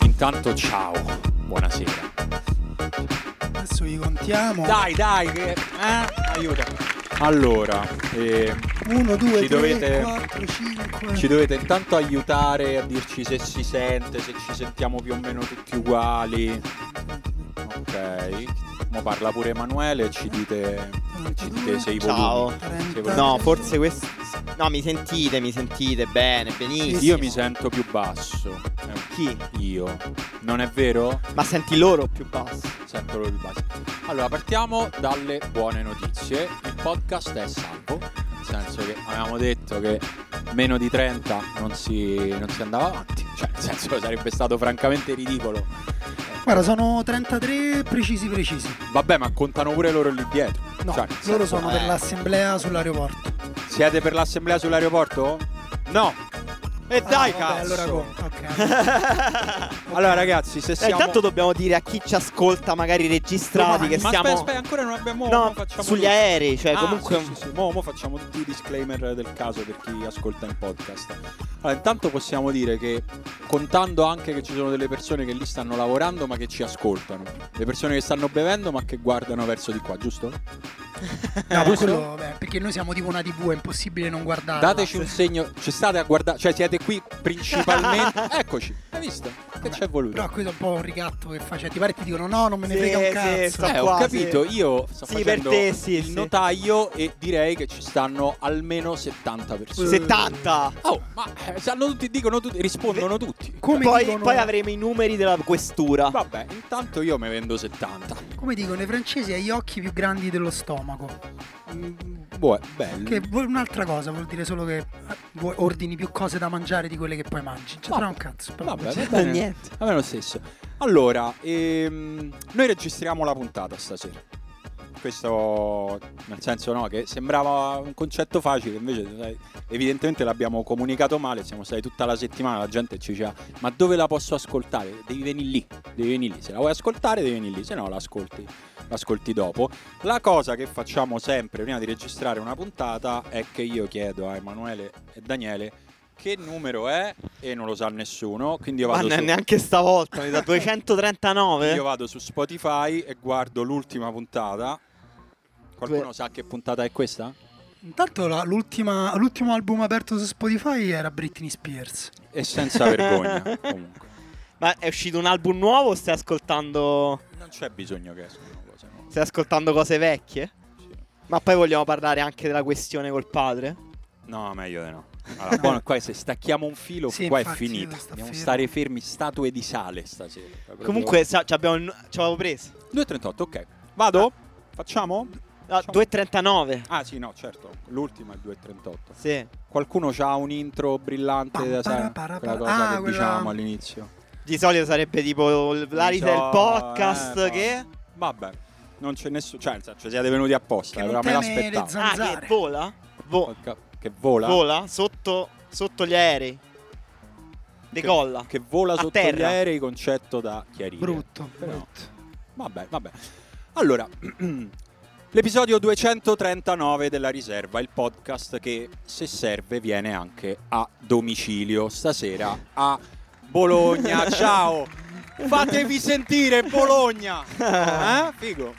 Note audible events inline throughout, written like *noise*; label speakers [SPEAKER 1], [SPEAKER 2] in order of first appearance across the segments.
[SPEAKER 1] intanto ciao, buonasera.
[SPEAKER 2] Adesso vi contiamo.
[SPEAKER 1] Dai, dai, che... eh? aiuto. Allora, eh,
[SPEAKER 2] 1, 2,
[SPEAKER 1] Ci
[SPEAKER 2] 3,
[SPEAKER 1] dovete-
[SPEAKER 2] 4, 5.
[SPEAKER 1] ci dovete intanto aiutare a dirci se si sente, se ci sentiamo più o meno tutti uguali. Ok, mo parla pure Emanuele e ci dite, ci dite se i
[SPEAKER 3] Ciao.
[SPEAKER 1] volumi. se i volumi-
[SPEAKER 3] No, forse questo. No, mi sentite, mi sentite bene, benissimo.
[SPEAKER 1] Io mi sento più basso. Eh,
[SPEAKER 3] Chi?
[SPEAKER 1] Io. Non è vero?
[SPEAKER 3] Ma senti loro più basso. Eh,
[SPEAKER 1] Sento lo più basso. Allora, partiamo dalle buone notizie. Il podcast è salvo. Nel senso che avevamo detto che meno di 30 non si, non si andava avanti. Cioè, nel senso che sarebbe stato francamente ridicolo.
[SPEAKER 2] Guarda, sono 33 precisi precisi.
[SPEAKER 1] Vabbè, ma contano pure loro lì dietro.
[SPEAKER 2] No,
[SPEAKER 1] Cioè, nel
[SPEAKER 2] loro
[SPEAKER 1] senso-
[SPEAKER 2] sono
[SPEAKER 3] eh.
[SPEAKER 2] per l'assemblea sull'aeroporto.
[SPEAKER 1] Siete per l'assemblea sull'aeroporto? No.
[SPEAKER 3] E Eh, dai,
[SPEAKER 2] Ah, vabbè,
[SPEAKER 3] cazzo!
[SPEAKER 2] Allora, go. ok.
[SPEAKER 3] *laughs*
[SPEAKER 1] Allora, ragazzi, se
[SPEAKER 3] Eh,
[SPEAKER 1] siamo...
[SPEAKER 3] Intanto dobbiamo dire a chi ci ascolta, magari registrati,
[SPEAKER 1] Domani.
[SPEAKER 3] che
[SPEAKER 1] ma
[SPEAKER 3] siamo.
[SPEAKER 1] aspetta, aspetta, ancora non abbiamo...
[SPEAKER 3] no,
[SPEAKER 1] non facciamo
[SPEAKER 3] sugli
[SPEAKER 1] tutto.
[SPEAKER 3] aerei, cioè
[SPEAKER 1] Ah,
[SPEAKER 3] comunque.
[SPEAKER 1] sì, sì, sì. Mo, mo facciamo tutti i disclaimer del caso per chi ascolta in podcast. Allora, intanto possiamo dire che contando anche che ci sono delle persone che lì stanno lavorando ma che ci ascoltano, le persone che stanno bevendo ma che guardano verso di qua, giusto?
[SPEAKER 2] No, ma
[SPEAKER 1] Giusto?
[SPEAKER 2] quello, beh, perché noi siamo tipo una TV, è impossibile non guardarla.
[SPEAKER 1] Dateci
[SPEAKER 3] Ah,
[SPEAKER 1] un segno, ci state a guardare, cioè siete qui principalmente.
[SPEAKER 3] *laughs*
[SPEAKER 1] Eccoci, hai visto? Che ci è voluto?
[SPEAKER 2] Però questo è un po' un ricatto che fa, cioè ti pare e ti dicono no, non me ne
[SPEAKER 3] Sì,
[SPEAKER 2] frega
[SPEAKER 3] sì,
[SPEAKER 2] un cazzo.
[SPEAKER 3] sta-
[SPEAKER 1] Eh, ho
[SPEAKER 3] quasi.
[SPEAKER 1] capito, io sto
[SPEAKER 3] Sì, per
[SPEAKER 1] facendo
[SPEAKER 3] te, sì,
[SPEAKER 1] il
[SPEAKER 3] sì.
[SPEAKER 1] notaio e direi che ci stanno almeno 70
[SPEAKER 2] Eh.
[SPEAKER 1] persone.
[SPEAKER 3] 70!
[SPEAKER 1] Oh, ma eh, sanno tutti, dicono tutti, rispondono tutti.
[SPEAKER 2] Come,
[SPEAKER 3] Poi,
[SPEAKER 2] dicono,
[SPEAKER 3] poi avremo i numeri della questura.
[SPEAKER 1] Vabbè, intanto io mi vendo 70.
[SPEAKER 2] come dicono i francesi, hai gli occhi più grandi dello stomaco.
[SPEAKER 1] Mm, Buono, bello.
[SPEAKER 2] Che vuol- un'altra cosa vuol dire solo che eh, vuoi- ordini più cose da mangiare di quelle che poi mangi. Cioè,
[SPEAKER 1] Vabbè.
[SPEAKER 2] sarà un cazzo. però- cioè,
[SPEAKER 1] Vabbè, va
[SPEAKER 3] Ma
[SPEAKER 1] bene.
[SPEAKER 3] niente.
[SPEAKER 1] Va bene lo stesso. Allora, ehm, noi registriamo la puntata stasera. Questo nel senso no, che sembrava un concetto facile, invece sai, evidentemente l'abbiamo comunicato male, siamo stati tutta la settimana, la gente ci diceva ma dove la posso ascoltare? Devi venire lì, devi venire lì, se la vuoi ascoltare devi venire lì, se no la ascolti, la ascolti dopo. La cosa che facciamo sempre prima di registrare una puntata è che io chiedo a Emanuele e Daniele che numero è e non lo sa nessuno, quindi io
[SPEAKER 3] Ma
[SPEAKER 1] vado
[SPEAKER 3] ne-
[SPEAKER 1] su...
[SPEAKER 3] neanche stavolta,
[SPEAKER 1] *laughs*
[SPEAKER 3] mi sa
[SPEAKER 1] Io
[SPEAKER 3] 239.
[SPEAKER 1] vado su Spotify e guardo l'ultima puntata. Qualcuno
[SPEAKER 3] Due.
[SPEAKER 1] sa che puntata è questa?
[SPEAKER 2] Intanto la- l'ultima- l'ultimo album aperto su Spotify era Britney Spears.
[SPEAKER 1] E senza *laughs* vergogna, comunque.
[SPEAKER 3] Ma è uscito un album nuovo o stai ascoltando.
[SPEAKER 1] Non c'è bisogno che escano cose, no?
[SPEAKER 3] Stai ascoltando cose vecchie?
[SPEAKER 1] Sì.
[SPEAKER 3] Ma poi vogliamo parlare anche della questione col padre?
[SPEAKER 1] No, meglio di no. *laughs* Allora, buono, qua se stacchiamo un filo,
[SPEAKER 2] Sì,
[SPEAKER 1] qua è
[SPEAKER 2] infatti,
[SPEAKER 1] finita.
[SPEAKER 2] sta
[SPEAKER 1] Dobbiamo
[SPEAKER 2] fermo.
[SPEAKER 1] stare fermi, statue di sale stasera. Proprio-
[SPEAKER 3] Comunque, sa- ci abbiamo il nu- ci avevo preso.
[SPEAKER 1] 2.38, ok. Vado? Facciamo?
[SPEAKER 3] Ah,
[SPEAKER 1] Ciao.
[SPEAKER 3] 2,39.
[SPEAKER 1] Ah sì, no, certo. L'ultima è 2.38.
[SPEAKER 3] Sì.
[SPEAKER 1] Qualcuno ha un intro brillante
[SPEAKER 2] Pam,
[SPEAKER 1] da sai,
[SPEAKER 2] para, para,
[SPEAKER 1] quella
[SPEAKER 2] para.
[SPEAKER 1] cosa
[SPEAKER 2] Ah,
[SPEAKER 1] che
[SPEAKER 2] quella-
[SPEAKER 1] diciamo all'inizio.
[SPEAKER 3] Di solito sarebbe
[SPEAKER 1] Diciamo,
[SPEAKER 3] tipo l- la risa del
[SPEAKER 1] so,
[SPEAKER 3] podcast
[SPEAKER 1] "Oh, eh,
[SPEAKER 3] che.
[SPEAKER 1] Vabbè, non c'è nessuno. Cioè, nel senso, siete venuti apposta.
[SPEAKER 2] Che
[SPEAKER 1] allora
[SPEAKER 2] non
[SPEAKER 1] me
[SPEAKER 2] teme le
[SPEAKER 1] l'aspettavo.
[SPEAKER 3] Ah,
[SPEAKER 2] zanzare.
[SPEAKER 3] che vola? Vo-
[SPEAKER 1] Porca- Che vola.
[SPEAKER 3] vola sotto, sotto gli aerei. Decolla.
[SPEAKER 1] Che vola
[SPEAKER 3] A
[SPEAKER 1] sotto gli
[SPEAKER 3] terra.
[SPEAKER 1] aerei, concetto da chiarire.
[SPEAKER 2] brutto,
[SPEAKER 1] Però-
[SPEAKER 2] brutto.
[SPEAKER 1] Vabbè, vabbè. Allora, *clears throat* l'episodio 239 della riserva, il podcast che se serve viene anche a domicilio stasera a
[SPEAKER 3] *laughs*
[SPEAKER 1] Bologna. Ciao! Fatevi sentire
[SPEAKER 3] *laughs*
[SPEAKER 1] Bologna! Eh? Figo.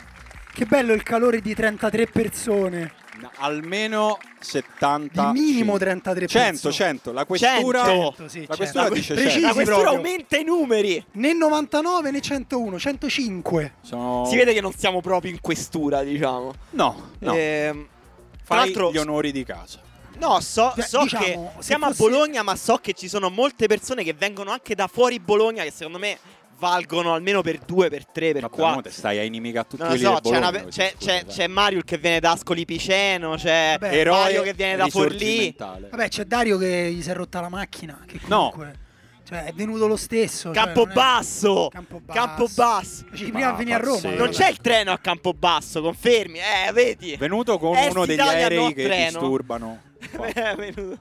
[SPEAKER 2] Che bello il calore di 33 persone.
[SPEAKER 1] No, almeno 70
[SPEAKER 2] Di minimo 33
[SPEAKER 1] 100
[SPEAKER 2] persone.
[SPEAKER 1] 100 la questura
[SPEAKER 3] 100.
[SPEAKER 2] Cento, sì,
[SPEAKER 1] Oh, la
[SPEAKER 2] cioè,
[SPEAKER 1] questura dice certo. cioè,
[SPEAKER 2] precisi
[SPEAKER 1] 100
[SPEAKER 3] Ma questo
[SPEAKER 2] proprio.
[SPEAKER 3] aumenta i numeri.
[SPEAKER 2] Né 99 né 101, 105.
[SPEAKER 1] Sono-
[SPEAKER 3] Si vede che non siamo proprio in questura, diciamo.
[SPEAKER 1] no no
[SPEAKER 3] Ehm, tra
[SPEAKER 1] fai
[SPEAKER 3] l'altro,
[SPEAKER 1] gli onori di casa
[SPEAKER 3] no, so,
[SPEAKER 2] Beh,
[SPEAKER 3] so
[SPEAKER 2] diciamo,
[SPEAKER 3] che
[SPEAKER 2] se
[SPEAKER 3] siamo
[SPEAKER 2] fosse-
[SPEAKER 3] a Bologna, ma so che ci sono molte persone che vengono anche da fuori Bologna, che secondo me valgono almeno per due, per tre, per
[SPEAKER 1] Vabbè, mo
[SPEAKER 3] quattro.
[SPEAKER 1] te stai a inimica a tutti
[SPEAKER 3] Non lo
[SPEAKER 1] quelli
[SPEAKER 3] so,
[SPEAKER 1] del
[SPEAKER 3] c'è,
[SPEAKER 1] Bologna,
[SPEAKER 3] una-
[SPEAKER 1] quindi,
[SPEAKER 3] c'è,
[SPEAKER 1] scusa,
[SPEAKER 3] c'è-
[SPEAKER 1] dai.
[SPEAKER 3] c'è Mario che viene da Ascoli Piceno, c'è
[SPEAKER 2] Vabbè,
[SPEAKER 3] Eroe
[SPEAKER 1] Eroe
[SPEAKER 3] che viene da Forlì.
[SPEAKER 1] risorgimentale.
[SPEAKER 2] Vabbè, c'è Dario che gli si è rotta la macchina. Che
[SPEAKER 1] No.
[SPEAKER 2] comunque. Cioè, è venuto lo stesso. cioè, non è-
[SPEAKER 3] Campobasso!
[SPEAKER 2] Campobasso.
[SPEAKER 3] Campobasso!
[SPEAKER 2] Cioè,
[SPEAKER 1] Ma
[SPEAKER 2] prima vieni a Roma.
[SPEAKER 1] pazzesco.
[SPEAKER 2] guarda.
[SPEAKER 3] Non c'è il treno a Campobasso, confermi, eh, vedi? *laughs*
[SPEAKER 1] venuto con
[SPEAKER 3] Est
[SPEAKER 1] uno degli
[SPEAKER 3] Italia,
[SPEAKER 1] aerei
[SPEAKER 3] no
[SPEAKER 1] che
[SPEAKER 3] treno. *laughs*
[SPEAKER 1] disturbano qua.
[SPEAKER 3] È venuto.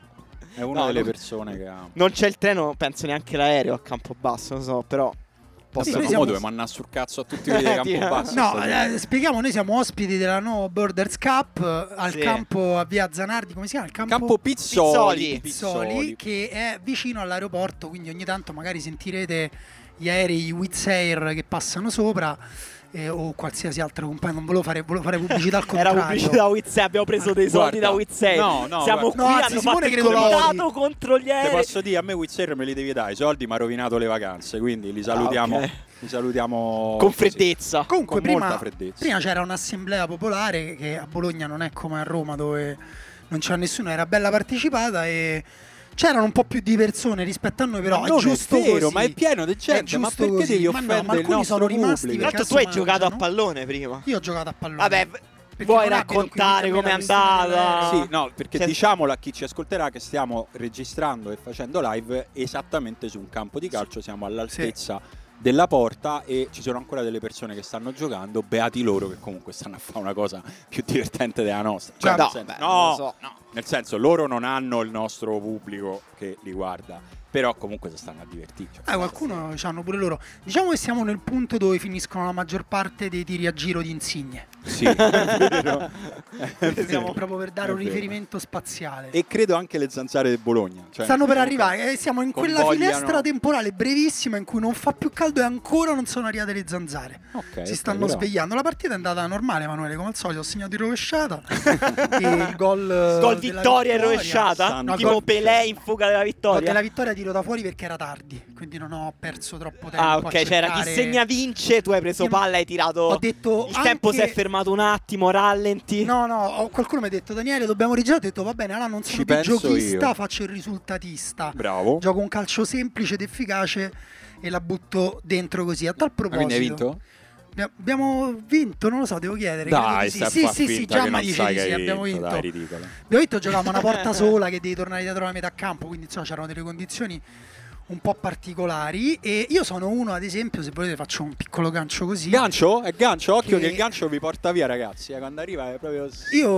[SPEAKER 1] è una
[SPEAKER 3] No,
[SPEAKER 1] delle
[SPEAKER 3] non-
[SPEAKER 1] persone che ha
[SPEAKER 3] Non c'è il treno, penso neanche l'aereo a Campobasso, non so, però...
[SPEAKER 1] Vabbè,
[SPEAKER 2] Sì,
[SPEAKER 1] ma
[SPEAKER 2] noi
[SPEAKER 1] mo
[SPEAKER 2] siamo-
[SPEAKER 1] dove manna sul cazzo a tutti
[SPEAKER 3] *laughs*
[SPEAKER 1] quelli di
[SPEAKER 3] Eh,
[SPEAKER 1] Campobasso
[SPEAKER 2] No,
[SPEAKER 1] stasera?
[SPEAKER 2] eh, spieghiamo, noi siamo ospiti della nuova Borders Cup eh, al
[SPEAKER 3] Sì.
[SPEAKER 2] campo a via Zanardi, come si chiama? Il campo,
[SPEAKER 1] Campo Pizzoli
[SPEAKER 2] Pizzoli, che è vicino all'aeroporto, quindi ogni tanto magari sentirete gli aerei i Wizz Air che passano sopra eh, o qualsiasi altra compagnia. Non volevo fare, volevo fare pubblicità al
[SPEAKER 3] *laughs* Era
[SPEAKER 2] contrario.
[SPEAKER 3] pubblicità Wizz Air, abbiamo preso dei soldi
[SPEAKER 1] Guarda,
[SPEAKER 3] da Wizz Air.
[SPEAKER 1] no, no,
[SPEAKER 3] Siamo
[SPEAKER 1] guarda.
[SPEAKER 3] qui,
[SPEAKER 2] No, anzi,
[SPEAKER 3] hanno
[SPEAKER 2] Simone
[SPEAKER 3] fatto il
[SPEAKER 2] credo lo
[SPEAKER 3] comitato
[SPEAKER 2] odi.
[SPEAKER 3] contro gli
[SPEAKER 1] Te
[SPEAKER 3] aerei.
[SPEAKER 1] posso dire, a me Wizzer me li devi dare i soldi, mi ha rovinato le vacanze, quindi li salutiamo.
[SPEAKER 3] Ah, ok.
[SPEAKER 1] Li salutiamo
[SPEAKER 3] Con
[SPEAKER 1] così.
[SPEAKER 3] freddezza.
[SPEAKER 2] Comunque,
[SPEAKER 1] Ah, Con molta
[SPEAKER 2] prima,
[SPEAKER 1] freddezza.
[SPEAKER 2] prima c'era un'assemblea popolare che a Bologna non è come a Roma dove non c'era nessuno, era bella partecipata e c'erano un po' più di persone rispetto a noi, però
[SPEAKER 1] Ma
[SPEAKER 2] è
[SPEAKER 1] non è
[SPEAKER 2] giusto
[SPEAKER 1] vero,
[SPEAKER 2] così.
[SPEAKER 1] ma è pieno di
[SPEAKER 2] È
[SPEAKER 1] gente, ma
[SPEAKER 2] giusto
[SPEAKER 1] perché
[SPEAKER 2] così.
[SPEAKER 1] devi
[SPEAKER 2] Ma no,
[SPEAKER 1] offendere
[SPEAKER 2] ma
[SPEAKER 1] il
[SPEAKER 2] alcuni
[SPEAKER 1] nostro
[SPEAKER 2] sono rimasti
[SPEAKER 1] pubblico?
[SPEAKER 2] perché
[SPEAKER 3] Tra l'altro tu
[SPEAKER 2] adesso
[SPEAKER 3] hai giocato a
[SPEAKER 2] mangiano.
[SPEAKER 3] pallone prima.
[SPEAKER 2] Io ho giocato a pallone.
[SPEAKER 3] Vabbè, v-
[SPEAKER 2] Perché
[SPEAKER 3] vuoi
[SPEAKER 2] non abito qui, quindi
[SPEAKER 3] raccontare com'è
[SPEAKER 2] abbiamo questioni
[SPEAKER 3] andata?
[SPEAKER 2] diverse.
[SPEAKER 1] Sì, no, perché
[SPEAKER 3] Cioè-
[SPEAKER 1] diciamolo a chi ci ascolterà che stiamo registrando e facendo live esattamente su un campo di calcio, siamo all'altezza della porta e ci sono ancora delle persone che stanno giocando, beati loro che comunque stanno a fare una cosa più divertente della nostra. Cioè,
[SPEAKER 3] no,
[SPEAKER 1] nel senso-
[SPEAKER 3] beh, non
[SPEAKER 1] no,
[SPEAKER 3] lo so, no.
[SPEAKER 1] nel senso, loro non hanno il nostro pubblico che li guarda, però comunque si stanno a divertire. cioè,
[SPEAKER 2] Eh, qualcuno ci hanno pure loro. Diciamo che siamo nel punto dove finiscono la maggior parte dei tiri a giro di insigne.
[SPEAKER 1] Sì, *laughs* è vero. È vero.
[SPEAKER 2] Siamo proprio per dare
[SPEAKER 1] È
[SPEAKER 2] un
[SPEAKER 1] vero.
[SPEAKER 2] riferimento spaziale.
[SPEAKER 1] E credo anche le zanzare di Bologna. cioè,
[SPEAKER 2] Stanno per
[SPEAKER 1] comunque-
[SPEAKER 2] arrivare, eh, siamo in quella
[SPEAKER 1] convogliano-
[SPEAKER 2] finestra temporale brevissima in cui non fa più caldo e ancora non sono arrivate le zanzare.
[SPEAKER 1] Ok,
[SPEAKER 2] si
[SPEAKER 1] ok,
[SPEAKER 2] stanno
[SPEAKER 1] però-
[SPEAKER 2] svegliando. La partita è andata normale, Emanuele, come al solito. Ho segnato in
[SPEAKER 1] *laughs*
[SPEAKER 2] rovesciata. e il gol. eh,
[SPEAKER 3] Gol
[SPEAKER 2] della
[SPEAKER 3] vittoria e rovesciata?
[SPEAKER 1] Santo.
[SPEAKER 3] Tipo
[SPEAKER 2] Gol-
[SPEAKER 3] Pelé in fuga della
[SPEAKER 2] No,
[SPEAKER 3] vittoria.
[SPEAKER 2] della vittoria tiro da fuori perché era tardi, quindi non ho perso troppo tempo.
[SPEAKER 3] Ah,
[SPEAKER 2] a
[SPEAKER 3] ok, c'era chi
[SPEAKER 2] cercare-
[SPEAKER 3] segna vince, tu hai preso
[SPEAKER 2] Io-
[SPEAKER 3] palla e hai tirato.
[SPEAKER 2] Ho detto
[SPEAKER 3] Il tempo si è
[SPEAKER 2] anche-
[SPEAKER 3] fermato un attimo, rallenti.
[SPEAKER 2] No, no, ho- qualcuno mi ha detto Daniele dobbiamo rigirare, ho detto va bene, allora non sono
[SPEAKER 1] Ci
[SPEAKER 2] più
[SPEAKER 1] penso
[SPEAKER 2] giochista,
[SPEAKER 1] io."
[SPEAKER 2] faccio il risultatista.
[SPEAKER 1] Bravo.
[SPEAKER 2] Gioco un calcio semplice ed efficace e la butto dentro così. A tal
[SPEAKER 1] Ah,
[SPEAKER 2] proposito...
[SPEAKER 1] quindi hai vinto?
[SPEAKER 2] Ne abbiamo vinto, non lo so, devo chiedere. credo
[SPEAKER 1] Dai,
[SPEAKER 2] di sì,
[SPEAKER 1] stai a
[SPEAKER 2] sì,
[SPEAKER 1] far
[SPEAKER 2] sì, sì,
[SPEAKER 1] finta
[SPEAKER 2] già
[SPEAKER 1] che
[SPEAKER 2] mi
[SPEAKER 1] non
[SPEAKER 2] dice
[SPEAKER 1] sai
[SPEAKER 2] di
[SPEAKER 1] che
[SPEAKER 2] sì,
[SPEAKER 1] hai
[SPEAKER 2] abbiamo
[SPEAKER 1] vinto,
[SPEAKER 2] vinto.
[SPEAKER 1] dai, ridicolo.
[SPEAKER 2] Abbiamo vinto, giocavamo una porta sola che devi tornare dietro la metà campo, quindi insomma c'erano delle condizioni un po' particolari e io sono uno, ad esempio, se volete faccio un piccolo gancio così.
[SPEAKER 1] Gancio? È gancio? Occhio che...
[SPEAKER 2] Che-
[SPEAKER 1] il gancio vi porta via, ragazzi. eh, Quando arriva è proprio.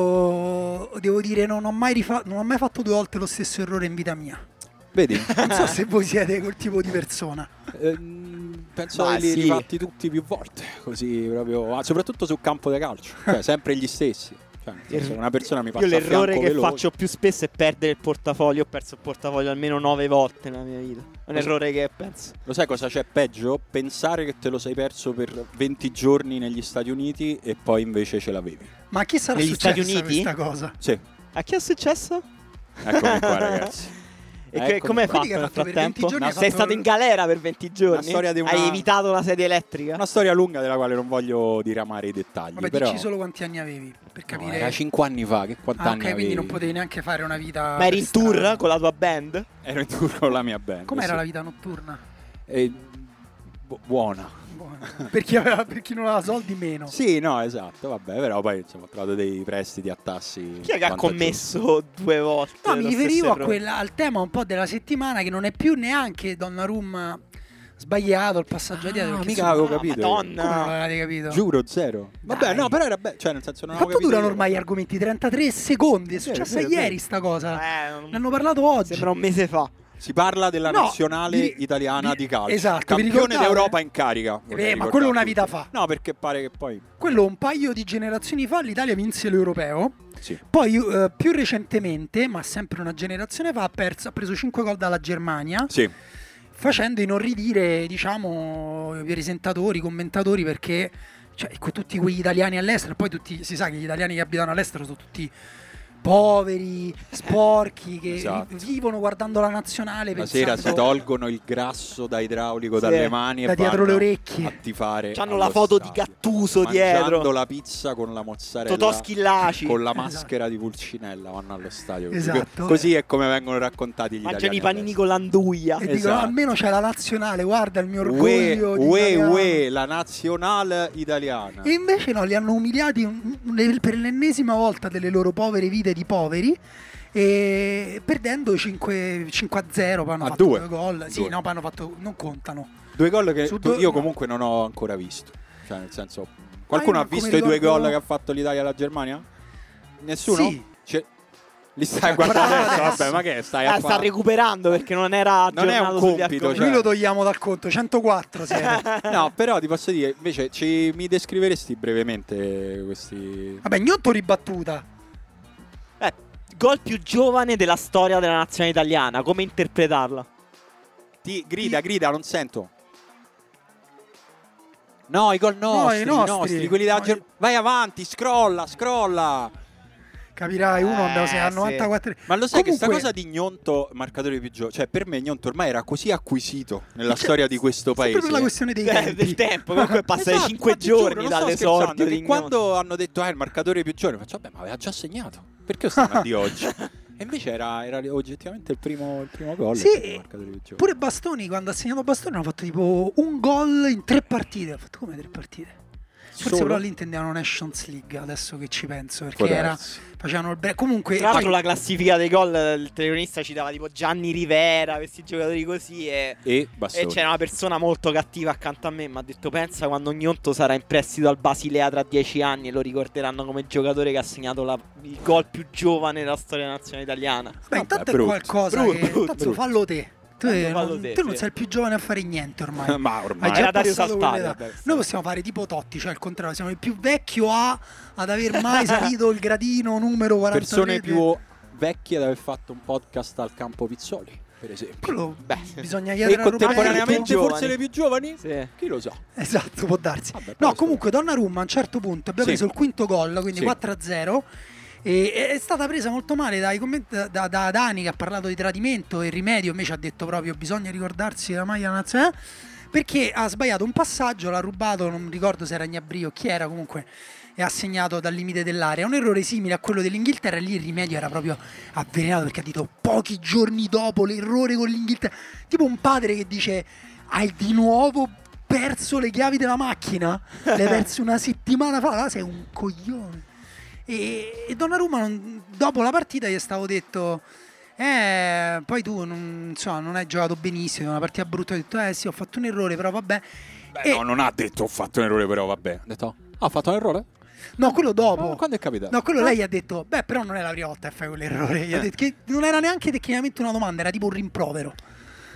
[SPEAKER 2] Io devo dire non ho, mai rifa- non ho mai fatto due volte lo stesso errore in vita mia. *laughs*
[SPEAKER 1] Vedi?
[SPEAKER 2] Non
[SPEAKER 1] *laughs*
[SPEAKER 2] so se voi siete quel tipo di persona.
[SPEAKER 1] Ehm, penso
[SPEAKER 3] Ma
[SPEAKER 1] che li
[SPEAKER 3] sì.
[SPEAKER 1] rifatti tutti più volte. Così proprio. ma soprattutto sul campo da calcio. Cioè, sempre gli stessi. Cioè, nel senso, una persona mi passa
[SPEAKER 3] Io l'errore
[SPEAKER 1] a
[SPEAKER 3] che
[SPEAKER 1] fianco veloce.
[SPEAKER 3] faccio più spesso è perdere il portafoglio. Ho perso il portafoglio almeno nove volte nella mia vita. Un errore che penso.
[SPEAKER 1] Lo sai cosa c'è peggio? Pensare che te lo sei perso per 20 giorni negli Stati Uniti e poi invece ce l'avevi.
[SPEAKER 2] Ma a chi sarà
[SPEAKER 3] Negli
[SPEAKER 2] successa
[SPEAKER 3] Stati Uniti?
[SPEAKER 2] questa cosa?
[SPEAKER 1] Sì,
[SPEAKER 3] A chi è successo?
[SPEAKER 1] eccomi
[SPEAKER 2] *laughs*
[SPEAKER 1] qua, ragazzi.
[SPEAKER 3] E
[SPEAKER 1] Eccomi
[SPEAKER 3] che- come hai
[SPEAKER 1] qua.
[SPEAKER 3] fatto
[SPEAKER 2] Quindi che hai
[SPEAKER 3] nel
[SPEAKER 2] fatto per
[SPEAKER 3] frattempo?
[SPEAKER 2] 20 giorni,
[SPEAKER 3] No,
[SPEAKER 2] hai
[SPEAKER 3] sei
[SPEAKER 2] fatto-
[SPEAKER 3] stato in galera per 20 giorni.
[SPEAKER 1] storia di una-
[SPEAKER 3] Hai evitato la sedia elettrica.
[SPEAKER 1] È una storia lunga della quale non voglio diramare i dettagli.
[SPEAKER 2] Vabbè,
[SPEAKER 1] però...
[SPEAKER 2] dici solo quanti anni avevi per
[SPEAKER 1] No,
[SPEAKER 2] capire.
[SPEAKER 1] era 5 anni fa, che quanti
[SPEAKER 2] Ah, ok,
[SPEAKER 1] anni avevi?
[SPEAKER 2] quindi non potevi neanche fare una vita.
[SPEAKER 3] Ma eri
[SPEAKER 2] per
[SPEAKER 3] in tour
[SPEAKER 2] strada.
[SPEAKER 3] con la tua band?
[SPEAKER 1] Ero in tour con la mia band.
[SPEAKER 2] Com'era
[SPEAKER 1] sì.
[SPEAKER 2] la vita notturna?
[SPEAKER 1] E- bu- buona.
[SPEAKER 2] Buona. *laughs* per, chi aveva- per chi non aveva soldi, meno.
[SPEAKER 1] Sì, no, esatto, vabbè, però poi insomma, ho trovato dei prestiti a tassi.
[SPEAKER 3] Chi è che ha
[SPEAKER 1] vantaggiosi.
[SPEAKER 3] commesso due volte?
[SPEAKER 2] No, mi
[SPEAKER 3] lo
[SPEAKER 2] riferivo
[SPEAKER 3] stesso
[SPEAKER 2] a
[SPEAKER 3] errore?
[SPEAKER 2] quella- al tema un po' della settimana che non è più neanche Donnarumma sbagliato il passaggio
[SPEAKER 1] Ah,
[SPEAKER 2] dietro. perché
[SPEAKER 1] mica
[SPEAKER 2] insomma,
[SPEAKER 1] avevo
[SPEAKER 3] Ah,
[SPEAKER 1] capito.
[SPEAKER 3] Madonna.
[SPEAKER 2] Come non
[SPEAKER 1] Eh,
[SPEAKER 2] l'avete capito?
[SPEAKER 1] Giuro, zero. Vabbè,
[SPEAKER 2] Dai.
[SPEAKER 1] no, però era bello. Cioè, nel senso, non avevo
[SPEAKER 2] Quanto
[SPEAKER 1] capito
[SPEAKER 2] durano
[SPEAKER 1] io.
[SPEAKER 2] ormai gli argomenti? 33 secondi. È
[SPEAKER 1] Sì, è
[SPEAKER 2] successa
[SPEAKER 1] vero, è
[SPEAKER 2] ieri
[SPEAKER 1] vero.
[SPEAKER 2] sta cosa.
[SPEAKER 3] Eh, non-
[SPEAKER 2] Ne hanno parlato oggi.
[SPEAKER 3] Sembra un mese fa.
[SPEAKER 1] Si parla della
[SPEAKER 2] No,
[SPEAKER 1] nazionale
[SPEAKER 2] vi-
[SPEAKER 1] italiana
[SPEAKER 2] vi-
[SPEAKER 1] di calcio.
[SPEAKER 2] esatto, vi
[SPEAKER 1] Campione
[SPEAKER 2] ricordate?
[SPEAKER 1] d'Europa in carica.
[SPEAKER 2] Eh,
[SPEAKER 1] vorrei
[SPEAKER 2] ma quello una
[SPEAKER 1] ricordare
[SPEAKER 2] vita fa.
[SPEAKER 1] tutti. No, perché pare che poi.
[SPEAKER 2] Quello un paio di generazioni fa l'Italia vinse l'Europeo.
[SPEAKER 1] Sì.
[SPEAKER 2] Poi eh, più recentemente, ma sempre una generazione fa, ha, perso- ha preso 5 gol dalla Germania,
[SPEAKER 1] Sì.
[SPEAKER 2] facendo inorridire, diciamo, i presentatori, i commentatori, perché cioè, ecco, tutti quegli italiani all'estero, poi tutti, si sa che gli italiani che abitano all'estero sono tutti poveri, sporchi, che
[SPEAKER 1] Esatto.
[SPEAKER 2] vivono guardando la nazionale.
[SPEAKER 1] La sera si
[SPEAKER 2] pensando-
[SPEAKER 1] tolgono il grasso da idraulico
[SPEAKER 3] Sì,
[SPEAKER 1] dalle mani
[SPEAKER 2] da
[SPEAKER 1] e
[SPEAKER 2] dietro
[SPEAKER 1] vanno
[SPEAKER 2] le orecchie.
[SPEAKER 1] a tifare.
[SPEAKER 3] C'hanno
[SPEAKER 1] allo
[SPEAKER 3] la foto di
[SPEAKER 1] stadio.
[SPEAKER 3] Gattuso
[SPEAKER 1] Mangiando
[SPEAKER 3] dietro.
[SPEAKER 1] la pizza con la mozzarella.
[SPEAKER 3] Totò Schillaci.
[SPEAKER 1] Con la
[SPEAKER 2] Esatto.
[SPEAKER 1] maschera di Pulcinella vanno allo stadio. *laughs*
[SPEAKER 2] Esatto.
[SPEAKER 1] Così è come vengono raccontati gli
[SPEAKER 3] Mangiano
[SPEAKER 1] italiani.
[SPEAKER 3] i panini
[SPEAKER 1] all'estero.
[SPEAKER 3] con l'anduia.
[SPEAKER 2] E
[SPEAKER 1] Esatto.
[SPEAKER 2] dicono almeno c'è la nazionale, guarda il mio
[SPEAKER 1] Ue,
[SPEAKER 2] orgoglio. di
[SPEAKER 1] ue,
[SPEAKER 2] italiano."
[SPEAKER 1] ue, la nazionale italiana.
[SPEAKER 2] E invece no, li hanno umiliati un- un- per l'ennesima volta delle loro povere vite di poveri. E perdendo 5, 5-0, poi hanno
[SPEAKER 1] A
[SPEAKER 2] fatto
[SPEAKER 1] due.
[SPEAKER 2] due gol. Sì,
[SPEAKER 1] Due.
[SPEAKER 2] no, poi hanno fatto. Non contano.
[SPEAKER 1] Due gol che
[SPEAKER 2] Su
[SPEAKER 1] tu-
[SPEAKER 2] due-
[SPEAKER 1] io
[SPEAKER 2] no.
[SPEAKER 1] comunque non ho ancora visto. Cioè, nel senso, qualcuno
[SPEAKER 2] io
[SPEAKER 1] ha
[SPEAKER 2] come
[SPEAKER 1] visto i due
[SPEAKER 2] ricordo-
[SPEAKER 1] gol che ha fatto l'Italia alla Germania? Nessuno?
[SPEAKER 2] Sì.
[SPEAKER 1] Cioè, li stai guardando
[SPEAKER 2] guardando
[SPEAKER 1] adesso?
[SPEAKER 2] adesso. Eh,
[SPEAKER 1] Vabbè, ma che stai
[SPEAKER 3] Ah,
[SPEAKER 1] a
[SPEAKER 3] sta
[SPEAKER 1] fare?
[SPEAKER 3] recuperando perché non era
[SPEAKER 1] Non è un
[SPEAKER 3] aggiornato sugli
[SPEAKER 1] compito,
[SPEAKER 3] argomenti.
[SPEAKER 1] cioè.
[SPEAKER 2] Noi lo togliamo dal conto.
[SPEAKER 1] *laughs*
[SPEAKER 2] 104 siete.
[SPEAKER 1] No, però ti posso dire, invece, ci, mi descriveresti brevemente questi...
[SPEAKER 2] Vabbè, Gnotto ribattuta.
[SPEAKER 1] cioè.
[SPEAKER 3] Eh, gol più giovane della storia della nazionale italiana. Come interpretarla?
[SPEAKER 1] Ti grida, grida, non sento. No, i gol nostri,
[SPEAKER 2] No, i nostri.
[SPEAKER 1] nostri, quelli della
[SPEAKER 2] No,
[SPEAKER 1] Germ-
[SPEAKER 2] i-
[SPEAKER 1] Vai avanti, scrolla, scrolla.
[SPEAKER 2] Capirai, uno abbiamo
[SPEAKER 3] Eh,
[SPEAKER 2] segnato al
[SPEAKER 3] sì.
[SPEAKER 2] 94.
[SPEAKER 1] Ma lo sai che sta
[SPEAKER 2] Comunque-
[SPEAKER 1] cosa di Gnonto, marcatore più giovane, cioè per me Gnonto ormai era così acquisito nella storia di questo
[SPEAKER 2] cioè, Sempre
[SPEAKER 1] paese.
[SPEAKER 2] per la
[SPEAKER 1] *laughs*
[SPEAKER 2] questione dei
[SPEAKER 3] Eh,
[SPEAKER 2] tempi.
[SPEAKER 3] del tempo, comunque passa i
[SPEAKER 1] Esatto,
[SPEAKER 3] 5
[SPEAKER 1] infatti, giuro,
[SPEAKER 3] giorni
[SPEAKER 1] non sto
[SPEAKER 3] dall'esordio
[SPEAKER 1] scherzando,
[SPEAKER 3] di
[SPEAKER 1] che quando hanno detto ah, il marcatore più giovane, faccio vabbè, ma aveva già segnato. Perché stiamo *laughs* a di oggi? E invece era, era oggettivamente il primo, il primo gol
[SPEAKER 2] Sì,
[SPEAKER 1] del marcatore più giovane.
[SPEAKER 2] Pure Bastoni, quando ha segnato Bastoni, hanno fatto tipo un gol in tre partite. Ha fatto come tre partite? Forse
[SPEAKER 1] Solo?
[SPEAKER 2] però lì intendevano Nations League, adesso che ci penso, perché
[SPEAKER 1] Può
[SPEAKER 2] era,
[SPEAKER 1] darsi.
[SPEAKER 2] facevano il break. Comunque,
[SPEAKER 3] Tra l'altro la classifica dei gol, eh, il telecronista ci dava tipo Gianni Rivera, questi giocatori così e...
[SPEAKER 1] E
[SPEAKER 3] E
[SPEAKER 1] Bastoni.
[SPEAKER 3] c'era una persona molto cattiva accanto a me, mi ha detto pensa quando Gnonto sarà in prestito al Basilea tra dieci anni e lo ricorderanno come giocatore che ha segnato la- il gol più giovane della storia della nazionale italiana.
[SPEAKER 2] Beh,
[SPEAKER 1] Vabbè,
[SPEAKER 2] intanto è
[SPEAKER 1] brutto,
[SPEAKER 2] qualcosa
[SPEAKER 1] brutto,
[SPEAKER 2] che
[SPEAKER 1] brutto,
[SPEAKER 2] tanto
[SPEAKER 1] brutto.
[SPEAKER 2] fallo te. Tu,
[SPEAKER 3] Tanto
[SPEAKER 2] eh, non,
[SPEAKER 3] fallo te,
[SPEAKER 2] tu non
[SPEAKER 3] sì.
[SPEAKER 2] sei il più giovane a fare niente
[SPEAKER 1] *laughs*
[SPEAKER 2] ormai.
[SPEAKER 1] ma
[SPEAKER 2] Hai
[SPEAKER 1] ormai
[SPEAKER 3] Era
[SPEAKER 2] già
[SPEAKER 3] da
[SPEAKER 2] passato
[SPEAKER 3] saltare,
[SPEAKER 2] quell'età.
[SPEAKER 3] vabbè, sì.
[SPEAKER 2] Noi possiamo fare tipo Totti, cioè il contrario, siamo il più vecchio a ad
[SPEAKER 1] *laughs*
[SPEAKER 2] aver mai salito il gradino numero 43.
[SPEAKER 1] persone
[SPEAKER 2] di-
[SPEAKER 1] più vecchie ad aver fatto un podcast al campo Pizzoli, per esempio.
[SPEAKER 2] Quello
[SPEAKER 3] Beh.
[SPEAKER 2] bisogna
[SPEAKER 1] E
[SPEAKER 2] chiedere a Roberto.
[SPEAKER 1] contemporaneamente
[SPEAKER 3] più
[SPEAKER 1] forse
[SPEAKER 3] giovani.
[SPEAKER 1] le più giovani?
[SPEAKER 3] Sì.
[SPEAKER 1] Chi lo sa?
[SPEAKER 2] *laughs* Esatto, può darsi.
[SPEAKER 1] Vabbè, però
[SPEAKER 2] No, comunque Donnarumma a un certo punto abbiamo
[SPEAKER 1] Sì.
[SPEAKER 2] preso il quinto gol, quindi
[SPEAKER 1] Sì.
[SPEAKER 2] 4-0. E e- è stata presa molto male dai commenti, da, da- da Dani che ha parlato di tradimento e rimedio, invece ha detto proprio bisogna ricordarsi la maglia nazionale. Perché ha sbagliato un passaggio, l'ha rubato, non ricordo se era Gnabry o chi era comunque, e ha segnato dal limite dell'area. Un errore simile a quello dell'Inghilterra, e lì il rimedio era proprio avvelenato perché ha detto pochi giorni dopo l'errore con l'Inghilterra. Tipo un padre che dice hai di nuovo perso le chiavi della macchina? Le hai perse una settimana fa? Là sei un coglione. E, e Donnarumma non- dopo la partita gli è stato detto eh, poi tu non, insomma, non hai giocato benissimo, è una partita brutta, ho detto eh sì ho fatto un errore però vabbè.
[SPEAKER 1] Beh,
[SPEAKER 2] E-
[SPEAKER 1] no,
[SPEAKER 2] no,
[SPEAKER 1] non ha detto ho fatto un errore, però vabbè. Ha detto, "Ah, ho fatto un errore?
[SPEAKER 2] quello
[SPEAKER 1] Ma
[SPEAKER 2] dopo.
[SPEAKER 1] Quando è Eh? capitato?
[SPEAKER 2] No, quello lei gli ha detto, beh però non è la prima volta che fai quell'errore,
[SPEAKER 1] Eh.
[SPEAKER 2] gli ha detto che non era neanche tecnicamente una domanda, era tipo un rimprovero.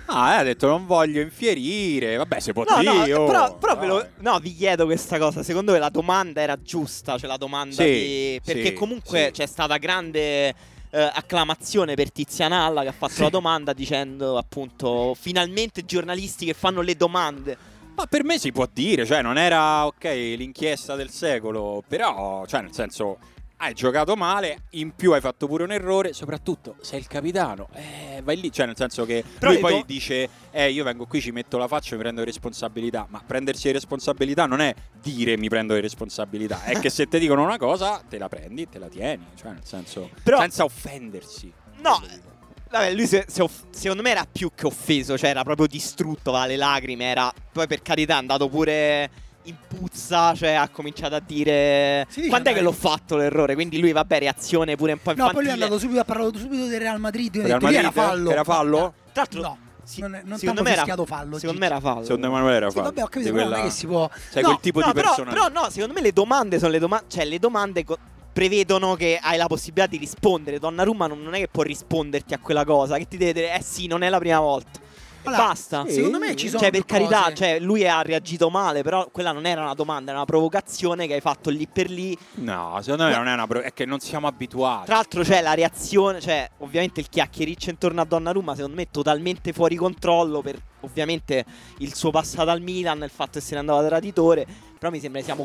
[SPEAKER 1] Ah, eh, ha detto non voglio infierire. Vabbè, se può
[SPEAKER 3] No, no, eh,
[SPEAKER 1] dire. oh,
[SPEAKER 3] però, però ve lo-
[SPEAKER 1] dai.
[SPEAKER 3] no, vi chiedo questa cosa. Secondo me la domanda era giusta, cioè la domanda
[SPEAKER 1] Sì,
[SPEAKER 3] di- Perché
[SPEAKER 1] sì,
[SPEAKER 3] comunque
[SPEAKER 1] sì.
[SPEAKER 3] c'è stata grande eh, acclamazione per Tiziana Alla che ha fatto la domanda dicendo appunto finalmente giornalisti che fanno le domande.
[SPEAKER 1] Ma per me si può dire, cioè non era ok l'inchiesta del secolo, però, cioè nel senso, hai giocato male, in più hai fatto pure un errore, soprattutto sei il capitano, eh, vai lì, cioè nel senso che
[SPEAKER 3] Però
[SPEAKER 1] lui
[SPEAKER 3] dico-
[SPEAKER 1] poi dice, eh io vengo qui, ci metto la faccia, mi prendo le responsabilità, ma prendersi le responsabilità non è dire mi prendo le responsabilità, è che se ti dicono una cosa te la prendi, te la tieni, cioè nel senso,
[SPEAKER 3] Però-
[SPEAKER 1] senza offendersi.
[SPEAKER 3] No,
[SPEAKER 2] eh,
[SPEAKER 3] Vabbè, lui se- se off- secondo me era più che offeso, cioè era proprio distrutto, aveva le lacrime, era poi per carità è andato pure in puzza, cioè ha cominciato a dire
[SPEAKER 2] Si dice
[SPEAKER 3] quando è che
[SPEAKER 2] andare-
[SPEAKER 3] l'ho fatto l'errore, quindi lui vabbè reazione pure un po'
[SPEAKER 2] No,
[SPEAKER 3] infantile.
[SPEAKER 2] poi lui è andato subito, ha parlato subito del Real Madrid, io ho
[SPEAKER 1] Real
[SPEAKER 2] detto, lì era
[SPEAKER 1] Madrid? eh?
[SPEAKER 2] fallo.
[SPEAKER 1] Era fallo?
[SPEAKER 3] Tra l'altro
[SPEAKER 2] No,
[SPEAKER 3] Sì,
[SPEAKER 2] non, è- non
[SPEAKER 3] secondo
[SPEAKER 2] t'hanno
[SPEAKER 3] me era-
[SPEAKER 2] fischiato fallo.
[SPEAKER 3] Secondo
[SPEAKER 2] Gigi.
[SPEAKER 3] me era fallo.
[SPEAKER 1] Secondo Emanuele era
[SPEAKER 2] Sì,
[SPEAKER 1] fallo.
[SPEAKER 2] vabbè, ho capito,
[SPEAKER 1] di
[SPEAKER 2] però non è
[SPEAKER 1] quella-
[SPEAKER 2] che si può...
[SPEAKER 1] Sai
[SPEAKER 2] no,
[SPEAKER 1] quel tipo
[SPEAKER 3] no,
[SPEAKER 1] di
[SPEAKER 3] però,
[SPEAKER 1] personaggio.
[SPEAKER 3] però no, secondo me le domande sono le domande, cioè le domande co- prevedono che hai la possibilità di rispondere. Donnarumma non, non è che può risponderti a quella cosa, che ti deve dire eh sì, non è la prima volta. E
[SPEAKER 2] Allora,
[SPEAKER 3] Basta.
[SPEAKER 1] sì,
[SPEAKER 2] Secondo me ci sono
[SPEAKER 3] Cioè, per
[SPEAKER 2] più cose.
[SPEAKER 3] carità, cioè, lui ha reagito male, però quella non era una domanda, era una provocazione che hai fatto lì per lì.
[SPEAKER 1] No, secondo me non è una pro- è che non siamo abituati.
[SPEAKER 3] Tra l'altro, c'è la reazione, cioè, ovviamente il chiacchiericcio intorno a Donnarumma, secondo me, è totalmente fuori controllo per ovviamente il suo passato al Milan, il fatto che se ne andava da traditore. Però mi sembra che siamo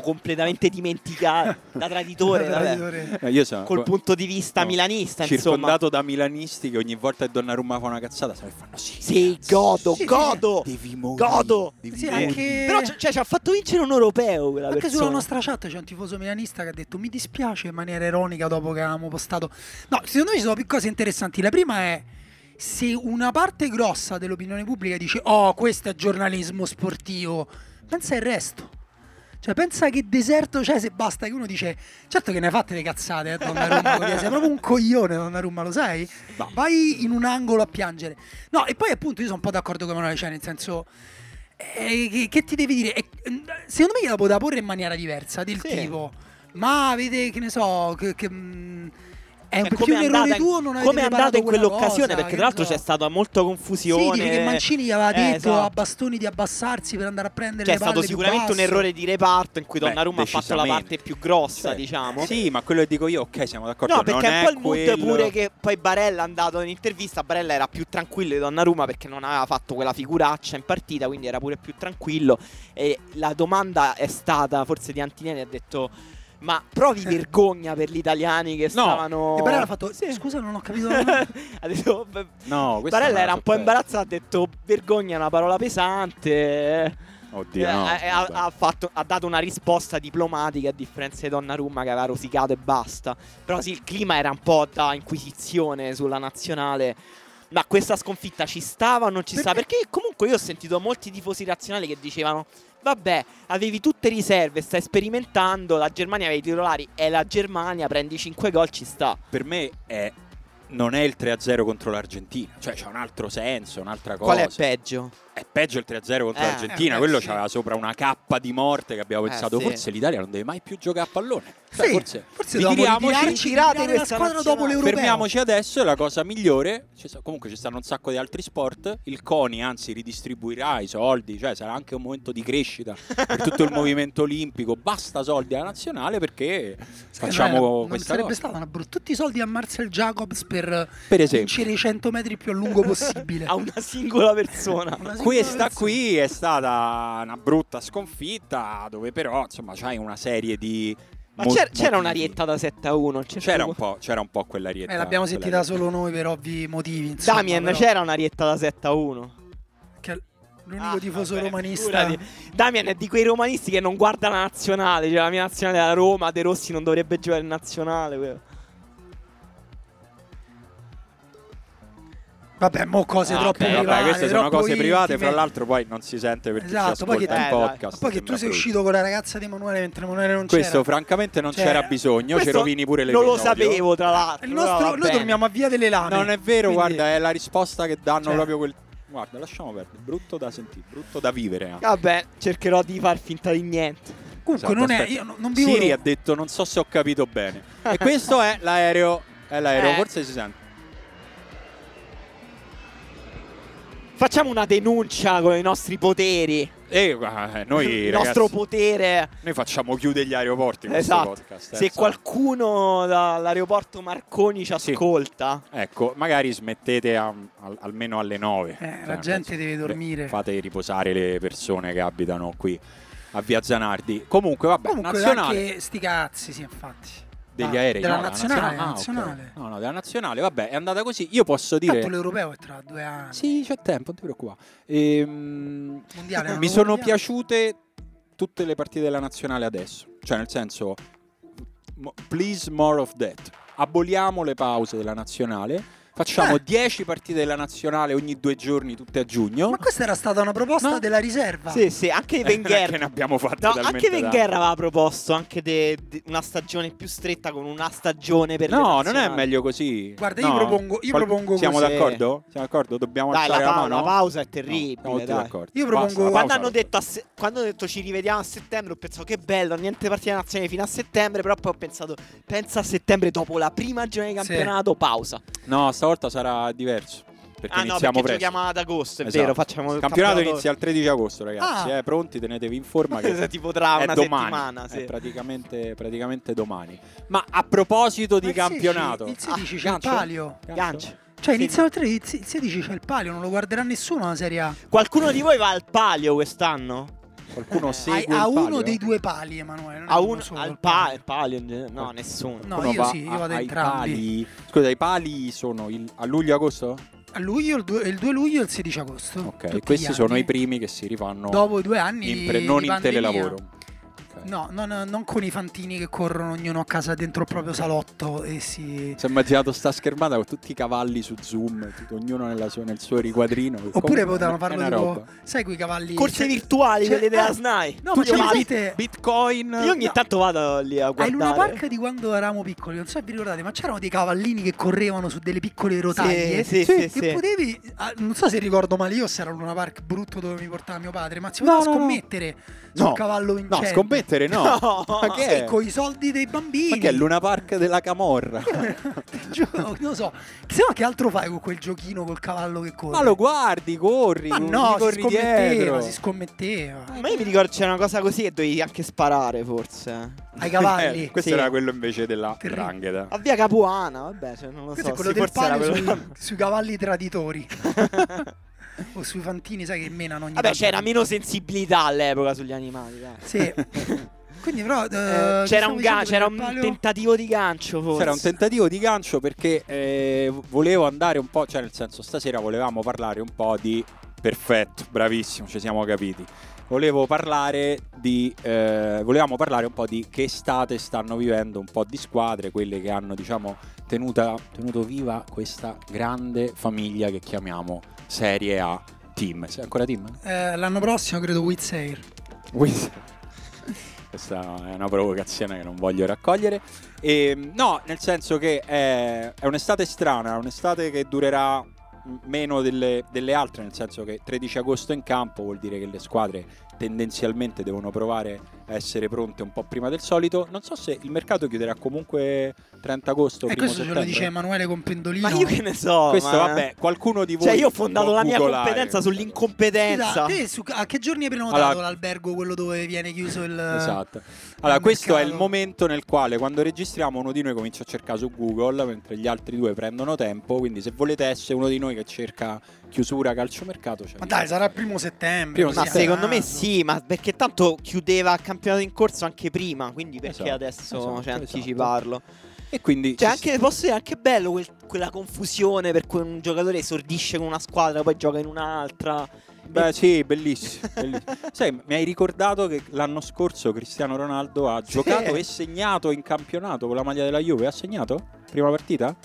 [SPEAKER 2] *laughs*
[SPEAKER 3] completamente dimenticati da traditore, vabbè,
[SPEAKER 2] Traditore.
[SPEAKER 1] Eh, io sono
[SPEAKER 3] col punto di vista
[SPEAKER 1] no,
[SPEAKER 3] milanista, insomma.
[SPEAKER 1] circondato da milanisti che ogni volta che Donnarumma fa una cazzata se ne fanno sì.
[SPEAKER 3] Sì,
[SPEAKER 1] cazzo,
[SPEAKER 3] godo,
[SPEAKER 2] Sì,
[SPEAKER 3] godo.
[SPEAKER 1] Devi morire.
[SPEAKER 3] Godo.
[SPEAKER 1] devi
[SPEAKER 2] Sì,
[SPEAKER 1] morire.
[SPEAKER 2] anche...
[SPEAKER 3] Però c- cioè, ci ha fatto vincere un europeo quella
[SPEAKER 2] Anche
[SPEAKER 3] persona.
[SPEAKER 2] sulla nostra chat c'è un tifoso milanista che ha detto mi dispiace in maniera ironica dopo che avevamo postato. No, secondo me ci sono più cose interessanti. La prima è se una parte grossa dell'opinione pubblica dice oh questo è giornalismo sportivo, pensa il resto. Cioè pensa che deserto c'è se basta che uno dice certo che ne hai fatte le cazzate eh, Donnarumma, quindi sei proprio un coglione Donnarumma, lo sai?
[SPEAKER 1] Ma-
[SPEAKER 2] Vai in un angolo a piangere. No, e poi appunto io sono un po' d'accordo con Emanuele, cioè nel senso... eh, che, che ti devi dire? Eh, secondo me gliela poteva porre in maniera diversa, del
[SPEAKER 3] Sì.
[SPEAKER 2] tipo... Ma avete, che ne so, che... che, mm, È un
[SPEAKER 3] Cioè,
[SPEAKER 2] po' più un errore tuo non aver
[SPEAKER 3] come è andato
[SPEAKER 2] preparato
[SPEAKER 3] in
[SPEAKER 2] quella
[SPEAKER 3] quell'occasione?
[SPEAKER 2] cosa,
[SPEAKER 3] perché
[SPEAKER 2] che
[SPEAKER 3] tra l'altro
[SPEAKER 2] so.
[SPEAKER 3] c'è stata molta confusione.
[SPEAKER 2] Sì, dice che Mancini gli aveva
[SPEAKER 3] Eh,
[SPEAKER 2] detto
[SPEAKER 3] esatto.
[SPEAKER 2] a Bastoni di abbassarsi per andare a prendere
[SPEAKER 3] Cioè, è
[SPEAKER 2] le palle
[SPEAKER 3] stato
[SPEAKER 2] più
[SPEAKER 3] sicuramente un
[SPEAKER 2] basse.
[SPEAKER 3] errore di reparto in cui
[SPEAKER 1] Beh,
[SPEAKER 3] Donnarumma ha fatto la
[SPEAKER 1] decisamente.
[SPEAKER 3] parte più grossa,
[SPEAKER 1] Cioè,
[SPEAKER 3] diciamo.
[SPEAKER 1] Sì, ma quello che dico io, ok, siamo d'accordo.
[SPEAKER 3] No, perché
[SPEAKER 1] non
[SPEAKER 3] è un po' il mood
[SPEAKER 1] quello.
[SPEAKER 3] pure che poi Barella è andato in intervista. Barella era più tranquillo di Donnarumma perché non aveva fatto quella figuraccia in partita, quindi era pure più tranquillo. E la domanda è stata, forse di Antinelli ha detto: Ma provi vergogna per gli italiani che stavano.
[SPEAKER 2] Eh. E Barella ha fatto,
[SPEAKER 3] Sì.
[SPEAKER 2] scusa non ho capito la domanda."
[SPEAKER 3] *laughs* ha detto, "Beh,
[SPEAKER 1] No, questa
[SPEAKER 3] Barella
[SPEAKER 1] è
[SPEAKER 3] era un po'
[SPEAKER 1] sorpresa.
[SPEAKER 3] imbarazzato, ha detto vergogna è una parola pesante.
[SPEAKER 1] Oddio,
[SPEAKER 3] Eh,
[SPEAKER 1] no,
[SPEAKER 3] ha, ha-
[SPEAKER 1] vabbè.
[SPEAKER 3] ha fatto- ha dato una risposta diplomatica a differenza di Donnarumma che aveva rosicato e basta. Però sì, il clima era un po' da inquisizione sulla nazionale. Ma questa sconfitta ci stava o non ci stava? Perché comunque io ho sentito molti tifosi razionali che dicevano Vabbè, avevi tutte riserve, stai sperimentando, la Germania aveva i titolari, è la Germania, prendi 5 gol, ci sta.
[SPEAKER 1] Per me è... non è il 3-0 contro l'Argentina. Cioè, c'è un altro senso, un'altra cosa.
[SPEAKER 3] Qual è peggio?
[SPEAKER 1] È peggio il 3-0 contro
[SPEAKER 3] Eh.
[SPEAKER 1] l'Argentina.
[SPEAKER 2] Eh,
[SPEAKER 1] quello
[SPEAKER 2] sì.
[SPEAKER 1] c'aveva sopra una cappa di morte che abbiamo
[SPEAKER 3] Eh,
[SPEAKER 1] pensato.
[SPEAKER 3] sì.
[SPEAKER 1] Forse l'Italia non deve mai più giocare a pallone. Cioè,
[SPEAKER 2] Sì,
[SPEAKER 1] forse
[SPEAKER 2] forse dopo
[SPEAKER 1] ritiriamoci,
[SPEAKER 2] ritirarci,
[SPEAKER 3] ritirate
[SPEAKER 2] ritirare la
[SPEAKER 3] questa
[SPEAKER 2] squadra dopo
[SPEAKER 3] nazionale.
[SPEAKER 2] l'Europeo. Eh,
[SPEAKER 1] Fermiamoci adesso, è la cosa migliore. Ci sta- comunque ci stanno un sacco di altri sport. Il CONI, anzi, ridistribuirà i soldi, cioè sarà anche un momento di crescita per tutto il
[SPEAKER 3] *laughs*
[SPEAKER 1] movimento olimpico. Basta soldi alla nazionale perché
[SPEAKER 2] Eh, no,
[SPEAKER 1] facciamo
[SPEAKER 2] non
[SPEAKER 1] questa
[SPEAKER 2] sarebbe
[SPEAKER 1] cosa.
[SPEAKER 2] stata una brutta. Tutti i soldi a Marcel Jacobs per
[SPEAKER 1] Per esempio,
[SPEAKER 2] vincere i 100 metri più a lungo possibile.
[SPEAKER 3] *laughs* A una singola
[SPEAKER 2] *laughs*
[SPEAKER 3] persona.
[SPEAKER 2] Una singola
[SPEAKER 1] questa
[SPEAKER 2] persona.
[SPEAKER 1] qui è stata una brutta sconfitta, dove però insomma c'hai una serie di.
[SPEAKER 3] Ma
[SPEAKER 1] mo-
[SPEAKER 3] c'era, c'era una
[SPEAKER 1] motivi.
[SPEAKER 3] rietta da 7 a 1.
[SPEAKER 1] C'era un po', c'era un po' quella rietta.
[SPEAKER 2] Eh, l'abbiamo
[SPEAKER 1] quella
[SPEAKER 2] sentita
[SPEAKER 1] rietta.
[SPEAKER 2] solo noi per ovvi motivi. Insomma,
[SPEAKER 3] Damien,
[SPEAKER 2] però,
[SPEAKER 3] c'era una rietta da 7 a 1.
[SPEAKER 2] che è l'unico
[SPEAKER 3] Ah,
[SPEAKER 2] tifoso
[SPEAKER 3] vabbè,
[SPEAKER 2] romanista.
[SPEAKER 3] figurati. Damien è di quei romanisti che non guarda la nazionale. Cioè, la mia nazionale è la Roma. De Rossi non dovrebbe giocare in nazionale. quello.
[SPEAKER 2] Vabbè, mo cose
[SPEAKER 3] Ah,
[SPEAKER 1] Ok,
[SPEAKER 2] troppo
[SPEAKER 3] ok,
[SPEAKER 2] private.
[SPEAKER 1] vabbè, queste sono
[SPEAKER 2] troppo
[SPEAKER 1] cose private,
[SPEAKER 2] intime.
[SPEAKER 1] fra l'altro poi non si sente perché si
[SPEAKER 2] Esatto, poi che
[SPEAKER 1] ascolta in
[SPEAKER 3] tu- eh, dai.
[SPEAKER 1] podcast.
[SPEAKER 2] Poi che tu
[SPEAKER 1] sembra
[SPEAKER 2] sei
[SPEAKER 1] brutto.
[SPEAKER 2] uscito con la ragazza di Emanuele mentre Emanuele non
[SPEAKER 1] Questo
[SPEAKER 2] c'era. Cioè,
[SPEAKER 1] francamente non
[SPEAKER 2] C'era.
[SPEAKER 1] c'era, bisogno, ci
[SPEAKER 3] Questo
[SPEAKER 1] rovini pure
[SPEAKER 3] Non lo
[SPEAKER 1] l'episodio.
[SPEAKER 3] sapevo, tra l'altro.
[SPEAKER 2] Il
[SPEAKER 3] però
[SPEAKER 2] nostro,
[SPEAKER 3] va
[SPEAKER 2] noi
[SPEAKER 3] bene.
[SPEAKER 2] dormiamo a Via delle Lame.
[SPEAKER 1] Non è vero,
[SPEAKER 2] Quindi-
[SPEAKER 1] guarda, è la risposta che danno
[SPEAKER 2] Cioè.
[SPEAKER 1] proprio quel... Guarda, lasciamo perdere, brutto da sentire, brutto da vivere. anche.
[SPEAKER 3] Vabbè, cercherò di far finta di niente.
[SPEAKER 2] Comunque,
[SPEAKER 1] Esatto,
[SPEAKER 2] non è.
[SPEAKER 1] aspetta.
[SPEAKER 2] Io non- non vi
[SPEAKER 1] Siri
[SPEAKER 2] volevo-
[SPEAKER 1] ha detto, non so se ho capito
[SPEAKER 2] *laughs*
[SPEAKER 1] bene. E questo è l'aereo, è l'aereo,
[SPEAKER 3] Eh.
[SPEAKER 1] forse si sente.
[SPEAKER 3] Facciamo una denuncia con i nostri poteri.
[SPEAKER 1] E guarda, eh, noi,
[SPEAKER 3] il
[SPEAKER 1] ragazzi,
[SPEAKER 3] nostro potere.
[SPEAKER 1] noi facciamo chiudere gli aeroporti in
[SPEAKER 3] Esatto.
[SPEAKER 1] questo podcast. eh,
[SPEAKER 3] Se
[SPEAKER 1] insomma.
[SPEAKER 3] qualcuno dall'aeroporto Marconi ci
[SPEAKER 1] Sì.
[SPEAKER 3] ascolta,
[SPEAKER 1] Ecco, magari smettete a- al- almeno alle Cioè, 9.
[SPEAKER 2] Eh, la gente deve dormire.
[SPEAKER 1] Fate riposare le persone che abitano qui a Via Zanardi. Comunque, vabbè,
[SPEAKER 2] Comunque,
[SPEAKER 1] nazionale
[SPEAKER 2] anche sti cazzi, sì, infatti.
[SPEAKER 1] degli
[SPEAKER 2] Ah,
[SPEAKER 1] aerei.
[SPEAKER 2] Della
[SPEAKER 1] no,
[SPEAKER 2] nazionale.
[SPEAKER 1] ah, ok.
[SPEAKER 2] nazionale.
[SPEAKER 1] No, no, della nazionale, vabbè, è andata così. Io posso
[SPEAKER 2] Tanto
[SPEAKER 1] dire...
[SPEAKER 2] l'europeo è tra due anni.
[SPEAKER 1] Sì, c'è tempo, non ti preoccupare. Ehm,
[SPEAKER 2] Mondiale,
[SPEAKER 1] mi
[SPEAKER 3] eh?
[SPEAKER 2] hanno
[SPEAKER 1] sono
[SPEAKER 2] mondiale.
[SPEAKER 1] piaciute tutte le partite della nazionale adesso. Cioè, nel senso, mo- please more of that. Aboliamo le pause della nazionale. Facciamo
[SPEAKER 2] Eh.
[SPEAKER 1] 10 partite della nazionale ogni due giorni, tutte a giugno.
[SPEAKER 2] Ma questa era stata una proposta
[SPEAKER 1] No.
[SPEAKER 2] della riserva.
[SPEAKER 3] Sì, sì, Ah. *laughs* anche
[SPEAKER 1] *laughs* Perché
[SPEAKER 3] Wenger.
[SPEAKER 1] ne abbiamo fatto
[SPEAKER 3] No,
[SPEAKER 1] talmente
[SPEAKER 3] anche Wenger aveva proposto anche de- de- una stagione più stretta con una stagione per
[SPEAKER 1] tante.
[SPEAKER 3] le
[SPEAKER 1] No, non è
[SPEAKER 3] nazionali.
[SPEAKER 1] meglio così.
[SPEAKER 2] Guarda,
[SPEAKER 1] No.
[SPEAKER 2] io propongo, io
[SPEAKER 1] Qual-
[SPEAKER 2] propongo
[SPEAKER 1] Siamo
[SPEAKER 2] così.
[SPEAKER 1] d'accordo? Siamo d'accordo? Dobbiamo
[SPEAKER 3] Dai, la,
[SPEAKER 1] alzare
[SPEAKER 3] pa-
[SPEAKER 1] mano?
[SPEAKER 3] la pausa è
[SPEAKER 1] No, siamo
[SPEAKER 3] terribile.
[SPEAKER 1] tutti
[SPEAKER 3] dai.
[SPEAKER 1] d'accordo.
[SPEAKER 2] Io propongo-
[SPEAKER 1] la
[SPEAKER 2] Pausa,
[SPEAKER 3] Quando, hanno
[SPEAKER 1] la
[SPEAKER 3] detto a se- quando hanno detto ci rivediamo a settembre, ho pensato che bello, niente partita nazionale fino a settembre, però poi ho pensato, pensa a settembre dopo la prima giornata di
[SPEAKER 2] Sì.
[SPEAKER 3] campionato, pausa.
[SPEAKER 1] No, stavolta sarà diverso. Perché
[SPEAKER 3] ah no, perché
[SPEAKER 1] iniziamo presto.
[SPEAKER 3] giochiamo ad agosto, è
[SPEAKER 1] Esatto.
[SPEAKER 3] vero, facciamo
[SPEAKER 1] Il campionato inizia
[SPEAKER 3] *laughs*
[SPEAKER 1] il 13 agosto, ragazzi.
[SPEAKER 2] Ah.
[SPEAKER 1] Eh, pronti, tenetevi in forma.
[SPEAKER 3] Se
[SPEAKER 1] Che
[SPEAKER 3] tipo tra
[SPEAKER 1] è
[SPEAKER 3] una
[SPEAKER 1] domani.
[SPEAKER 3] settimana, sì.
[SPEAKER 1] È praticamente, praticamente domani. Ma a proposito di
[SPEAKER 2] Ma il
[SPEAKER 1] campionato, Ah,
[SPEAKER 2] 16 Eh, Il 16 c'è
[SPEAKER 1] Gancio?
[SPEAKER 2] il palio.
[SPEAKER 3] Gancio.
[SPEAKER 2] Cioè,
[SPEAKER 3] Sì.
[SPEAKER 2] iniziano il 13, il 16 c'è il palio, non lo guarderà nessuno la Serie A.
[SPEAKER 3] Qualcuno di voi va al palio quest'anno?
[SPEAKER 1] qualcuno segue
[SPEAKER 2] Hai-
[SPEAKER 1] il
[SPEAKER 2] A
[SPEAKER 1] palio?
[SPEAKER 2] uno dei due pali, Emanuele. non
[SPEAKER 3] A
[SPEAKER 2] è uno
[SPEAKER 3] un
[SPEAKER 2] solo,
[SPEAKER 3] al
[SPEAKER 2] il
[SPEAKER 3] pa- palio in genere- No, nessuno.
[SPEAKER 2] No,
[SPEAKER 1] Uno
[SPEAKER 2] io
[SPEAKER 1] va
[SPEAKER 2] sì, io
[SPEAKER 1] a-
[SPEAKER 2] vado
[SPEAKER 1] ai
[SPEAKER 2] entrambi.
[SPEAKER 1] pali. Scusa, i pali sono il- a luglio-agosto?
[SPEAKER 2] A luglio, il 2, il 2 luglio e il 16 agosto.
[SPEAKER 1] Ok,
[SPEAKER 2] Tutti
[SPEAKER 1] questi
[SPEAKER 2] gli
[SPEAKER 1] sono
[SPEAKER 2] anni.
[SPEAKER 1] i primi che si rifanno
[SPEAKER 2] Dopo i due anni.
[SPEAKER 1] in
[SPEAKER 2] di-
[SPEAKER 1] pre- non
[SPEAKER 2] di
[SPEAKER 1] in
[SPEAKER 2] pandemia.
[SPEAKER 1] telelavoro. Ok.
[SPEAKER 2] No, non, non con i fantini che corrono ognuno a casa dentro il proprio salotto e si.
[SPEAKER 1] Si è immaginato sta schermata con tutti i cavalli su Zoom, tutto- ognuno nella sua- nel suo riquadrino.
[SPEAKER 2] Oppure
[SPEAKER 1] Comunque,
[SPEAKER 2] potevano
[SPEAKER 1] è
[SPEAKER 2] farlo
[SPEAKER 1] una
[SPEAKER 2] tipo.
[SPEAKER 1] roba.
[SPEAKER 2] Sai quei cavalli.
[SPEAKER 3] Corse
[SPEAKER 2] cioè-
[SPEAKER 3] virtuali,
[SPEAKER 2] cioè-
[SPEAKER 3] quelle della
[SPEAKER 2] eh,
[SPEAKER 3] SNAI.
[SPEAKER 2] No,
[SPEAKER 1] Tu
[SPEAKER 2] ma
[SPEAKER 1] ci
[SPEAKER 2] c'è
[SPEAKER 1] vai-
[SPEAKER 2] presente.
[SPEAKER 1] Bitcoin.
[SPEAKER 3] Io ogni
[SPEAKER 1] no.
[SPEAKER 3] tanto vado lì a
[SPEAKER 2] Ai Luna
[SPEAKER 3] guardare.
[SPEAKER 2] Ah, Park di quando eravamo piccoli, non so se vi ricordate, ma c'erano dei cavallini che correvano su delle piccole rotaie.
[SPEAKER 3] Sì, sì, sì,
[SPEAKER 2] che
[SPEAKER 3] sì.
[SPEAKER 2] potevi. ah, non so se ricordo male io se era un Luna Park brutto dove mi portava mio padre, ma si
[SPEAKER 1] No,
[SPEAKER 2] poteva
[SPEAKER 1] no, no.
[SPEAKER 2] scommettere
[SPEAKER 1] No.
[SPEAKER 2] sul cavallo vincente.
[SPEAKER 1] No, scommetti mettere,
[SPEAKER 2] *laughs*
[SPEAKER 1] no?
[SPEAKER 3] No.
[SPEAKER 1] Ma che
[SPEAKER 2] E
[SPEAKER 1] è?
[SPEAKER 2] con Ecco, i soldi dei bambini.
[SPEAKER 1] Ma che
[SPEAKER 2] *laughs*
[SPEAKER 1] è Luna Park della Camorra?
[SPEAKER 2] Ti giuro, non lo so. Se no che altro fai con quel giochino col cavallo che corre?
[SPEAKER 1] Ma lo guardi, corri,
[SPEAKER 2] Ma
[SPEAKER 1] gli
[SPEAKER 2] no, si
[SPEAKER 1] corri
[SPEAKER 2] scommetteva,
[SPEAKER 1] dietro.
[SPEAKER 2] si scommetteva.
[SPEAKER 3] Ma io mi ricordo c'era una cosa così e dovevi anche sparare, forse.
[SPEAKER 2] Ai cavalli.
[SPEAKER 1] Eh, questo
[SPEAKER 3] Sì.
[SPEAKER 1] era quello invece della
[SPEAKER 2] Terribile.
[SPEAKER 1] Rangheta.
[SPEAKER 3] A via Capuana, vabbè, cioè, non lo
[SPEAKER 2] Questo
[SPEAKER 3] so.
[SPEAKER 2] è quello
[SPEAKER 3] sì,
[SPEAKER 2] del
[SPEAKER 3] forse era
[SPEAKER 2] pane
[SPEAKER 3] quello-
[SPEAKER 2] sui, *laughs* sui
[SPEAKER 1] *laughs*
[SPEAKER 2] cavalli traditori. o sui fantini, sai che menano ogni
[SPEAKER 3] Vabbè,
[SPEAKER 2] tanto.
[SPEAKER 3] c'era meno sensibilità all'epoca sugli animali, dai.
[SPEAKER 1] *laughs*
[SPEAKER 2] Sì. Quindi però... eh,
[SPEAKER 3] Eh,
[SPEAKER 2] ti
[SPEAKER 3] c'era
[SPEAKER 2] stavo
[SPEAKER 3] un,
[SPEAKER 2] dicendo
[SPEAKER 3] ga- c'era
[SPEAKER 2] del
[SPEAKER 3] un
[SPEAKER 2] paleo-
[SPEAKER 3] tentativo di gancio, forse.
[SPEAKER 1] C'era un tentativo di gancio perché eh, volevo andare un po', cioè nel senso stasera volevamo parlare un po' di perfetto, bravissimo, ci siamo capiti. Volevo parlare di eh, volevamo parlare un po' di che estate stanno vivendo un po' di squadre, quelle che hanno, diciamo, tenuta, tenuto viva questa grande famiglia che chiamiamo Serie A Team. Sei ancora team?
[SPEAKER 2] Eh, l'anno prossimo credo Wizz Air.
[SPEAKER 1] Questa- *laughs* Questa è una provocazione che non voglio raccogliere. E, no, nel senso che è, è un'estate strana, è un'estate che durerà m- meno delle, delle altre, nel senso che 13 agosto in campo vuol dire che le squadre tendenzialmente devono provare a essere pronte un po' prima del solito. Non so se il mercato chiuderà comunque 30 agosto.
[SPEAKER 2] E
[SPEAKER 1] primo
[SPEAKER 2] questo ce lo diciamo
[SPEAKER 1] settembre.
[SPEAKER 2] dice Emanuele Compendolino.
[SPEAKER 3] Ma io che ne so.
[SPEAKER 1] Questo,
[SPEAKER 3] ma- eh.
[SPEAKER 1] vabbè, qualcuno di voi.
[SPEAKER 3] Cioè, io ho
[SPEAKER 1] può
[SPEAKER 3] fondato la mia
[SPEAKER 1] googolare.
[SPEAKER 3] competenza
[SPEAKER 2] Scusa,
[SPEAKER 3] sull'incompetenza.
[SPEAKER 2] te su- a che giorni hai prenotato
[SPEAKER 1] Allora-
[SPEAKER 2] l'albergo, quello dove viene chiuso il...
[SPEAKER 1] Esatto. Allora, questo è il
[SPEAKER 2] mercato.
[SPEAKER 1] momento nel quale quando registriamo uno di noi comincia a cercare su Google, mentre gli altri due prendono tempo. Quindi, se volete essere uno di noi che cerca chiusura calciomercato, c'è
[SPEAKER 2] Ma dai, sarà il primo settembre.
[SPEAKER 1] Primo
[SPEAKER 3] Ma
[SPEAKER 2] così, a
[SPEAKER 1] settembre.
[SPEAKER 3] secondo me
[SPEAKER 2] caso.
[SPEAKER 3] sì, ma perché tanto chiudeva il campionato in corso anche prima, quindi perché
[SPEAKER 1] Esatto,
[SPEAKER 3] adesso
[SPEAKER 1] esatto,
[SPEAKER 3] cioè,
[SPEAKER 1] esatto.
[SPEAKER 3] anticiparlo?
[SPEAKER 1] e quindi
[SPEAKER 3] Cioè,
[SPEAKER 1] ci-
[SPEAKER 3] anche, posso dire, anche bello quel- quella confusione per cui un giocatore esordisce con una squadra, poi gioca in un'altra.
[SPEAKER 1] Beh, sì,
[SPEAKER 2] *laughs*
[SPEAKER 1] bellissimo. bellissimo. Sai, mi hai ricordato che l'anno scorso Cristiano Ronaldo ha giocato e segnato in campionato con la maglia della Juve. Ha segnato? Prima partita?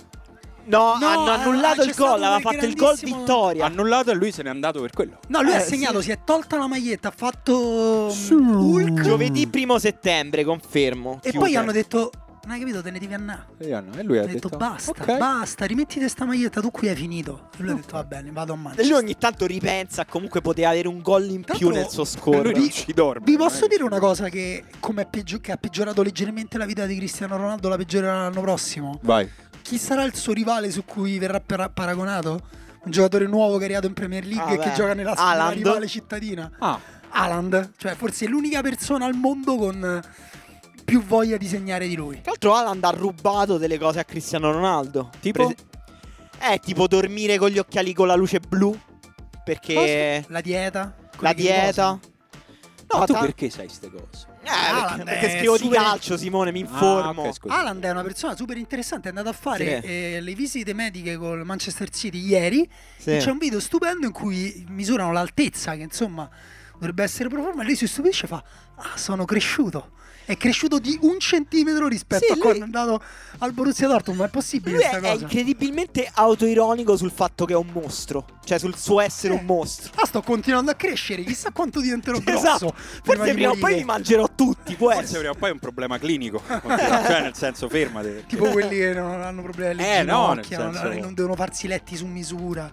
[SPEAKER 3] No,
[SPEAKER 2] No,
[SPEAKER 3] hanno
[SPEAKER 2] eh,
[SPEAKER 3] annullato
[SPEAKER 2] c'è
[SPEAKER 3] il
[SPEAKER 2] stato
[SPEAKER 3] gol, aveva
[SPEAKER 2] quel
[SPEAKER 3] fatto il gol
[SPEAKER 2] grandissimo- Ah,
[SPEAKER 1] Ha
[SPEAKER 3] vittoria.
[SPEAKER 1] annullato e lui se n'è andato per quello.
[SPEAKER 2] No, lui
[SPEAKER 3] Eh,
[SPEAKER 2] ha segnato,
[SPEAKER 3] sì.
[SPEAKER 2] si è tolta la maglietta, ha fatto mm,
[SPEAKER 1] Su.
[SPEAKER 2] Hulk
[SPEAKER 3] Giovedì primo settembre, confermo.
[SPEAKER 2] e
[SPEAKER 1] Chiude.
[SPEAKER 2] poi hanno detto "Non hai capito, te ne devi andare".
[SPEAKER 1] E lui ha
[SPEAKER 2] Ha detto,
[SPEAKER 1] detto,
[SPEAKER 2] "Basta,
[SPEAKER 1] "Ok".
[SPEAKER 2] basta, rimettiti sta maglietta, tu qui hai finito". E lui ha detto "Va bene, vado a
[SPEAKER 3] E lui
[SPEAKER 2] mangiare".
[SPEAKER 3] ogni tanto ripensa, comunque poteva avere un gol in
[SPEAKER 2] Tra
[SPEAKER 3] più
[SPEAKER 2] l'altro,
[SPEAKER 3] nel suo
[SPEAKER 1] E
[SPEAKER 3] score.
[SPEAKER 1] Lui non ci dorme.
[SPEAKER 2] Vi
[SPEAKER 1] non è
[SPEAKER 2] posso
[SPEAKER 1] che
[SPEAKER 2] dire
[SPEAKER 1] ci
[SPEAKER 2] una
[SPEAKER 1] dorme.
[SPEAKER 2] cosa che, come è peggio- che ha peggiorato leggermente la vita di Cristiano Ronaldo, la peggiorerà l'anno prossimo?
[SPEAKER 1] Vai.
[SPEAKER 2] Chi sarà il suo rivale su cui verrà para- paragonato? Un giocatore nuovo che è arrivato in Premier League
[SPEAKER 3] Ah,
[SPEAKER 2] e che
[SPEAKER 3] beh.
[SPEAKER 2] gioca nella sua
[SPEAKER 3] Haaland.
[SPEAKER 2] rivale cittadina?
[SPEAKER 1] Ah,
[SPEAKER 2] Haaland, cioè forse è l'unica persona al mondo con più voglia di segnare di lui.
[SPEAKER 3] Tra l'altro Haaland ha rubato delle cose a Cristiano Ronaldo.
[SPEAKER 1] Tipo?
[SPEAKER 3] eh, tipo dormire con gli occhiali con la luce blu. Perché
[SPEAKER 2] La dieta,
[SPEAKER 3] la
[SPEAKER 2] quelle che
[SPEAKER 3] dieta.
[SPEAKER 2] riposano.
[SPEAKER 3] No,
[SPEAKER 1] ma tu
[SPEAKER 3] ta-
[SPEAKER 1] perché sai queste cose?
[SPEAKER 3] Eh,
[SPEAKER 2] Haaland
[SPEAKER 3] perché, perché
[SPEAKER 2] è
[SPEAKER 3] scrivo di
[SPEAKER 2] super-
[SPEAKER 3] calcio, Simone, mi informo.
[SPEAKER 1] Ah, ok, scusa.
[SPEAKER 2] Haaland è una persona super interessante, è andata a fare
[SPEAKER 3] Sì.
[SPEAKER 2] eh, le visite mediche col Manchester City ieri.
[SPEAKER 3] Sì.
[SPEAKER 2] E c'è
[SPEAKER 1] Diciamo
[SPEAKER 2] un video stupendo in cui misurano l'altezza, che insomma dovrebbe essere pro forma, e lui si stupisce e fa, ah, sono cresciuto. È cresciuto di un centimetro rispetto
[SPEAKER 3] Sì,
[SPEAKER 2] a quando è
[SPEAKER 3] lui-
[SPEAKER 2] andato al Borussia Dortmund, ma è possibile
[SPEAKER 3] Lui è,
[SPEAKER 2] questa
[SPEAKER 3] è
[SPEAKER 2] cosa?
[SPEAKER 3] incredibilmente autoironico sul fatto che è un mostro. Cioè, sul suo essere
[SPEAKER 2] Sì.
[SPEAKER 3] un mostro.
[SPEAKER 2] Ah, sto continuando a crescere, chissà quanto diventerò grosso.
[SPEAKER 3] Esatto.
[SPEAKER 2] prima
[SPEAKER 3] Forse
[SPEAKER 2] di
[SPEAKER 3] prima o poi
[SPEAKER 2] morire.
[SPEAKER 3] li mangerò tutti, può
[SPEAKER 1] Forse
[SPEAKER 3] essere.
[SPEAKER 1] prima o poi è un problema
[SPEAKER 3] *laughs*
[SPEAKER 1] clinico. cioè, nel senso, fermate. perché-
[SPEAKER 2] Tipo quelli che non hanno problemi alle
[SPEAKER 1] Eh, no, nel
[SPEAKER 2] ginocchia, non-
[SPEAKER 1] senso-
[SPEAKER 2] non devono farsi i letti su misura.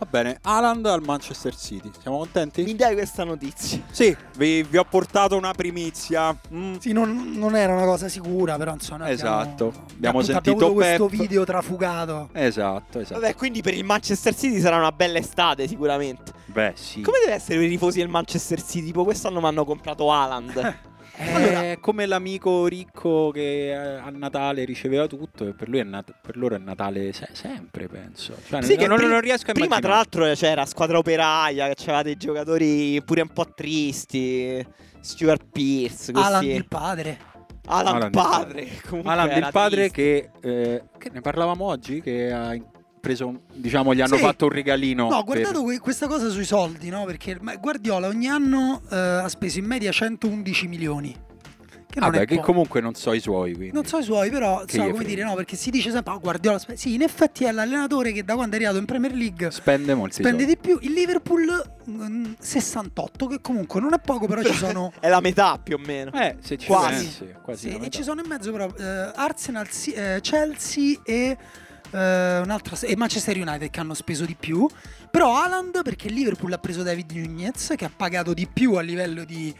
[SPEAKER 1] Va bene, Haaland al Manchester City. Siamo
[SPEAKER 3] Mi
[SPEAKER 1] contenti?
[SPEAKER 3] dai questa notizia.
[SPEAKER 1] Sì, vi, vi ho portato una primizia. Mm.
[SPEAKER 2] Sì, non, non era una cosa sicura, però insomma. noi
[SPEAKER 1] Esatto. Abbiamo
[SPEAKER 2] appunto
[SPEAKER 1] sentito
[SPEAKER 2] avuto questo
[SPEAKER 1] Pep.
[SPEAKER 2] video trafugato.
[SPEAKER 1] Esatto, esatto.
[SPEAKER 3] Vabbè, quindi per il Manchester City sarà una bella estate, sicuramente.
[SPEAKER 1] Beh, sì.
[SPEAKER 3] Come deve essere per i tifosi del Manchester City? Tipo, quest'anno mi hanno comprato Haaland.
[SPEAKER 1] *laughs* È
[SPEAKER 2] Allora-
[SPEAKER 1] come l'amico ricco che eh, a Natale riceveva tutto e per lui è nat- per loro è Natale se- sempre, penso. Cioè, non, non-
[SPEAKER 3] pri-
[SPEAKER 1] non riesco a
[SPEAKER 3] Prima, tra
[SPEAKER 1] immaginare.
[SPEAKER 3] l'altro, c'era squadra operaia, che c'era dei giocatori pure un po' tristi. Stuart Pierce, così.
[SPEAKER 2] Alan, il padre.
[SPEAKER 3] Alan
[SPEAKER 1] Alan il
[SPEAKER 3] padre.
[SPEAKER 1] padre.
[SPEAKER 3] comunque
[SPEAKER 1] Alan,
[SPEAKER 3] era
[SPEAKER 1] il padre
[SPEAKER 3] triste.
[SPEAKER 1] che, eh, che ne parlavamo oggi, che ha preso, diciamo, gli hanno
[SPEAKER 2] Sì.
[SPEAKER 1] fatto un regalino.
[SPEAKER 2] No, ho
[SPEAKER 1] per-
[SPEAKER 2] guardato que- questa cosa sui soldi, no? Perché ma Guardiola ogni anno eh, ha speso in media 111 milioni. Che non
[SPEAKER 1] Vabbè,
[SPEAKER 2] è
[SPEAKER 1] Ah, che
[SPEAKER 2] poco.
[SPEAKER 1] comunque non so i suoi, quindi.
[SPEAKER 2] Non so i suoi, però
[SPEAKER 1] Che
[SPEAKER 2] so
[SPEAKER 1] gli
[SPEAKER 2] come
[SPEAKER 1] frega.
[SPEAKER 2] dire, no? Perché si dice sempre, ah, Guardiola. spe-". Sì, in effetti è l'allenatore che da quando è arrivato in Premier League
[SPEAKER 1] Spende molti
[SPEAKER 2] spende
[SPEAKER 1] soldi.
[SPEAKER 2] di più. Il Liverpool mm, 68, che comunque non è poco, però
[SPEAKER 1] *laughs*
[SPEAKER 2] ci sono.
[SPEAKER 3] È la metà più o meno.
[SPEAKER 1] Eh, se ci
[SPEAKER 3] Quasi.
[SPEAKER 1] pensi, quasi
[SPEAKER 2] Sì,
[SPEAKER 1] la
[SPEAKER 2] e
[SPEAKER 1] metà.
[SPEAKER 2] ci sono in mezzo però eh, Arsenal, sì, eh, Chelsea e, eh, un'altra se- e Manchester United che hanno speso di più. Però Haaland perché il Liverpool ha preso David Nunez che ha pagato di più a livello di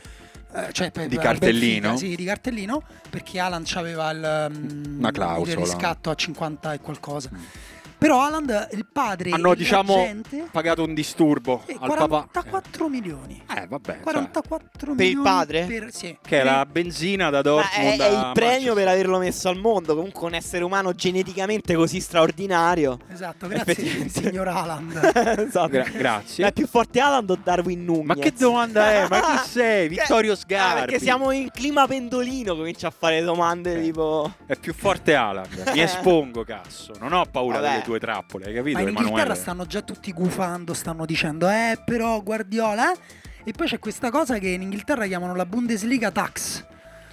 [SPEAKER 2] eh, cioè, per-
[SPEAKER 1] Di
[SPEAKER 2] per
[SPEAKER 1] cartellino?
[SPEAKER 2] Benfica, sì, di cartellino, perché Alan aveva il, mm,
[SPEAKER 1] Una clausola.
[SPEAKER 2] il riscatto a 50 e qualcosa.
[SPEAKER 1] Mm.
[SPEAKER 2] Però Alan, il padre,
[SPEAKER 1] Hanno,
[SPEAKER 2] il
[SPEAKER 1] diciamo,
[SPEAKER 2] agente,
[SPEAKER 1] pagato un disturbo
[SPEAKER 2] eh,
[SPEAKER 1] al papà.
[SPEAKER 2] 44 milioni.
[SPEAKER 1] Eh, vabbè. cioè,
[SPEAKER 2] 44
[SPEAKER 3] Per il
[SPEAKER 2] milioni
[SPEAKER 3] padre?
[SPEAKER 2] per- sì.
[SPEAKER 1] che è la benzina da
[SPEAKER 3] Ma è,
[SPEAKER 1] Dortmund. eh,
[SPEAKER 3] è
[SPEAKER 1] a
[SPEAKER 3] il premio
[SPEAKER 1] Manchester.
[SPEAKER 3] per averlo messo al mondo. Comunque un essere umano geneticamente così straordinario. *laughs*
[SPEAKER 2] Esatto, grazie
[SPEAKER 3] Effettivamente.
[SPEAKER 1] *laughs*
[SPEAKER 2] signor Alan.
[SPEAKER 3] esatto.
[SPEAKER 1] Gra- grazie.
[SPEAKER 3] Ma è più forte Alan o Darwin Nunez?
[SPEAKER 1] Ma che domanda è? Ma
[SPEAKER 3] *laughs*
[SPEAKER 1] chi sei? Vittorio
[SPEAKER 3] Ah,
[SPEAKER 1] Sgarbi. Eh.
[SPEAKER 3] perché siamo in clima pendolino, comincia a fare domande
[SPEAKER 1] Ok.
[SPEAKER 3] tipo...
[SPEAKER 1] È più forte Alan.
[SPEAKER 3] *laughs*
[SPEAKER 1] Mi espongo, cazzo. Non ho paura
[SPEAKER 3] Vabbè.
[SPEAKER 1] delle tue trappole, hai capito,
[SPEAKER 2] Ma in
[SPEAKER 1] Emanuele?
[SPEAKER 2] Inghilterra stanno già tutti gufando, stanno dicendo eh però Guardiola eh?" e poi c'è questa cosa che in Inghilterra chiamano la Bundesliga tax.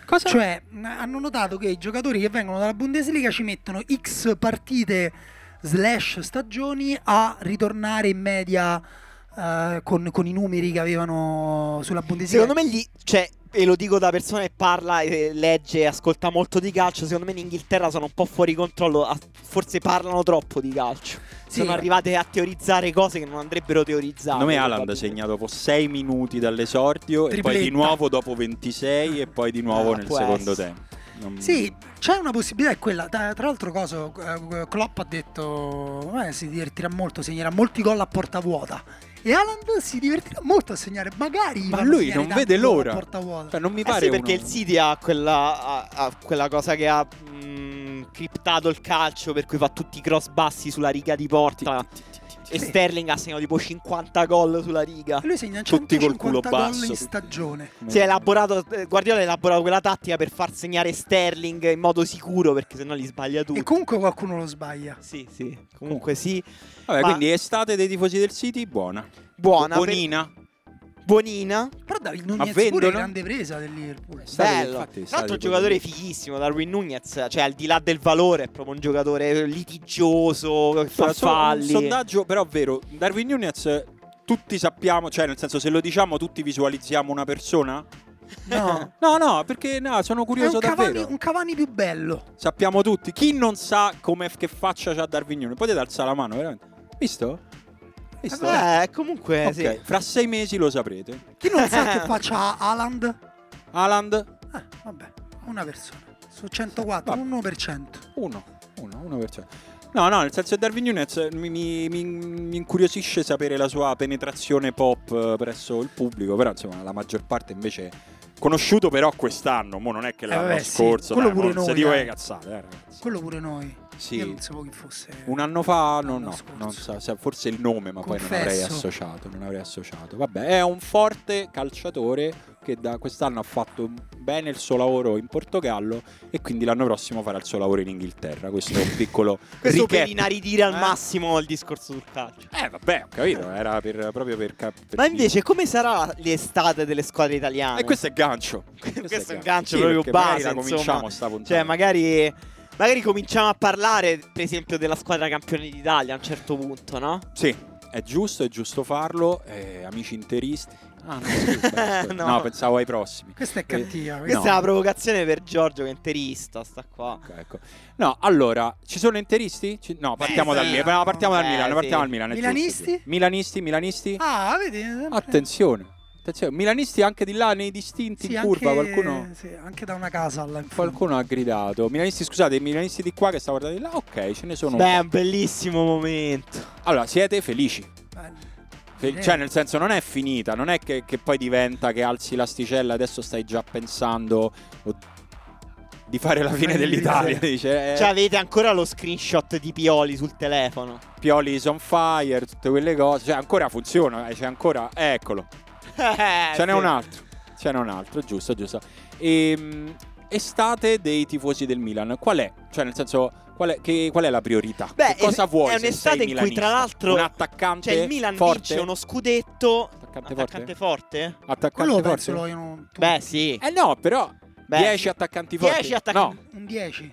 [SPEAKER 1] Cosa?
[SPEAKER 2] Cioè mh, hanno notato che i giocatori che vengono dalla Bundesliga ci mettono X partite slash stagioni a ritornare in media eh, con, con i numeri che avevano sulla Bundesliga.
[SPEAKER 3] Secondo me gli... Cioè, e lo dico da persona che parla, eh, legge e ascolta molto di calcio, secondo me in Inghilterra sono un po' fuori controllo, a- forse parlano troppo di calcio.
[SPEAKER 2] Sì.
[SPEAKER 3] Sono arrivate a teorizzare cose che non andrebbero teorizzate.
[SPEAKER 1] Secondo me Alan ha
[SPEAKER 3] probabilmente.
[SPEAKER 1] segnato dopo 6 minuti dall'esordio e poi di
[SPEAKER 2] Tripletta.
[SPEAKER 1] nuovo dopo 26 e poi di nuovo
[SPEAKER 3] Ah,
[SPEAKER 1] nel
[SPEAKER 3] può
[SPEAKER 1] secondo
[SPEAKER 3] essere.
[SPEAKER 1] tempo. Non-
[SPEAKER 2] Sì, c'è una possibilità, è quella. Tra tra l'altro, Coso, eh, Klopp ha detto: eh, si divertirà molto, segnerà molti gol a porta vuota. E Alan si divertirà molto a segnare, magari.
[SPEAKER 1] Ma
[SPEAKER 2] vanno a
[SPEAKER 1] lui
[SPEAKER 2] segnare
[SPEAKER 1] non
[SPEAKER 2] tanti
[SPEAKER 1] vede
[SPEAKER 2] gol a
[SPEAKER 1] l'ora.
[SPEAKER 2] Porta vuota.
[SPEAKER 1] Cioè, non mi
[SPEAKER 3] Eh
[SPEAKER 1] pare
[SPEAKER 3] sì, perché
[SPEAKER 1] uno-
[SPEAKER 3] il City ha quella, ha- ha quella cosa che ha mh, criptato il calcio, per cui fa tutti i cross bassi sulla riga di porta. E
[SPEAKER 2] sì. Mm.
[SPEAKER 3] Sterling ha segnato tipo 50 gol sulla riga.
[SPEAKER 2] E lui segna
[SPEAKER 1] Tutti col culo
[SPEAKER 2] 150 gol
[SPEAKER 1] basso,
[SPEAKER 2] in
[SPEAKER 1] tutti.
[SPEAKER 2] stagione.
[SPEAKER 3] Si è elaborato, eh, Guardiola ha elaborato quella tattica per far segnare Sterling in modo sicuro, perché sennò li sbaglia tutti.
[SPEAKER 2] E comunque qualcuno lo sbaglia.
[SPEAKER 3] sì, sì, comunque sì.
[SPEAKER 1] Vabbè,
[SPEAKER 3] Ma-
[SPEAKER 1] quindi estate dei tifosi del City, buona.
[SPEAKER 3] Buona, per-
[SPEAKER 1] Bonina.
[SPEAKER 3] buonina.
[SPEAKER 2] Però David Nunez pure
[SPEAKER 1] vendono?
[SPEAKER 2] è grande presa del Liverpool.
[SPEAKER 1] Estate,
[SPEAKER 3] Bello.
[SPEAKER 1] infatti,
[SPEAKER 3] Tra l'altro
[SPEAKER 1] estate
[SPEAKER 3] un giocatore
[SPEAKER 1] bonina.
[SPEAKER 3] fighissimo, Darwin Nunez, cioè al di là del valore, è proprio un giocatore litigioso, che fa
[SPEAKER 1] Solo un
[SPEAKER 3] falli.
[SPEAKER 1] sondaggio, però vero, Darwin Nunez eh, tutti sappiamo, cioè nel senso se lo diciamo tutti visualizziamo una persona?
[SPEAKER 2] No.
[SPEAKER 1] No, no, perché no, sono *laughs*
[SPEAKER 2] È
[SPEAKER 1] curioso
[SPEAKER 2] un Cavani,
[SPEAKER 1] davvero.
[SPEAKER 2] un Cavani più bello.
[SPEAKER 1] Sappiamo tutti. Chi non sa come che faccia c'ha Darwin Nunez? Potete alzare la mano, veramente. Visto? Visto?
[SPEAKER 3] Beh, comunque
[SPEAKER 1] Ok,
[SPEAKER 3] Eh, sì.
[SPEAKER 1] fra sei mesi lo saprete.
[SPEAKER 2] Chi non sa che
[SPEAKER 1] *laughs*
[SPEAKER 2] faccia Alan?
[SPEAKER 1] Aland,
[SPEAKER 2] Ah, vabbè, una persona. Su 104,
[SPEAKER 1] Vabbè.
[SPEAKER 2] 1%.
[SPEAKER 1] 1, 1, 1%. No, no, nel senso che Darwin Nunez eh, mi, mi- mi- mi incuriosisce sapere la sua penetrazione pop eh, presso il pubblico, però insomma la maggior parte invece conosciuto però quest'anno, mo non è che l'anno
[SPEAKER 2] Eh, vabbè, sì,
[SPEAKER 1] scorso,
[SPEAKER 2] quello
[SPEAKER 1] dai,
[SPEAKER 2] pure
[SPEAKER 1] non
[SPEAKER 2] noi,
[SPEAKER 1] se dico
[SPEAKER 2] dai.
[SPEAKER 1] le cazzate, eh, ragazzi.
[SPEAKER 2] Quello pure noi.
[SPEAKER 1] Sì.
[SPEAKER 2] Io non sapevo chi fosse.
[SPEAKER 1] Un anno fa, no,
[SPEAKER 2] L'anno
[SPEAKER 1] no,
[SPEAKER 2] scorso.
[SPEAKER 1] non so, sa- forse il nome, ma poi non avrei
[SPEAKER 2] Confesso.
[SPEAKER 1] associato, non avrei associato. Vabbè, è un forte calciatore che da quest'anno ha fatto bene il suo lavoro in Portogallo e quindi l'anno prossimo farà il suo lavoro in Inghilterra. Questo è un piccolo
[SPEAKER 3] *laughs* Questo
[SPEAKER 1] recap.
[SPEAKER 3] per inaridire al
[SPEAKER 1] Eh?
[SPEAKER 3] massimo il discorso sul calcio.
[SPEAKER 1] Eh, vabbè, ho capito, era per- proprio per, cap- per
[SPEAKER 3] Ma
[SPEAKER 1] dire.
[SPEAKER 3] invece come sarà l'estate delle squadre italiane?
[SPEAKER 1] E *laughs* questo è gancio.
[SPEAKER 3] Questo è un gancio
[SPEAKER 1] Sì,
[SPEAKER 3] proprio
[SPEAKER 1] perché magari
[SPEAKER 3] base,
[SPEAKER 1] la cominciamo
[SPEAKER 3] insomma.
[SPEAKER 1] sta puntata.
[SPEAKER 3] Cioè magari, magari cominciamo a parlare per esempio della squadra campione d'Italia a un certo punto, no?
[SPEAKER 1] Sì, è giusto, è giusto farlo, eh, amici interisti. Ah, no,
[SPEAKER 3] *laughs*
[SPEAKER 1] sì, beh,
[SPEAKER 3] No.
[SPEAKER 1] no, pensavo ai prossimi.
[SPEAKER 2] Questa è cattiva.
[SPEAKER 1] eh, No.
[SPEAKER 3] Questa è una provocazione per Giorgio che è interista, sta qua.
[SPEAKER 1] Ecco, ecco. No, allora, ci sono interisti? Ci- No, partiamo
[SPEAKER 2] sì.
[SPEAKER 1] dal Milano. Partiamo dal
[SPEAKER 3] Eh,
[SPEAKER 1] Milano,
[SPEAKER 3] sì.
[SPEAKER 1] partiamo dal Milano. è giusto,
[SPEAKER 2] Milanisti?
[SPEAKER 1] sì. Milanisti, milanisti.
[SPEAKER 2] Ah, vedi? sempre-
[SPEAKER 1] Attenzione. Attenzione, milanisti anche di là nei distinti
[SPEAKER 2] Sì,
[SPEAKER 1] in curva,
[SPEAKER 2] anche-
[SPEAKER 1] qualcuno
[SPEAKER 2] sì, anche da una casa là in fondo.
[SPEAKER 1] qualcuno ha gridato. Milanisti, scusate, milanisti di qua che sta guardando di là. Ok, ce ne sono. un
[SPEAKER 3] Beh, è un bellissimo momento.
[SPEAKER 1] po'. Allora, siete felici.
[SPEAKER 2] Bello.
[SPEAKER 1] Fe-
[SPEAKER 2] Eh.
[SPEAKER 1] Cioè, nel senso, non è finita, non è che, che poi diventa che alzi l'asticella adesso stai già pensando oh, di fare la fine
[SPEAKER 2] Fine
[SPEAKER 1] dell'Italia.
[SPEAKER 2] dell'Italia.
[SPEAKER 1] Dice, eh,
[SPEAKER 3] *laughs* Cioè avete ancora lo screenshot di Pioli sul *laughs* telefono.
[SPEAKER 1] Pioli is on fire, tutte quelle cose. Cioè, ancora funziona, eh, c'è ancora. eh, eccolo. Ce n'è un altro. Ce n'è un altro, giusto, giusto. Ehm, estate dei tifosi del Milan. Qual è? Cioè, nel senso, qual è, che- qual è la priorità?
[SPEAKER 3] Beh,
[SPEAKER 1] Che cosa
[SPEAKER 3] è-
[SPEAKER 1] vuoi?
[SPEAKER 3] è
[SPEAKER 1] se
[SPEAKER 3] un'estate
[SPEAKER 1] sei
[SPEAKER 3] in cui, tra
[SPEAKER 1] milanista?
[SPEAKER 3] l'altro,
[SPEAKER 1] Un attaccante
[SPEAKER 3] Cioè il Milan
[SPEAKER 1] forte?
[SPEAKER 3] vince uno scudetto
[SPEAKER 1] Attaccante forte?
[SPEAKER 3] attaccante forte?
[SPEAKER 1] Attaccante
[SPEAKER 2] Quello
[SPEAKER 1] forte?
[SPEAKER 2] penso lo vogliono tu-
[SPEAKER 3] Beh, sì.
[SPEAKER 1] Eh no, però.
[SPEAKER 3] Beh,
[SPEAKER 1] 10 attaccanti forti.
[SPEAKER 3] 10 attac-
[SPEAKER 1] No,
[SPEAKER 2] Un 10.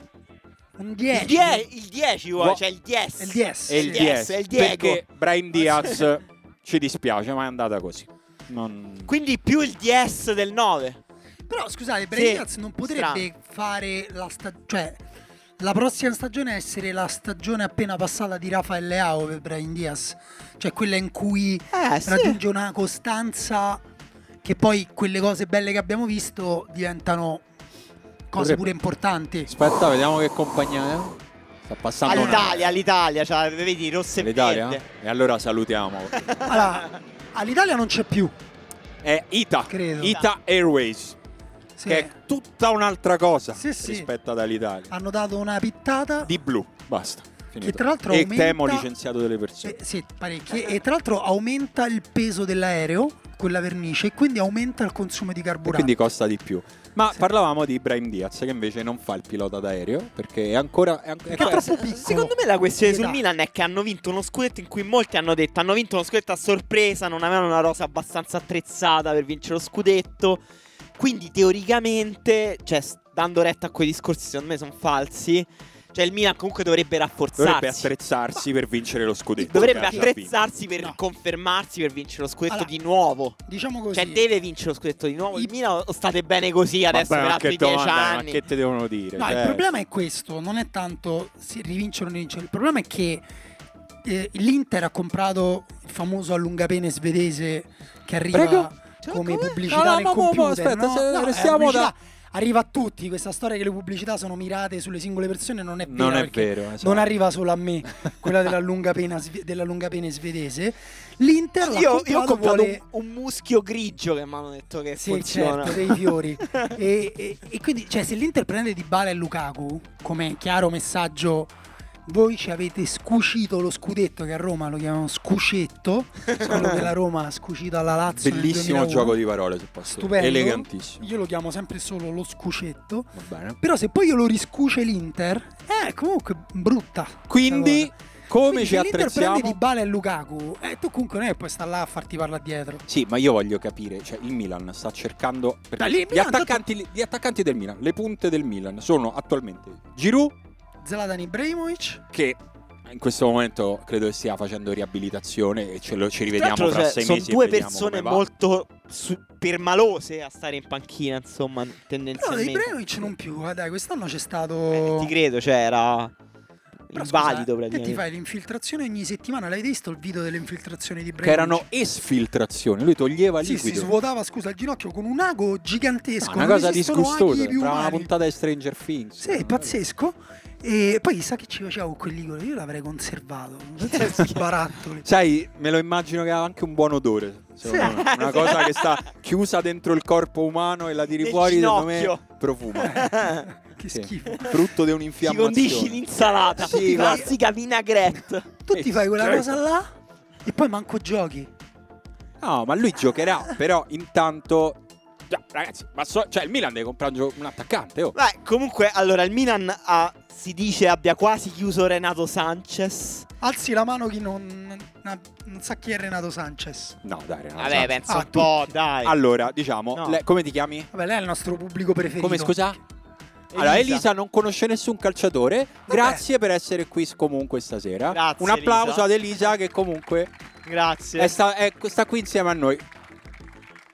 [SPEAKER 2] Un
[SPEAKER 3] Il
[SPEAKER 2] 10.
[SPEAKER 3] 10, il 10 vuoi,
[SPEAKER 1] Eh, Vo-
[SPEAKER 3] cioè il 10.
[SPEAKER 2] È il 10.
[SPEAKER 1] e il
[SPEAKER 3] Yes,
[SPEAKER 1] 10.
[SPEAKER 3] è il Diego.
[SPEAKER 1] Perché Brian
[SPEAKER 3] *laughs*
[SPEAKER 1] Diaz ci dispiace, ma è andata così. Non...
[SPEAKER 3] Quindi più il 10 del 9.
[SPEAKER 2] Però scusate,
[SPEAKER 3] Sì,
[SPEAKER 2] Brain non potrebbe fare la stagione. Cioè, la prossima stagione essere la stagione appena passata di Rafael Leao per Brian Diaz. Cioè, quella in cui
[SPEAKER 3] Eh,
[SPEAKER 2] raggiunge una costanza che poi quelle cose belle che abbiamo visto diventano cose
[SPEAKER 1] Potrebbe-
[SPEAKER 2] pure importanti.
[SPEAKER 1] Aspetta, vediamo che compagnia è. Sta passando una-
[SPEAKER 3] All'Italia, all'Italia, cioè, vedi, rosse e
[SPEAKER 1] L'Italia?
[SPEAKER 3] verde.
[SPEAKER 1] E allora
[SPEAKER 3] *laughs*
[SPEAKER 1] salutiamo.
[SPEAKER 2] Allora, all'Italia non c'è più,
[SPEAKER 1] È Ita,
[SPEAKER 2] Credo.
[SPEAKER 1] Ita Airways,
[SPEAKER 2] sì.
[SPEAKER 1] che è tutta un'altra cosa
[SPEAKER 2] Sì, sì.
[SPEAKER 1] rispetto ad Alitalia.
[SPEAKER 2] hanno dato una pittata.
[SPEAKER 1] Di blu, basta. finito.
[SPEAKER 2] Che tra l'altro
[SPEAKER 1] e
[SPEAKER 2] aumenta-
[SPEAKER 1] temo licenziato delle persone.
[SPEAKER 2] Eh, sì, parecchie. E tra l'altro aumenta il peso dell'aereo, quella vernice, e quindi aumenta il consumo di
[SPEAKER 1] E
[SPEAKER 2] carburante.
[SPEAKER 1] quindi costa di più. Ma parlavamo di Ibrahim Diaz, che invece non fa il pilota d'aereo, perché è ancora... È, ecco, an- è-
[SPEAKER 2] Che
[SPEAKER 3] Ma
[SPEAKER 2] troppo
[SPEAKER 3] se-
[SPEAKER 2] piccolo.
[SPEAKER 3] Secondo me la questione sul
[SPEAKER 2] Pietà.
[SPEAKER 3] Milan è che hanno vinto uno scudetto in cui molti hanno detto hanno vinto uno scudetto a sorpresa, non avevano una rosa abbastanza attrezzata per vincere lo scudetto. Quindi teoricamente, cioè s- dando retta a quei discorsi secondo me sono falsi. Cioè il Milan comunque dovrebbe rafforzarsi.
[SPEAKER 1] dovrebbe attrezzarsi per vincere lo scudetto.
[SPEAKER 3] Dovrebbe
[SPEAKER 1] che ha già
[SPEAKER 3] attrezzarsi per
[SPEAKER 2] No.
[SPEAKER 3] confermarsi per vincere lo scudetto
[SPEAKER 2] Allora,
[SPEAKER 3] di nuovo.
[SPEAKER 2] Diciamo così.
[SPEAKER 3] Cioè deve vincere lo scudetto di nuovo. Il
[SPEAKER 2] I-
[SPEAKER 3] Milan o state bene così
[SPEAKER 1] vinto.
[SPEAKER 3] adesso
[SPEAKER 1] Vabbè,
[SPEAKER 3] per
[SPEAKER 1] ma che
[SPEAKER 3] altri dieci
[SPEAKER 1] domanda, ma
[SPEAKER 3] anni.
[SPEAKER 1] che te devono dire?
[SPEAKER 2] No,
[SPEAKER 1] Cioè,
[SPEAKER 2] il problema è questo, non è tanto se rivincere o non vincere, il problema è che eh, l'Inter ha comprato il famoso allungapene svedese che arriva
[SPEAKER 1] Prego?
[SPEAKER 2] come
[SPEAKER 3] Cioè, come?
[SPEAKER 1] No, no,
[SPEAKER 2] pubblicità nel
[SPEAKER 1] ma- ma- ma-
[SPEAKER 2] computer,
[SPEAKER 1] aspetta,
[SPEAKER 2] no?
[SPEAKER 1] se-
[SPEAKER 2] No, è
[SPEAKER 1] restiamo
[SPEAKER 2] pubblicità-
[SPEAKER 1] da-
[SPEAKER 2] Arriva a tutti questa storia che le pubblicità sono mirate sulle singole persone non è vera
[SPEAKER 1] Non è
[SPEAKER 2] perché
[SPEAKER 1] vero. esatto.
[SPEAKER 2] Non arriva solo a me, quella della lungapena, sve- della lungapene svedese. L'Inter l'ha
[SPEAKER 3] Io, io ho
[SPEAKER 2] comprato
[SPEAKER 3] comprato
[SPEAKER 2] vuole-
[SPEAKER 3] un, un muschio grigio che mi hanno detto che
[SPEAKER 2] Sì,
[SPEAKER 3] funziona.
[SPEAKER 2] certo, dei fiori. e, e- e quindi, cioè, se l'Inter prende Di Bala e Lukaku, come chiaro messaggio, voi ci avete scucito lo scudetto, che a Roma lo chiamano scucetto, quello che la Roma ha scucito alla Lazio nel
[SPEAKER 1] Bellissimo
[SPEAKER 2] 2001.
[SPEAKER 1] gioco di parole, se posso dire.
[SPEAKER 2] Stupendo.
[SPEAKER 1] Elegantissimo.
[SPEAKER 2] Io lo chiamo sempre solo lo scucetto.
[SPEAKER 1] Va bene.
[SPEAKER 2] Però se poi io lo riscuce l'Inter, eh, comunque brutta.
[SPEAKER 1] Quindi,
[SPEAKER 2] Sta
[SPEAKER 1] come
[SPEAKER 2] Quindi
[SPEAKER 1] ci
[SPEAKER 2] se l'Inter
[SPEAKER 1] attrezziamo?
[SPEAKER 2] prende Di Bala e Lukaku, eh, tu comunque non è che puoi stare là a farti parlare dietro.
[SPEAKER 1] Sì, ma io voglio capire, cioè il Milan sta cercando perché
[SPEAKER 2] Dai, lì il
[SPEAKER 1] gli,
[SPEAKER 2] Milan
[SPEAKER 1] attaccanti, gli attaccanti del Milan, le punte del Milan sono attualmente Giroud
[SPEAKER 2] Zlatan Ibrahimovic,
[SPEAKER 1] che in questo momento credo che stia facendo riabilitazione e ce lo, ci rivediamo
[SPEAKER 3] Tra l'altro,
[SPEAKER 1] fra sei
[SPEAKER 3] cioè, sono
[SPEAKER 1] mesi. e
[SPEAKER 3] due
[SPEAKER 1] vediamo
[SPEAKER 3] persone
[SPEAKER 1] come va.
[SPEAKER 3] molto su- permalose a stare in panchina, insomma,
[SPEAKER 2] Però
[SPEAKER 3] tendenzialmente.
[SPEAKER 2] Ibrahimovic non più, eh, dai, quest'anno c'è
[SPEAKER 3] Eh,
[SPEAKER 2] stato...
[SPEAKER 3] ti credo, cioè, era
[SPEAKER 2] Però scusa,
[SPEAKER 3] invalido
[SPEAKER 2] Te ti
[SPEAKER 3] praticamente.
[SPEAKER 2] fai l'infiltrazione ogni settimana, l'avete visto il video delle infiltrazioni di
[SPEAKER 1] che
[SPEAKER 2] Ibrahimovic?
[SPEAKER 1] erano esfiltrazioni, lui toglieva
[SPEAKER 2] Sì, si
[SPEAKER 1] liquido.
[SPEAKER 2] svuotava, scusa, il ginocchio con un ago
[SPEAKER 1] Ah,
[SPEAKER 2] gigantesco.
[SPEAKER 1] una
[SPEAKER 2] non
[SPEAKER 1] cosa
[SPEAKER 2] esistono aghi
[SPEAKER 1] disgustosa,
[SPEAKER 2] più
[SPEAKER 1] sembrava una
[SPEAKER 2] umani.
[SPEAKER 1] puntata di Stranger Things.
[SPEAKER 2] Sì, è pazzesco. E poi chissà che ci faceva con quell'igolo, io l'avrei conservato.
[SPEAKER 1] Eh,
[SPEAKER 2] Barattoli.
[SPEAKER 1] Sai, me lo immagino che ha anche un buon odore. secondo
[SPEAKER 2] Sì.
[SPEAKER 1] me. Una cosa che sta chiusa dentro il corpo umano e la tiri
[SPEAKER 3] Nel
[SPEAKER 1] fuori, secondo me,
[SPEAKER 3] ginocchio. *laughs*
[SPEAKER 1] profuma.
[SPEAKER 2] *laughs* che
[SPEAKER 1] Sì. Eh,
[SPEAKER 2] schifo.
[SPEAKER 1] Frutto di
[SPEAKER 3] Ti condisci
[SPEAKER 1] un'infiammazione.
[SPEAKER 3] l'insalata,
[SPEAKER 1] Sì,
[SPEAKER 3] ti
[SPEAKER 1] guarda.
[SPEAKER 3] classica vinaigrette.
[SPEAKER 2] Tu ti fai quella
[SPEAKER 1] Certo.
[SPEAKER 2] cosa là e poi manco giochi.
[SPEAKER 1] No, ma lui giocherà, però intanto... Già, ragazzi, ma so- cioè, il Milan deve comprare un, gio- un attaccante, oh.
[SPEAKER 3] Beh, comunque, allora, il Milan ha- si dice abbia quasi chiuso Renato Sanchez.
[SPEAKER 2] Alzi la mano chi non, non- non sa chi è Renato Sanchez.
[SPEAKER 1] No, dai, Renato
[SPEAKER 3] Vabbè,
[SPEAKER 1] Sanchez.
[SPEAKER 3] penso
[SPEAKER 2] Ah,
[SPEAKER 3] un po', dai.
[SPEAKER 1] Allora, diciamo,
[SPEAKER 3] No.
[SPEAKER 1] le- come ti chiami?
[SPEAKER 2] Vabbè, lei è il nostro pubblico preferito.
[SPEAKER 1] Come scusa? Allora, Elisa non conosce nessun calciatore. Grazie per essere qui s- comunque stasera.
[SPEAKER 3] Grazie,
[SPEAKER 1] Un applauso
[SPEAKER 3] Elisa.
[SPEAKER 1] ad Elisa che comunque
[SPEAKER 3] Grazie.
[SPEAKER 1] è Eh, sta, è- sta qui insieme a noi.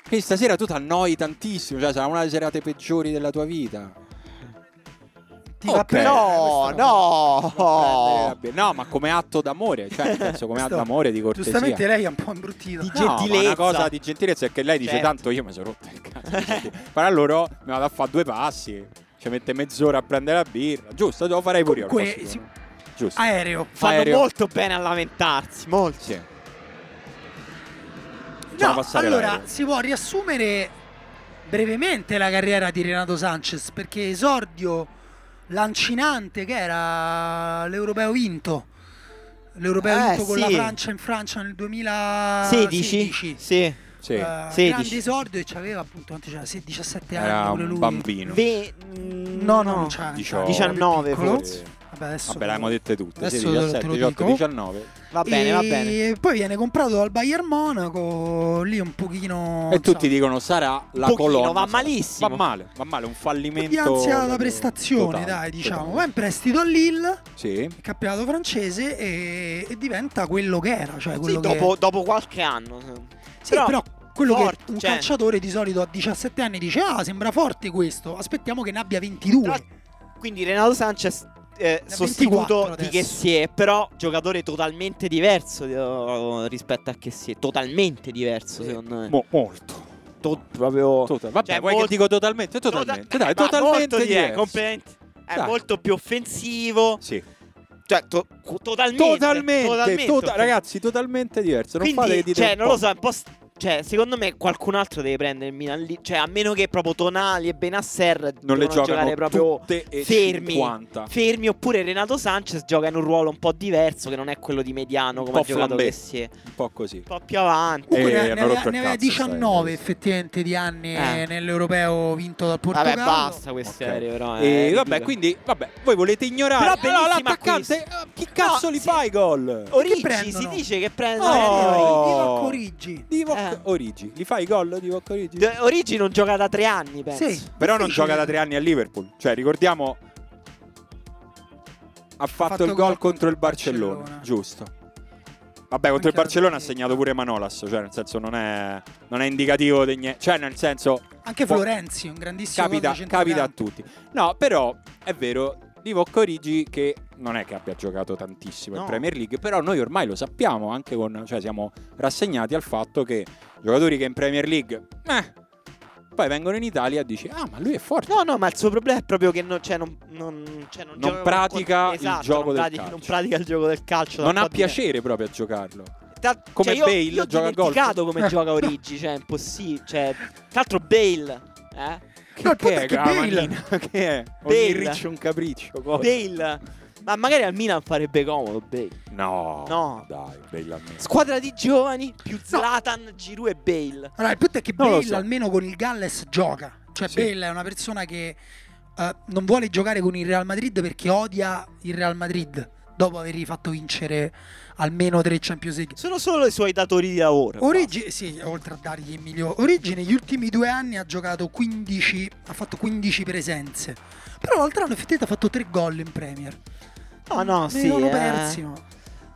[SPEAKER 1] Quindi stasera tu ti annoi tantissimo, cioè sarà una delle serate peggiori della tua vita.
[SPEAKER 2] Ti
[SPEAKER 1] Ok.
[SPEAKER 2] fa prendere
[SPEAKER 3] No,
[SPEAKER 2] questa-
[SPEAKER 3] no.
[SPEAKER 1] Prendere la be- No, ma come atto d'amore, cioè nel senso come atto
[SPEAKER 2] Questo-
[SPEAKER 1] d'amore di cortesia.
[SPEAKER 2] Giustamente lei è un po' imbruttita.
[SPEAKER 3] Di-
[SPEAKER 1] No, ma
[SPEAKER 3] gentilezza.
[SPEAKER 1] una cosa di gentilezza è che lei dice
[SPEAKER 3] Certo.
[SPEAKER 1] tanto io mi sono rotto il cazzo. Però loro mi vado a fare due passi, ci mette mezz'ora a prendere la birra. Giusto, lo farei pure io. al
[SPEAKER 2] Comunque,
[SPEAKER 1] prossimo.
[SPEAKER 2] sì, Ah, eh.
[SPEAKER 1] Giusto.
[SPEAKER 2] aereo.
[SPEAKER 3] Fanno
[SPEAKER 1] Aereo.
[SPEAKER 3] molto bene a lamentarsi, molto.
[SPEAKER 1] Sì. Facciamo
[SPEAKER 2] No,
[SPEAKER 1] passare
[SPEAKER 2] allora,
[SPEAKER 1] l'aereo.
[SPEAKER 2] si può riassumere brevemente la carriera di Renato Sanchez perché esordio lancinante che era l'europeo vinto. L'europeo
[SPEAKER 3] Eh,
[SPEAKER 2] vinto con la
[SPEAKER 3] sì.
[SPEAKER 2] Francia in Francia nel
[SPEAKER 3] Ah,
[SPEAKER 2] 2016.
[SPEAKER 3] 16? Sì.
[SPEAKER 1] Sì.
[SPEAKER 2] Eh, grande
[SPEAKER 3] 16.
[SPEAKER 2] esordio e c'aveva appunto quanti c'era? Se- 17
[SPEAKER 1] Era
[SPEAKER 2] anni pure
[SPEAKER 1] un
[SPEAKER 2] lui.
[SPEAKER 1] bambino.
[SPEAKER 3] Ve-
[SPEAKER 2] No, no, non c'era.
[SPEAKER 1] 18.
[SPEAKER 3] 19
[SPEAKER 2] piccolo.
[SPEAKER 3] forse.
[SPEAKER 2] Vabbè, adesso
[SPEAKER 1] Vabbè, l'abbiamo dette tutte. Sì,
[SPEAKER 2] Adesso te lo-
[SPEAKER 1] 17,
[SPEAKER 2] te lo
[SPEAKER 1] 18,
[SPEAKER 2] dico.
[SPEAKER 1] 19.
[SPEAKER 3] Va bene,
[SPEAKER 2] e
[SPEAKER 3] va bene.
[SPEAKER 2] Poi viene comprato dal Bayern Monaco, lì un pochino
[SPEAKER 1] E tutti
[SPEAKER 2] insomma,
[SPEAKER 1] dicono sarà la
[SPEAKER 3] Pochino,
[SPEAKER 1] colonna.
[SPEAKER 3] va
[SPEAKER 1] sarà-
[SPEAKER 3] malissimo.
[SPEAKER 1] Va male, va male, un fallimento.
[SPEAKER 2] di ansia da
[SPEAKER 1] proprio
[SPEAKER 2] prestazione,
[SPEAKER 1] totale,
[SPEAKER 2] dai, diciamo. Va
[SPEAKER 3] eh.
[SPEAKER 1] totale.
[SPEAKER 2] in prestito a Lille,
[SPEAKER 1] Sì.
[SPEAKER 2] il campionato francese e, e diventa quello che era, cioè quello
[SPEAKER 3] Sì,
[SPEAKER 2] che-
[SPEAKER 3] dopo, dopo qualche anno.
[SPEAKER 2] Sì, però, quello
[SPEAKER 3] forte,
[SPEAKER 2] che un
[SPEAKER 3] cioè-
[SPEAKER 2] calciatore di solito a 17 anni dice "Ah, sembra forte questo, aspettiamo che ne abbia 22".
[SPEAKER 3] Tra- Quindi Renato Sanchez eh,
[SPEAKER 2] Da
[SPEAKER 3] sostituto
[SPEAKER 2] 24
[SPEAKER 3] di
[SPEAKER 2] adesso.
[SPEAKER 3] Kessie, però giocatore totalmente eh, diverso di- rispetto a Kessie, totalmente diverso secondo me.
[SPEAKER 1] Mo- molto.
[SPEAKER 4] to- proprio
[SPEAKER 1] Total- Vabbè,
[SPEAKER 3] Cioè,
[SPEAKER 1] vuoi
[SPEAKER 3] molto-
[SPEAKER 1] che dico totalmente? Totalmente,
[SPEAKER 3] Total-
[SPEAKER 1] dai,
[SPEAKER 3] ma
[SPEAKER 1] totalmente
[SPEAKER 3] molto di- è,
[SPEAKER 1] eh, diverso.
[SPEAKER 3] completamente- è
[SPEAKER 1] Dai.
[SPEAKER 3] molto più offensivo.
[SPEAKER 1] Sì.
[SPEAKER 3] Cioè, to- totalmente.
[SPEAKER 1] Totalmente, tota- to-
[SPEAKER 3] offensivo.
[SPEAKER 1] ragazzi, totalmente diverso. Non
[SPEAKER 3] Quindi,
[SPEAKER 1] fate che dite
[SPEAKER 3] cioè,
[SPEAKER 1] un
[SPEAKER 3] non
[SPEAKER 1] po'.
[SPEAKER 3] lo so, è un po' st- cioè, secondo me qualcun altro deve prendere il Milan lì, cioè a meno che proprio Tonali e Benasser
[SPEAKER 1] Non le
[SPEAKER 3] devono giocare
[SPEAKER 1] giocano
[SPEAKER 3] proprio
[SPEAKER 1] tutte e
[SPEAKER 3] fermi.
[SPEAKER 1] 50.
[SPEAKER 3] fermi oppure Renato Sanchez gioca in un ruolo un po' diverso che non è quello di mediano come
[SPEAKER 1] po'
[SPEAKER 3] ha giocato
[SPEAKER 1] flambé.
[SPEAKER 3] che si è
[SPEAKER 1] Un po' così.
[SPEAKER 3] un po' più avanti.
[SPEAKER 1] Eh,
[SPEAKER 2] Comunque ne-
[SPEAKER 1] hanno
[SPEAKER 2] ne, aveva,
[SPEAKER 1] rotto il
[SPEAKER 2] ne aveva
[SPEAKER 1] cazzo,
[SPEAKER 2] 19
[SPEAKER 1] sai.
[SPEAKER 2] effettivamente di anni
[SPEAKER 3] Eh.
[SPEAKER 2] nell'europeo vinto dal Portogallo.
[SPEAKER 3] Vabbè, basta queste
[SPEAKER 1] Ok.
[SPEAKER 3] serie però.
[SPEAKER 1] E
[SPEAKER 3] eh,
[SPEAKER 1] vabbè,
[SPEAKER 3] ridicolo.
[SPEAKER 1] quindi, vabbè, voi volete ignorare
[SPEAKER 3] Però
[SPEAKER 1] Allora,
[SPEAKER 3] bellissimo
[SPEAKER 1] l'attaccante. eh, Chi cazzo
[SPEAKER 3] No,
[SPEAKER 1] li
[SPEAKER 3] sì. Eh.
[SPEAKER 1] fa i gol?
[SPEAKER 2] Chi
[SPEAKER 3] Origi si
[SPEAKER 2] prendono?
[SPEAKER 3] dice che prende
[SPEAKER 1] Oh.
[SPEAKER 2] Divock
[SPEAKER 3] Origi.
[SPEAKER 2] Origi.
[SPEAKER 1] Divock
[SPEAKER 3] Eh.
[SPEAKER 1] Origi. Li fa i gol Divock Origi?
[SPEAKER 3] D- Origi non gioca da tre anni, penso.
[SPEAKER 2] Sì,
[SPEAKER 1] Però non
[SPEAKER 2] difficile.
[SPEAKER 1] gioca da tre anni a Liverpool. Cioè, ricordiamo. Ha fatto,
[SPEAKER 2] fatto
[SPEAKER 1] il gol
[SPEAKER 2] gol
[SPEAKER 1] contro il Barcellona,
[SPEAKER 2] Barcellona.
[SPEAKER 1] giusto. Vabbè, contro il
[SPEAKER 2] Anche la
[SPEAKER 1] Barcellona ha
[SPEAKER 2] doppietta.
[SPEAKER 1] segnato pure Manolas, cioè nel senso non è, non è indicativo di niente. Cioè nel senso
[SPEAKER 2] Anche
[SPEAKER 1] Può-
[SPEAKER 2] Florenzi, un grandissimo
[SPEAKER 1] capita,
[SPEAKER 2] gol da
[SPEAKER 1] capita a
[SPEAKER 2] centrocampo.
[SPEAKER 1] tutti. No, però è vero, Divock Origi che non è che abbia giocato tantissimo in
[SPEAKER 3] No.
[SPEAKER 1] Premier League, però noi ormai lo sappiamo, anche con, cioè siamo rassegnati al fatto che giocatori che in Premier League, eh, poi vengono in Italia e dici, ah ma lui è forte.
[SPEAKER 3] No, no, ma il suo problema è proprio che non, cioè, non, non- cioè, non
[SPEAKER 1] Non
[SPEAKER 3] gioca
[SPEAKER 1] pratica
[SPEAKER 3] con-
[SPEAKER 1] il
[SPEAKER 3] esatto,
[SPEAKER 1] gioco
[SPEAKER 3] non
[SPEAKER 1] del
[SPEAKER 3] pratica,
[SPEAKER 1] calcio.
[SPEAKER 3] Non pratica il gioco del calcio. da
[SPEAKER 1] non
[SPEAKER 3] un
[SPEAKER 1] ha
[SPEAKER 3] po' di tempo.
[SPEAKER 1] piacere proprio a giocarlo.
[SPEAKER 3] Ta-
[SPEAKER 1] come
[SPEAKER 3] cioè, io-
[SPEAKER 1] Bale,
[SPEAKER 3] io ho
[SPEAKER 1] gioca a golf. *laughs*
[SPEAKER 3] dimenticato come gioca Origi, cioè è impossibile. Cioè, tra l'altro Bale, eh?
[SPEAKER 2] No, il punto
[SPEAKER 1] che
[SPEAKER 2] è che
[SPEAKER 1] la
[SPEAKER 2] Bale
[SPEAKER 1] manina? che è?
[SPEAKER 3] Bale.
[SPEAKER 1] Ogni riccio un capriccio. cosa?
[SPEAKER 3] Bale. Ma magari al Milan farebbe comodo Bale.
[SPEAKER 1] No,
[SPEAKER 3] No.
[SPEAKER 1] dai, Bale a me.
[SPEAKER 3] Squadra di giovani, più Zlatan, Giroud e Bale.
[SPEAKER 2] Allora, il punto è che
[SPEAKER 1] Non lo
[SPEAKER 2] Bale
[SPEAKER 1] so.
[SPEAKER 2] almeno con il Galles gioca. Cioè,
[SPEAKER 1] Sì.
[SPEAKER 2] Bale è una persona che eh, non vuole giocare con il Real Madrid perché odia il Real Madrid dopo avergli fatto vincere almeno tre Champions League.
[SPEAKER 3] Sono solo i suoi datori di lavoro.
[SPEAKER 2] Origi, sì, oltre a dargli il miglior. Origi negli ultimi due anni ha giocato 15, ha fatto 15 presenze. Però l'altro anno effettivamente ha fatto tre gol in Premier.
[SPEAKER 1] Ah,
[SPEAKER 3] No, no,
[SPEAKER 2] Ne
[SPEAKER 3] sì,
[SPEAKER 2] erano
[SPEAKER 3] eh.
[SPEAKER 2] persi, ma-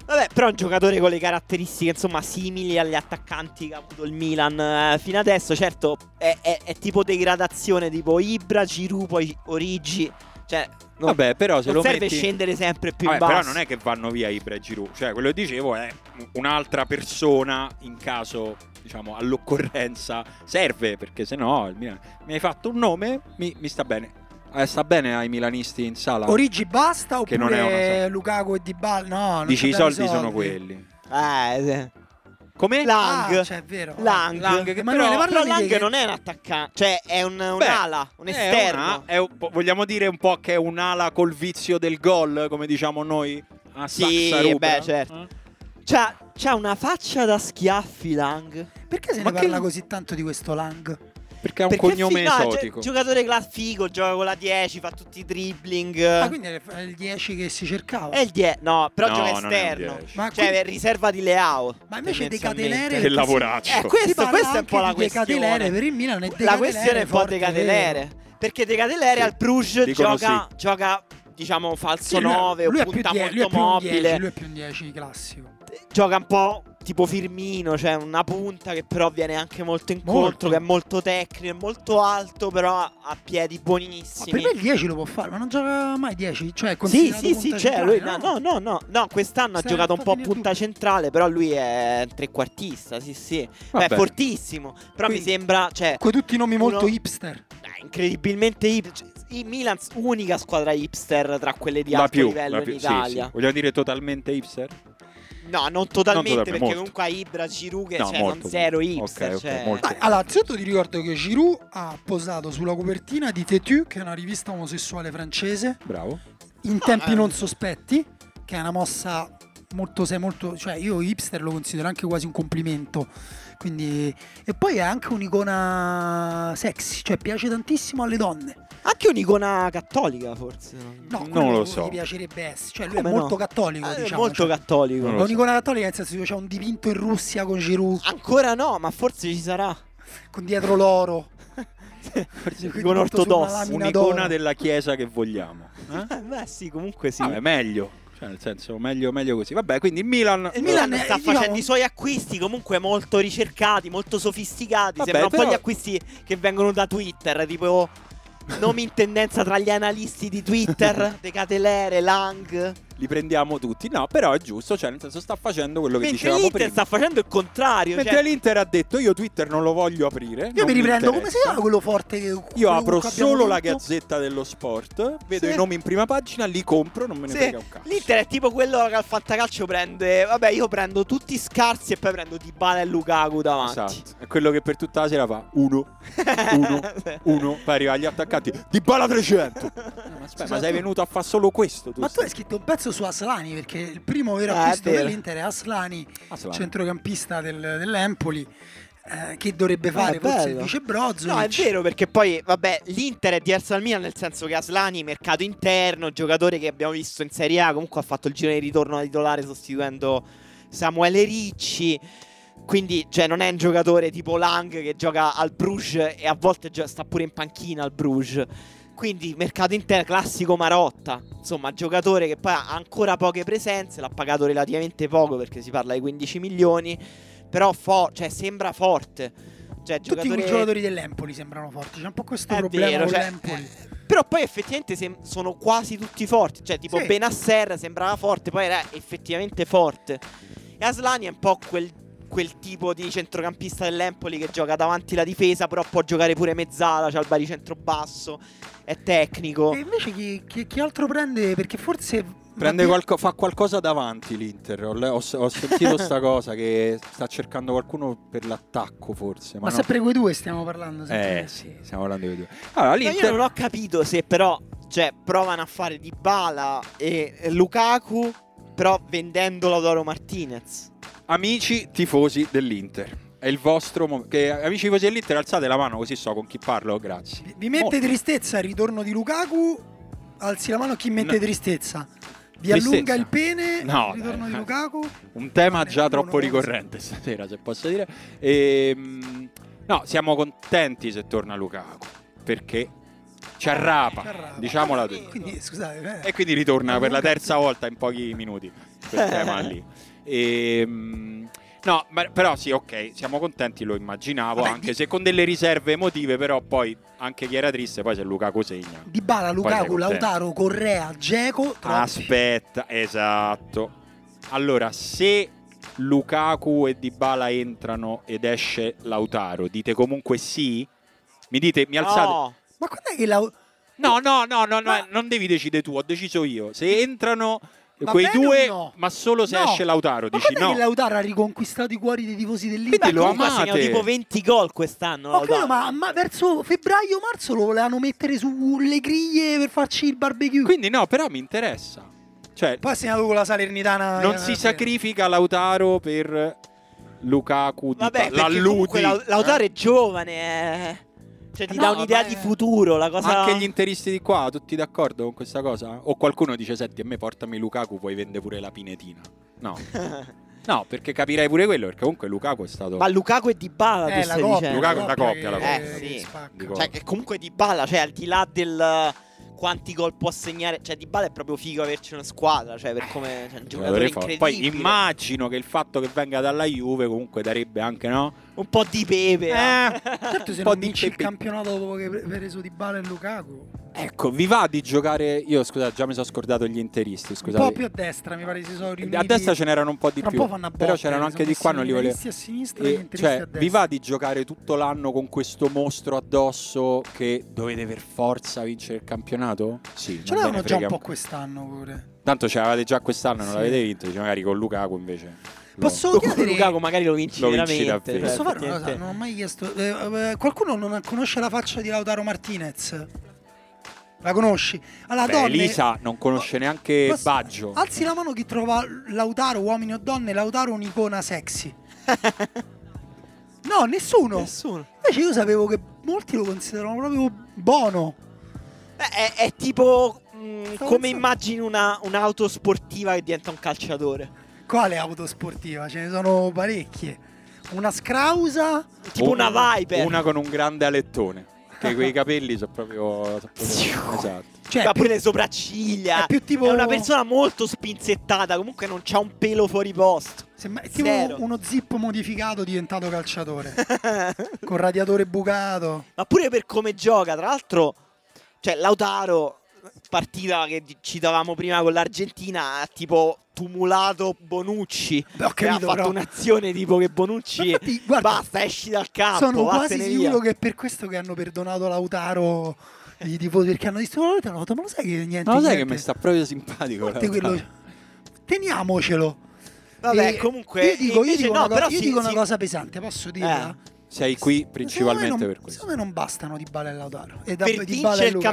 [SPEAKER 3] Vabbè, però è un giocatore con le caratteristiche, insomma, simili agli attaccanti che ha avuto il Milan eh, fino adesso. Certo, è, è- è tipo degradazione, tipo Ibra, Giroud, poi Origi. Cioè, non,
[SPEAKER 1] Vabbè, però se
[SPEAKER 3] non
[SPEAKER 1] lo
[SPEAKER 3] serve
[SPEAKER 1] metti...
[SPEAKER 3] scendere sempre più
[SPEAKER 1] Vabbè,
[SPEAKER 3] in basso.
[SPEAKER 1] però non è che vanno via Ibra e Giroud, cioè quello che dicevo è un'altra persona in caso, diciamo, all'occorrenza serve perché sennò il Milan- mi hai fatto un nome, mi, mi sta bene. Eh, sta bene ai milanisti in sala.
[SPEAKER 2] Origi basta oppure
[SPEAKER 1] Che non è una sorta-
[SPEAKER 2] Lukaku e Dybala? No, non
[SPEAKER 1] Dici i
[SPEAKER 2] abbiamo
[SPEAKER 1] soldi, sono quelli.
[SPEAKER 3] Eh, sì.
[SPEAKER 1] Come?
[SPEAKER 3] Lang.
[SPEAKER 2] Ah, cioè, è vero.
[SPEAKER 3] Lang.
[SPEAKER 1] Lang, che
[SPEAKER 3] Però,
[SPEAKER 2] Emanuele,
[SPEAKER 3] però
[SPEAKER 2] parlami
[SPEAKER 3] Lang
[SPEAKER 2] di che-
[SPEAKER 3] non è un attaccante, cioè è un,
[SPEAKER 1] Beh,
[SPEAKER 3] un'ala, un
[SPEAKER 1] Eh, è
[SPEAKER 3] esterno.
[SPEAKER 1] una- è un po'- vogliamo dire un po' che è un'ala col vizio del gol, come diciamo noi? A
[SPEAKER 3] Sì,
[SPEAKER 1] Saxarubra?
[SPEAKER 3] beh, certo.
[SPEAKER 1] Eh?
[SPEAKER 3] C'ha, c'ha una faccia da schiaffi Lang.
[SPEAKER 2] Perché se
[SPEAKER 1] Ma
[SPEAKER 2] ne
[SPEAKER 1] che-
[SPEAKER 2] parla così tanto di questo Lang?
[SPEAKER 1] Perché cioè, ha un
[SPEAKER 3] Perché
[SPEAKER 1] cognome
[SPEAKER 3] fi- no, gio-
[SPEAKER 1] esotico.
[SPEAKER 3] giocatore cla- figo, gioca con la 10, fa tutti i dribbling.
[SPEAKER 2] Ah, quindi è è il 10 che si cercava.
[SPEAKER 3] Eh. È il 10, no, però
[SPEAKER 1] No,
[SPEAKER 3] gioca
[SPEAKER 1] non è un
[SPEAKER 3] esterno.
[SPEAKER 1] 10.
[SPEAKER 2] Ma,
[SPEAKER 3] Cioè,
[SPEAKER 2] quindi-
[SPEAKER 3] riserva di Leao.
[SPEAKER 2] ma invece De
[SPEAKER 3] tendenzialmente.
[SPEAKER 2] Cadelere...
[SPEAKER 1] Che
[SPEAKER 2] si-
[SPEAKER 1] lavoraccio.
[SPEAKER 3] Eh, questo,
[SPEAKER 2] si parla
[SPEAKER 3] questa è un
[SPEAKER 2] anche
[SPEAKER 3] po' la
[SPEAKER 2] di De
[SPEAKER 3] questione.
[SPEAKER 2] Cadelere per il Milan è De
[SPEAKER 3] la
[SPEAKER 2] Cadelere
[SPEAKER 3] questione è un po'
[SPEAKER 2] forte,
[SPEAKER 3] De Cadelere. Perché De Cadelere
[SPEAKER 1] Sì.
[SPEAKER 3] al Bruges
[SPEAKER 1] Dicono
[SPEAKER 3] gioca, gioca, diciamo, falso
[SPEAKER 2] Sì, lui-
[SPEAKER 3] 9
[SPEAKER 2] lui
[SPEAKER 3] o
[SPEAKER 2] è più
[SPEAKER 3] punta
[SPEAKER 2] die- lui è
[SPEAKER 3] molto
[SPEAKER 2] più un 10,
[SPEAKER 3] mobile.
[SPEAKER 2] Lui è più un 10 classico.
[SPEAKER 3] gioca un po' tipo Firmino, cioè una punta che però viene anche molto incontro,
[SPEAKER 2] Molto.
[SPEAKER 3] che è molto tecnico, è molto alto, però ha- ha piedi
[SPEAKER 2] Ma
[SPEAKER 3] buonissimi.
[SPEAKER 2] per me il 10 lo può fare, ma non gioca mai 10. Cioè, è
[SPEAKER 3] sì,
[SPEAKER 2] considerato
[SPEAKER 3] sì, sì,
[SPEAKER 2] punta
[SPEAKER 3] cioè, lui, no,
[SPEAKER 2] centrale,
[SPEAKER 3] no, no, no, no, quest'anno ha
[SPEAKER 2] Sì,
[SPEAKER 3] giocato un po' a
[SPEAKER 2] infatti ne
[SPEAKER 3] punta
[SPEAKER 2] ha
[SPEAKER 3] centrale, però lui è trequartista, sì, sì, Beh,
[SPEAKER 1] Vabbè.
[SPEAKER 3] è fortissimo, però
[SPEAKER 2] Quindi-
[SPEAKER 3] mi sembra, cioè,
[SPEAKER 2] Con tutti i nomi
[SPEAKER 3] Uno-
[SPEAKER 2] molto hipster.
[SPEAKER 3] eh, incredibilmente hip- cioè, i Milan, unica squadra hipster tra quelle di
[SPEAKER 1] La
[SPEAKER 3] alto
[SPEAKER 1] più,
[SPEAKER 3] livello
[SPEAKER 1] la più-
[SPEAKER 3] in
[SPEAKER 1] sì,
[SPEAKER 3] Italia.
[SPEAKER 1] sì. Vogliamo dire totalmente hipster?
[SPEAKER 3] No, non totalmente,
[SPEAKER 1] totalmente,
[SPEAKER 3] perché
[SPEAKER 1] molto.
[SPEAKER 3] comunque a Ibra, Giroud, che
[SPEAKER 1] No,
[SPEAKER 3] cioè,
[SPEAKER 1] molto,
[SPEAKER 3] non zero
[SPEAKER 1] molto.
[SPEAKER 3] hipster,
[SPEAKER 1] Ok, ok,
[SPEAKER 3] cioè...
[SPEAKER 1] molto.
[SPEAKER 2] Dai, allora, anzitutto ti ricordo che Giroud ha posato sulla copertina di Tetu, che è una rivista omosessuale francese,
[SPEAKER 1] Bravo.
[SPEAKER 2] in
[SPEAKER 1] Ah,
[SPEAKER 2] tempi
[SPEAKER 3] eh.
[SPEAKER 2] non sospetti, che è una mossa molto, se- molto, cioè io hipster lo considero anche quasi un complimento. Quindi, e poi è anche un'icona sexy, cioè piace tantissimo alle donne.
[SPEAKER 3] Anche un'icona cattolica, forse.
[SPEAKER 2] No,
[SPEAKER 1] Non
[SPEAKER 2] quello
[SPEAKER 1] lo so. Eh,
[SPEAKER 2] gli piacerebbe essere, cioè lui
[SPEAKER 3] Come
[SPEAKER 2] è
[SPEAKER 3] no?
[SPEAKER 2] molto cattolico,
[SPEAKER 3] Ah, è
[SPEAKER 2] diciamo.
[SPEAKER 3] molto
[SPEAKER 2] cioè,
[SPEAKER 3] cattolico.
[SPEAKER 1] Non
[SPEAKER 2] è
[SPEAKER 1] lo so.
[SPEAKER 2] un'icona cattolica nel senso che c'è un dipinto in Russia con Giroud,
[SPEAKER 1] Ah.
[SPEAKER 3] Ancora no, ma forse ci sarà.
[SPEAKER 2] con dietro l'oro.
[SPEAKER 3] *laughs*
[SPEAKER 2] Quindi
[SPEAKER 3] Con
[SPEAKER 2] tutto su una
[SPEAKER 3] ortodossi.
[SPEAKER 2] lamina
[SPEAKER 1] Un'icona
[SPEAKER 2] d'oro.
[SPEAKER 1] della chiesa che vogliamo. Eh?
[SPEAKER 3] Eh, beh, sì, comunque sì.
[SPEAKER 1] Vabbè, meglio. Cioè, nel senso, meglio, meglio così. Vabbè, quindi il Milan.
[SPEAKER 3] il Milan
[SPEAKER 2] eh,
[SPEAKER 3] sta
[SPEAKER 2] diciamo-
[SPEAKER 3] facendo i suoi acquisti comunque molto ricercati, molto sofisticati.
[SPEAKER 1] Vabbè,
[SPEAKER 3] Sembra un
[SPEAKER 1] però-
[SPEAKER 3] po' gli acquisti che vengono da
[SPEAKER 1] *laughs*
[SPEAKER 3] Twitter, tipo nomi in tendenza tra gli analisti di Twitter, De Catelere, Lang.
[SPEAKER 1] li prendiamo tutti. No, però è giusto, cioè nel senso sta facendo quello che
[SPEAKER 3] Mentre
[SPEAKER 1] dicevamo
[SPEAKER 3] l'Inter
[SPEAKER 1] prima.
[SPEAKER 3] sta facendo il contrario.
[SPEAKER 1] Mentre
[SPEAKER 3] cioè,
[SPEAKER 1] l'Inter ha detto io Twitter non lo voglio aprire.
[SPEAKER 2] Io
[SPEAKER 1] non
[SPEAKER 2] mi riprendo, come si
[SPEAKER 1] interessa.
[SPEAKER 2] chiama quello forte? che-
[SPEAKER 1] Io
[SPEAKER 2] quello
[SPEAKER 1] apro
[SPEAKER 2] che abbiamo
[SPEAKER 1] solo la
[SPEAKER 2] vinto?
[SPEAKER 1] gazzetta dello sport, vedo
[SPEAKER 3] Sì.
[SPEAKER 1] i nomi in prima pagina, li compro, non me ne
[SPEAKER 3] se-
[SPEAKER 1] frega un cazzo.
[SPEAKER 3] L'Inter è tipo quello che al fantacalcio prende. Vabbè, io prendo tutti scarsi e poi prendo Dybala e Lukaku davanti. *laughs*
[SPEAKER 1] Esatto, è quello che per tutta la sera fa uno, uno,
[SPEAKER 2] *laughs*
[SPEAKER 1] uno, poi arriva agli attaccanti di bala 300. Aspetta, ma sei venuto a fare solo questo? Tu
[SPEAKER 2] Ma tu
[SPEAKER 1] stai-
[SPEAKER 2] hai scritto un pezzo su Aslani perché il primo vero
[SPEAKER 3] Eh,
[SPEAKER 2] acquisto
[SPEAKER 3] è vero.
[SPEAKER 2] dell'Inter è Aslani,
[SPEAKER 1] Ah, se va.
[SPEAKER 2] centrocampista del- dell'Empoli, eh, che dovrebbe fare
[SPEAKER 3] è
[SPEAKER 2] forse il
[SPEAKER 3] bello.
[SPEAKER 2] vice Brozovic.
[SPEAKER 3] No, è vero perché poi, vabbè, l'Inter è diverso dal Milan nel senso che Aslani, mercato interno, giocatore che abbiamo visto in Serie A, comunque ha fatto il giro di ritorno da titolare sostituendo Samuele Ricci. Quindi, cioè, non è un giocatore tipo Lang che gioca al Bruges e a volte gio- sta pure in panchina al Bruges. Quindi, mercato interno classico Marotta. Insomma, giocatore che poi ha ancora poche presenze, l'ha pagato relativamente poco perché si parla di 15 milioni. Però fo- cioè, sembra forte. Cioè,
[SPEAKER 2] Tutti
[SPEAKER 3] giocatore
[SPEAKER 2] i giocatori dell'Empoli sembrano forti, c'è un po' questo
[SPEAKER 3] è
[SPEAKER 2] problema
[SPEAKER 3] vero,
[SPEAKER 2] con
[SPEAKER 3] cioè,
[SPEAKER 2] l'Empoli.
[SPEAKER 3] eh, Però poi effettivamente sem- sono quasi tutti forti. Cioè, tipo
[SPEAKER 2] Sì.
[SPEAKER 3] Benasser sembrava forte, poi era effettivamente forte. E Aslani è un po' quel, quel tipo di centrocampista dell'Empoli che gioca davanti la difesa, però può giocare pure mezzala, c'ha il baricentro basso, è tecnico.
[SPEAKER 2] E invece chi, chi- chi altro prende? Perché forse...
[SPEAKER 1] Prende
[SPEAKER 2] Vabbè,
[SPEAKER 1] qualco- fa qualcosa davanti l'Inter. Ho, le- ho- ho
[SPEAKER 2] *laughs*
[SPEAKER 1] sentito sta cosa che sta cercando qualcuno per l'attacco, forse.
[SPEAKER 2] Ma
[SPEAKER 1] Ma, no.
[SPEAKER 2] sempre quei due stiamo parlando. sempre.
[SPEAKER 1] Eh sì, stiamo parlando di due. Allora,
[SPEAKER 3] Ma
[SPEAKER 1] l'Inter
[SPEAKER 3] io non ho capito se però, cioè, provano a fare Dybala e e Lukaku, però vendendo Lautaro Martinez.
[SPEAKER 1] Amici tifosi dell'Inter. È il vostro mo- che- amici tifosi dell'Inter, alzate la mano così so con chi parlo, grazie.
[SPEAKER 2] Vi- Vi mette
[SPEAKER 1] Oh.
[SPEAKER 2] tristezza il ritorno di Lukaku? Alzi la mano a chi mette
[SPEAKER 1] No.
[SPEAKER 2] tristezza. Vi
[SPEAKER 1] Tristezza.
[SPEAKER 2] allunga il pene
[SPEAKER 1] No,
[SPEAKER 2] il ritorno
[SPEAKER 1] dai.
[SPEAKER 2] di Lukaku?
[SPEAKER 1] Un tema già
[SPEAKER 2] Nessuno
[SPEAKER 1] troppo
[SPEAKER 2] lo sa.
[SPEAKER 1] ricorrente stasera, se posso dire. Ehm, no, siamo contenti se torna Lukaku, perché ci
[SPEAKER 2] Ci
[SPEAKER 1] arrapa,
[SPEAKER 2] arrapa.
[SPEAKER 1] diciamola tutta.
[SPEAKER 2] Quindi scusate, eh,
[SPEAKER 1] E quindi ritorna per la terza volta in pochi minuti quel tema lì. Ehm, no, ma- però sì, ok, siamo contenti, lo immaginavo,
[SPEAKER 2] Vabbè,
[SPEAKER 1] anche
[SPEAKER 2] di-
[SPEAKER 1] se con delle riserve emotive, però poi anche chi era triste, poi se Lukaku segna.
[SPEAKER 2] Di Bala, Lukaku,
[SPEAKER 1] sei contento.
[SPEAKER 2] Lautaro, Correa, Geco.
[SPEAKER 1] Aspetta, esatto. Allora, se Lukaku e Dybala entrano ed esce Lautaro, dite comunque sì? Mi dite, mi alzate?
[SPEAKER 3] No.
[SPEAKER 2] Ma quando è che Lautaro...
[SPEAKER 1] No, no, no, no, no,
[SPEAKER 2] Ma-
[SPEAKER 1] non devi decidere tu, ho deciso io. Se entrano
[SPEAKER 2] Va
[SPEAKER 1] quei
[SPEAKER 2] bene o
[SPEAKER 1] due,
[SPEAKER 2] no?
[SPEAKER 1] ma solo se
[SPEAKER 2] No.
[SPEAKER 1] esce Lautaro,
[SPEAKER 2] Ma
[SPEAKER 1] dici
[SPEAKER 2] quando è
[SPEAKER 1] no.
[SPEAKER 2] che Lautaro ha riconquistato i cuori dei tifosi
[SPEAKER 1] Quindi
[SPEAKER 2] dell'Inter?
[SPEAKER 1] lo
[SPEAKER 3] Comunque ha
[SPEAKER 1] amate.
[SPEAKER 3] segnato tipo 20 gol quest'anno.
[SPEAKER 2] Ho capito,
[SPEAKER 3] Lautaro.
[SPEAKER 2] ma, ma verso febbraio-marzo lo volevano mettere sulle griglie per farci il barbecue.
[SPEAKER 1] Quindi no, però mi interessa. Cioè,
[SPEAKER 2] Poi ha segnato con la Salernitana.
[SPEAKER 1] non
[SPEAKER 2] eh,
[SPEAKER 1] si
[SPEAKER 2] sì.
[SPEAKER 1] sacrifica Lautaro per Lukaku,
[SPEAKER 3] Vabbè,
[SPEAKER 1] Dybala.
[SPEAKER 3] perché comunque
[SPEAKER 1] l'alludi. Eh,
[SPEAKER 3] Lau- Lautaro è giovane, eh. cioè ti
[SPEAKER 2] Eh
[SPEAKER 3] dà
[SPEAKER 2] no,
[SPEAKER 3] un'idea
[SPEAKER 2] ma-
[SPEAKER 3] di futuro, la cosa...
[SPEAKER 1] Anche gli interisti di qua, tutti d'accordo con questa cosa? O qualcuno dice, senti, a me portami Lukaku, poi vende pure la pinetina.
[SPEAKER 2] *laughs*
[SPEAKER 1] No, no, perché capirei pure quello, perché comunque Lukaku è stato...
[SPEAKER 3] ma Lukaku e Dybala, tu
[SPEAKER 2] Eh, la
[SPEAKER 3] stai
[SPEAKER 2] coppia,
[SPEAKER 3] dicendo.
[SPEAKER 1] Lukaku- la coppia,
[SPEAKER 2] che-
[SPEAKER 1] la
[SPEAKER 3] coppia.
[SPEAKER 2] che
[SPEAKER 3] Eh, sì.
[SPEAKER 2] spacca.
[SPEAKER 1] Dico-
[SPEAKER 3] Cioè, che comunque Dybala, cioè al di là del... eh, Quanti gol può segnare? Cioè, Dybala è proprio figo averci una squadra, cioè per come... Cioè, un giocatore
[SPEAKER 1] giocatore forte.
[SPEAKER 3] incredibile.
[SPEAKER 1] Eh, Poi immagino che il fatto che venga dalla Juve comunque darebbe anche, no?
[SPEAKER 3] Un po' di pepe. eh.
[SPEAKER 1] Ah.
[SPEAKER 2] Certo, se
[SPEAKER 1] Un po'
[SPEAKER 2] non
[SPEAKER 1] di
[SPEAKER 2] vinci il
[SPEAKER 1] pepe.
[SPEAKER 2] campionato dopo che hai preso Di Bala e Lukaku.
[SPEAKER 1] Ecco, vi va di giocare... Io, scusa, già mi sono scordato gli interisti,
[SPEAKER 2] Un
[SPEAKER 1] scusate.
[SPEAKER 2] po' più a destra, mi pare si sono riuniti.
[SPEAKER 1] A destra ce n'erano un po' di
[SPEAKER 2] Tra un
[SPEAKER 1] più.
[SPEAKER 2] po' fanno a
[SPEAKER 1] però
[SPEAKER 2] botte,
[SPEAKER 1] c'erano
[SPEAKER 2] sono
[SPEAKER 1] anche di qua, non li
[SPEAKER 2] messi i
[SPEAKER 1] volevo.
[SPEAKER 2] interisti a sinistra e gli
[SPEAKER 1] Eh,
[SPEAKER 2] interisti a
[SPEAKER 1] cioè,
[SPEAKER 2] destra.
[SPEAKER 1] vi va di giocare tutto l'anno con questo mostro addosso che dovete per forza vincere il campionato? Sì, non
[SPEAKER 2] Ce
[SPEAKER 1] ve ne
[SPEAKER 2] l'avevano già
[SPEAKER 1] frega
[SPEAKER 2] un po' quest'anno pure.
[SPEAKER 1] Tanto ce l'avete già quest'anno, non
[SPEAKER 2] Sì.
[SPEAKER 1] l'avete vinto, dice, magari con Lukaku invece. lo-
[SPEAKER 2] Posso
[SPEAKER 3] Con
[SPEAKER 2] chiedere...
[SPEAKER 3] Lukaku magari lo vinci
[SPEAKER 1] Lo vinci
[SPEAKER 3] veramente.
[SPEAKER 1] davvero.
[SPEAKER 3] cioè,
[SPEAKER 2] Posso fare una cosa?
[SPEAKER 3] effettivamente.
[SPEAKER 2] Non ho mai chiesto. eh, eh, qualcuno non conosce la faccia di Lautaro Martinez? La conosci? Allora,
[SPEAKER 1] Beh,
[SPEAKER 2] donne,
[SPEAKER 1] Elisa non conosce neanche
[SPEAKER 2] posso-
[SPEAKER 1] Baggio.
[SPEAKER 2] Alzi la mano chi trova Lautaro, uomini o donne, Lautaro
[SPEAKER 1] *laughs*
[SPEAKER 2] un'icona sexy. no, nessuno.
[SPEAKER 3] Nessuno.
[SPEAKER 2] Invece io sapevo che molti lo considerano proprio buono.
[SPEAKER 3] Beh, È, è tipo mh, come
[SPEAKER 2] pensando.
[SPEAKER 3] immagini una, un'auto sportiva che diventa un calciatore.
[SPEAKER 2] Quale auto sportiva? Ce ne sono parecchie. Una scrausa.
[SPEAKER 3] Tipo
[SPEAKER 1] Una-
[SPEAKER 3] una Viper.
[SPEAKER 1] Oh, Una con un grande alettone. Che quei capelli sono proprio. sono proprio- esatto.
[SPEAKER 2] Cioè,
[SPEAKER 3] Ma pure
[SPEAKER 2] più-
[SPEAKER 3] le sopracciglia.
[SPEAKER 2] è più boh. tipo-
[SPEAKER 3] È una persona molto spinzettata. Comunque non c'ha un pelo
[SPEAKER 2] *laughs*
[SPEAKER 3] fuori posto.
[SPEAKER 2] sembra- è tipo
[SPEAKER 3] Zero.
[SPEAKER 2] uno zip modificato diventato calciatore.
[SPEAKER 3] Ma
[SPEAKER 2] con radiatore bucato.
[SPEAKER 3] pure per come gioca. Tra l'altro, cioè, Lautaro. partita che di- citavamo prima con l'Argentina ha tipo tumulato Bonucci
[SPEAKER 2] Beh, ho
[SPEAKER 3] che ha
[SPEAKER 2] capito,
[SPEAKER 3] fatto
[SPEAKER 2] però.
[SPEAKER 3] un'azione tipo che
[SPEAKER 2] *laughs* Ma
[SPEAKER 3] Bonucci
[SPEAKER 2] infatti, guarda,
[SPEAKER 3] basta esci dal campo
[SPEAKER 2] sono quasi
[SPEAKER 3] vattene
[SPEAKER 2] sicuro
[SPEAKER 3] via.
[SPEAKER 2] che è per questo che hanno perdonato Lautaro i tifosi perché hanno visto Lautaro hanno detto, ma lo sai che niente
[SPEAKER 1] Ma lo sai che
[SPEAKER 2] niente,
[SPEAKER 1] mi sta proprio simpatico.
[SPEAKER 2] forte
[SPEAKER 1] guarda.
[SPEAKER 2] quello- teniamocelo
[SPEAKER 3] vabbè
[SPEAKER 2] E
[SPEAKER 3] comunque
[SPEAKER 2] io dico, io
[SPEAKER 3] invece
[SPEAKER 2] dico
[SPEAKER 3] no,
[SPEAKER 2] una, co-
[SPEAKER 3] però
[SPEAKER 2] io
[SPEAKER 3] sì,
[SPEAKER 2] dico
[SPEAKER 3] sì, Eh.
[SPEAKER 2] una cosa pesante posso dirla?
[SPEAKER 1] Sei qui
[SPEAKER 2] Secondo me
[SPEAKER 1] principalmente
[SPEAKER 2] non-
[SPEAKER 1] per questo.
[SPEAKER 2] secondo me non bastano Di Bala e Lautaro e da,
[SPEAKER 3] per
[SPEAKER 2] Di
[SPEAKER 3] vincere il
[SPEAKER 2] Lukaku.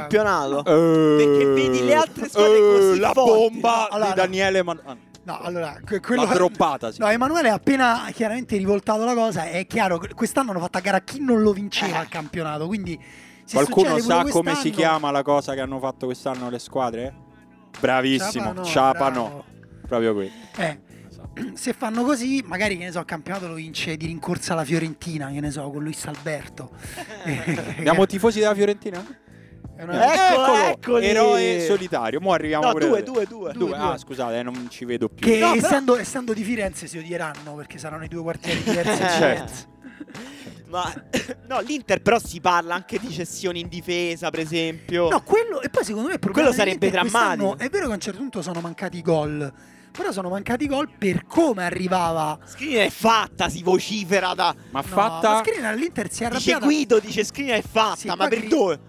[SPEAKER 2] *laughs*
[SPEAKER 3] campionato
[SPEAKER 1] Perché
[SPEAKER 3] vedi le altre squadre così
[SPEAKER 1] Eh, La
[SPEAKER 3] forti.
[SPEAKER 1] bomba
[SPEAKER 2] Allora,
[SPEAKER 1] di
[SPEAKER 2] no.
[SPEAKER 1] Daniele Man- ah,
[SPEAKER 2] No, allora, que- quello
[SPEAKER 1] L'ha droppata, sì.
[SPEAKER 2] No, Emanuele ha appena chiaramente rivoltato la cosa. È chiaro, que- quest'anno hanno fatto a gara a chi non lo vinceva
[SPEAKER 3] Eh.
[SPEAKER 2] il campionato. Quindi, se
[SPEAKER 1] Qualcuno
[SPEAKER 2] succede pure
[SPEAKER 1] sa come si
[SPEAKER 2] quest'anno-
[SPEAKER 1] chiama la cosa che hanno fatto quest'anno le squadre? Bravissimo,
[SPEAKER 2] Ciapano,
[SPEAKER 1] Ciapano. Proprio qui.
[SPEAKER 2] bravo. Eh, se fanno così, magari che ne so, il campionato lo vince di rincorsa la Fiorentina, che ne so, con Luis Alberto. *laughs*
[SPEAKER 1] Abbiamo tifosi della Fiorentina?
[SPEAKER 2] È
[SPEAKER 3] Eh, Eccolo, eccoli.
[SPEAKER 1] Eroe solitario. Mo' arriviamo
[SPEAKER 3] no
[SPEAKER 1] pure
[SPEAKER 3] due,
[SPEAKER 1] a te.
[SPEAKER 3] due due
[SPEAKER 1] Due,
[SPEAKER 2] due,
[SPEAKER 1] Ah,
[SPEAKER 2] due.
[SPEAKER 1] scusate, eh, non ci vedo più.
[SPEAKER 2] Che
[SPEAKER 3] No, però-
[SPEAKER 2] essendo, essendo di Firenze si odieranno perché saranno i due quartieri diversi.
[SPEAKER 1] *laughs*
[SPEAKER 3] Eh.
[SPEAKER 1] Certo.
[SPEAKER 3] ma *laughs* no l'Inter però si parla anche di cessioni in difesa per esempio
[SPEAKER 2] No, quello. E poi secondo me il problema
[SPEAKER 3] Quello sarebbe
[SPEAKER 2] dell'Inter quest'anno-
[SPEAKER 3] drammatico.
[SPEAKER 2] È vero che a un certo punto sono mancati i gol. Però sono mancati i gol per come arrivava.
[SPEAKER 3] Skriniar è fatta si vocifera da
[SPEAKER 1] Ma
[SPEAKER 2] No,
[SPEAKER 1] fatta
[SPEAKER 2] Ma Skriniar all'Inter si è
[SPEAKER 3] dice
[SPEAKER 2] arrabbiata.
[SPEAKER 3] Guido dice Skriniar è fatta
[SPEAKER 2] Sì,
[SPEAKER 3] ma
[SPEAKER 2] qua
[SPEAKER 3] per
[SPEAKER 2] Gri-
[SPEAKER 3] dove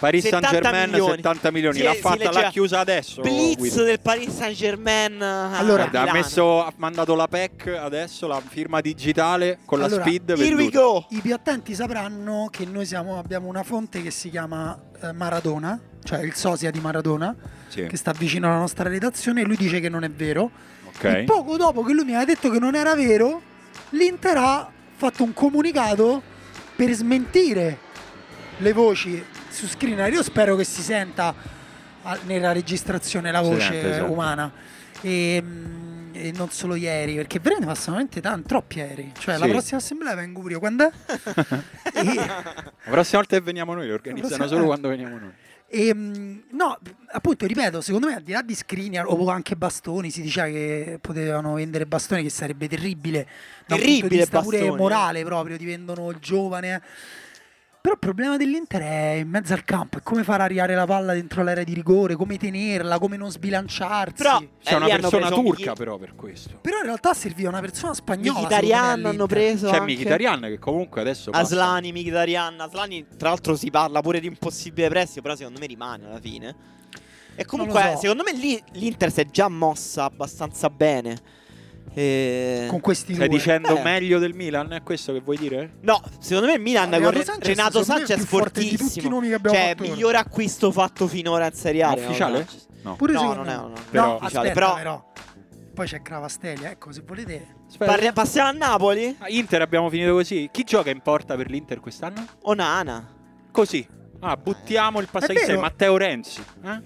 [SPEAKER 1] Paris Saint
[SPEAKER 3] 70
[SPEAKER 1] Germain
[SPEAKER 3] milioni.
[SPEAKER 1] 70 milioni.
[SPEAKER 3] Sì,
[SPEAKER 1] L'ha
[SPEAKER 3] si
[SPEAKER 1] fatta,
[SPEAKER 3] leggeva.
[SPEAKER 1] l'ha chiusa adesso.
[SPEAKER 3] Blitz
[SPEAKER 1] Guido.
[SPEAKER 3] del Paris eh, Saint Germain.
[SPEAKER 2] Allora,
[SPEAKER 1] Guarda, ha, messo, ha mandato la PEC adesso, la firma digitale con la
[SPEAKER 2] Allora,
[SPEAKER 1] speed.
[SPEAKER 3] Here we
[SPEAKER 1] venduta.
[SPEAKER 3] go.
[SPEAKER 2] I più attenti sapranno che noi siamo- abbiamo una fonte che si chiama eh, Maradona, cioè il sosia di Maradona,
[SPEAKER 1] Sì,
[SPEAKER 2] che sta vicino alla nostra redazione. e Lui dice che non è vero. E
[SPEAKER 1] ok.
[SPEAKER 2] poco dopo che lui mi aveva detto che non era vero, l'Inter ha fatto un comunicato per smentire le voci su Skriniar. Io spero che si senta ah, nella registrazione la
[SPEAKER 1] Si
[SPEAKER 2] voce
[SPEAKER 1] sente, esatto. si sente.
[SPEAKER 2] umana. E, mm, e non solo ieri, perché veramente passano veramente tan- troppi ieri. Cioè, la
[SPEAKER 1] Sì.
[SPEAKER 2] prossima assemblea vengo pure io. Quando
[SPEAKER 1] *laughs*
[SPEAKER 2] è? e,
[SPEAKER 1] La prossima volta che veniamo noi, organizzano
[SPEAKER 3] *laughs*
[SPEAKER 2] prossima-
[SPEAKER 1] solo
[SPEAKER 2] eh.
[SPEAKER 1] quando veniamo noi.
[SPEAKER 2] e, mh, Ehm, no, appunto, ripeto, secondo me al di là di Skriniar o anche bastoni, si diceva che potevano vendere bastoni, che sarebbe terribile, da un punto di
[SPEAKER 3] Terribile
[SPEAKER 2] vista pure
[SPEAKER 3] Bastoni. eh.
[SPEAKER 2] morale proprio, ti vendono il giovane. eh. Però il problema dell'Inter è in mezzo al campo, è come far arrivare la palla dentro l'area di rigore, come tenerla, come non sbilanciarsi.
[SPEAKER 3] Però
[SPEAKER 1] C'è
[SPEAKER 3] eh,
[SPEAKER 1] una
[SPEAKER 3] lì hanno
[SPEAKER 1] persona
[SPEAKER 3] preso
[SPEAKER 1] turca
[SPEAKER 3] Michi-
[SPEAKER 1] però per questo.
[SPEAKER 2] Però in realtà serviva una persona spagnola.
[SPEAKER 3] Mkhitaryan
[SPEAKER 2] secondo me,
[SPEAKER 3] hanno
[SPEAKER 2] all'Inter.
[SPEAKER 3] preso
[SPEAKER 1] C'è
[SPEAKER 3] anche
[SPEAKER 1] Mkhitaryan che comunque adesso passa.
[SPEAKER 3] Aslani, Mkhitaryan, Aslani tra l'altro si parla pure di un possibile prestito, però secondo me rimane alla fine. E comunque
[SPEAKER 2] Non lo so.
[SPEAKER 3] secondo me lì l'Inter si è già mossa abbastanza bene. E-
[SPEAKER 2] Con questi
[SPEAKER 1] Stai
[SPEAKER 2] due.
[SPEAKER 1] dicendo
[SPEAKER 3] Eh.
[SPEAKER 1] meglio del Milan? È questo che vuoi dire?
[SPEAKER 3] No, secondo me il Milan
[SPEAKER 2] Renato
[SPEAKER 3] con Re-
[SPEAKER 2] Sanchez,
[SPEAKER 3] Renato
[SPEAKER 2] secondo me, è
[SPEAKER 3] Sanchez
[SPEAKER 2] il
[SPEAKER 3] è
[SPEAKER 2] più forte di tutti i nomi che
[SPEAKER 3] fortissimo.
[SPEAKER 2] abbiamo
[SPEAKER 3] Cioè,
[SPEAKER 2] fatto ora.
[SPEAKER 3] miglior acquisto fatto finora in Serie A.
[SPEAKER 1] Ma
[SPEAKER 3] Renato
[SPEAKER 1] ufficiale?
[SPEAKER 3] Sanchez.
[SPEAKER 1] No.
[SPEAKER 2] Pure
[SPEAKER 3] No,
[SPEAKER 2] secondo
[SPEAKER 3] non
[SPEAKER 2] me.
[SPEAKER 3] è un-
[SPEAKER 1] però-
[SPEAKER 2] no, aspetta,
[SPEAKER 3] però-
[SPEAKER 2] però. Poi c'è Cravastelli, ecco, se volete.
[SPEAKER 1] Aspetta.
[SPEAKER 3] Parli- passiamo a Napoli?
[SPEAKER 1] Ah, Inter abbiamo finito così. Chi gioca in porta per l'Inter quest'anno?
[SPEAKER 3] Onana.
[SPEAKER 1] Così. Ah, buttiamo il
[SPEAKER 2] È
[SPEAKER 1] passaggio
[SPEAKER 2] vero.
[SPEAKER 1] Matteo Renzi. eh?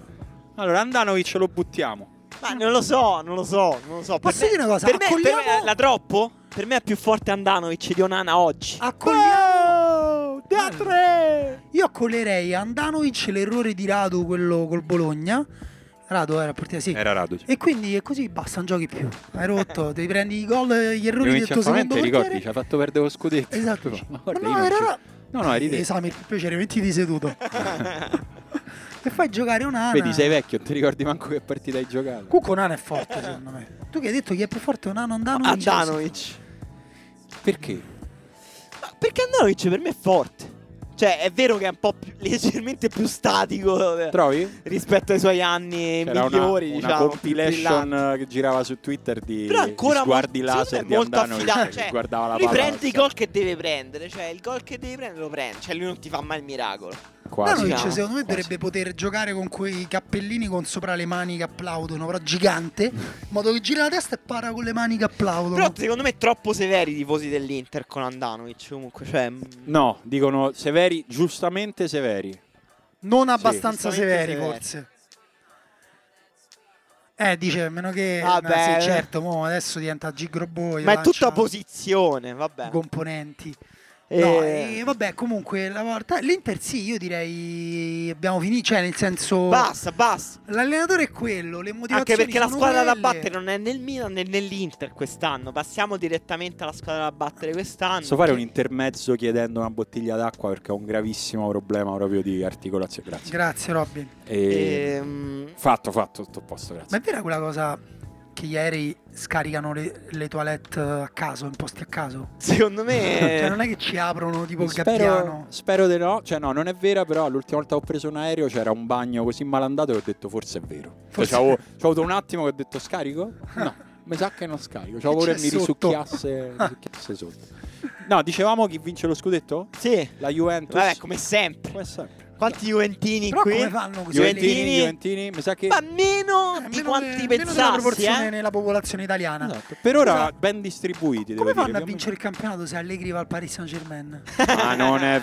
[SPEAKER 1] Allora Andanovic lo buttiamo.
[SPEAKER 3] Ma non lo so, non lo so, non lo so. Per
[SPEAKER 2] Posso
[SPEAKER 3] me-
[SPEAKER 2] dire una cosa?
[SPEAKER 3] Per me, per
[SPEAKER 2] Accogliamo-
[SPEAKER 3] me- la troppo? Per me è più forte Andanovic di Onana oggi.
[SPEAKER 2] Ah, Accogliamo
[SPEAKER 1] da
[SPEAKER 2] tre. Io accoglierei a Andanovic l'errore di Radu, quello col Bologna. Radu eh, era il portiere, sì.
[SPEAKER 1] Era Radu.
[SPEAKER 2] E quindi è così, basta, non giochi più. Hai rotto, devi prendi i gol, eh, gli errori del tuo secondo
[SPEAKER 1] ti ricordi? Ci
[SPEAKER 2] portiere.
[SPEAKER 1] ha fatto perdere lo scudetto.
[SPEAKER 2] Esatto.
[SPEAKER 1] Ma guarda,
[SPEAKER 2] Ma
[SPEAKER 1] io
[SPEAKER 2] no,
[SPEAKER 1] non
[SPEAKER 2] era
[SPEAKER 1] ci-
[SPEAKER 2] Ra-
[SPEAKER 1] No, no, eri te.
[SPEAKER 2] Esame, per piacere,
[SPEAKER 1] *laughs*
[SPEAKER 2] mettiti seduto. e fai giocare Onana.
[SPEAKER 1] Vedi, sei vecchio, non ti ricordi manco che partita hai giocato.
[SPEAKER 2] Cucco Onana è forte, secondo me. Tu che hai detto chi è più forte, Onana o Andanovic?
[SPEAKER 3] Andanovic.
[SPEAKER 1] Perché?
[SPEAKER 3] Ma perché Andanovic per me è forte. Cioè, è vero che è un po' più- *laughs* leggermente più statico eh,
[SPEAKER 1] Trovi?
[SPEAKER 3] rispetto ai suoi anni
[SPEAKER 1] C'era una,
[SPEAKER 3] migliori,
[SPEAKER 1] una
[SPEAKER 3] diciamo. più
[SPEAKER 1] compilation
[SPEAKER 3] brillanti.
[SPEAKER 1] eh, che girava su Twitter di,
[SPEAKER 3] Però ancora
[SPEAKER 1] di sguardi
[SPEAKER 3] molto-
[SPEAKER 1] laser
[SPEAKER 3] secondo
[SPEAKER 1] di
[SPEAKER 3] me è molto
[SPEAKER 1] Andanovic
[SPEAKER 3] affidato,
[SPEAKER 1] che
[SPEAKER 3] cioè,
[SPEAKER 1] guardava la
[SPEAKER 3] Lui
[SPEAKER 1] palla.
[SPEAKER 3] prende i gol che deve prendere, cioè il gol che devi prendere lo prende, cioè lui non ti fa mai il miracolo.
[SPEAKER 1] Quasi.
[SPEAKER 2] Andanovic
[SPEAKER 3] Diciamo,
[SPEAKER 2] secondo me
[SPEAKER 1] quasi.
[SPEAKER 2] dovrebbe poter giocare con quei cappellini con sopra le mani che applaudono, però gigante, in modo che gira la testa e para con le mani che applaudono.
[SPEAKER 3] Però secondo me è troppo severi i tifosi dell'Inter con Andanovic comunque, cioè
[SPEAKER 1] No, dicono severi, giustamente severi.
[SPEAKER 2] non abbastanza
[SPEAKER 3] Giustamente
[SPEAKER 2] severi,
[SPEAKER 3] severi.
[SPEAKER 2] forse. Eh, dice, a meno che...
[SPEAKER 3] Vabbè, eh.
[SPEAKER 2] ma sì,
[SPEAKER 3] vabbè.
[SPEAKER 2] certo, mo adesso diventa Gigroboi.
[SPEAKER 3] Ma è tutta posizione, vabbè.
[SPEAKER 2] componenti. No,
[SPEAKER 3] Eh,
[SPEAKER 2] e vabbè, comunque la volta- l'Inter sì, io direi abbiamo finito, cioè nel senso
[SPEAKER 3] Basta, basta.
[SPEAKER 2] l'allenatore è quello, le motivazioni
[SPEAKER 3] Anche perché la
[SPEAKER 2] sono
[SPEAKER 3] squadra da
[SPEAKER 2] quelle.
[SPEAKER 3] battere non è nel Milan né nell'Inter quest'anno. Passiamo direttamente alla squadra da battere quest'anno.
[SPEAKER 1] Posso fare un intermezzo chiedendo una bottiglia d'acqua perché ho un gravissimo problema proprio di articolazione. Grazie.
[SPEAKER 2] Grazie Robin.
[SPEAKER 1] E-
[SPEAKER 3] Ehm,
[SPEAKER 1] Fatto, fatto, tutto a posto,
[SPEAKER 2] Ma
[SPEAKER 1] grazie.
[SPEAKER 2] è vera quella cosa che gli aerei scaricano le, le toilette a caso, in posti a caso? *laughs*
[SPEAKER 3] secondo
[SPEAKER 2] Cioè
[SPEAKER 3] me.
[SPEAKER 2] non è che ci aprono tipo il
[SPEAKER 1] Spero,
[SPEAKER 2] gabbiano.
[SPEAKER 1] spero di no, cioè no, non è vera, però l'ultima volta che ho preso un aereo c'era un bagno così malandato che ho detto forse è vero. Cioè,
[SPEAKER 2] Forse-
[SPEAKER 1] c'avevo- c'ho avuto un attimo che ho detto scarico? No, mi sa che non scarico, c'avevo
[SPEAKER 2] Che
[SPEAKER 1] paura
[SPEAKER 2] c'è
[SPEAKER 1] che mi
[SPEAKER 2] sotto?
[SPEAKER 1] risucchiasse, mi risucchiasse sotto. No, dicevamo chi vince lo scudetto?
[SPEAKER 3] Sì.
[SPEAKER 1] La Juventus.
[SPEAKER 3] Vabbè, come sempre.
[SPEAKER 1] Come sempre.
[SPEAKER 3] Quanti Juventini
[SPEAKER 2] Però
[SPEAKER 3] qui?
[SPEAKER 2] come fanno così?
[SPEAKER 1] Juventini,
[SPEAKER 3] Juventini.
[SPEAKER 1] Juventini, mi sa che...
[SPEAKER 3] Ma meno
[SPEAKER 2] Eh,
[SPEAKER 3] di
[SPEAKER 2] meno
[SPEAKER 3] quanti
[SPEAKER 2] de- meno della
[SPEAKER 3] pensassi,
[SPEAKER 2] proporzione
[SPEAKER 3] eh?
[SPEAKER 2] nella popolazione italiana.
[SPEAKER 1] Esatto. Per ora
[SPEAKER 2] Scusa,
[SPEAKER 1] ben distribuiti, devo dire.
[SPEAKER 2] Come fanno a
[SPEAKER 1] Abbiamo-
[SPEAKER 2] vincere il campionato se Allegri va al Paris Saint Germain?
[SPEAKER 1] Ma non è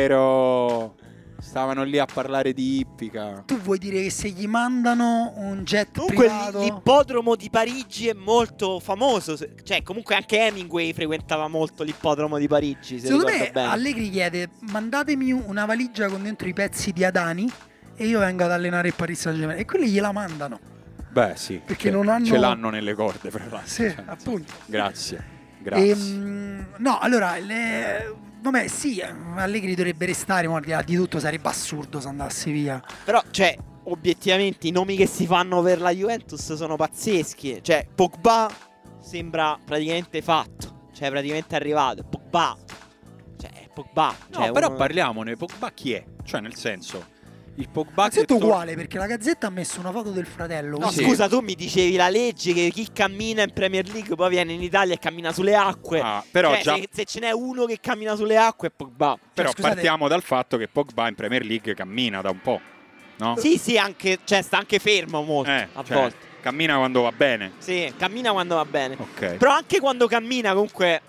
[SPEAKER 1] vero. Stavano lì a parlare di ippica.
[SPEAKER 2] *laughs* tu vuoi dire che se gli mandano un jet
[SPEAKER 3] Comunque l-
[SPEAKER 2] privato
[SPEAKER 3] l'ippodromo di Parigi è molto famoso, se- cioè comunque anche Hemingway frequentava molto l'ippodromo di Parigi, se
[SPEAKER 2] Secondo
[SPEAKER 3] ricordo
[SPEAKER 2] me
[SPEAKER 3] bene.
[SPEAKER 2] Allegri chiede mandatemi una valigia con dentro i pezzi di Adani e io vengo ad allenare il Paris Saint Germain e quelli gliela mandano.
[SPEAKER 1] Beh, sì.
[SPEAKER 2] Perché non hanno-
[SPEAKER 1] Ce l'hanno nelle corde, fra l'altro.
[SPEAKER 2] Sì,
[SPEAKER 1] Cioè,
[SPEAKER 2] appunto.
[SPEAKER 1] Grazie. Grazie.
[SPEAKER 2] Ehm, no, allora, le- vabbè sì, eh, Allegri dovrebbe restare, ma al di là di tutto sarebbe assurdo se andasse via.
[SPEAKER 3] Però, cioè, obiettivamente i nomi che si fanno per la Juventus sono pazzeschi, cioè Pogba sembra praticamente fatto, cioè praticamente arrivato, Pogba, cioè è Pogba.
[SPEAKER 1] No,
[SPEAKER 3] cioè,
[SPEAKER 1] però
[SPEAKER 3] uno-
[SPEAKER 1] parliamone. Pogba chi è? Cioè, nel senso, il Pogba
[SPEAKER 2] Ma
[SPEAKER 1] che
[SPEAKER 2] tutto
[SPEAKER 1] tor-
[SPEAKER 2] uguale perché la gazzetta ha messo una foto del fratello.
[SPEAKER 3] No,
[SPEAKER 1] Sì.
[SPEAKER 3] scusa, tu mi dicevi la legge che chi cammina in Premier League poi viene in Italia e cammina sulle acque.
[SPEAKER 1] Ah, però
[SPEAKER 3] Cioè,
[SPEAKER 1] già-
[SPEAKER 3] se, se ce n'è uno che cammina sulle acque boh, è Pogba.
[SPEAKER 1] Però
[SPEAKER 2] Cioè, scusate-
[SPEAKER 1] partiamo dal fatto che Pogba in Premier League cammina da un po', no?
[SPEAKER 3] Sì, sì, anche, cioè, sta anche fermo molto
[SPEAKER 1] Eh,
[SPEAKER 3] a
[SPEAKER 1] cioè,
[SPEAKER 3] volte.
[SPEAKER 1] Cammina quando va bene.
[SPEAKER 3] Sì, cammina quando va bene.
[SPEAKER 1] Ok.
[SPEAKER 3] Però anche quando cammina, comunque.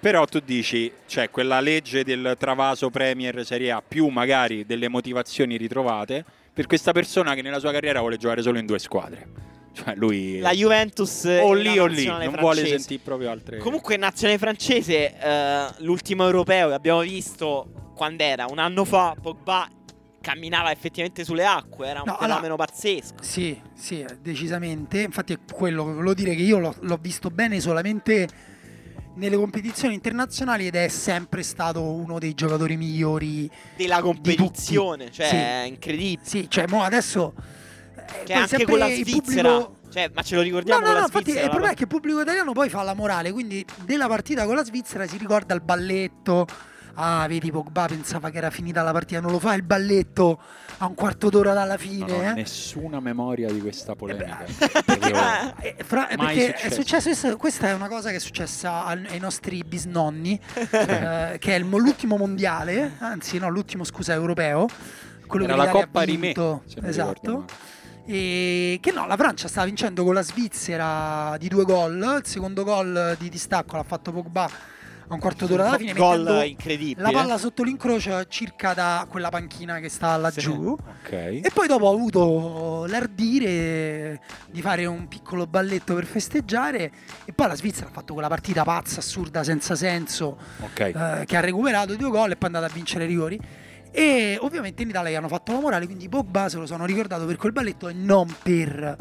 [SPEAKER 1] Però tu dici, cioè, quella legge del travaso Premier Serie A più magari delle motivazioni ritrovate per questa persona che nella sua carriera vuole giocare solo in due squadre. Cioè, lui
[SPEAKER 3] La Juventus
[SPEAKER 1] o
[SPEAKER 3] e
[SPEAKER 1] lì
[SPEAKER 3] la
[SPEAKER 1] o lì, non
[SPEAKER 3] nazionale
[SPEAKER 1] vuole
[SPEAKER 3] francese.
[SPEAKER 1] sentire proprio altre
[SPEAKER 3] Comunque, nazionale francese, eh, l'ultimo europeo che abbiamo visto quando era un anno fa, Pogba camminava effettivamente sulle acque. Era un
[SPEAKER 2] No, allora-
[SPEAKER 3] fenomeno pazzesco.
[SPEAKER 2] Sì, sì, decisamente. Infatti è quello che volevo dire che io l'ho, l'ho visto bene solamente nelle competizioni internazionali ed è sempre stato uno dei giocatori migliori.
[SPEAKER 3] Della competizione, cioè,
[SPEAKER 2] Sì.
[SPEAKER 3] è incredibile.
[SPEAKER 2] Sì, cioè, mo adesso eh,
[SPEAKER 3] Cioè,
[SPEAKER 2] poi
[SPEAKER 3] anche
[SPEAKER 2] sempre
[SPEAKER 3] con la
[SPEAKER 2] il
[SPEAKER 3] Svizzera.
[SPEAKER 2] pubblico-
[SPEAKER 3] Cioè, ma ce lo
[SPEAKER 2] No,
[SPEAKER 3] ricordiamo
[SPEAKER 2] no,
[SPEAKER 3] con
[SPEAKER 2] no,
[SPEAKER 3] la
[SPEAKER 2] infatti
[SPEAKER 3] Svizzera.
[SPEAKER 2] il
[SPEAKER 3] la
[SPEAKER 2] problema è che il pubblico italiano poi fa la morale, quindi della partita con la Svizzera si ricorda il balletto. Ah, vedi Pogba pensava che era finita la partita, non lo fa il balletto a un quarto d'ora dalla fine,
[SPEAKER 1] Non ho
[SPEAKER 2] eh.
[SPEAKER 1] nessuna memoria di questa
[SPEAKER 2] *laughs*
[SPEAKER 1] polemica. oh,
[SPEAKER 2] Ah, eh, fra-
[SPEAKER 1] Mai
[SPEAKER 2] perché è
[SPEAKER 1] successo.
[SPEAKER 2] successo, questo- questa è una cosa che è successa al- ai nostri
[SPEAKER 1] *laughs*
[SPEAKER 2] bisnonni, eh, che è il mo- l'ultimo mondiale, anzi no, l'ultimo scusa europeo, quello
[SPEAKER 1] Era
[SPEAKER 2] che
[SPEAKER 1] la
[SPEAKER 2] l'Italia
[SPEAKER 1] Coppa
[SPEAKER 2] ha
[SPEAKER 1] Rimè,
[SPEAKER 2] vinto,
[SPEAKER 1] se non ricordo
[SPEAKER 2] esatto.
[SPEAKER 1] male.
[SPEAKER 2] E che no, la Francia sta vincendo con la Svizzera di due gol, il secondo gol di distacco l'ha fatto Pogba a un quarto d'ora dalla fine,
[SPEAKER 3] Gol
[SPEAKER 2] mettendo
[SPEAKER 3] incredibile.
[SPEAKER 2] la palla sotto l'incrocio circa da quella panchina che sta laggiù.
[SPEAKER 1] Ok.
[SPEAKER 2] E poi dopo ho avuto l'ardire di fare un piccolo balletto per festeggiare e poi la Svizzera ha fatto quella partita pazza, assurda, senza senso,
[SPEAKER 1] ok.
[SPEAKER 2] eh, che ha recuperato due gol e poi è andata a vincere i rigori. E ovviamente in Italia gli hanno fatto la morale, quindi Pogba se lo sono ricordato per quel balletto e non per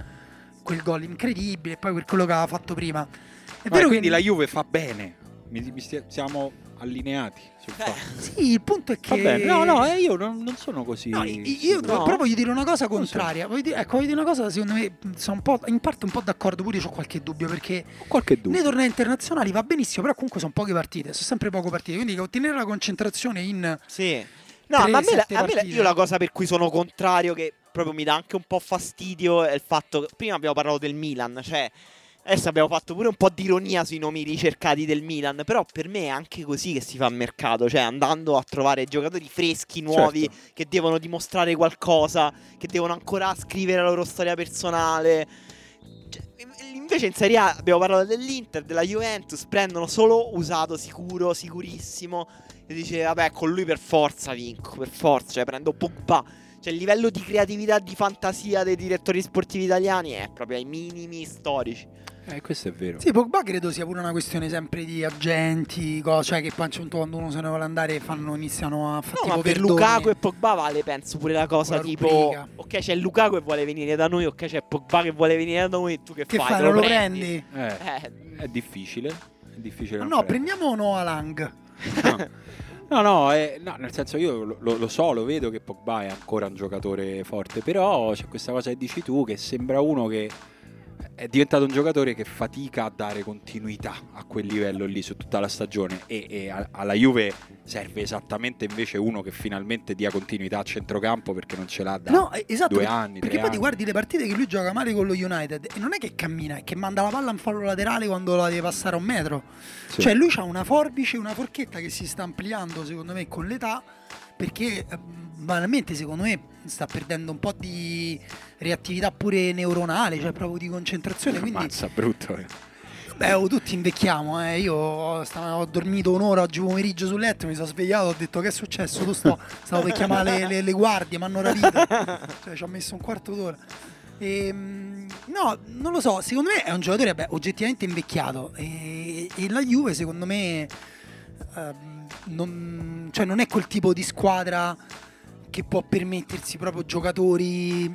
[SPEAKER 2] quel gol incredibile e poi per quello che aveva fatto prima. È
[SPEAKER 1] Vabbè,
[SPEAKER 2] vero
[SPEAKER 1] quindi
[SPEAKER 2] che
[SPEAKER 1] la Juve fa bene. Mi- mi stia- siamo allineati
[SPEAKER 2] *laughs*
[SPEAKER 1] sul fatto.
[SPEAKER 2] Sì, il punto è che...
[SPEAKER 1] Va bene. No, no, eh, io non, non sono così.
[SPEAKER 2] No, i- io
[SPEAKER 1] sicuro.
[SPEAKER 2] proprio però voglio dire una cosa contraria. Voglio dire, ecco, voglio dire una cosa, secondo me, mh, sono un po', in parte un po' d'accordo, pure io ho qualche dubbio, perché
[SPEAKER 1] Ho qualche
[SPEAKER 2] nei
[SPEAKER 1] dubbio.
[SPEAKER 2] tornei internazionali va benissimo, però comunque sono poche partite, sono sempre poche partite, quindi ottenere la concentrazione in...
[SPEAKER 3] Sì. No,
[SPEAKER 2] Tre,
[SPEAKER 3] ma a me, la-
[SPEAKER 2] sette
[SPEAKER 3] a me la-
[SPEAKER 2] partite.
[SPEAKER 3] io la cosa per cui sono contrario, che proprio mi dà anche un po' fastidio, è il fatto che prima abbiamo parlato del Milan, cioè adesso abbiamo fatto pure un po' di ironia sui nomi ricercati del Milan, però per me è anche così che si fa il mercato, cioè andando a trovare giocatori freschi, nuovi,
[SPEAKER 1] Certo.
[SPEAKER 3] che devono dimostrare qualcosa, che devono ancora scrivere la loro storia personale. Cioè, Invece in Serie A abbiamo parlato dell'Inter, della Juventus, prendono solo usato sicuro, sicurissimo. E dice, vabbè, con lui per forza vinco, per forza, cioè prendo Pogba. Cioè il livello di creatività, di fantasia dei direttori sportivi italiani è proprio ai minimi storici.
[SPEAKER 1] Eh, questo è vero.
[SPEAKER 2] Sì, Pogba credo sia pure una questione sempre di agenti, co- cioè che poi a un certo quando uno se ne vuole andare fanno, iniziano a fare
[SPEAKER 3] No,
[SPEAKER 2] tipo
[SPEAKER 3] ma per
[SPEAKER 2] perdoni.
[SPEAKER 3] Lukaku e Pogba vale, penso, pure la cosa
[SPEAKER 2] Quella
[SPEAKER 3] tipo...
[SPEAKER 2] rubrica.
[SPEAKER 3] Ok, c'è Lukaku che vuole venire da noi, ok, c'è Pogba che vuole venire da noi, tu che,
[SPEAKER 2] Che
[SPEAKER 3] fai?
[SPEAKER 2] fai?
[SPEAKER 3] Te
[SPEAKER 2] Non lo prendi?
[SPEAKER 1] Eh,
[SPEAKER 3] Eh,
[SPEAKER 1] è difficile. È difficile
[SPEAKER 2] No,
[SPEAKER 1] non
[SPEAKER 2] no,
[SPEAKER 1] prendere.
[SPEAKER 2] prendiamo Noah Lang.
[SPEAKER 1] No, no, eh, no, nel senso io lo, lo- lo so, lo vedo che Pogba è ancora un giocatore forte, però c'è questa cosa che dici tu che sembra uno che è diventato un giocatore che fatica a dare continuità a quel livello lì su tutta la stagione e, e a- alla Juve serve esattamente invece uno che finalmente dia continuità a centrocampo perché non ce l'ha da
[SPEAKER 2] no, eh, esatto.
[SPEAKER 1] due
[SPEAKER 2] perché-
[SPEAKER 1] anni, tre
[SPEAKER 2] perché poi ti
[SPEAKER 1] anni.
[SPEAKER 2] guardi le partite che lui gioca male con lo United e non è che cammina, è che manda la palla a un fallo laterale quando la deve passare a un metro.
[SPEAKER 1] Sì.
[SPEAKER 2] Cioè lui ha una forbice, una forchetta che si sta ampliando secondo me con l'età perché eh, banalmente secondo me sta perdendo un po' di reattività pure neuronale, cioè proprio di concentrazione, quindi
[SPEAKER 1] Ammazza, brutto. eh.
[SPEAKER 2] Beh, oh, tutti invecchiamo, eh. Io stavo, ho dormito un'ora oggi pomeriggio sul letto, mi sono svegliato, ho detto che è successo, tu sto, stavo per chiamare le, le- le guardie, mi hanno rapito. Cioè, ci ho messo un quarto d'ora. Ehm, no, non lo so, secondo me è un giocatore beh, oggettivamente invecchiato e, e la Juve secondo me ehm, non, cioè, non è quel tipo di squadra che può permettersi proprio giocatori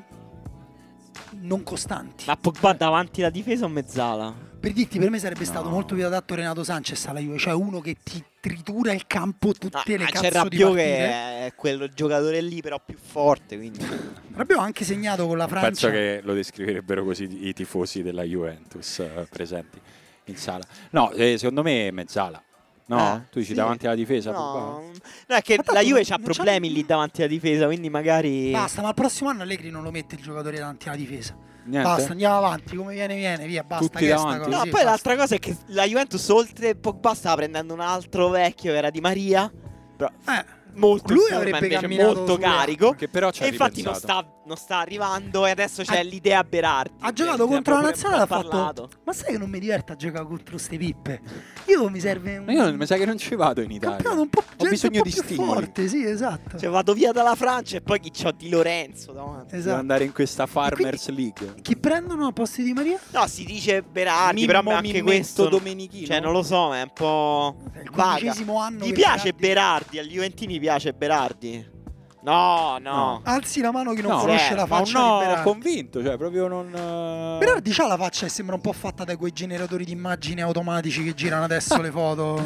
[SPEAKER 2] non costanti.
[SPEAKER 3] ma Pogba davanti alla difesa o mezzala?
[SPEAKER 2] Per dirti, per me sarebbe
[SPEAKER 1] No.
[SPEAKER 2] stato molto più adatto Renato Sanchez alla Juve, cioè uno che ti tritura il campo
[SPEAKER 3] No,
[SPEAKER 2] tutte le
[SPEAKER 3] ah,
[SPEAKER 2] cazzo
[SPEAKER 3] c'è
[SPEAKER 2] di
[SPEAKER 3] Rabiot
[SPEAKER 2] partite.
[SPEAKER 3] che è quello giocatore lì però più forte, quindi...
[SPEAKER 2] Rabiot ha anche segnato con la
[SPEAKER 1] Penso
[SPEAKER 2] Francia.
[SPEAKER 1] che lo descriverebbero così i tifosi della Juventus eh, presenti in sala. No, eh, secondo me è mezzala. No,
[SPEAKER 3] Eh,
[SPEAKER 1] tu dici
[SPEAKER 3] sì.
[SPEAKER 1] davanti alla difesa. Pogba?
[SPEAKER 3] No, no, è che
[SPEAKER 2] Ma tanto
[SPEAKER 3] la Juve
[SPEAKER 2] non-
[SPEAKER 3] ha
[SPEAKER 2] non c'ha-
[SPEAKER 3] problemi lì davanti alla difesa, quindi magari...
[SPEAKER 2] Basta, ma il prossimo anno Allegri non lo mette il giocatore davanti alla difesa.
[SPEAKER 1] Niente?
[SPEAKER 2] Basta, andiamo avanti, come viene viene, via, basta.
[SPEAKER 1] Tutti
[SPEAKER 2] che è sta
[SPEAKER 1] davanti?
[SPEAKER 2] cosa,
[SPEAKER 3] No,
[SPEAKER 2] sì,
[SPEAKER 3] poi
[SPEAKER 2] basta.
[SPEAKER 3] l'altra cosa è che la Juventus oltre Pogba stava prendendo un altro vecchio che era Di Maria,
[SPEAKER 2] Eh,
[SPEAKER 3] molto
[SPEAKER 2] Lui
[SPEAKER 3] in forma,
[SPEAKER 2] avrebbe
[SPEAKER 3] invece
[SPEAKER 2] camminato
[SPEAKER 3] molto
[SPEAKER 2] sulle-
[SPEAKER 3] carico.
[SPEAKER 1] Che però ci
[SPEAKER 3] E
[SPEAKER 1] ha
[SPEAKER 3] infatti non
[SPEAKER 1] ripensato.
[SPEAKER 3] sta, non sta arrivando e adesso c'è
[SPEAKER 2] Ha-
[SPEAKER 3] l'idea Berardi.
[SPEAKER 2] ha giocato contro la nazionale, ha fatto... Ma sai che non mi diverte a giocare contro ste pippe? Io mi serve un...
[SPEAKER 1] Ma Io non- mi sa che non ci vado in Italia.
[SPEAKER 2] campionato un po', gente
[SPEAKER 1] Ho bisogno
[SPEAKER 2] un po'
[SPEAKER 1] di
[SPEAKER 2] più
[SPEAKER 1] stimoli.
[SPEAKER 2] forte, sì, esatto.
[SPEAKER 3] Cioè vado via dalla Francia e poi chi c'ho di Lorenzo davanti.
[SPEAKER 1] Devo
[SPEAKER 2] esatto.
[SPEAKER 1] andare in questa Farmers League.
[SPEAKER 2] Chi prendono a posti di Maria?
[SPEAKER 3] No, si dice Berardi, Ah, però
[SPEAKER 1] Mimmo
[SPEAKER 3] anche
[SPEAKER 1] Mimmetto
[SPEAKER 3] questo...
[SPEAKER 1] Domenichino.
[SPEAKER 3] Cioè non lo so, ma è un po'...
[SPEAKER 2] Eh, Il
[SPEAKER 3] Vaga.
[SPEAKER 2] quindicesimo anno.
[SPEAKER 3] Gli
[SPEAKER 2] che
[SPEAKER 3] piace
[SPEAKER 2] Berardi-
[SPEAKER 3] Berardi, agli Juventini piace Berardi. No, no.
[SPEAKER 2] Alzi la mano chi non
[SPEAKER 1] No,
[SPEAKER 2] conosce
[SPEAKER 3] eh,
[SPEAKER 2] la
[SPEAKER 1] Ma un
[SPEAKER 2] faccia
[SPEAKER 1] no
[SPEAKER 2] di Berardi.
[SPEAKER 1] convinto, cioè proprio non... eh,
[SPEAKER 2] Berardi c'ha la faccia e sembra un po' fatta da quei generatori di immagini automatici che girano adesso le foto. A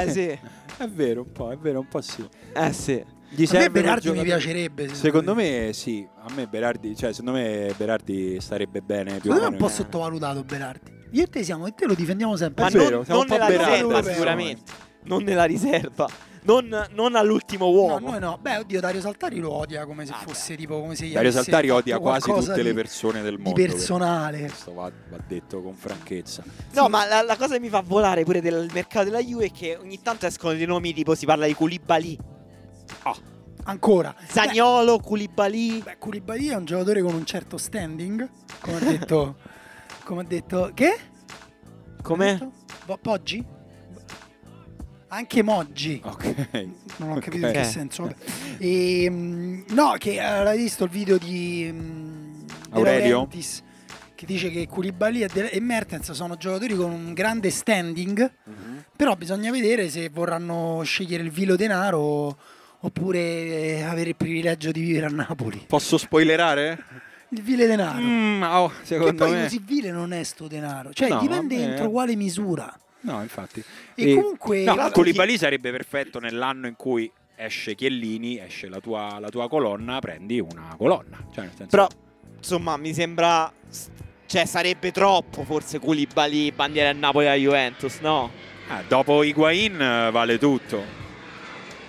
[SPEAKER 1] è ver-
[SPEAKER 3] Eh sì,
[SPEAKER 1] *laughs* È vero, un po', è vero, un po' sì.
[SPEAKER 3] eh sì.
[SPEAKER 1] Gli serve
[SPEAKER 2] me
[SPEAKER 1] un
[SPEAKER 2] Berardi mi
[SPEAKER 1] giocatore-
[SPEAKER 2] piacerebbe. se
[SPEAKER 1] Secondo
[SPEAKER 2] devo dire.
[SPEAKER 1] me sì, a me Berardi, cioè secondo me Berardi starebbe bene più o
[SPEAKER 2] Secondo me è un
[SPEAKER 1] meno.
[SPEAKER 2] po' sottovalutato Berardi. Io e te siamo e te lo difendiamo sempre.
[SPEAKER 3] Ma
[SPEAKER 1] È vero,
[SPEAKER 3] non,
[SPEAKER 1] siamo
[SPEAKER 3] non
[SPEAKER 1] un po'
[SPEAKER 3] nella
[SPEAKER 1] Berardi,
[SPEAKER 3] riserva
[SPEAKER 2] europeo.
[SPEAKER 3] sicuramente. Non nella riserva. Non, non all'ultimo
[SPEAKER 2] No,
[SPEAKER 3] uomo.
[SPEAKER 2] noi no. Beh, oddio, Dario Saltari lo odia come se
[SPEAKER 3] Ah,
[SPEAKER 2] fosse tipo come se gli
[SPEAKER 1] Dario
[SPEAKER 2] avesse
[SPEAKER 1] Saltari
[SPEAKER 2] fatto
[SPEAKER 1] odia quasi
[SPEAKER 2] qualcosa
[SPEAKER 1] tutte le
[SPEAKER 2] di-
[SPEAKER 1] persone del
[SPEAKER 2] Di
[SPEAKER 1] mondo.
[SPEAKER 2] personale.
[SPEAKER 1] Questo va, va detto con franchezza. *laughs*
[SPEAKER 3] No, ma la, la cosa che mi fa volare pure del mercato della Juve è che ogni tanto escono dei nomi tipo si parla di Koulibaly,
[SPEAKER 2] Ancora.
[SPEAKER 3] Zagnolo, Koulibaly.
[SPEAKER 2] Beh, Koulibaly è un giocatore con un certo standing, come
[SPEAKER 1] *laughs*
[SPEAKER 2] ha detto... come ha detto... Che?
[SPEAKER 3] Com'è?
[SPEAKER 2] Po- Poggi? Anche Moggi.
[SPEAKER 1] Ok.
[SPEAKER 2] Non ho capito
[SPEAKER 1] Ok. Eh.
[SPEAKER 2] in che senso. vabbè. Ehm, no, che avrai visto il video di mm, De
[SPEAKER 1] Aurelio?
[SPEAKER 2] Laurentiis, che dice che Koulibaly e, De- e Mertens sono giocatori con un grande standing,
[SPEAKER 1] Mhm.
[SPEAKER 2] però bisogna vedere se vorranno scegliere il vilo denaro oppure eh, avere il privilegio di vivere a Napoli.
[SPEAKER 1] Posso spoilerare?
[SPEAKER 2] Il vile denaro.
[SPEAKER 1] Mm, oh,
[SPEAKER 2] che
[SPEAKER 1] secondo
[SPEAKER 2] poi
[SPEAKER 1] me.
[SPEAKER 2] così vile non è sto denaro, cioè
[SPEAKER 1] No,
[SPEAKER 2] dipende
[SPEAKER 1] vabbè.
[SPEAKER 2] entro quale misura.
[SPEAKER 1] No, infatti.
[SPEAKER 2] E,
[SPEAKER 1] E-
[SPEAKER 2] comunque...
[SPEAKER 1] No, Koulibaly sarebbe perfetto nell'anno in cui esce Chiellini, esce la tua, la tua colonna, prendi una colonna. Cioè, nel senso,
[SPEAKER 3] Però, insomma, mi sembra... Cioè, sarebbe troppo forse Koulibaly, bandiera a Napoli alla Juventus, no?
[SPEAKER 1] Ah, dopo Higuain eh, vale tutto.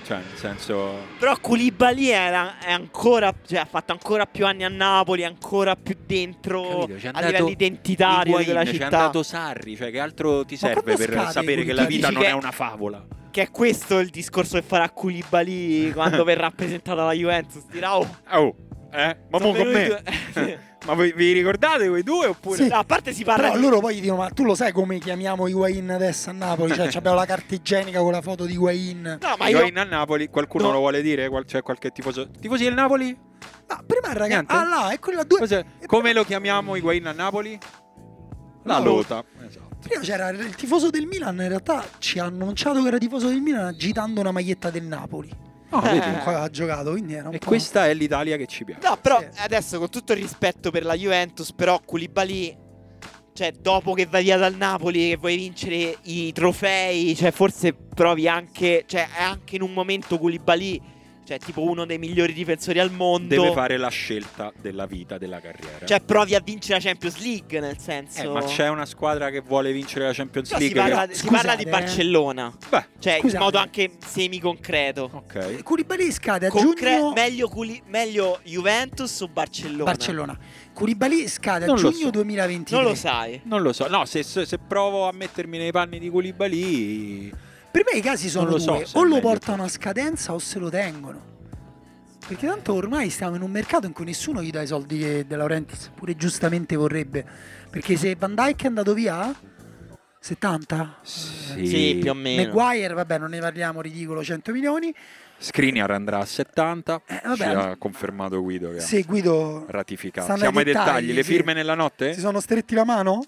[SPEAKER 1] Cioè, nel senso...
[SPEAKER 3] Però Koulibaly era, è ancora, cioè, ha fatto ancora più anni a Napoli, è ancora più dentro
[SPEAKER 1] Capito, c'è
[SPEAKER 3] a
[SPEAKER 1] andato
[SPEAKER 3] livello identitario
[SPEAKER 1] Higuain,
[SPEAKER 3] della
[SPEAKER 1] c'è
[SPEAKER 3] città.
[SPEAKER 1] andato Sarri, cioè che altro ti serve
[SPEAKER 2] quando
[SPEAKER 1] per
[SPEAKER 2] scade
[SPEAKER 1] sapere che
[SPEAKER 2] Koulibaly?
[SPEAKER 1] la vita
[SPEAKER 3] Dici
[SPEAKER 1] non
[SPEAKER 3] che-
[SPEAKER 1] è una favola?
[SPEAKER 3] Che è questo il discorso che farà Koulibaly
[SPEAKER 1] *laughs*
[SPEAKER 3] quando verrà presentata la Juventus. Dirà, oh,
[SPEAKER 1] Oh, eh? Ma mo
[SPEAKER 3] sono
[SPEAKER 1] con me?
[SPEAKER 3] venuti
[SPEAKER 1] *laughs*
[SPEAKER 3] due- *laughs*
[SPEAKER 1] Ma voi- vi ricordate voi due oppure...
[SPEAKER 2] Sì.
[SPEAKER 3] No, a parte si parla
[SPEAKER 2] Però
[SPEAKER 3] di...
[SPEAKER 2] loro poi gli dicono: Ma tu lo sai come chiamiamo Higuain adesso a Napoli? Cioè, abbiamo la carta igienica con la foto di Higuain.
[SPEAKER 3] No, ma io...
[SPEAKER 1] Higuain a Napoli, qualcuno
[SPEAKER 3] No.
[SPEAKER 1] lo vuole dire? Qual- c'è qualche tifoso... Tifosi del Napoli?
[SPEAKER 2] No, Ah, prima il ragazzo.
[SPEAKER 1] Niente.
[SPEAKER 2] Ah, là, eccoli là due.
[SPEAKER 1] Cos'è? Come lo chiamiamo Higuain a Napoli? La lotta. Esatto.
[SPEAKER 2] Prima c'era il tifoso del Milan, in realtà ci ha annunciato che era tifoso del Milan agitando una maglietta del Napoli.
[SPEAKER 1] Ah,
[SPEAKER 3] Eh.
[SPEAKER 1] vedi?
[SPEAKER 2] Qua ha giocato, quindi era un
[SPEAKER 1] E
[SPEAKER 2] po'...
[SPEAKER 1] questa è l'Italia che ci piace.
[SPEAKER 3] No, però
[SPEAKER 2] Sì.
[SPEAKER 3] adesso con tutto il rispetto per la Juventus, però Koulibaly cioè dopo che vai via dal Napoli che vuoi vincere i trofei, cioè forse provi anche, cioè è anche in un momento Koulibaly, cioè tipo uno dei migliori difensori al mondo.
[SPEAKER 1] Deve fare la scelta della vita, della carriera.
[SPEAKER 3] Cioè provi a vincere la Champions League, nel senso.
[SPEAKER 1] Eh, ma c'è una squadra che vuole vincere la Champions
[SPEAKER 3] Però si,
[SPEAKER 1] League.
[SPEAKER 3] parla,
[SPEAKER 1] che-
[SPEAKER 3] si parla
[SPEAKER 2] Scusate,
[SPEAKER 3] di
[SPEAKER 2] eh.
[SPEAKER 3] Barcellona,
[SPEAKER 1] Beh,
[SPEAKER 3] cioè
[SPEAKER 2] Scusate.
[SPEAKER 3] in modo anche semiconcreto.
[SPEAKER 1] ok.
[SPEAKER 2] Eh, Koulibaly scade a
[SPEAKER 3] Concre-
[SPEAKER 2] giugno...
[SPEAKER 3] meglio, Culi- meglio Juventus o Barcellona?
[SPEAKER 2] Barcellona. Koulibaly scade a
[SPEAKER 1] Non lo
[SPEAKER 2] giugno
[SPEAKER 1] so.
[SPEAKER 2] 2023.
[SPEAKER 3] Non lo sai.
[SPEAKER 1] Non lo so, no, se, se- se provo a mettermi nei panni di Koulibaly
[SPEAKER 2] Per me i casi sono
[SPEAKER 1] Non lo so
[SPEAKER 2] due,
[SPEAKER 1] se
[SPEAKER 2] o
[SPEAKER 1] è
[SPEAKER 2] lo
[SPEAKER 1] meglio.
[SPEAKER 2] portano a scadenza o se lo tengono. Perché tanto ormai stiamo in un mercato in cui nessuno gli dà i soldi che De Laurentiis pure giustamente vorrebbe. Perché se Van Dijk è andato via 70?
[SPEAKER 1] sì.
[SPEAKER 3] Sì, più o meno.
[SPEAKER 2] Maguire, vabbè, non ne parliamo, ridicolo, 100 milioni.
[SPEAKER 1] Skriniar andrà a 70,
[SPEAKER 2] Eh, vabbè.
[SPEAKER 1] ci ha confermato Guido che ha
[SPEAKER 2] Se Guido
[SPEAKER 1] ratificato.
[SPEAKER 2] stanno
[SPEAKER 1] Siamo ai dettagli, le
[SPEAKER 2] sì.
[SPEAKER 1] firme nella notte?
[SPEAKER 2] Si sono stretti la mano?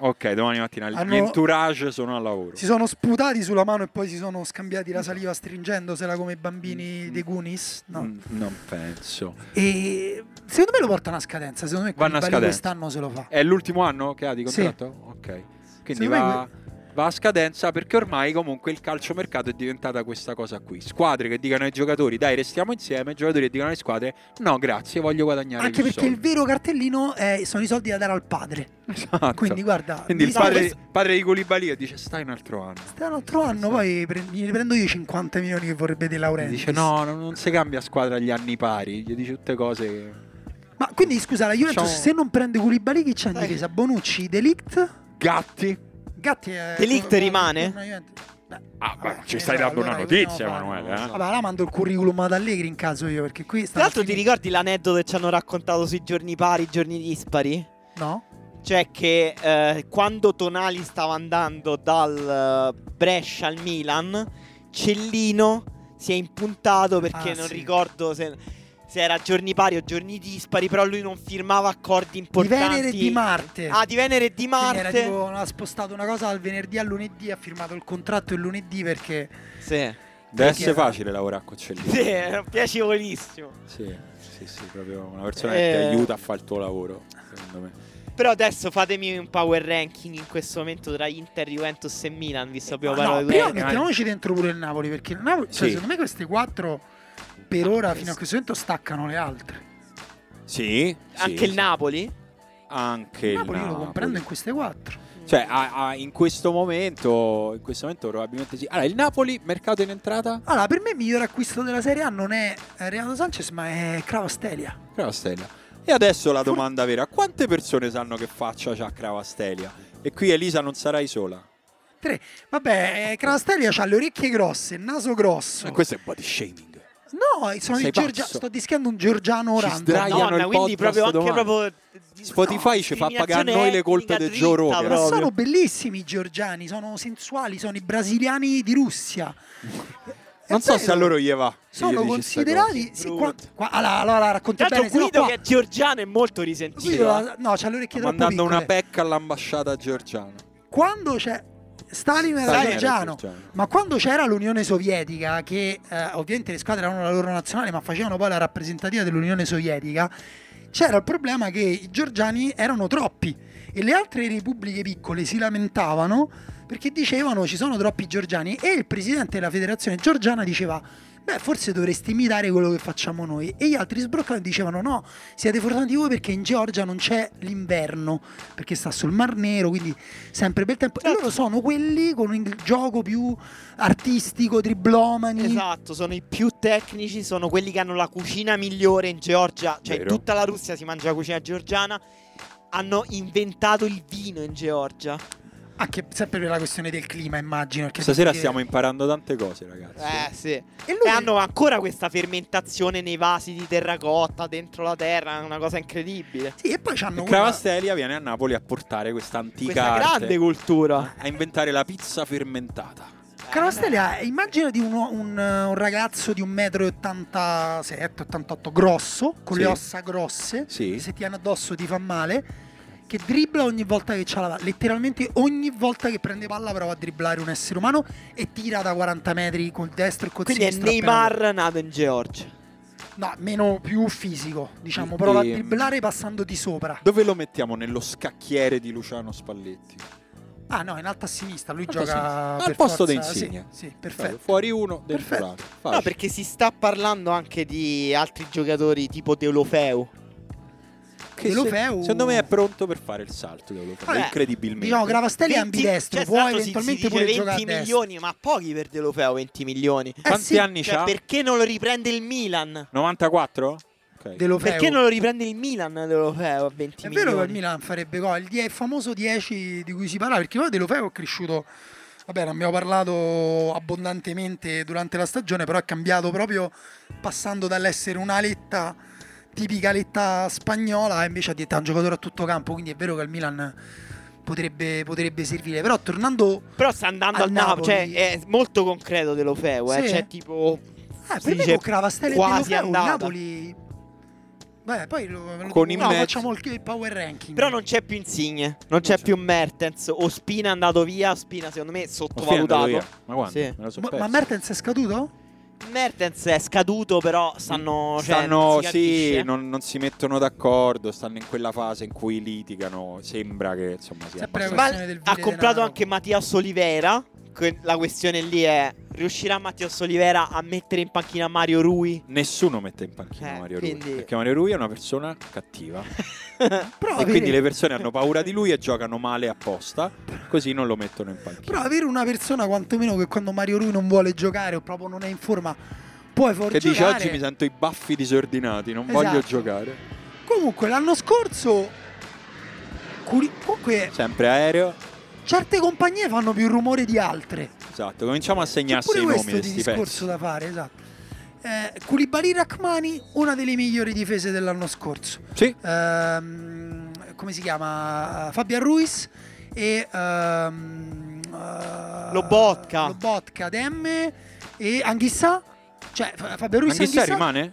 [SPEAKER 1] Ok, domani mattina gli
[SPEAKER 2] Hanno-
[SPEAKER 1] entourage sono al lavoro.
[SPEAKER 2] Si sono sputati sulla mano e poi si sono scambiati la saliva stringendosela come i bambini
[SPEAKER 1] Mm.
[SPEAKER 2] dei Goonies? No.
[SPEAKER 1] Mm, non penso.
[SPEAKER 2] E secondo me lo portano a scadenza. Secondo me
[SPEAKER 1] Vanno a
[SPEAKER 2] Koulibaly
[SPEAKER 1] scadenza.
[SPEAKER 2] quest'anno se lo fa.
[SPEAKER 1] È l'ultimo anno che ha di
[SPEAKER 2] Sì.
[SPEAKER 1] contratto? Ok. Quindi
[SPEAKER 2] Secondo me
[SPEAKER 1] va, va a scadenza perché ormai comunque il calciomercato è diventata questa cosa qui. Squadre che dicano ai giocatori dai restiamo insieme, giocatori che dicano alle squadre no grazie voglio guadagnare
[SPEAKER 2] Anche
[SPEAKER 1] più
[SPEAKER 2] perché il vero cartellino è- sono i soldi da dare al padre.
[SPEAKER 1] soldi." *laughs* Esatto.
[SPEAKER 2] Quindi guarda,
[SPEAKER 1] Quindi
[SPEAKER 2] mi
[SPEAKER 1] il
[SPEAKER 2] sa
[SPEAKER 1] padre,
[SPEAKER 2] che
[SPEAKER 1] padre di Koulibaly dice stai un altro anno.
[SPEAKER 2] sta Esatto, un altro anno, poi pre- gli prendo io i 50 milioni che vorrebbe De
[SPEAKER 1] Esatto. Gli
[SPEAKER 2] Laurenti.
[SPEAKER 1] dice no, non, non si cambia squadra agli anni pari, gli dice tutte cose che...
[SPEAKER 2] Ma quindi scusa, la Juventus
[SPEAKER 1] Ciao.
[SPEAKER 2] se non prende Koulibaly chi c'è in
[SPEAKER 3] Dai.
[SPEAKER 2] difesa? Bonucci, Delict?
[SPEAKER 1] Gatti?
[SPEAKER 2] Gatti è...
[SPEAKER 3] De Ligt rimane?
[SPEAKER 2] torna a Juventus. Beh,
[SPEAKER 1] Ah,
[SPEAKER 2] vabbè,
[SPEAKER 1] ma ci
[SPEAKER 2] che
[SPEAKER 1] stai
[SPEAKER 2] ne so,
[SPEAKER 1] dando una
[SPEAKER 2] allora che
[SPEAKER 1] notizia,
[SPEAKER 2] vogliamo fare?
[SPEAKER 1] Emanuele. eh?
[SPEAKER 2] Vabbè, la mando il curriculum ad Allegri in caso io, perché qui sta...
[SPEAKER 3] Tra l'altro ti ricordi l'aneddoto che ci hanno raccontato sui giorni pari, i giorni dispari?
[SPEAKER 2] No?
[SPEAKER 3] Cioè che eh, quando Tonali stava andando dal eh, Brescia al Milan, Cellino si è impuntato perché
[SPEAKER 2] Ah,
[SPEAKER 3] non
[SPEAKER 2] sì.
[SPEAKER 3] ricordo se, se era giorni pari o giorni dispari, però lui non firmava accordi
[SPEAKER 2] Di
[SPEAKER 3] importanti.
[SPEAKER 2] Venere e di Marte.
[SPEAKER 3] Ah, di Venere e di
[SPEAKER 2] Quindi era
[SPEAKER 3] Marte.
[SPEAKER 2] tipo, ha spostato una cosa dal venerdì al lunedì, ha firmato il contratto il lunedì perché...
[SPEAKER 3] Sì.
[SPEAKER 1] Deve
[SPEAKER 2] Perché-
[SPEAKER 1] essere facile lavorare con Cellini.
[SPEAKER 3] Sì, era piacevolissimo.
[SPEAKER 1] Sì, sì, sì, proprio una persona che ti
[SPEAKER 3] Eh.
[SPEAKER 1] aiuta a fare il tuo lavoro, secondo me.
[SPEAKER 3] Però adesso fatemi un power ranking in questo momento tra Inter, Juventus e Milan, visto che abbiamo
[SPEAKER 2] Ma
[SPEAKER 3] parlato
[SPEAKER 2] Ah, no,
[SPEAKER 3] di
[SPEAKER 2] prima
[SPEAKER 1] Guerra,
[SPEAKER 2] mettiamoci dentro pure il Napoli perché il Napoli, cioè,
[SPEAKER 1] Sì.
[SPEAKER 2] secondo me queste quattro per ora fino a questo momento staccano le altre.
[SPEAKER 1] Sì,
[SPEAKER 3] Anche
[SPEAKER 1] sì,
[SPEAKER 3] il
[SPEAKER 1] sì.
[SPEAKER 3] Napoli?
[SPEAKER 1] Anche
[SPEAKER 2] Il
[SPEAKER 1] il
[SPEAKER 2] Napoli, io lo
[SPEAKER 1] Napoli.
[SPEAKER 2] comprendo in queste quattro.
[SPEAKER 1] Cioè, a- a- in questo momento, in questo momento probabilmente sì. Allora, il Napoli, mercato in entrata?
[SPEAKER 2] Allora, per me il miglior acquisto della Serie A non è eh, Renato Sanchez, ma è Cravastelia.
[SPEAKER 1] Cravastelia. E adesso la domanda vera, quante persone sanno che faccia c'ha Cravastelia? E qui Elisa non sarai sola.
[SPEAKER 2] Tre.
[SPEAKER 1] *laughs*
[SPEAKER 2] Vabbè, eh, Cravastelia ha le orecchie grosse, il naso grosso.
[SPEAKER 1] Eh, Questo è body shaming.
[SPEAKER 2] No, sono di
[SPEAKER 1] Sei
[SPEAKER 2] Giorgia-
[SPEAKER 1] pazzo.
[SPEAKER 2] sto dischiando un Giorgiano
[SPEAKER 1] Ci
[SPEAKER 2] Randall.
[SPEAKER 1] sdrai-
[SPEAKER 2] No,
[SPEAKER 1] Tagliano il
[SPEAKER 3] Madonna, quindi
[SPEAKER 1] podcast
[SPEAKER 3] proprio anche
[SPEAKER 1] domani.
[SPEAKER 3] proprio eh,
[SPEAKER 1] Spotify ci fa pagare a noi le colpe del Joe
[SPEAKER 3] gioco
[SPEAKER 1] Rogan.
[SPEAKER 2] ma sono bellissimi i Giorgiani, sono sensuali, sono i brasiliani di Russia. È
[SPEAKER 1] Non so se a
[SPEAKER 2] vero.
[SPEAKER 1] loro gli va. se gli
[SPEAKER 2] sono
[SPEAKER 1] dici sta
[SPEAKER 2] considerati
[SPEAKER 3] cosa.
[SPEAKER 2] sì, qua, qua, allora, allora la racconto
[SPEAKER 3] Tanto
[SPEAKER 2] bene se no
[SPEAKER 3] Guido
[SPEAKER 2] qua-
[SPEAKER 3] che è georgiano è molto
[SPEAKER 2] Guido
[SPEAKER 3] risentito. eh.
[SPEAKER 2] la- no c'ha le
[SPEAKER 1] cosa.
[SPEAKER 2] orecchie troppo
[SPEAKER 1] Mandando
[SPEAKER 2] piccole
[SPEAKER 1] una pecca all'ambasciata georgiana.
[SPEAKER 2] Eh, quando c'è Stalin era
[SPEAKER 1] Stalin era
[SPEAKER 2] georgiano
[SPEAKER 1] georgiano.
[SPEAKER 2] ma quando c'era l'Unione Sovietica che eh, ovviamente le squadre avevano la loro nazionale ma facevano poi la rappresentativa dell'Unione Sovietica c'era il problema che i georgiani erano troppi e le altre repubbliche piccole si lamentavano perché dicevano ci sono troppi georgiani e il presidente della federazione georgiana diceva beh forse dovresti imitare quello che facciamo noi e gli altri sbroccati dicevano no siete fortunati voi perché in Georgia non c'è l'inverno perché sta sul Mar Nero quindi sempre bel tempo
[SPEAKER 3] Certo.
[SPEAKER 2] e loro sono quelli con il gioco più artistico triblomani
[SPEAKER 3] Esatto, sono i più tecnici, sono quelli che hanno la cucina migliore in Georgia, cioè in
[SPEAKER 1] Vero.
[SPEAKER 3] tutta la Russia si mangia la cucina georgiana. Hanno inventato il vino in Georgia.
[SPEAKER 2] anche Ah, sempre per la questione del clima immagino perché-
[SPEAKER 1] Stasera
[SPEAKER 2] perché-
[SPEAKER 1] stiamo imparando tante cose, ragazzi.
[SPEAKER 3] Eh sì.
[SPEAKER 2] e lui
[SPEAKER 3] E hanno ancora questa fermentazione nei vasi di terracotta dentro la terra, è una cosa incredibile.
[SPEAKER 2] sì, e poi c'hanno
[SPEAKER 1] E
[SPEAKER 2] quella-
[SPEAKER 1] Cravastelia viene a Napoli a portare questa antica
[SPEAKER 3] Questa
[SPEAKER 1] arte,
[SPEAKER 3] grande cultura.
[SPEAKER 1] a inventare la pizza fermentata.
[SPEAKER 2] Carastelli, immagina eh, di uno- un, un ragazzo di 1,87 m, 88 grosso, con
[SPEAKER 1] Sì.
[SPEAKER 2] le ossa grosse,
[SPEAKER 1] Sì.
[SPEAKER 2] se ti hanno addosso ti fa male, che dribbla ogni volta che c'ha la palla. Letteralmente ogni volta che prende palla prova a dribblare un essere umano e tira da 40 metri col destro e col
[SPEAKER 3] Quindi è
[SPEAKER 2] sinistro. appena-
[SPEAKER 3] Neymar nato in Georgia.
[SPEAKER 2] No, meno più fisico, diciamo. Prova a
[SPEAKER 1] Ehm.
[SPEAKER 2] dribblare passando di sopra.
[SPEAKER 1] Dove lo mettiamo? Nello scacchiere di Luciano Spalletti.
[SPEAKER 2] Ah no, in alto a sinistra, lui
[SPEAKER 1] Alto a
[SPEAKER 2] gioca
[SPEAKER 1] sinistra. Al
[SPEAKER 2] per
[SPEAKER 1] posto
[SPEAKER 2] forza-
[SPEAKER 1] di Insigne.
[SPEAKER 2] Sì, sì, perfetto.
[SPEAKER 1] Fuori uno, dentro
[SPEAKER 2] Perfetto.
[SPEAKER 1] l'altro.
[SPEAKER 3] No,
[SPEAKER 1] Facile.
[SPEAKER 3] perché si sta parlando anche di altri giocatori tipo Deulofeu.
[SPEAKER 1] Che
[SPEAKER 2] De
[SPEAKER 1] se-
[SPEAKER 2] Lofeu-
[SPEAKER 1] secondo me è pronto per fare il salto. De Lofeu,
[SPEAKER 3] Vabbè,
[SPEAKER 1] incredibilmente.
[SPEAKER 2] Diciamo, Gravastelli è
[SPEAKER 3] 20
[SPEAKER 2] ambidestro,
[SPEAKER 3] cioè,
[SPEAKER 2] può
[SPEAKER 3] stato si-
[SPEAKER 2] eventualmente
[SPEAKER 3] si dice
[SPEAKER 2] pure giocare a
[SPEAKER 3] 20
[SPEAKER 2] destra.
[SPEAKER 3] milioni, ma pochi per Deulofeu 20 milioni.
[SPEAKER 2] Eh
[SPEAKER 1] Quanti
[SPEAKER 2] sì,
[SPEAKER 1] anni
[SPEAKER 3] Cioè,
[SPEAKER 1] c'ha?
[SPEAKER 3] perché non lo riprende il Milan?
[SPEAKER 1] 94? Ok.
[SPEAKER 2] De Lofeu.
[SPEAKER 3] Perché non lo riprende il Milan Deulofeu a 20
[SPEAKER 2] È
[SPEAKER 3] milioni?
[SPEAKER 2] vero che il Milan farebbe gol, il, die- il famoso 10 di cui si parla, perché noi De Lofeo è cresciuto, vabbè ne abbiamo parlato abbondantemente durante la stagione, però è cambiato proprio passando dall'essere una letta, tipica letta spagnola, e invece a diventare un giocatore a tutto campo, quindi è vero che il Milan potrebbe, potrebbe servire, però tornando...
[SPEAKER 3] Però sta andando
[SPEAKER 2] Al
[SPEAKER 3] al Napoli.
[SPEAKER 2] Napoli.
[SPEAKER 3] Cioè, è molto concreto Deulofeu, eh.
[SPEAKER 2] Sì.
[SPEAKER 3] Cioè, tipo...
[SPEAKER 2] Ah,
[SPEAKER 3] si
[SPEAKER 2] per me
[SPEAKER 3] dice
[SPEAKER 2] con Cravastelli e De
[SPEAKER 3] quasi
[SPEAKER 2] Lofeo,
[SPEAKER 3] andata.
[SPEAKER 2] Napoli... Beh, poi lo,
[SPEAKER 1] Con
[SPEAKER 2] lo dico-
[SPEAKER 1] in
[SPEAKER 2] no,
[SPEAKER 1] mezzo-
[SPEAKER 2] facciamo il il power ranking.
[SPEAKER 3] Però non c'è più Insigne, non c'è
[SPEAKER 1] c'è.
[SPEAKER 3] più Mertens, Ospina è andato via, Ospina secondo me
[SPEAKER 1] Ma
[SPEAKER 3] è
[SPEAKER 1] fine è andato
[SPEAKER 3] sottovalutato.
[SPEAKER 1] via. Ma quando?
[SPEAKER 3] Sì.
[SPEAKER 1] Me lo so
[SPEAKER 2] Ma,
[SPEAKER 1] perso.
[SPEAKER 2] ma Mertens è scaduto?
[SPEAKER 3] Mertens è scaduto però stanno... Cioè,
[SPEAKER 1] stanno,
[SPEAKER 3] non si
[SPEAKER 1] sì,
[SPEAKER 3] capisce.
[SPEAKER 1] non, non si mettono d'accordo, stanno in quella fase in cui litigano. Sembra che insomma sia
[SPEAKER 2] Sempre
[SPEAKER 1] abbastanza...
[SPEAKER 3] Ma
[SPEAKER 2] questione del
[SPEAKER 3] ha
[SPEAKER 2] Virenaro.
[SPEAKER 3] comprato anche Mattias Oliveira, que- la questione lì è riuscirà Mattias Oliveira a mettere in panchina Mario Rui?
[SPEAKER 1] Nessuno mette in panchina
[SPEAKER 3] Eh,
[SPEAKER 1] Mario Rui
[SPEAKER 3] quindi-
[SPEAKER 1] perché Mario Rui è una persona cattiva e
[SPEAKER 2] Però
[SPEAKER 1] quindi
[SPEAKER 2] avere-
[SPEAKER 1] le persone hanno paura di lui e giocano male apposta, così non lo mettono in panchina.
[SPEAKER 2] Però avere una persona quantomeno che quando Mario Rui non vuole giocare o proprio non è in forma puoi far
[SPEAKER 1] che dice
[SPEAKER 2] giocare.
[SPEAKER 1] oggi mi sento i baffi disordinati, non
[SPEAKER 2] Esatto.
[SPEAKER 1] voglio giocare.
[SPEAKER 2] Comunque l'anno scorso curi- comunque
[SPEAKER 1] Sempre aereo.
[SPEAKER 2] certe compagnie fanno più rumore di altre.
[SPEAKER 1] Esatto, cominciamo a
[SPEAKER 2] C'è
[SPEAKER 1] segnarsi
[SPEAKER 2] pure
[SPEAKER 1] i nomi
[SPEAKER 2] questo
[SPEAKER 1] di
[SPEAKER 2] di
[SPEAKER 1] sti
[SPEAKER 2] discorso
[SPEAKER 1] pezzi.
[SPEAKER 2] da fare, esatto. Eh, Koulibaly Rachmani, una delle migliori difese dell'anno scorso.
[SPEAKER 1] Sì,
[SPEAKER 2] Ehm, come si chiama? Fabian Ruiz e ehm, eh,
[SPEAKER 3] Lobotka.
[SPEAKER 2] Lobotka, Demme e Anghissà. Cioè, Fa- Fabian Ruiz e
[SPEAKER 1] Anghissà
[SPEAKER 2] Anghissà
[SPEAKER 1] rimane?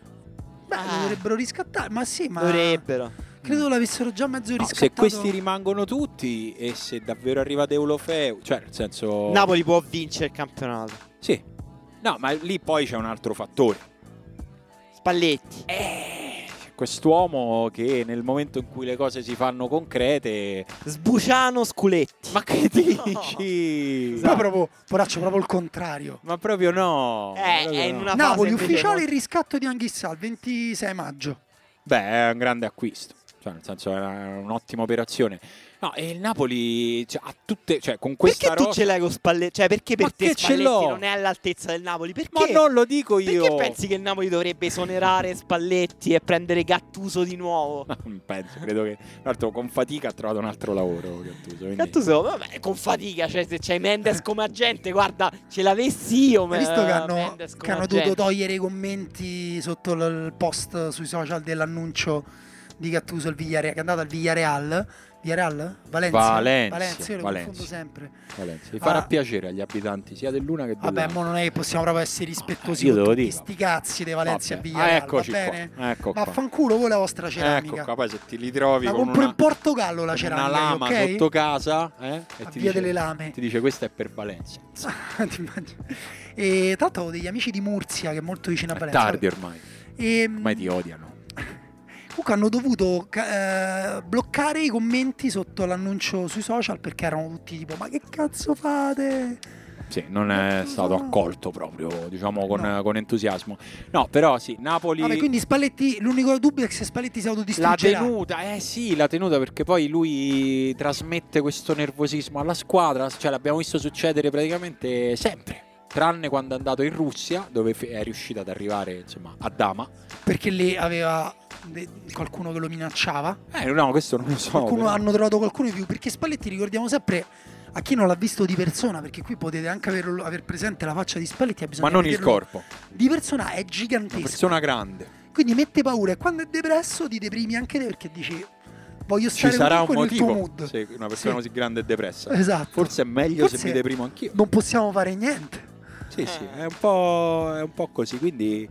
[SPEAKER 2] Beh,
[SPEAKER 3] Ah.
[SPEAKER 2] dovrebbero riscattare, ma sì, ma
[SPEAKER 3] Dovrebbero.
[SPEAKER 2] credo l'avessero già mezzo
[SPEAKER 1] No,
[SPEAKER 2] riscattato.
[SPEAKER 1] se questi rimangono tutti e se davvero arriva Deulofeu, cioè nel senso
[SPEAKER 3] Napoli può vincere il campionato.
[SPEAKER 1] Sì. No, ma lì poi c'è un altro fattore.
[SPEAKER 3] Spalletti.
[SPEAKER 1] Eh. C'è quest'uomo che nel momento in cui le cose si fanno concrete,
[SPEAKER 3] Sbuciano Sculetti.
[SPEAKER 1] ma
[SPEAKER 3] *laughs*
[SPEAKER 1] che dici?
[SPEAKER 3] Esatto.
[SPEAKER 2] Poi proprio, poraccio, proprio il contrario.
[SPEAKER 1] Ma proprio no.
[SPEAKER 3] Eh,
[SPEAKER 1] proprio
[SPEAKER 3] è in
[SPEAKER 1] no.
[SPEAKER 3] una- fase
[SPEAKER 2] Napoli,
[SPEAKER 3] invece
[SPEAKER 2] ufficiale
[SPEAKER 3] molto-
[SPEAKER 2] il riscatto di Anghissà il 26 maggio.
[SPEAKER 1] Beh, è un grande acquisto. Cioè, nel senso, è una- un'ottima operazione. No, e il Napoli cioè, ha tutte. Cioè, con questa
[SPEAKER 3] Perché tu
[SPEAKER 1] rosa-
[SPEAKER 3] ce l'hai con Spalletti? Cioè, perché per
[SPEAKER 1] Ma
[SPEAKER 3] te
[SPEAKER 1] che ce
[SPEAKER 3] Spalletti
[SPEAKER 1] l'ho?
[SPEAKER 3] non è all'altezza del Napoli? Perché?
[SPEAKER 1] Ma non lo dico io.
[SPEAKER 3] Perché pensi che il Napoli dovrebbe esonerare Spalletti e prendere Gattuso di
[SPEAKER 1] *laughs*
[SPEAKER 3] nuovo?
[SPEAKER 1] No, non penso, credo che. Tra l'altro, con fatica ha trovato un altro lavoro. Gattuso, quindi-
[SPEAKER 3] Gattuso, vabbè, con fatica, cioè se
[SPEAKER 1] *laughs*
[SPEAKER 3] c'hai Mendes come agente, guarda, ce l'avessi io, ma
[SPEAKER 2] Hai visto che hanno,
[SPEAKER 3] Mendes come
[SPEAKER 2] che hanno
[SPEAKER 3] agente.
[SPEAKER 2] dovuto togliere i commenti sotto l- il post sui social dell'annuncio di Gattuso al Villareal, che è andato al Villareal. Villareal? Valencia.
[SPEAKER 1] Valencia,
[SPEAKER 2] Valencia, io lo
[SPEAKER 1] Valencia.
[SPEAKER 2] confondo sempre.
[SPEAKER 1] Valencia, vi farà
[SPEAKER 2] Ah.
[SPEAKER 1] piacere agli abitanti sia dell'una che dell'altra.
[SPEAKER 2] Vabbè, mo non è che possiamo proprio essere rispettosi
[SPEAKER 1] Eh, io
[SPEAKER 2] con
[SPEAKER 1] devo
[SPEAKER 2] tutti
[SPEAKER 1] dire.
[SPEAKER 2] sti cazzi di Valencia
[SPEAKER 1] Vabbè.
[SPEAKER 2] e Villareal,
[SPEAKER 1] Ah, eccoci
[SPEAKER 2] va bene?
[SPEAKER 1] qua. Ecco
[SPEAKER 2] Ma
[SPEAKER 1] qua.
[SPEAKER 2] fanculo voi la vostra ceramica.
[SPEAKER 1] Ecco qua, poi se ti ritrovi
[SPEAKER 2] la
[SPEAKER 1] con
[SPEAKER 2] compro
[SPEAKER 1] una,
[SPEAKER 2] in Portogallo la
[SPEAKER 1] con
[SPEAKER 2] ceramica,
[SPEAKER 1] una lama
[SPEAKER 2] ok?
[SPEAKER 1] sotto casa eh, e
[SPEAKER 2] A
[SPEAKER 1] ti
[SPEAKER 2] Via
[SPEAKER 1] dice,
[SPEAKER 2] delle Lame.
[SPEAKER 1] ti dice questa è per Valencia.
[SPEAKER 2] *laughs* Ti immagino. E tanto avevo degli amici di Murcia che è molto vicino a
[SPEAKER 1] È
[SPEAKER 2] Valencia. Ehm,
[SPEAKER 1] tardi ormai,
[SPEAKER 2] E,
[SPEAKER 1] Eh, ormai ti odiano.
[SPEAKER 2] Comunque hanno dovuto ca- eh, bloccare i commenti sotto l'annuncio sui social perché erano tutti tipo ma che cazzo fate?
[SPEAKER 1] Sì, non
[SPEAKER 2] Ma
[SPEAKER 1] è
[SPEAKER 2] cosa-
[SPEAKER 1] stato accolto proprio, diciamo, con,
[SPEAKER 2] No.
[SPEAKER 1] con entusiasmo. No, però sì, Napoli...
[SPEAKER 2] Vabbè, quindi Spalletti, l'unico dubbio è che se Spalletti si
[SPEAKER 1] La
[SPEAKER 2] autodistruggerà.
[SPEAKER 1] tenuta, eh sì, la tenuta perché poi lui trasmette questo nervosismo alla squadra, cioè l'abbiamo visto succedere praticamente sempre, tranne quando è andato in Russia dove fi- è riuscito ad arrivare insomma a Dama.
[SPEAKER 2] Perché lì aveva de- qualcuno che lo minacciava.
[SPEAKER 1] Eh no, questo non lo so.
[SPEAKER 2] Qualcuno-
[SPEAKER 1] però.
[SPEAKER 2] hanno trovato qualcuno di più. Perché Spalletti, ricordiamo sempre, a chi non l'ha visto di persona, perché qui potete anche averlo- aver, presente la faccia di Spalletti, ha bisogno
[SPEAKER 1] Ma non il
[SPEAKER 2] vederlo.
[SPEAKER 1] corpo,
[SPEAKER 2] Di persona è
[SPEAKER 1] una
[SPEAKER 2] gigantesco.
[SPEAKER 1] persona grande.
[SPEAKER 2] Quindi mette paura e quando è depresso ti deprimi anche te perché dici voglio
[SPEAKER 1] Ci
[SPEAKER 2] stare
[SPEAKER 1] sarà un
[SPEAKER 2] comunque nel tuo
[SPEAKER 1] motivo
[SPEAKER 2] mood.
[SPEAKER 1] se una persona
[SPEAKER 2] Sì.
[SPEAKER 1] così grande e depressa.
[SPEAKER 3] Eh.
[SPEAKER 2] Esatto.
[SPEAKER 1] Forse è meglio se
[SPEAKER 2] Forse
[SPEAKER 1] mi deprimo anch'io.
[SPEAKER 3] Eh.
[SPEAKER 2] Non possiamo fare niente.
[SPEAKER 1] Sì, sì, è un po', è un po' così. Quindi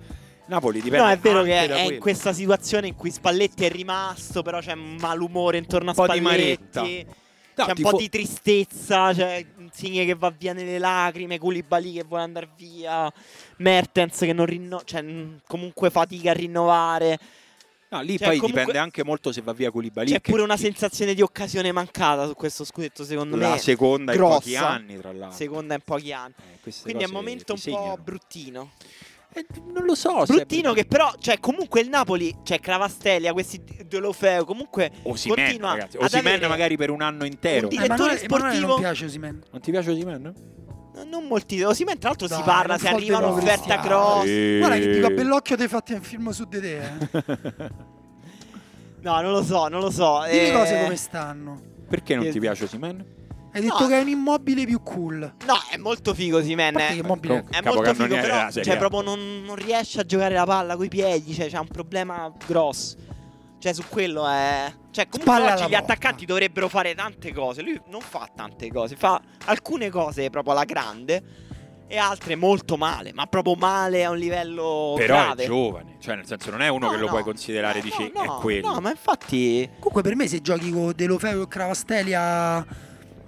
[SPEAKER 1] Napoli dipende
[SPEAKER 3] No, è vero
[SPEAKER 1] anche
[SPEAKER 3] che
[SPEAKER 1] da
[SPEAKER 3] è in
[SPEAKER 1] quello.
[SPEAKER 3] questa situazione in cui Spalletti è rimasto, però c'è malumore intorno a
[SPEAKER 1] Un po' di
[SPEAKER 3] Spalletti.
[SPEAKER 1] maretta.
[SPEAKER 3] C'è
[SPEAKER 1] No,
[SPEAKER 3] un
[SPEAKER 1] tifo-
[SPEAKER 3] po' di tristezza, c'è Insigne che va via nelle lacrime, Koulibaly che vuole andare via, Mertens che non rinnova, cioè mh, comunque fatica a rinnovare.
[SPEAKER 1] no, lì
[SPEAKER 3] cioè,
[SPEAKER 1] poi
[SPEAKER 3] comunque-
[SPEAKER 1] dipende anche molto se va via Koulibaly
[SPEAKER 3] C'è
[SPEAKER 1] che-
[SPEAKER 3] pure una sensazione di occasione mancata su questo scudetto, secondo
[SPEAKER 1] la
[SPEAKER 3] me.
[SPEAKER 1] seconda in
[SPEAKER 3] grossa.
[SPEAKER 1] pochi anni tra l'altro
[SPEAKER 3] Seconda in pochi anni.
[SPEAKER 1] Eh, queste
[SPEAKER 3] Quindi è un
[SPEAKER 1] cose
[SPEAKER 3] momento un
[SPEAKER 1] ti segnano.
[SPEAKER 3] po' bruttino.
[SPEAKER 1] Eh, non lo so se è
[SPEAKER 3] Bruttino che però, cioè comunque il Napoli, cioè Cravastellia, questi Deulofeo, comunque
[SPEAKER 1] Osimen,
[SPEAKER 3] continua
[SPEAKER 1] ragazzi.
[SPEAKER 3] ad
[SPEAKER 1] Osimen
[SPEAKER 3] avere-
[SPEAKER 1] magari per un anno intero.
[SPEAKER 3] Un di-
[SPEAKER 2] Eh, ma a noi-
[SPEAKER 3] direttore
[SPEAKER 2] Emanuele
[SPEAKER 3] sportivo-
[SPEAKER 2] non piace Osimen.
[SPEAKER 1] Non ti piace Osimen?
[SPEAKER 3] No, Non molti. Osimhen, tra l'altro, si
[SPEAKER 2] Dai,
[SPEAKER 3] parla
[SPEAKER 2] non
[SPEAKER 3] se
[SPEAKER 2] fa
[SPEAKER 3] arriva
[SPEAKER 2] dei
[SPEAKER 3] un'offerta
[SPEAKER 2] nomi.
[SPEAKER 3] cross.
[SPEAKER 2] Guarda che dico a Bellocchio te fatti un film su di te.
[SPEAKER 3] *laughs*
[SPEAKER 2] Eh.
[SPEAKER 3] No, non lo so, non lo so.
[SPEAKER 2] Dimmi
[SPEAKER 3] eh,
[SPEAKER 2] cose come stanno.
[SPEAKER 1] Perché non
[SPEAKER 3] Che-
[SPEAKER 1] ti piace Osimen?
[SPEAKER 2] Hai detto
[SPEAKER 3] No.
[SPEAKER 2] che è un immobile più cool.
[SPEAKER 3] No, è molto figo eh. Osimhen.
[SPEAKER 2] Perché che
[SPEAKER 3] È
[SPEAKER 2] immobile
[SPEAKER 1] com-
[SPEAKER 2] è-
[SPEAKER 3] è molto
[SPEAKER 1] Capocannoniere
[SPEAKER 3] figo,
[SPEAKER 1] della
[SPEAKER 3] però
[SPEAKER 1] Serie
[SPEAKER 3] cioè,
[SPEAKER 1] A.
[SPEAKER 3] proprio non, non riesce a giocare la palla coi piedi. Cioè, c'ha un problema grosso. Cioè, su quello è. Cioè, comunque
[SPEAKER 2] Spalla alla
[SPEAKER 3] oggi gli
[SPEAKER 2] porta.
[SPEAKER 3] attaccanti dovrebbero fare tante cose. Lui non fa tante cose, fa alcune cose proprio alla grande. E altre molto male, ma proprio male a un livello
[SPEAKER 1] Però
[SPEAKER 3] grave.
[SPEAKER 1] è giovane, cioè nel senso non è uno
[SPEAKER 3] No,
[SPEAKER 1] che lo
[SPEAKER 3] no.
[SPEAKER 1] puoi considerare
[SPEAKER 3] Eh,
[SPEAKER 1] dici
[SPEAKER 3] no, no,
[SPEAKER 1] è quello.
[SPEAKER 3] No, ma infatti.
[SPEAKER 2] Comunque per me se giochi con De Lofeo e Cravastelia,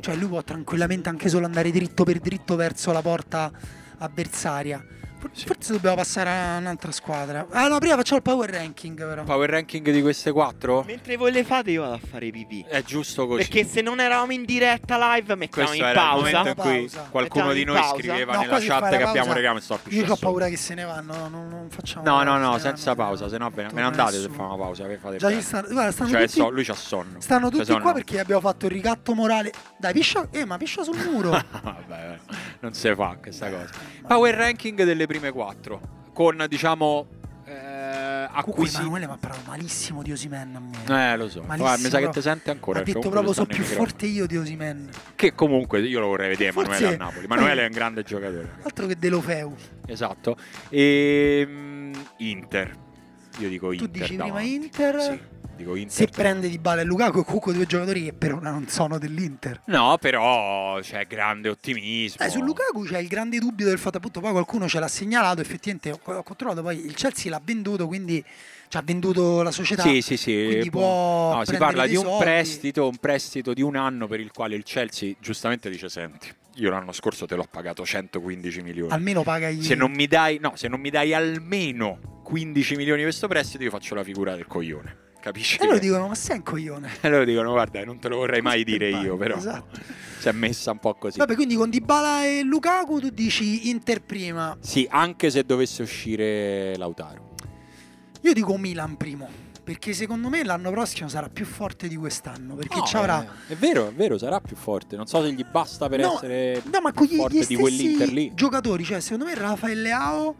[SPEAKER 2] cioè lui può tranquillamente anche solo andare dritto per dritto verso la porta avversaria. For-
[SPEAKER 1] Sì.
[SPEAKER 2] Forse dobbiamo passare a un'altra squadra. Ah no, prima facciamo il power ranking però.
[SPEAKER 1] Power ranking di queste quattro
[SPEAKER 3] Mentre voi le fate, io vado a fare pipì.
[SPEAKER 1] è giusto così.
[SPEAKER 3] Perché se non eravamo in diretta live, mettiamo
[SPEAKER 1] questo
[SPEAKER 3] in
[SPEAKER 1] era il
[SPEAKER 3] pausa.
[SPEAKER 1] momento in cui
[SPEAKER 2] Pausa.
[SPEAKER 1] qualcuno
[SPEAKER 3] Mettiamo
[SPEAKER 1] di
[SPEAKER 3] in
[SPEAKER 1] noi
[SPEAKER 3] pausa.
[SPEAKER 1] scriveva
[SPEAKER 2] No,
[SPEAKER 1] nella
[SPEAKER 2] quasi
[SPEAKER 1] chat
[SPEAKER 2] fare
[SPEAKER 1] che
[SPEAKER 2] la
[SPEAKER 1] abbiamo
[SPEAKER 2] pausa.
[SPEAKER 1] regalato sto
[SPEAKER 2] Io ho paura che se ne vanno, no, non, non facciamo
[SPEAKER 1] No, no,
[SPEAKER 2] pausa,
[SPEAKER 1] no,
[SPEAKER 2] se ne
[SPEAKER 1] senza
[SPEAKER 2] vanno,
[SPEAKER 1] pausa,
[SPEAKER 2] se
[SPEAKER 1] se
[SPEAKER 2] ne
[SPEAKER 1] no
[SPEAKER 2] vanno.
[SPEAKER 1] ve ne
[SPEAKER 2] Torna
[SPEAKER 1] andate se
[SPEAKER 2] nessuno.
[SPEAKER 1] fa una pausa che fate
[SPEAKER 2] Già
[SPEAKER 1] bene.
[SPEAKER 2] ci stanno, guarda, stanno
[SPEAKER 1] Cioè,
[SPEAKER 2] tutti,
[SPEAKER 1] so- lui c'ha sonno.
[SPEAKER 2] stanno
[SPEAKER 1] Cioè,
[SPEAKER 2] tutti
[SPEAKER 1] sonno.
[SPEAKER 2] qua perché abbiamo fatto il ricatto morale. Dai, piscia, eh, ma piscia sul
[SPEAKER 1] *laughs*
[SPEAKER 2] muro. Eh,
[SPEAKER 1] Vabbè, non si fa questa cosa. Certo. Power ranking delle prime quattro. Con diciamo eh,
[SPEAKER 2] Comunque
[SPEAKER 1] acquisiti.
[SPEAKER 2] Emanuele mi ha parlato malissimo di Osimen a me.
[SPEAKER 1] Eh, lo so.
[SPEAKER 2] Malissimo,
[SPEAKER 1] Guarda, mi sa che
[SPEAKER 2] però.
[SPEAKER 1] ti sente ancora.
[SPEAKER 2] ha detto
[SPEAKER 1] perché
[SPEAKER 2] proprio
[SPEAKER 1] comunque stanno
[SPEAKER 2] sono più
[SPEAKER 1] i microfoni.
[SPEAKER 2] forte io di Osimen.
[SPEAKER 1] Che comunque io lo vorrei vedere
[SPEAKER 2] Forse-
[SPEAKER 1] Emanuele a Napoli. Emanuele è un grande giocatore.
[SPEAKER 2] Altro che De Lofeu.
[SPEAKER 1] *laughs* Esatto. Ehm, E, Inter. Io dico
[SPEAKER 2] Tu
[SPEAKER 1] Inter.
[SPEAKER 2] dici prima
[SPEAKER 1] davanti.
[SPEAKER 2] Inter?
[SPEAKER 1] Sì, dico Inter.
[SPEAKER 2] Se prende di Bale e Lukaku, comunque due giocatori che per ora non sono dell'Inter.
[SPEAKER 1] No, però c'è grande ottimismo.
[SPEAKER 2] Eh, su Lukaku c'è il grande dubbio del fatto appunto poi qualcuno ce l'ha segnalato, effettivamente ho- ho controllato, poi il Chelsea l'ha venduto, quindi ci ha venduto la società.
[SPEAKER 1] Sì, sì,
[SPEAKER 2] quindi
[SPEAKER 1] sì.
[SPEAKER 2] può
[SPEAKER 1] No, si
[SPEAKER 2] prendere
[SPEAKER 1] parla
[SPEAKER 2] dei
[SPEAKER 1] di un
[SPEAKER 2] soldi.
[SPEAKER 1] prestito, un prestito di un anno per il quale il Chelsea giustamente dice senti, io l'anno scorso te l'ho pagato 115 milioni.
[SPEAKER 2] Almeno paga i
[SPEAKER 1] se non mi dai, no, se non mi dai almeno 15 milioni di questo prestito io faccio la figura del coglione. Capisci?
[SPEAKER 2] E loro dicono, ma sei un coglione.
[SPEAKER 1] *laughs* E loro dicono guarda, non te lo vorrei mai dire io, però *laughs*
[SPEAKER 2] Esatto.
[SPEAKER 1] si è messa un po' così.
[SPEAKER 2] Vabbè, quindi con Dybala e Lukaku tu dici Inter prima.
[SPEAKER 1] Sì, anche se dovesse uscire Lautaro.
[SPEAKER 2] Io dico Milan primo, perché secondo me l'anno prossimo sarà più forte di quest'anno, perché
[SPEAKER 1] No,
[SPEAKER 2] ci avrà
[SPEAKER 1] eh, È vero, è vero, sarà più forte. Non so se gli basta per
[SPEAKER 2] No,
[SPEAKER 1] essere
[SPEAKER 2] No, ma
[SPEAKER 1] più
[SPEAKER 2] con gli,
[SPEAKER 1] forte
[SPEAKER 2] gli
[SPEAKER 1] di quell'Inter
[SPEAKER 2] stessi
[SPEAKER 1] lì.
[SPEAKER 2] giocatori, cioè secondo me Rafael Leao,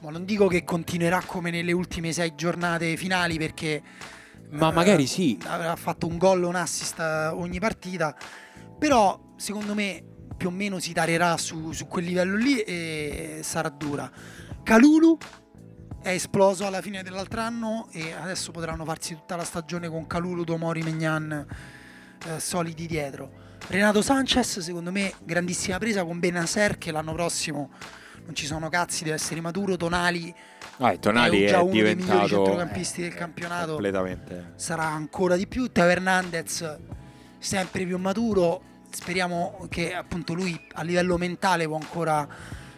[SPEAKER 2] ma non dico che continuerà come nelle ultime sei giornate finali perché
[SPEAKER 1] Ma
[SPEAKER 2] eh,
[SPEAKER 1] magari sì.
[SPEAKER 2] avrà fatto un gol o un assist eh, ogni partita, però secondo me più o meno si tarerà su, su quel livello lì e sarà dura. Calulu è esploso alla fine dell'altro anno e adesso potranno farsi tutta la stagione con Calulu, Tomori, Mignan eh, solidi dietro. Renato Sanchez, secondo me, grandissima presa con Benaser che l'anno prossimo non ci sono cazzi, deve essere maturo, Tonali
[SPEAKER 1] Ah, e Tonali
[SPEAKER 2] È
[SPEAKER 1] è,
[SPEAKER 2] già uno dei migliori
[SPEAKER 1] diventato
[SPEAKER 2] centrocampisti del campionato.
[SPEAKER 1] Completamente.
[SPEAKER 2] sarà ancora di più, Teo Hernandez sempre più maturo, speriamo che appunto lui a livello mentale può ancora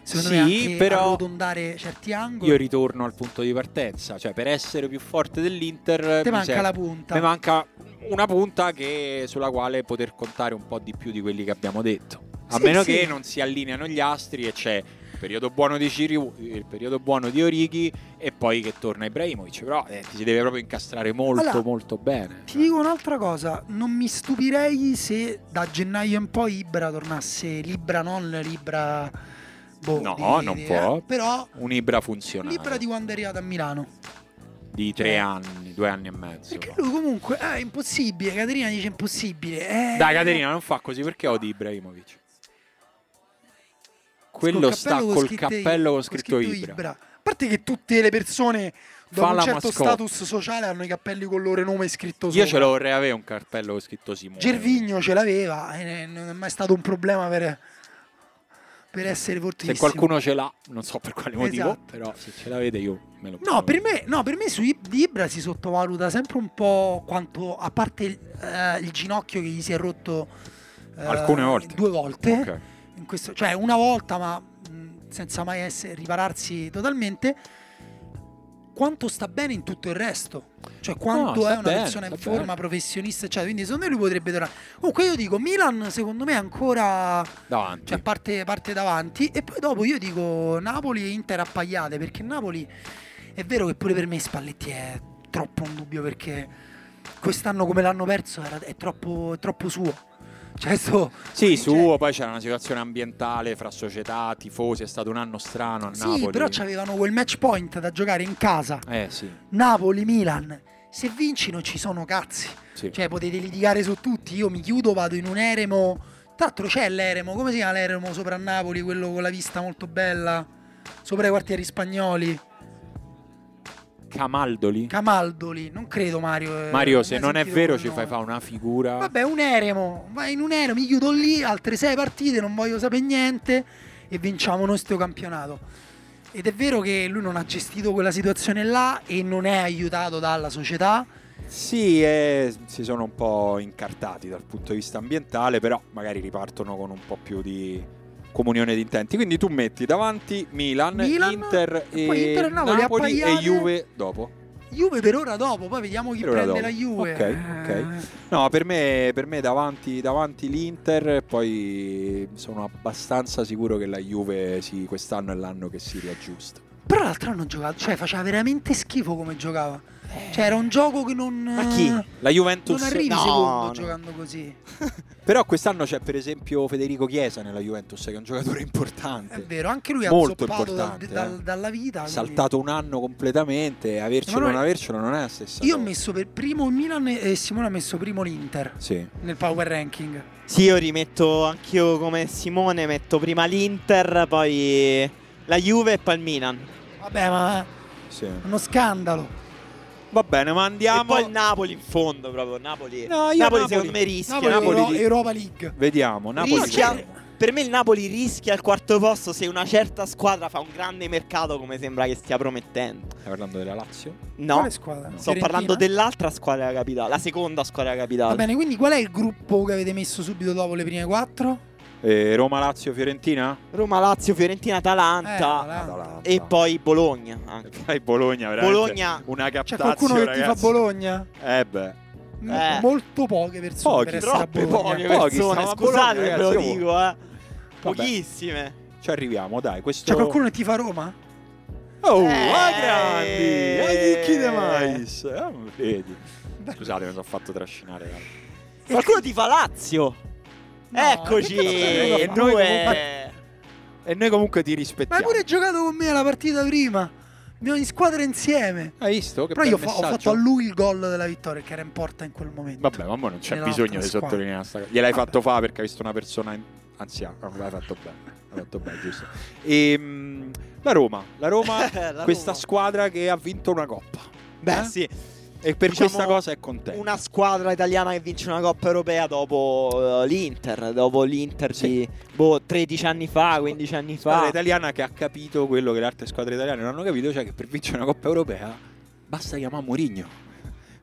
[SPEAKER 2] secondo me
[SPEAKER 1] Sì,
[SPEAKER 2] anche
[SPEAKER 1] però-
[SPEAKER 2] arrotondare certi angoli.
[SPEAKER 1] Io ritorno al punto di partenza, cioè per essere più forte dell'Inter
[SPEAKER 2] Te
[SPEAKER 1] mi
[SPEAKER 2] manca
[SPEAKER 1] serve-
[SPEAKER 2] la punta.
[SPEAKER 1] mi manca una punta che- sulla quale poter contare un po' di più di quelli che abbiamo detto. A
[SPEAKER 2] Sì,
[SPEAKER 1] meno
[SPEAKER 2] sì.
[SPEAKER 1] che non si allineano gli astri e c'è il periodo buono di Ciriu, il periodo buono di Orighi e poi che torna Ibrahimovic, però eh, ti si deve proprio incastrare molto
[SPEAKER 2] Allora,
[SPEAKER 1] molto bene.
[SPEAKER 2] Ti
[SPEAKER 1] Cioè,
[SPEAKER 2] dico un'altra cosa, non mi stupirei se da gennaio in poi Ibra tornasse Libra non Libra boh,
[SPEAKER 1] No, non può.
[SPEAKER 2] però
[SPEAKER 1] Un Ibra funzionale
[SPEAKER 2] Libra di quando è arrivato a Milano.
[SPEAKER 1] di tre anni, due anni e mezzo.
[SPEAKER 2] Perché lui comunque eh, è impossibile, Caterina dice impossibile. Eh,
[SPEAKER 1] Dai Caterina, non fa così perché odi Ibrahimovic. Quello
[SPEAKER 2] col
[SPEAKER 1] sta
[SPEAKER 2] cappello con
[SPEAKER 1] col
[SPEAKER 2] scritte-
[SPEAKER 1] cappello con scritto Ibra.
[SPEAKER 2] A parte che tutte le persone
[SPEAKER 1] Fa
[SPEAKER 2] da un
[SPEAKER 1] la
[SPEAKER 2] certo
[SPEAKER 1] mascotte.
[SPEAKER 2] status sociale hanno i cappelli con il loro nome scritto sopra.
[SPEAKER 1] Io ce l'ho vorrei avere un cartello con scritto Simone.
[SPEAKER 2] eh, Gervigno ce l'aveva, e non è mai stato un problema per per essere fortissimo.
[SPEAKER 1] Se qualcuno ce l'ha, non so per quale motivo,
[SPEAKER 2] Esatto.
[SPEAKER 1] però se ce l'avete io me lo
[SPEAKER 2] No, per me, no, per me su Ib- di Ibra si sottovaluta sempre un po' quanto, a parte il, eh, il ginocchio che gli si è rotto eh,
[SPEAKER 1] Alcune volte.
[SPEAKER 2] due volte,
[SPEAKER 1] Ok.
[SPEAKER 2] in questo- cioè una volta ma mh, senza mai essere- ripararsi totalmente, quanto sta bene in tutto il resto, cioè quanto
[SPEAKER 1] sta
[SPEAKER 2] è una
[SPEAKER 1] bene,
[SPEAKER 2] persona in
[SPEAKER 1] sta bene.
[SPEAKER 2] forma, professionista, eccetera, quindi secondo me lui potrebbe tornare. Comunque io dico, Milan secondo me è ancora
[SPEAKER 1] Davanti.
[SPEAKER 2] cioè parte, parte davanti e poi dopo io dico Napoli e Inter appaiate perché Napoli è vero che pure per me Spalletti è troppo un dubbio perché quest'anno come l'hanno perso era- è, troppo, è troppo suo cioè sto,
[SPEAKER 1] Sì,
[SPEAKER 2] cioè-
[SPEAKER 1] suo, poi c'era una situazione ambientale fra società, tifosi, è stato un anno strano a
[SPEAKER 2] sì
[SPEAKER 1] Napoli.
[SPEAKER 2] però c'avevano quel match point da giocare in casa
[SPEAKER 1] Eh sì,
[SPEAKER 2] Napoli-Milan se vinci non ci sono cazzi
[SPEAKER 1] sì.
[SPEAKER 2] cioè potete litigare su tutti io mi chiudo vado in un eremo tra l'altro c'è l'eremo come si chiama l'eremo sopra Napoli quello con la vista molto bella sopra i quartieri spagnoli
[SPEAKER 1] Camaldoli.
[SPEAKER 2] Camaldoli, non credo Mario. eh,
[SPEAKER 1] Mario,
[SPEAKER 2] mai
[SPEAKER 1] se non è
[SPEAKER 2] sentito
[SPEAKER 1] vero
[SPEAKER 2] quel
[SPEAKER 1] ci fai
[SPEAKER 2] nome.
[SPEAKER 1] fare una figura.
[SPEAKER 2] Vabbè, un eremo, vai in un eremo, mi chiudo lì, altre sei partite, non voglio sapere niente e vinciamo noi sto campionato. Ed è vero che lui non ha gestito quella situazione là e non è aiutato dalla società.
[SPEAKER 1] Sì, eh, si sono un po' incartati dal punto di vista ambientale, però magari ripartono con un po' più di comunione di intenti. Quindi tu metti davanti Milan,
[SPEAKER 2] Milan,
[SPEAKER 1] Inter
[SPEAKER 2] e
[SPEAKER 1] e,
[SPEAKER 2] poi Inter e Napoli,
[SPEAKER 1] Napoli, e
[SPEAKER 2] appaiate.
[SPEAKER 1] Juve dopo.
[SPEAKER 2] Juve per ora dopo, poi vediamo chi
[SPEAKER 1] Per ora
[SPEAKER 2] prende
[SPEAKER 1] dopo.
[SPEAKER 2] la Juve. Eh.
[SPEAKER 1] Ok, ok. No, per me, per me davanti, davanti l'Inter, poi sono abbastanza sicuro che la Juve sì, quest'anno è l'anno che si riaggiusta.
[SPEAKER 2] Però l'altro anno giocava, cioè faceva veramente schifo come giocava. Cioè era un gioco che non...
[SPEAKER 3] Ma chi?
[SPEAKER 1] La
[SPEAKER 2] Non
[SPEAKER 1] Juventus...
[SPEAKER 2] arrivi
[SPEAKER 3] No,
[SPEAKER 2] secondo
[SPEAKER 3] no.
[SPEAKER 2] giocando così.
[SPEAKER 1] Però quest'anno c'è per esempio Federico Chiesa nella Juventus, che è un giocatore importante.
[SPEAKER 2] È vero, anche lui ha
[SPEAKER 1] Molto
[SPEAKER 2] zoppato dal-
[SPEAKER 1] importante,
[SPEAKER 2] dal-
[SPEAKER 1] eh.
[SPEAKER 2] dalla vita. quindi-
[SPEAKER 1] saltato un anno completamente, avercelo o
[SPEAKER 2] Emanuele-
[SPEAKER 1] non avercelo non è la stessa
[SPEAKER 2] Io ho
[SPEAKER 1] cosa.
[SPEAKER 2] messo per primo il Milan e e Simone ha messo primo l'Inter
[SPEAKER 1] Sì.
[SPEAKER 2] nel power ranking.
[SPEAKER 3] Sì, io rimetto anch'io come Simone, metto prima l'Inter, poi la Juve e poi il Milan.
[SPEAKER 2] Vabbè, ma è
[SPEAKER 1] sì.
[SPEAKER 2] uno scandalo.
[SPEAKER 1] Va bene, ma
[SPEAKER 3] E
[SPEAKER 1] andiamo...
[SPEAKER 3] poi il Napoli in fondo proprio, Napoli.
[SPEAKER 1] No, io
[SPEAKER 3] Napoli,
[SPEAKER 1] Napoli.
[SPEAKER 3] secondo me rischia.
[SPEAKER 2] Napoli,
[SPEAKER 1] Napoli
[SPEAKER 2] Euro-
[SPEAKER 1] di-
[SPEAKER 2] Europa League.
[SPEAKER 1] Vediamo, Napoli...
[SPEAKER 3] rischia. Per me il Napoli rischia il quarto posto se una certa squadra fa un grande mercato come sembra che stia promettendo.
[SPEAKER 1] Stai parlando della Lazio?
[SPEAKER 3] No,
[SPEAKER 2] Quale squadra?
[SPEAKER 1] No.
[SPEAKER 3] sto
[SPEAKER 2] Fiorentina?
[SPEAKER 3] parlando dell'altra squadra della capitale, la seconda squadra della
[SPEAKER 2] Va
[SPEAKER 3] capitale.
[SPEAKER 2] bene, quindi qual è il gruppo che avete messo subito dopo le prime quattro?
[SPEAKER 1] Eh, Roma, Lazio, Fiorentina?
[SPEAKER 3] Roma, Lazio, Fiorentina, Atalanta
[SPEAKER 2] Eh, Atalanta.
[SPEAKER 1] Atalanta.
[SPEAKER 3] e
[SPEAKER 1] *laughs*
[SPEAKER 3] poi Bologna. anche.
[SPEAKER 1] Poi Bologna, veramente.
[SPEAKER 3] Bologna.
[SPEAKER 1] Una
[SPEAKER 2] C'è
[SPEAKER 1] captazio,
[SPEAKER 2] qualcuno che ti
[SPEAKER 1] ragazzi.
[SPEAKER 2] fa Bologna?
[SPEAKER 1] Eh beh.
[SPEAKER 2] M-
[SPEAKER 3] Eh.
[SPEAKER 2] Molto poche persone
[SPEAKER 1] Pochi,
[SPEAKER 2] per essere a
[SPEAKER 1] troppe,
[SPEAKER 2] Bologna.
[SPEAKER 1] poche.
[SPEAKER 3] Pochi,
[SPEAKER 1] persone,
[SPEAKER 3] persone,
[SPEAKER 1] scusate,
[SPEAKER 3] scusate, ve lo
[SPEAKER 1] ragazzi, io-
[SPEAKER 3] dico, eh.
[SPEAKER 1] Vabbè.
[SPEAKER 3] Pochissime.
[SPEAKER 1] Ci arriviamo, dai. Questo...
[SPEAKER 2] C'è qualcuno che ti fa Roma?
[SPEAKER 1] Oh,
[SPEAKER 3] Eh.
[SPEAKER 1] a grandi! Ai chicchi de mais! Ah, vedi. Scusate, mi sono fatto trascinare. dai.
[SPEAKER 3] Qualcuno ti fa Lazio.
[SPEAKER 2] No,
[SPEAKER 3] Eccoci.
[SPEAKER 1] perché non lo fa?
[SPEAKER 3] E
[SPEAKER 1] eh, Noi
[SPEAKER 3] due.
[SPEAKER 1] comunque- E noi comunque ti
[SPEAKER 2] Ma hai
[SPEAKER 1] rispettiamo.
[SPEAKER 2] pure giocato con me la partita prima. Abbiamo in squadra insieme.
[SPEAKER 1] Hai visto? Che
[SPEAKER 2] Però io
[SPEAKER 1] bel
[SPEAKER 2] fa- ho
[SPEAKER 1] messaggio?
[SPEAKER 2] fatto a lui il gol della vittoria che era in porta in quel momento.
[SPEAKER 1] Vabbè, ma mo non c'è
[SPEAKER 2] Nella
[SPEAKER 1] bisogno
[SPEAKER 2] altra
[SPEAKER 1] di
[SPEAKER 2] squadra.
[SPEAKER 1] sottolineare sta cosa. Gliel'hai
[SPEAKER 2] Vabbè.
[SPEAKER 1] fatto fa perché hai visto una persona in- anziana. No, L'hai fatto bene. L'hai fatto bene, giusto. Ehm, la Roma. La Roma,
[SPEAKER 3] *laughs* La
[SPEAKER 1] questa
[SPEAKER 3] Roma.
[SPEAKER 1] squadra che ha vinto una coppa.
[SPEAKER 3] Beh,
[SPEAKER 1] Eh?
[SPEAKER 3] sì,
[SPEAKER 1] E per
[SPEAKER 3] Diciamo,
[SPEAKER 1] questa cosa è contento.
[SPEAKER 3] una squadra italiana che vince una Coppa Europea dopo eh, l'Inter, dopo l'Inter
[SPEAKER 1] Sì.
[SPEAKER 3] di boh, 13 anni fa, 15 anni
[SPEAKER 1] squadra
[SPEAKER 3] fa.
[SPEAKER 1] italiana che ha capito quello che le altre squadre italiane non hanno capito, cioè che per vincere una Coppa Europea basta chiamare Mourinho.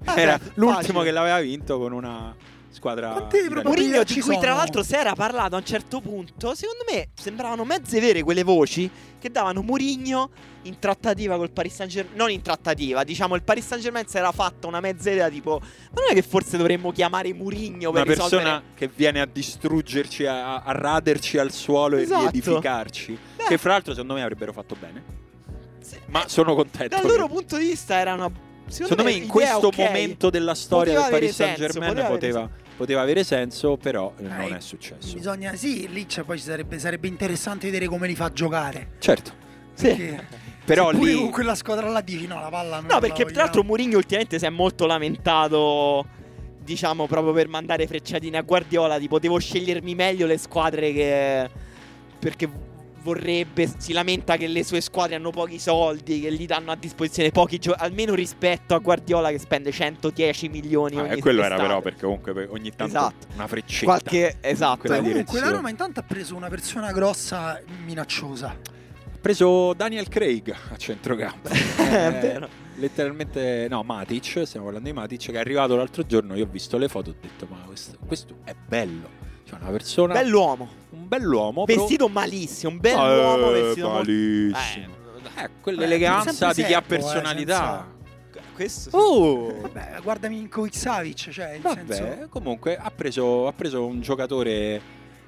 [SPEAKER 3] Ah,
[SPEAKER 1] Era
[SPEAKER 3] beh,
[SPEAKER 1] l'ultimo
[SPEAKER 3] facile.
[SPEAKER 1] che l'aveva vinto con una squadra
[SPEAKER 2] Quante
[SPEAKER 1] italiana.
[SPEAKER 2] probabilità-
[SPEAKER 3] Mourinho
[SPEAKER 2] Ci
[SPEAKER 3] di cui
[SPEAKER 2] sono.
[SPEAKER 3] tra l'altro si era parlato a un certo punto, secondo me sembravano mezze vere quelle voci che davano Mourinho in trattativa col Paris Saint-Germain, non in trattativa, diciamo il Paris Saint-Germain si era fatta una mezza idea tipo ma non è che forse dovremmo chiamare Mourinho per
[SPEAKER 1] una
[SPEAKER 3] risolvere
[SPEAKER 1] persona che viene a distruggerci, a, a raderci al suolo
[SPEAKER 3] Esatto.
[SPEAKER 1] e riedificarci.
[SPEAKER 3] Beh.
[SPEAKER 1] Che fra l'altro secondo me avrebbero fatto bene.
[SPEAKER 3] Sì,
[SPEAKER 1] Ma sono contento.
[SPEAKER 3] dal
[SPEAKER 1] che-
[SPEAKER 3] loro punto di vista era una secondo,
[SPEAKER 1] secondo me in
[SPEAKER 3] idea
[SPEAKER 1] questo
[SPEAKER 3] ok.
[SPEAKER 1] momento della storia
[SPEAKER 3] Poteva
[SPEAKER 1] del Paris
[SPEAKER 3] avere senso,
[SPEAKER 1] Saint Germain
[SPEAKER 3] poteva
[SPEAKER 1] poteva,
[SPEAKER 3] avere
[SPEAKER 1] poteva, avere senso, però eh,
[SPEAKER 2] Dai,
[SPEAKER 1] non è successo.
[SPEAKER 2] Bisogna, sì, lì c'è, poi ci sarebbe, sarebbe interessante vedere come li
[SPEAKER 1] *laughs*
[SPEAKER 2] fa giocare.
[SPEAKER 1] Certo.
[SPEAKER 3] Sì.
[SPEAKER 2] Perché
[SPEAKER 1] Però
[SPEAKER 2] se pure
[SPEAKER 1] lì
[SPEAKER 2] con quella squadra là dici no, la palla non
[SPEAKER 3] No,
[SPEAKER 2] la
[SPEAKER 3] perché tra
[SPEAKER 2] vogliamo.
[SPEAKER 3] l'altro Mourinho ultimamente si è molto lamentato, diciamo, proprio per mandare frecciatine a Guardiola, tipo devo scegliermi meglio le squadre che... perché vorrebbe, si lamenta che le sue squadre hanno pochi soldi, che gli danno a disposizione pochi giocatori, almeno rispetto a Guardiola che spende 110 milioni
[SPEAKER 1] Ah,
[SPEAKER 3] ogni
[SPEAKER 1] e quello era
[SPEAKER 3] estate.
[SPEAKER 1] però perché comunque per- ogni tanto
[SPEAKER 3] Esatto.
[SPEAKER 1] una freccetta.
[SPEAKER 3] Qualche, esatto,
[SPEAKER 1] quella
[SPEAKER 2] Beh, comunque
[SPEAKER 1] direzione.
[SPEAKER 2] la Roma intanto ha preso una persona grossa minacciosa.
[SPEAKER 1] Ha preso Daniel Craig a centrocampo.
[SPEAKER 3] *laughs* è vero.
[SPEAKER 1] Letteralmente, no, Matic, stiamo parlando di Matic, che è arrivato l'altro giorno, io ho visto le foto e ho detto, ma questo, questo è bello. Cioè una persona,
[SPEAKER 3] Bell'uomo,
[SPEAKER 1] un bell'uomo. però-
[SPEAKER 3] vestito malissimo, un bell'uomo
[SPEAKER 1] Eh,
[SPEAKER 3] vestito malissimo.
[SPEAKER 1] malissimo. Eh,
[SPEAKER 2] Eh,
[SPEAKER 1] quell'eleganza
[SPEAKER 2] sempre
[SPEAKER 1] di chi ha
[SPEAKER 2] secco, eh,
[SPEAKER 1] personalità.
[SPEAKER 3] questo
[SPEAKER 2] *laughs*
[SPEAKER 3] sì.
[SPEAKER 1] Oh!
[SPEAKER 2] Vabbè, guardami in Kovic-Savic, cioè, il
[SPEAKER 1] Vabbè,
[SPEAKER 2] senso...
[SPEAKER 1] comunque ha preso, ha preso un giocatore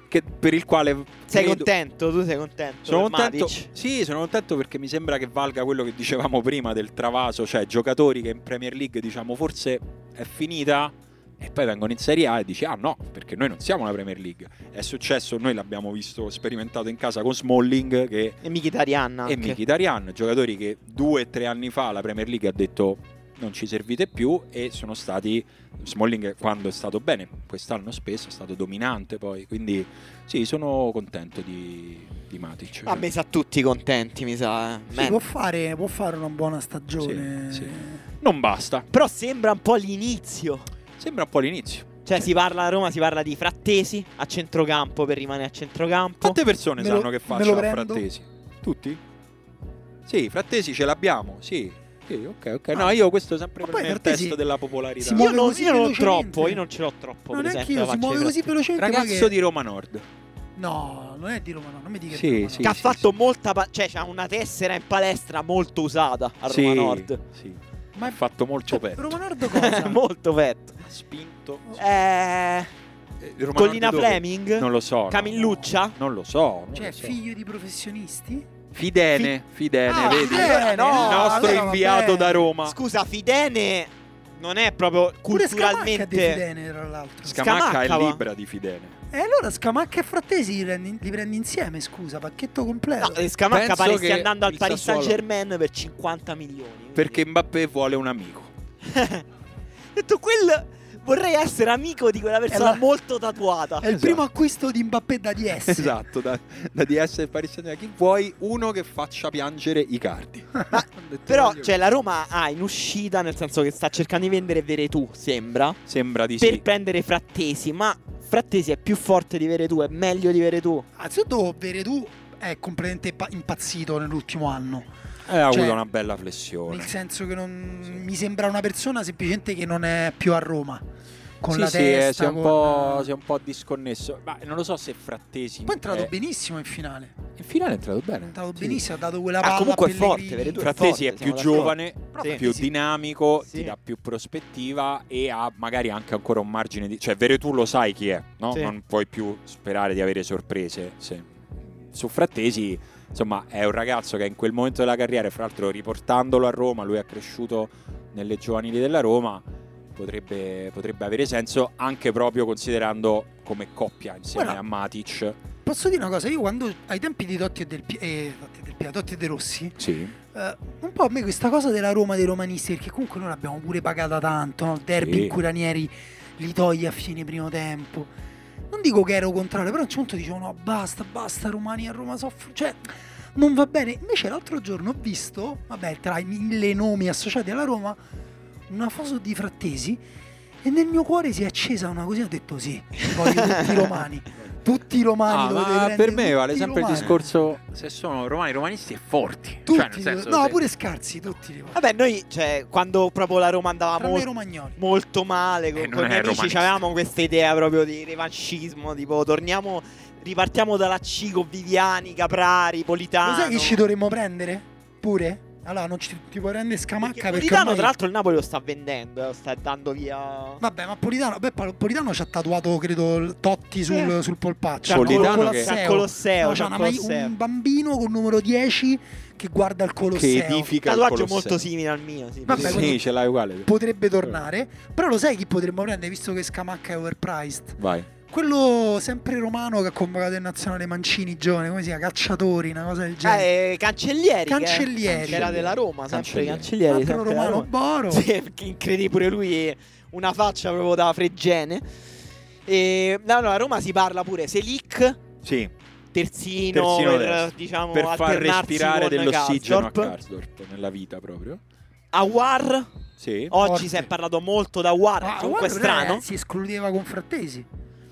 [SPEAKER 1] che- per il quale...
[SPEAKER 3] Sei
[SPEAKER 1] credo-
[SPEAKER 3] contento? Tu sei contento?
[SPEAKER 1] Sono
[SPEAKER 3] per
[SPEAKER 1] contento,
[SPEAKER 3] Matic?
[SPEAKER 1] sì, sono contento perché mi sembra che valga quello che dicevamo prima del travaso, cioè giocatori che in Premier League diciamo forse è finita e poi vengono in Serie A e dici ah no, perché noi non siamo la Premier League. È successo, noi l'abbiamo visto sperimentato in casa con Smalling che,
[SPEAKER 3] E Mkhitaryan anche.
[SPEAKER 1] e Mkhitaryan, giocatori che due o tre anni fa la Premier League ha detto non ci servite più e sono stati Smalling quando è stato bene, quest'anno spesso è stato dominante poi, quindi sì, sono contento di, di Matic.
[SPEAKER 3] A me sa tutti contenti, mi sa. eh.
[SPEAKER 2] Sì,
[SPEAKER 3] Man.
[SPEAKER 2] può, fare, può fare una buona stagione.
[SPEAKER 1] Sì, sì. Non basta.
[SPEAKER 3] Però sembra un po' l'inizio.
[SPEAKER 1] Sembra un po' l'inizio.
[SPEAKER 3] Cioè, si parla a Roma, si parla di frattesi a centrocampo per rimanere a centrocampo.
[SPEAKER 1] Quante persone
[SPEAKER 2] Oh, Me lo-
[SPEAKER 1] sanno che
[SPEAKER 2] me
[SPEAKER 1] faccio
[SPEAKER 2] lo
[SPEAKER 1] a
[SPEAKER 2] prendo?
[SPEAKER 1] Frattesi? Tutti? Sì, Frattesi ce l'abbiamo, sì. Sì, ok, ok. No, io questo sempre
[SPEAKER 2] Ah.
[SPEAKER 1] per
[SPEAKER 2] Ma poi
[SPEAKER 1] me è il
[SPEAKER 2] Frattesi
[SPEAKER 1] testo della popolarità.
[SPEAKER 2] si
[SPEAKER 3] Io
[SPEAKER 2] muove
[SPEAKER 3] non,
[SPEAKER 2] così
[SPEAKER 3] io non ho
[SPEAKER 2] velocemente.
[SPEAKER 3] troppo, io non ce l'ho troppo.
[SPEAKER 2] Non
[SPEAKER 3] per
[SPEAKER 2] è che
[SPEAKER 3] esempio,
[SPEAKER 2] io, si
[SPEAKER 3] davanti
[SPEAKER 2] muove
[SPEAKER 3] ai
[SPEAKER 2] così
[SPEAKER 3] frattesi.
[SPEAKER 2] velocemente. ma
[SPEAKER 1] Ragazzo
[SPEAKER 2] che-
[SPEAKER 1] di Roma Nord.
[SPEAKER 2] No, non è di Roma, no, non mi dica
[SPEAKER 1] Sì,
[SPEAKER 2] di Roma,
[SPEAKER 1] sì.
[SPEAKER 2] no.
[SPEAKER 3] Che ha
[SPEAKER 1] sì,
[SPEAKER 3] fatto
[SPEAKER 1] sì.
[SPEAKER 3] molta. pa- cioè, c'ha una tessera in palestra molto usata a Roma
[SPEAKER 1] Sì,
[SPEAKER 3] Nord. *laughs*
[SPEAKER 1] Sì.
[SPEAKER 2] Ma eh,
[SPEAKER 1] Ha fatto molto petto.
[SPEAKER 2] Roma
[SPEAKER 1] *laughs*
[SPEAKER 2] Nord cosa?
[SPEAKER 3] molto petto.
[SPEAKER 1] Ha spinto.
[SPEAKER 3] Eh,
[SPEAKER 1] Eh, Roma
[SPEAKER 3] Collina
[SPEAKER 1] Nord dove?
[SPEAKER 3] Fleming?
[SPEAKER 1] Non lo so. no.
[SPEAKER 3] Camilluccia?
[SPEAKER 1] Non lo so. non
[SPEAKER 2] cioè,
[SPEAKER 1] lo so.
[SPEAKER 2] figlio di professionisti?
[SPEAKER 1] Fidene, Fidene,
[SPEAKER 2] Ah,
[SPEAKER 1] vedi?
[SPEAKER 2] Fidene,
[SPEAKER 1] no, il
[SPEAKER 2] no,
[SPEAKER 1] nostro
[SPEAKER 2] allora va
[SPEAKER 1] inviato
[SPEAKER 2] bene.
[SPEAKER 1] da Roma.
[SPEAKER 3] Scusa, Fidene non è proprio
[SPEAKER 2] Pure Scamacca è di
[SPEAKER 3] culturalmente.
[SPEAKER 2] Fidene, tra l'altro.
[SPEAKER 1] Scamacca è
[SPEAKER 3] Scamacca, va.
[SPEAKER 1] libera di Fidene.
[SPEAKER 2] e allora Scamacca e Frattesi li prendi, li prendi insieme, scusa, pacchetto completo.
[SPEAKER 3] No, Scamacca
[SPEAKER 1] Eh, Penso
[SPEAKER 3] pare stia
[SPEAKER 1] che
[SPEAKER 3] andando al
[SPEAKER 1] il
[SPEAKER 3] Paris
[SPEAKER 1] Sassuolo-
[SPEAKER 3] Saint Germain per 50 milioni.
[SPEAKER 1] Perché Mbappé vuole un amico.
[SPEAKER 3] Ho detto quel. Vorrei essere amico di quella
[SPEAKER 1] Eh,
[SPEAKER 3] persona
[SPEAKER 2] la-
[SPEAKER 3] molto tatuata.
[SPEAKER 2] è il
[SPEAKER 1] esatto.
[SPEAKER 2] primo acquisto di Mbappé da
[SPEAKER 1] *laughs*
[SPEAKER 2] DS.
[SPEAKER 1] Esatto, da, da DS e Paris Saint Chi vuoi uno che faccia piangere i
[SPEAKER 2] *laughs*
[SPEAKER 1] cardi?
[SPEAKER 3] Però, cioè, la Roma ha in uscita, nel senso che sta cercando di vendere Veretù, sembra,
[SPEAKER 1] sembra di
[SPEAKER 3] per
[SPEAKER 1] sì.
[SPEAKER 3] prendere Frattesi, ma Frattesi è più forte di Veretù, è meglio di Veretù.
[SPEAKER 2] Ah, Anzitutto, Veredù è completamente pa- impazzito nell'ultimo anno.
[SPEAKER 1] Eh, ha
[SPEAKER 2] cioè-
[SPEAKER 1] avuto una bella flessione.
[SPEAKER 2] Nel senso che non mi sembra una persona semplicemente che non è più a Roma. Con
[SPEAKER 1] sì,
[SPEAKER 2] la
[SPEAKER 1] sì,
[SPEAKER 2] testa,
[SPEAKER 1] eh, si è un
[SPEAKER 2] con-
[SPEAKER 1] po', si è un po' disconnesso. Ma non lo so se Frattesi.
[SPEAKER 2] Poi è entrato
[SPEAKER 1] eh,
[SPEAKER 2] benissimo in finale. È
[SPEAKER 1] In finale è entrato bene.
[SPEAKER 2] entrato
[SPEAKER 1] Sì.
[SPEAKER 2] benissimo, ha dato quella
[SPEAKER 3] Ah,
[SPEAKER 2] palla. a
[SPEAKER 3] comunque è forte,
[SPEAKER 2] Pellegrini.
[SPEAKER 3] Veretù.
[SPEAKER 1] Frattesi
[SPEAKER 3] Forte,
[SPEAKER 1] è più
[SPEAKER 3] siamo
[SPEAKER 1] giovane,
[SPEAKER 3] Sì.
[SPEAKER 1] più dinamico,
[SPEAKER 3] Sì.
[SPEAKER 1] ti dà più prospettiva e ha magari anche ancora un margine di... Cioè, Veretù lo sai chi è, no?
[SPEAKER 3] Sì.
[SPEAKER 1] Non puoi più sperare di avere sorprese. se- Su Frattesi, insomma, è un ragazzo che in quel momento della carriera, fra l'altro riportandolo a Roma, lui è cresciuto nelle giovanili della Roma, potrebbe, potrebbe avere senso anche proprio considerando come coppia insieme
[SPEAKER 2] Guarda.
[SPEAKER 1] a Matic.
[SPEAKER 2] Posso dire una cosa? Io quando ai tempi di Totti e del Pia, eh, Totti e del Pia- Totti e De Rossi,
[SPEAKER 1] Sì.
[SPEAKER 2] eh, un po' a me questa cosa della Roma dei romanisti, perché comunque noi l'abbiamo pure pagata tanto, no? il derby
[SPEAKER 1] Sì.
[SPEAKER 2] in cui Ranieri li toglie a fine primo tempo. Non dico che ero contrario, però a un certo punto dicevo no, basta, basta, Romani a Roma soffrono, cioè non va bene. Invece l'altro giorno ho visto, vabbè, tra i mille nomi associati alla Roma, una foto di Frattesi e nel mio cuore si è accesa una così, ho detto sì, voglio tutti i romani. Tutti i romani
[SPEAKER 1] Ah,
[SPEAKER 2] dovete
[SPEAKER 1] ma
[SPEAKER 2] prendere
[SPEAKER 1] per me vale
[SPEAKER 2] tutti i
[SPEAKER 1] sempre il
[SPEAKER 2] romani.
[SPEAKER 1] discorso Eh, se sono romani romanisti e forti.
[SPEAKER 2] Tutti,
[SPEAKER 1] cioè, nel senso,
[SPEAKER 2] no,
[SPEAKER 1] se-
[SPEAKER 2] pure scarsi, tutti li voglio.
[SPEAKER 3] Vabbè, noi, cioè, quando proprio la Roma andava
[SPEAKER 2] Tranne i
[SPEAKER 3] molto,
[SPEAKER 2] romagnoli.
[SPEAKER 3] molto male con,
[SPEAKER 1] Eh, non
[SPEAKER 3] con i miei
[SPEAKER 1] è
[SPEAKER 3] amici,
[SPEAKER 1] romanista.
[SPEAKER 3] avevamo questa idea proprio di revanchismo, tipo torniamo, ripartiamo dalla C con Viviani, Caprari, Politano.
[SPEAKER 2] Lo sai che ci dovremmo prendere? Pure? Allora, non ci, ti puoi prendere Scamacca perché,
[SPEAKER 3] Perché Politano,
[SPEAKER 2] ormai-
[SPEAKER 3] tra l'altro, il Napoli lo sta vendendo, eh, lo sta dando via...
[SPEAKER 2] Vabbè, ma Politano, beh, Pol- Politano ci ha tatuato, credo, il Totti sul,
[SPEAKER 3] Eh.
[SPEAKER 2] sul polpaccio.
[SPEAKER 3] C'ha il
[SPEAKER 1] Politano
[SPEAKER 2] cioè, Col-
[SPEAKER 1] che-
[SPEAKER 3] C'ha il
[SPEAKER 2] Colosseo. No,
[SPEAKER 3] Colosseo, c'ha
[SPEAKER 2] c'ha
[SPEAKER 3] il
[SPEAKER 2] una maglia-
[SPEAKER 3] Colosseo.
[SPEAKER 2] un bambino con numero 10 che guarda il
[SPEAKER 1] che
[SPEAKER 2] Colosseo.
[SPEAKER 1] edifica il
[SPEAKER 3] tatuaggio
[SPEAKER 1] Colosseo.
[SPEAKER 3] molto simile al mio, sì.
[SPEAKER 2] Vabbè,
[SPEAKER 1] sì,
[SPEAKER 2] quindi-
[SPEAKER 1] ce l'hai uguale.
[SPEAKER 2] Potrebbe tornare. Però lo sai chi potremmo prendere, visto che Scamacca è overpriced?
[SPEAKER 1] Vai.
[SPEAKER 2] Quello sempre romano che ha convocato in nazionale Mancini, giovane, come si chiama? Cacciatori, una cosa del genere.
[SPEAKER 3] Eh, eh, cancellieri,
[SPEAKER 2] Cancellieri.
[SPEAKER 3] che era della Roma, sempre
[SPEAKER 1] Cancellieri.
[SPEAKER 3] cancellieri,
[SPEAKER 2] Altro
[SPEAKER 3] sempre della
[SPEAKER 2] romano
[SPEAKER 3] Roma. *laughs*
[SPEAKER 2] Boro.
[SPEAKER 3] Eh, Sì, perché incredibile pure lui è una faccia proprio da freggene. E no, no, a Roma si parla pure Selic,
[SPEAKER 1] Sì.
[SPEAKER 3] terzino,
[SPEAKER 1] Terzino
[SPEAKER 3] per,
[SPEAKER 1] destro.
[SPEAKER 3] diciamo,
[SPEAKER 1] per far
[SPEAKER 3] alternarsi
[SPEAKER 1] respirare
[SPEAKER 3] con
[SPEAKER 1] dell'ossigeno
[SPEAKER 3] Karsdorp.
[SPEAKER 1] a Karsdorp nella vita proprio.
[SPEAKER 3] Awar,
[SPEAKER 1] Sì.
[SPEAKER 3] oggi
[SPEAKER 2] Forte.
[SPEAKER 3] si è parlato molto da Awar,
[SPEAKER 2] Ma
[SPEAKER 3] comunque è
[SPEAKER 2] guarda,
[SPEAKER 3] strano.
[SPEAKER 2] eh, si escludeva con Frattesi.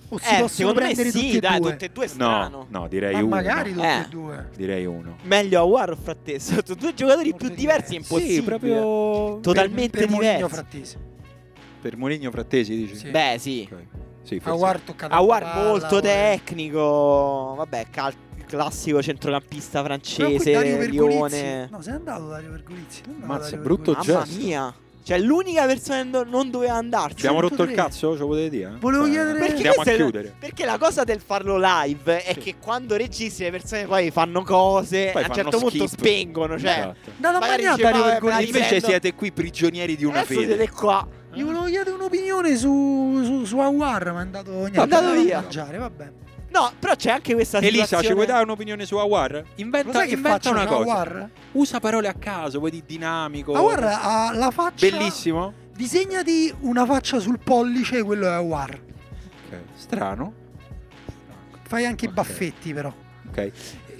[SPEAKER 2] O si
[SPEAKER 3] Eh,
[SPEAKER 2] possono
[SPEAKER 3] secondo me
[SPEAKER 2] prendere tutti
[SPEAKER 3] sì,
[SPEAKER 2] e
[SPEAKER 3] dai,
[SPEAKER 2] due.
[SPEAKER 3] tutte e due è strano.
[SPEAKER 1] No, no, direi
[SPEAKER 2] Ma
[SPEAKER 1] uno.
[SPEAKER 2] magari tutti
[SPEAKER 3] Eh.
[SPEAKER 2] e due.
[SPEAKER 1] Direi uno.
[SPEAKER 3] Meglio Awar o Frattesi? Sono *laughs* due giocatori
[SPEAKER 2] Molto
[SPEAKER 3] più
[SPEAKER 2] diversi.
[SPEAKER 3] diversi, è impossibile.
[SPEAKER 1] Sì, proprio
[SPEAKER 3] Totalmente
[SPEAKER 2] per, per Mourinho
[SPEAKER 3] diversi.
[SPEAKER 2] Frattesi.
[SPEAKER 1] per Mourinho Frattesi dici?
[SPEAKER 2] Sì.
[SPEAKER 3] Beh, sì.
[SPEAKER 1] Ok. Sì, forse.
[SPEAKER 2] Aguar toccato
[SPEAKER 3] Awar
[SPEAKER 2] la palla,
[SPEAKER 3] molto
[SPEAKER 2] poi-
[SPEAKER 3] tecnico, vabbè, cal- classico centrocampista
[SPEAKER 2] Però poi Dario
[SPEAKER 3] francese,
[SPEAKER 2] Pergolizzi.
[SPEAKER 3] Lione.
[SPEAKER 2] No, se è andato Dario Pergolizzi. non è andato
[SPEAKER 1] Ammazza,
[SPEAKER 2] Dario
[SPEAKER 1] brutto
[SPEAKER 2] Pergolizzi.
[SPEAKER 3] Mamma
[SPEAKER 1] gesto.
[SPEAKER 3] mia. Cioè, l'unica persona che no- non doveva andarci.
[SPEAKER 1] Abbiamo rotto il
[SPEAKER 2] 103.
[SPEAKER 1] cazzo, ce lo potete dire? eh?
[SPEAKER 2] Volevo chiedere-
[SPEAKER 3] Perché
[SPEAKER 1] Andiamo a
[SPEAKER 3] questa è la-
[SPEAKER 1] chiudere.
[SPEAKER 3] Perché la cosa del farlo live è
[SPEAKER 1] Sì.
[SPEAKER 3] che quando registri le persone poi fanno cose,
[SPEAKER 1] Poi
[SPEAKER 3] a
[SPEAKER 1] fanno
[SPEAKER 3] un certo punto
[SPEAKER 1] skip.
[SPEAKER 3] spengono, cioè.
[SPEAKER 1] Esatto.
[SPEAKER 2] Andava a
[SPEAKER 3] Magari
[SPEAKER 2] bagnare
[SPEAKER 3] diceva,
[SPEAKER 2] Dario
[SPEAKER 3] "Vabbè,
[SPEAKER 2] Pergolizzi.
[SPEAKER 3] dai,
[SPEAKER 1] Invece
[SPEAKER 3] dicendo-
[SPEAKER 1] siete qui prigionieri di una
[SPEAKER 3] Adesso
[SPEAKER 1] fede.
[SPEAKER 3] siete qua.
[SPEAKER 2] Eh. Gli volevo chiedere un'opinione su, su, su Aguar, ma è andato, niente,
[SPEAKER 3] andato
[SPEAKER 2] a
[SPEAKER 3] via.
[SPEAKER 2] mangiare, vabbè.
[SPEAKER 3] No, però c'è anche questa
[SPEAKER 1] Elisa,
[SPEAKER 3] situazione.
[SPEAKER 1] ci vuoi dare un'opinione su Awar? Inventa,
[SPEAKER 2] Lo sai che
[SPEAKER 1] inventa
[SPEAKER 2] faccio
[SPEAKER 1] una
[SPEAKER 2] con
[SPEAKER 1] cosa.
[SPEAKER 2] Aguar?
[SPEAKER 1] Usa parole a caso, vuoi di dinamico.
[SPEAKER 2] Aguar ha la faccia...
[SPEAKER 1] Bellissimo.
[SPEAKER 2] Disegnati una faccia sul pollice, quello è Aguar.
[SPEAKER 1] Strano.
[SPEAKER 2] Fai anche
[SPEAKER 1] Ok.
[SPEAKER 2] i baffetti però.
[SPEAKER 1] Ok.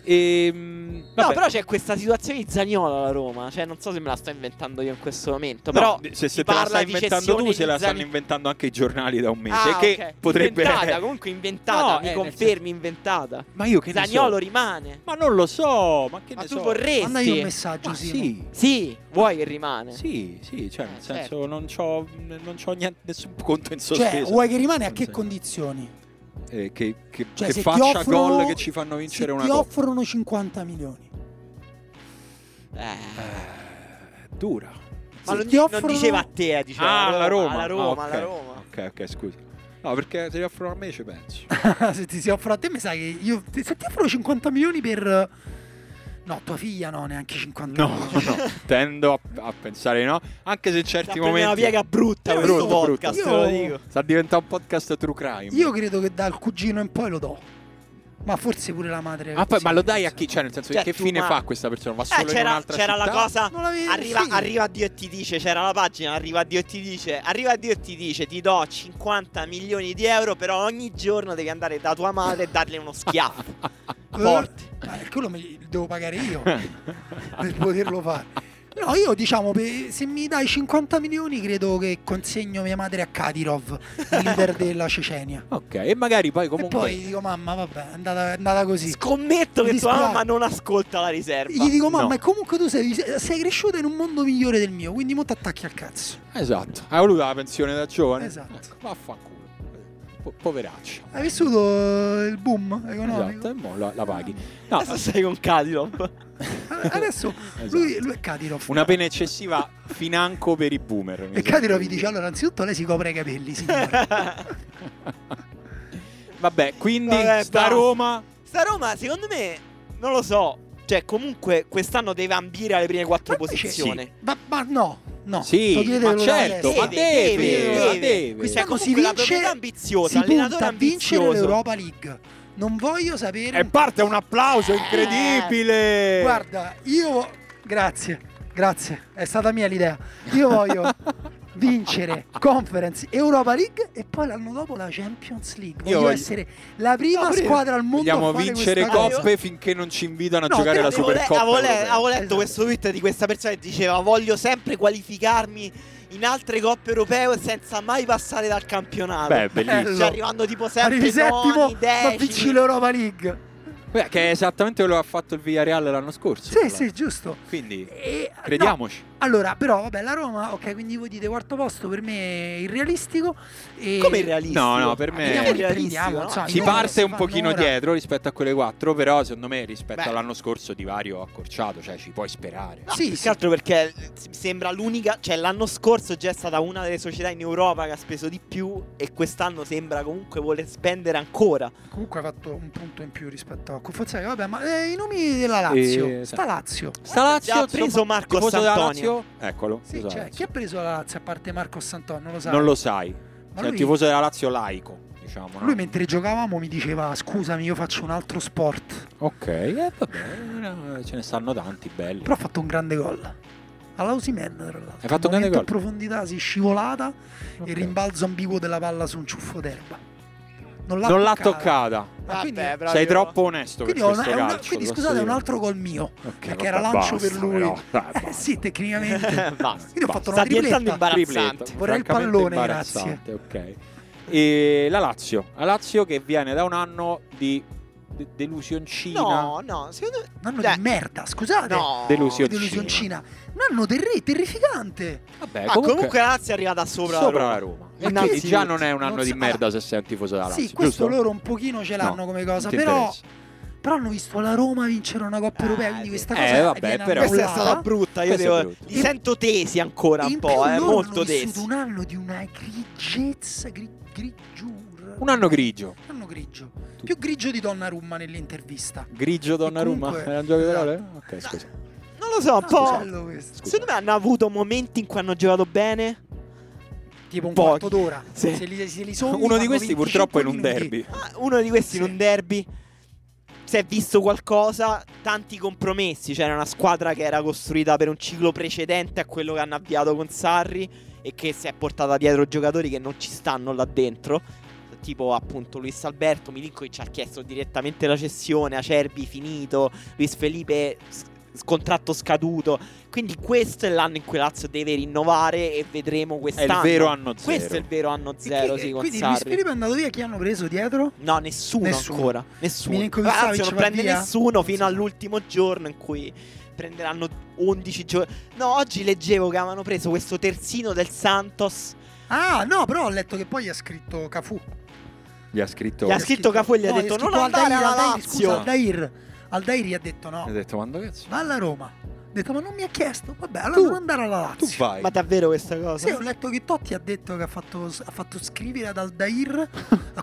[SPEAKER 1] Ehm,
[SPEAKER 3] No,
[SPEAKER 1] vabbè.
[SPEAKER 3] però c'è questa situazione di Zaniolo alla Roma. Cioè, non so se me la sto inventando io in questo momento.
[SPEAKER 1] No,
[SPEAKER 3] però
[SPEAKER 1] se, se
[SPEAKER 3] si
[SPEAKER 1] te la
[SPEAKER 3] parla
[SPEAKER 1] stai
[SPEAKER 3] di
[SPEAKER 1] inventando
[SPEAKER 3] cessioni
[SPEAKER 1] tu, se
[SPEAKER 3] di
[SPEAKER 1] la stanno
[SPEAKER 3] Zani-
[SPEAKER 1] inventando anche i giornali da un mese.
[SPEAKER 3] Ah,
[SPEAKER 1] che
[SPEAKER 3] ok.
[SPEAKER 1] potrebbe
[SPEAKER 3] inventata, comunque inventata,
[SPEAKER 1] No,
[SPEAKER 3] mi
[SPEAKER 1] eh,
[SPEAKER 3] confermi inventata.
[SPEAKER 1] Ma io che ne so?
[SPEAKER 3] Zagnolo rimane.
[SPEAKER 1] Ma non lo so, ma che
[SPEAKER 3] Ma
[SPEAKER 1] ne
[SPEAKER 3] tu
[SPEAKER 1] so?
[SPEAKER 3] vorresti?
[SPEAKER 2] Mandagli un messaggio,
[SPEAKER 1] Eh Ma
[SPEAKER 2] Simo.
[SPEAKER 1] sì.
[SPEAKER 3] Sì, vuoi che rimane.
[SPEAKER 1] Sì, sì, cioè, nel
[SPEAKER 3] Eh,
[SPEAKER 1] senso,
[SPEAKER 3] certo.
[SPEAKER 1] non c'ho, non c'ho niente- nessun conto in
[SPEAKER 2] Cioè,
[SPEAKER 1] sospeso.
[SPEAKER 2] vuoi che rimane a
[SPEAKER 1] Non
[SPEAKER 2] che
[SPEAKER 1] so.
[SPEAKER 2] condizioni?
[SPEAKER 1] Eh, che che,
[SPEAKER 2] Cioè,
[SPEAKER 1] che
[SPEAKER 2] se ti
[SPEAKER 1] faccia
[SPEAKER 2] offrono-
[SPEAKER 1] gol che ci fanno
[SPEAKER 2] Se
[SPEAKER 1] vincere una
[SPEAKER 2] ti
[SPEAKER 1] coppa.
[SPEAKER 2] offrono 50 milioni.
[SPEAKER 3] Eh.
[SPEAKER 1] Eh, dura.
[SPEAKER 3] Ma
[SPEAKER 2] Se
[SPEAKER 3] non,
[SPEAKER 2] ti
[SPEAKER 3] di- non
[SPEAKER 2] offrono-
[SPEAKER 3] diceva a te, eh, diceva
[SPEAKER 1] Ah, alla Roma.
[SPEAKER 3] Cioè, alla
[SPEAKER 1] Ah,
[SPEAKER 3] Roma,
[SPEAKER 1] ok.
[SPEAKER 3] alla Roma.
[SPEAKER 1] Ok, ok, scusa. No, perché se li offrono a me ci penso.
[SPEAKER 3] *laughs*
[SPEAKER 2] *laughs* se ti si offre a te, mi sa che io. Se ti offro 50 milioni per. No, tua figlia no, neanche 50
[SPEAKER 1] No,
[SPEAKER 2] milioni.
[SPEAKER 1] no, tendo a, a pensare no. Anche se in
[SPEAKER 3] Sta
[SPEAKER 1] certi
[SPEAKER 3] prendendo una
[SPEAKER 1] momenti
[SPEAKER 3] piega brutta
[SPEAKER 1] Brutto,
[SPEAKER 3] questo
[SPEAKER 1] brutto.
[SPEAKER 3] podcast,
[SPEAKER 2] Cioè, Io-
[SPEAKER 3] te lo dico.
[SPEAKER 1] sta diventando un podcast true crime.
[SPEAKER 2] Io credo che dal cugino in poi lo do. Ma forse pure la madre.
[SPEAKER 1] Ah, poi, ma lo dai a
[SPEAKER 2] sì.
[SPEAKER 1] chi? Cioè, nel senso,
[SPEAKER 3] Cioè,
[SPEAKER 1] che
[SPEAKER 3] tu,
[SPEAKER 1] fine
[SPEAKER 3] ma-
[SPEAKER 1] fa questa persona? Va
[SPEAKER 3] Eh,
[SPEAKER 1] Cioè, solo in
[SPEAKER 3] c'era,
[SPEAKER 1] un'altra
[SPEAKER 3] c'era la
[SPEAKER 1] città?
[SPEAKER 3] cosa.
[SPEAKER 2] Non l'avevi-
[SPEAKER 3] Arriva,
[SPEAKER 2] sì.
[SPEAKER 3] arriva Dio e ti dice: c'era la pagina. Arriva Dio e ti dice: Arriva Dio e ti dice: Ti do 50 milioni di euro. Però ogni giorno devi andare da tua madre e darle uno schiaffo.
[SPEAKER 2] *laughs*
[SPEAKER 3] Forte.
[SPEAKER 2] Eh, Ma quello me lo devo
[SPEAKER 1] *laughs*
[SPEAKER 2] pagare io per poterlo fare. No, io diciamo, pe- se mi dai 50 milioni, credo che consegno mia madre a Kadyrov,
[SPEAKER 1] *laughs*
[SPEAKER 2] leader della Cecenia.
[SPEAKER 1] Ok, e magari poi
[SPEAKER 2] E
[SPEAKER 1] comunque.
[SPEAKER 2] poi dico, mamma, vabbè, è andata, è andata così.
[SPEAKER 3] Scommetto che
[SPEAKER 2] Mi
[SPEAKER 3] tua
[SPEAKER 2] dispiace.
[SPEAKER 3] mamma non ascolta la riserva.
[SPEAKER 2] Gli dico, mamma,
[SPEAKER 1] No.
[SPEAKER 2] e comunque tu sei, sei cresciuta in un mondo migliore del mio, quindi mo ti attacchi al cazzo.
[SPEAKER 1] Esatto. Hai voluto la pensione da giovane?
[SPEAKER 2] Esatto.
[SPEAKER 1] Ecco, vaffanculo. Po- poveraccio.
[SPEAKER 2] Hai vissuto eh, il boom economico?
[SPEAKER 1] Esatto, e mo la, la paghi. No,
[SPEAKER 3] Adesso sei con Kadyrov.
[SPEAKER 2] A- Adesso
[SPEAKER 1] *laughs* Esatto.
[SPEAKER 2] lui, lui è Kadirov.
[SPEAKER 1] una pena eccessiva financo per i boomer. mi
[SPEAKER 2] E
[SPEAKER 1] sa.
[SPEAKER 2] Kadirov vi
[SPEAKER 1] *laughs*
[SPEAKER 2] dice, allora, anzitutto lei si copre i capelli, signore.
[SPEAKER 1] Vabbè, quindi
[SPEAKER 3] Vabbè,
[SPEAKER 1] sta
[SPEAKER 3] basta.
[SPEAKER 1] Roma.
[SPEAKER 3] Sta Roma, secondo me, non lo so. Cioè, comunque, quest'anno deve ambire alle prime quattro
[SPEAKER 2] Ma invece-
[SPEAKER 3] posizioni.
[SPEAKER 2] ma, ma no, no. lo
[SPEAKER 1] Sì,
[SPEAKER 2] chiede
[SPEAKER 1] ma
[SPEAKER 2] Lorenzo.
[SPEAKER 1] certo, ma
[SPEAKER 3] Deve,
[SPEAKER 1] deve,
[SPEAKER 3] deve,
[SPEAKER 1] ma deve.
[SPEAKER 2] Questa-
[SPEAKER 3] Cioè,
[SPEAKER 2] Diciamo, si
[SPEAKER 3] comunque, la
[SPEAKER 2] vince-
[SPEAKER 3] proprietà ambiziosa,
[SPEAKER 2] Si
[SPEAKER 3] allenatore
[SPEAKER 2] punta a vincere
[SPEAKER 3] ambizioso.
[SPEAKER 2] l'Europa League. Non voglio sapere...
[SPEAKER 1] E parte un applauso incredibile.
[SPEAKER 2] *laughs* Eh, Guarda, io... Grazie, grazie, è stata mia l'idea. Io
[SPEAKER 1] *laughs*
[SPEAKER 2] voglio vincere Conference, Europa League e poi l'anno dopo la Champions League.
[SPEAKER 1] Io
[SPEAKER 2] Voglio
[SPEAKER 1] voglio-
[SPEAKER 2] essere la prima
[SPEAKER 3] No, pure-
[SPEAKER 2] squadra al mondo
[SPEAKER 1] Ah, Vogliamo
[SPEAKER 2] a fare
[SPEAKER 1] vincere
[SPEAKER 2] questa cosa.
[SPEAKER 1] coppe finché non ci invitano a
[SPEAKER 2] No,
[SPEAKER 1] giocare
[SPEAKER 2] però
[SPEAKER 1] la
[SPEAKER 2] devo
[SPEAKER 3] Avevo, le-
[SPEAKER 1] Supercoppa.
[SPEAKER 3] avevo le-
[SPEAKER 1] europea.
[SPEAKER 3] avevo letto
[SPEAKER 2] Esatto.
[SPEAKER 3] questo tweet di questa persona che diceva voglio sempre qualificarmi in altre coppe europee senza mai passare dal campionato.
[SPEAKER 1] Beh, bellissimo.
[SPEAKER 2] Bello.
[SPEAKER 3] Cioè, arrivando tipo sempre
[SPEAKER 2] Arrivi settimo,
[SPEAKER 3] noni,
[SPEAKER 2] ma vinci
[SPEAKER 3] decimi.
[SPEAKER 2] l'Europa League.
[SPEAKER 1] Beh, che è esattamente quello che ha fatto il Villarreal l'anno scorso. tra
[SPEAKER 2] Sì,
[SPEAKER 1] l'altro.
[SPEAKER 2] sì, giusto.
[SPEAKER 1] Quindi,
[SPEAKER 2] E-
[SPEAKER 1] crediamoci.
[SPEAKER 2] no, allora, però, vabbè, la Roma, ok, quindi voi dite quarto posto, per me è irrealistico. E
[SPEAKER 3] Come irrealistico?
[SPEAKER 1] No, no, per me-
[SPEAKER 2] Vediamo,
[SPEAKER 1] è
[SPEAKER 3] irrealistico,
[SPEAKER 2] vediamo,
[SPEAKER 3] no?
[SPEAKER 2] insomma,
[SPEAKER 1] Si
[SPEAKER 2] io-
[SPEAKER 1] parte
[SPEAKER 2] si
[SPEAKER 1] un
[SPEAKER 2] fanno
[SPEAKER 1] pochino
[SPEAKER 2] ora.
[SPEAKER 1] dietro rispetto a quelle quattro, però secondo me rispetto
[SPEAKER 3] Beh.
[SPEAKER 1] all'anno scorso di vario accorciato, cioè ci puoi sperare.
[SPEAKER 3] No,
[SPEAKER 2] Sì,
[SPEAKER 3] più
[SPEAKER 2] sì.
[SPEAKER 3] che altro perché s- sembra l'unica, cioè l'anno scorso già è stata una delle società in Europa che ha speso di più e quest'anno sembra comunque voler spendere ancora.
[SPEAKER 2] Comunque ha fatto un punto in più rispetto a Conforzaga. Vabbè, ma eh, i nomi della Lazio.
[SPEAKER 1] Eh,
[SPEAKER 2] sta Lazio.
[SPEAKER 1] Sta Lazio,
[SPEAKER 3] già ha
[SPEAKER 1] insomma,
[SPEAKER 3] preso Marco
[SPEAKER 1] tifoso della
[SPEAKER 3] Santonio.
[SPEAKER 1] Lazio? Eccolo.
[SPEAKER 2] Sì,
[SPEAKER 1] esatto.
[SPEAKER 2] cioè, chi ha preso la Lazio a parte Marco Sant'On? Non lo sai.
[SPEAKER 1] Non lo cioè, sai.
[SPEAKER 2] Ma
[SPEAKER 1] Sei un
[SPEAKER 2] lui-
[SPEAKER 1] tifoso della Lazio laico, diciamo. no?
[SPEAKER 2] Lui mentre giocavamo mi diceva scusami io faccio un altro sport
[SPEAKER 1] Ok, eh, vabbè, no, ce ne stanno tanti belli.
[SPEAKER 2] Però ha fatto un grande gol All'Ausimen tra l'altro
[SPEAKER 1] Hai fatto un
[SPEAKER 2] Al
[SPEAKER 1] grande
[SPEAKER 2] momento
[SPEAKER 1] gol?
[SPEAKER 2] in profondità si è scivolata
[SPEAKER 1] Ok.
[SPEAKER 2] Il rimbalzo ambiguo della palla su un ciuffo d'erba
[SPEAKER 1] non l'ha toccata.
[SPEAKER 2] Ma Ah, quindi-
[SPEAKER 3] Vabbè, proprio-
[SPEAKER 1] Sei troppo onesto
[SPEAKER 2] Quindi,
[SPEAKER 1] per
[SPEAKER 2] ho una-
[SPEAKER 1] questo
[SPEAKER 2] è una-
[SPEAKER 1] calcio.
[SPEAKER 2] quindi
[SPEAKER 1] posso
[SPEAKER 2] scusate, è un
[SPEAKER 1] dire.
[SPEAKER 2] altro gol mio.
[SPEAKER 1] Ok,
[SPEAKER 2] perché era
[SPEAKER 1] vabbè,
[SPEAKER 2] lancio
[SPEAKER 1] basta,
[SPEAKER 2] per lui.
[SPEAKER 1] però, dai,
[SPEAKER 2] Eh,
[SPEAKER 1] basta.
[SPEAKER 2] *laughs* sì, tecnicamente.
[SPEAKER 3] Basta.
[SPEAKER 2] Quindi ho fatto una
[SPEAKER 3] Sta diventando
[SPEAKER 2] tripletta.
[SPEAKER 3] imbarazzante.
[SPEAKER 2] Vorrei il
[SPEAKER 1] francamente
[SPEAKER 2] pallone,
[SPEAKER 1] imbarazzante, ok. E la Lazio, la Lazio che viene da un anno di de- delusioncina.
[SPEAKER 3] No, no, secondo me...
[SPEAKER 2] Un anno
[SPEAKER 3] Dai.
[SPEAKER 2] di merda, scusate.
[SPEAKER 3] Cioè, No.
[SPEAKER 1] Delusio-
[SPEAKER 2] Di Delusioncina. Un anno terri- terrificante.
[SPEAKER 1] Vabbè,
[SPEAKER 3] Ah, comunque, la Lazio è arrivata sopra,
[SPEAKER 1] Eh, sopra
[SPEAKER 3] la
[SPEAKER 1] la
[SPEAKER 3] Roma.
[SPEAKER 1] Roma.
[SPEAKER 2] Ma
[SPEAKER 1] E quindi
[SPEAKER 2] che-
[SPEAKER 1] già non è un
[SPEAKER 2] non
[SPEAKER 1] anno di
[SPEAKER 2] so-
[SPEAKER 1] merda se sei un tifoso della Lazio.
[SPEAKER 2] sì, questo
[SPEAKER 1] giusto?
[SPEAKER 2] loro un pochino ce l'hanno
[SPEAKER 1] No,
[SPEAKER 2] come cosa.
[SPEAKER 1] non ti
[SPEAKER 2] Però,
[SPEAKER 1] interessa.
[SPEAKER 2] però hanno visto la Roma vincere una Coppa
[SPEAKER 3] Ah,
[SPEAKER 2] Europea.
[SPEAKER 3] sì.
[SPEAKER 2] Quindi questa
[SPEAKER 1] Eh,
[SPEAKER 2] cosa
[SPEAKER 1] vabbè,
[SPEAKER 2] viene
[SPEAKER 1] però-
[SPEAKER 3] Questa è
[SPEAKER 2] annullata.
[SPEAKER 3] stata brutta. Io
[SPEAKER 1] Questa è
[SPEAKER 3] devo...
[SPEAKER 1] brutta.
[SPEAKER 3] Li sento tesi ancora un
[SPEAKER 2] In più
[SPEAKER 3] po', eh,
[SPEAKER 2] loro
[SPEAKER 5] molto
[SPEAKER 2] hanno vissuto
[SPEAKER 5] tesi.
[SPEAKER 2] un anno di una griggezza, gri, grigiur.
[SPEAKER 1] Un anno grigio.
[SPEAKER 2] Un anno grigio. Più grigio di Donnarumma nell'intervista.
[SPEAKER 1] Grigio Donnarumma.
[SPEAKER 2] comunque-
[SPEAKER 1] Era un gioco di parole?
[SPEAKER 2] Esatto.
[SPEAKER 1] Ok, scusa.
[SPEAKER 3] Non lo so, un
[SPEAKER 2] Ah,
[SPEAKER 3] po'...
[SPEAKER 2] bello questo.
[SPEAKER 1] scusa.
[SPEAKER 3] Secondo me hanno avuto momenti in cui hanno giocato bene.
[SPEAKER 2] Tipo un
[SPEAKER 3] Pochi.
[SPEAKER 2] quarto d'ora.
[SPEAKER 3] Sì.
[SPEAKER 2] Se li, se li sogni,
[SPEAKER 1] Uno di
[SPEAKER 2] fanno
[SPEAKER 1] questi purtroppo è in un
[SPEAKER 2] 25 minuti.
[SPEAKER 1] derby.
[SPEAKER 3] Ah, Uno di questi in
[SPEAKER 2] Sì.
[SPEAKER 3] un derby. Si è visto qualcosa, tanti compromessi. C'era una squadra che era costruita per un ciclo precedente a quello che hanno avviato con Sarri e che si è portata dietro giocatori che non ci stanno là dentro. Tipo appunto Luis Alberto, Milinkovic ha chiesto direttamente la cessione, Acerbi finito, Luis Felipe s- contratto scaduto. Quindi questo è l'anno in cui Lazio deve rinnovare e vedremo
[SPEAKER 1] È il
[SPEAKER 3] quest'anno.
[SPEAKER 1] vero anno zero.
[SPEAKER 3] Questo è il vero anno
[SPEAKER 2] E
[SPEAKER 3] zero,
[SPEAKER 2] chi-
[SPEAKER 3] sì,
[SPEAKER 2] e
[SPEAKER 3] con
[SPEAKER 2] quindi Luis
[SPEAKER 3] Sarri.
[SPEAKER 2] Felipe è andato via. Chi hanno preso dietro?
[SPEAKER 3] No, nessuno,
[SPEAKER 2] Nessuno.
[SPEAKER 3] ancora. Nessuno.
[SPEAKER 2] Milinkovic
[SPEAKER 3] La Lazio
[SPEAKER 2] Savic
[SPEAKER 3] non
[SPEAKER 2] va
[SPEAKER 3] prende
[SPEAKER 2] via?
[SPEAKER 3] nessuno fino all'ultimo giorno in cui prenderanno 11 giorni. No, oggi leggevo che avevano preso questo terzino del Santos.
[SPEAKER 2] Ah, no, però ho letto che poi gli ha scritto Cafu.
[SPEAKER 1] Gli ha scritto.
[SPEAKER 3] Gli ha
[SPEAKER 2] Gli
[SPEAKER 3] scritto Cafu e gli ha
[SPEAKER 2] no,
[SPEAKER 3] detto,
[SPEAKER 2] scritto
[SPEAKER 3] "Non andare
[SPEAKER 2] Aldair,
[SPEAKER 3] alla
[SPEAKER 2] Aldair,
[SPEAKER 3] Lazio".
[SPEAKER 2] Scusa, Aldair. Aldair gli ha detto
[SPEAKER 1] Ha
[SPEAKER 2] no.
[SPEAKER 1] detto, quando cazzo?
[SPEAKER 2] Va alla Roma. Ha detto, ma non mi ha chiesto. Vabbè, allora non andare alla Lazio.
[SPEAKER 1] Tu vai.
[SPEAKER 3] Ma davvero questa cosa?
[SPEAKER 2] Eh. Sì, ho letto che Totti ha detto che ha fatto, ha fatto scrivere ad Aldair. a
[SPEAKER 3] Ma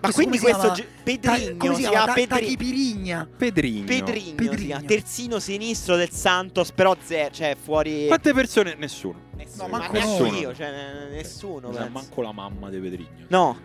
[SPEAKER 2] questo- come
[SPEAKER 3] quindi
[SPEAKER 2] si
[SPEAKER 3] questo
[SPEAKER 2] chiama?
[SPEAKER 3] gi-
[SPEAKER 2] Ta-
[SPEAKER 3] Pedrigno
[SPEAKER 2] come si
[SPEAKER 3] si
[SPEAKER 2] chiama?
[SPEAKER 3] chiama
[SPEAKER 2] Ta-
[SPEAKER 3] Pedri-
[SPEAKER 2] Tachipirigna.
[SPEAKER 1] Pedrigno.
[SPEAKER 3] Pedrigno, si
[SPEAKER 2] Pedrigno.
[SPEAKER 3] chiama, terzino sinistro del Santos, però zero, cioè fuori
[SPEAKER 1] Quante persone? Nessuno.
[SPEAKER 3] nessuno,
[SPEAKER 2] No, manco
[SPEAKER 3] ma neanche
[SPEAKER 1] nessuno.
[SPEAKER 3] io, cioè ne- nessuno,
[SPEAKER 1] Mi sa
[SPEAKER 3] penso.
[SPEAKER 1] Manco la mamma di Pedrigno.
[SPEAKER 3] No.
[SPEAKER 1] Ok.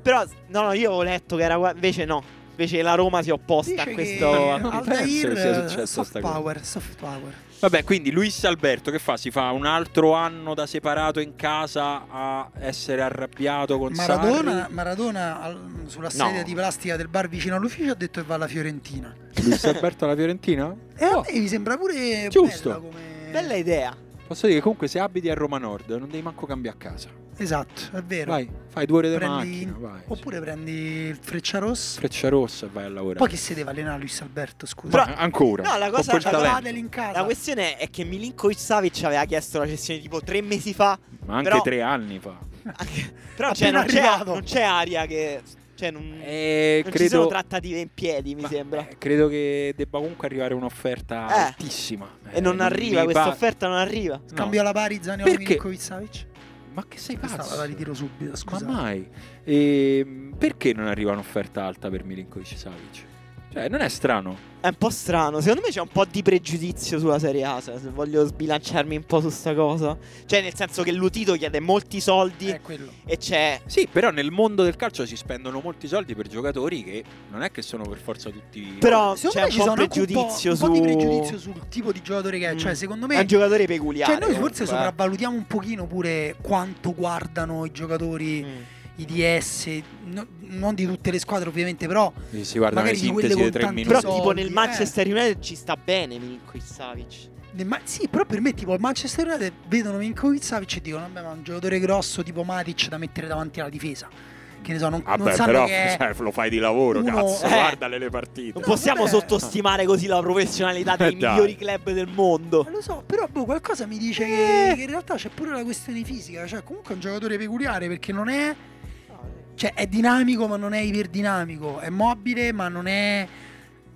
[SPEAKER 3] Però, no, no, io ho letto che era. qua- Invece, no. Invece la Roma si è opposta
[SPEAKER 2] Dice
[SPEAKER 3] a
[SPEAKER 2] che
[SPEAKER 3] questo.
[SPEAKER 1] Non penso
[SPEAKER 2] Aldair
[SPEAKER 1] che sia
[SPEAKER 2] eh,
[SPEAKER 1] successo
[SPEAKER 2] soft
[SPEAKER 1] sta cosa.
[SPEAKER 2] power, soft power.
[SPEAKER 1] Vabbè, quindi Luis Alberto che fa? Si fa un altro anno da separato in casa a essere arrabbiato con
[SPEAKER 2] Maradona, Maradona al- sulla sedia
[SPEAKER 3] No.
[SPEAKER 2] di plastica del bar vicino all'ufficio ha detto che va alla Fiorentina.
[SPEAKER 1] Sarri? Luis Alberto alla Fiorentina?
[SPEAKER 2] E
[SPEAKER 1] No.
[SPEAKER 2] a me mi sembra pure
[SPEAKER 1] Giusto.
[SPEAKER 2] bella come
[SPEAKER 3] Oh. Bella idea.
[SPEAKER 1] Posso dire che comunque se abiti a Roma Nord non devi manco cambiare casa.
[SPEAKER 2] Esatto, è vero.
[SPEAKER 1] Vai, fai due ore di
[SPEAKER 2] Prendi-
[SPEAKER 1] macchina, vai.
[SPEAKER 2] Oppure prendi il Freccia Rossa.
[SPEAKER 1] Freccia rossa e vai a lavorare.
[SPEAKER 2] Poi che si deve allenare Luis Alberto, scusa.
[SPEAKER 1] Ma ancora.
[SPEAKER 3] No, la
[SPEAKER 1] con
[SPEAKER 3] cosa-
[SPEAKER 1] quel
[SPEAKER 3] la
[SPEAKER 1] talento.
[SPEAKER 2] Padel in casa.
[SPEAKER 3] La questione è che Milinkovic Savic aveva chiesto la cessione tipo tre
[SPEAKER 2] *laughs*
[SPEAKER 3] mesi fa.
[SPEAKER 1] Ma anche
[SPEAKER 3] però-
[SPEAKER 1] tre anni fa.
[SPEAKER 3] Anche- Però cioè,
[SPEAKER 2] Appena
[SPEAKER 3] non, c'è,
[SPEAKER 2] arrivato.
[SPEAKER 3] non c'è aria che. Cioè, non,
[SPEAKER 1] Eh,
[SPEAKER 3] non ci
[SPEAKER 1] credo-
[SPEAKER 3] sono trattative in piedi, mi
[SPEAKER 1] Ma,
[SPEAKER 3] sembra.
[SPEAKER 1] eh, credo che debba comunque arrivare un'offerta
[SPEAKER 3] Eh.
[SPEAKER 1] altissima. Eh,
[SPEAKER 3] e non arriva, questa offerta non arriva.
[SPEAKER 2] Cambio
[SPEAKER 1] la
[SPEAKER 2] alla pari Zaniolo
[SPEAKER 1] Perché?
[SPEAKER 2] Milinkovic Savic.
[SPEAKER 1] Ma che sei
[SPEAKER 2] Questa
[SPEAKER 1] pazzo?
[SPEAKER 2] la ritiro subito,
[SPEAKER 1] Ma
[SPEAKER 2] scusa.
[SPEAKER 1] mai. Ehm, perché non arriva un'offerta alta per Milinkovic Savic? Cioè, non è strano.
[SPEAKER 3] È un po' strano. Secondo me c'è un po' di pregiudizio sulla Serie A. Se se voglio sbilanciarmi un po' su sta cosa. Cioè, nel senso che Lutito chiede molti soldi
[SPEAKER 2] È quello.
[SPEAKER 3] e c'è.
[SPEAKER 1] Sì, però nel mondo del calcio si spendono molti soldi per giocatori che non è che sono per forza tutti.
[SPEAKER 3] Però
[SPEAKER 2] Secondo
[SPEAKER 3] c'è
[SPEAKER 2] me ci
[SPEAKER 3] un po'
[SPEAKER 2] sono anche un po',
[SPEAKER 3] pregiudizio
[SPEAKER 2] un po'
[SPEAKER 3] su.
[SPEAKER 2] di pregiudizio sul tipo di giocatore che è.
[SPEAKER 3] Mm.
[SPEAKER 2] Cioè, secondo
[SPEAKER 3] È un
[SPEAKER 2] me.
[SPEAKER 3] giocatore peculiare.
[SPEAKER 2] Cioè, noi forse
[SPEAKER 1] eh.
[SPEAKER 3] comunque,
[SPEAKER 2] sopravvalutiamo un pochino pure quanto guardano i
[SPEAKER 3] eh.
[SPEAKER 2] giocatori,
[SPEAKER 3] Mm.
[SPEAKER 2] i DS, no- non di tutte le squadre ovviamente, però
[SPEAKER 1] Si guardano le
[SPEAKER 2] Magari di
[SPEAKER 1] sintesi
[SPEAKER 2] quelle
[SPEAKER 1] dei
[SPEAKER 2] con
[SPEAKER 1] tre
[SPEAKER 2] tanti
[SPEAKER 1] minuti.
[SPEAKER 3] Però,
[SPEAKER 2] soldi,
[SPEAKER 3] tipo, nel
[SPEAKER 2] eh.
[SPEAKER 3] Manchester United ci sta bene Milinkovic Savic.
[SPEAKER 2] Nel Ma- sì, però per me tipo al Manchester United vedono Minkovic Savic e dicono vabbè ma è un giocatore grosso tipo Matic da mettere davanti alla difesa. Che ne so, non, non
[SPEAKER 1] *laughs*
[SPEAKER 2] sanno che è...
[SPEAKER 1] cioè, lo fai di lavoro,
[SPEAKER 2] uno-
[SPEAKER 3] Eh.
[SPEAKER 1] guardale le
[SPEAKER 3] Non
[SPEAKER 1] partite.
[SPEAKER 2] No,
[SPEAKER 3] possiamo
[SPEAKER 2] vabbè.
[SPEAKER 3] sottostimare così la professionalità dei
[SPEAKER 1] Eh, dai.
[SPEAKER 3] migliori club del mondo.
[SPEAKER 2] Ma Lo so, però boh, qualcosa mi dice che, che
[SPEAKER 1] Eh.
[SPEAKER 2] in realtà c'è pure la questione fisica, cioè comunque è un giocatore peculiare perché non è cioè è dinamico ma non è iperdinamico, è mobile ma non è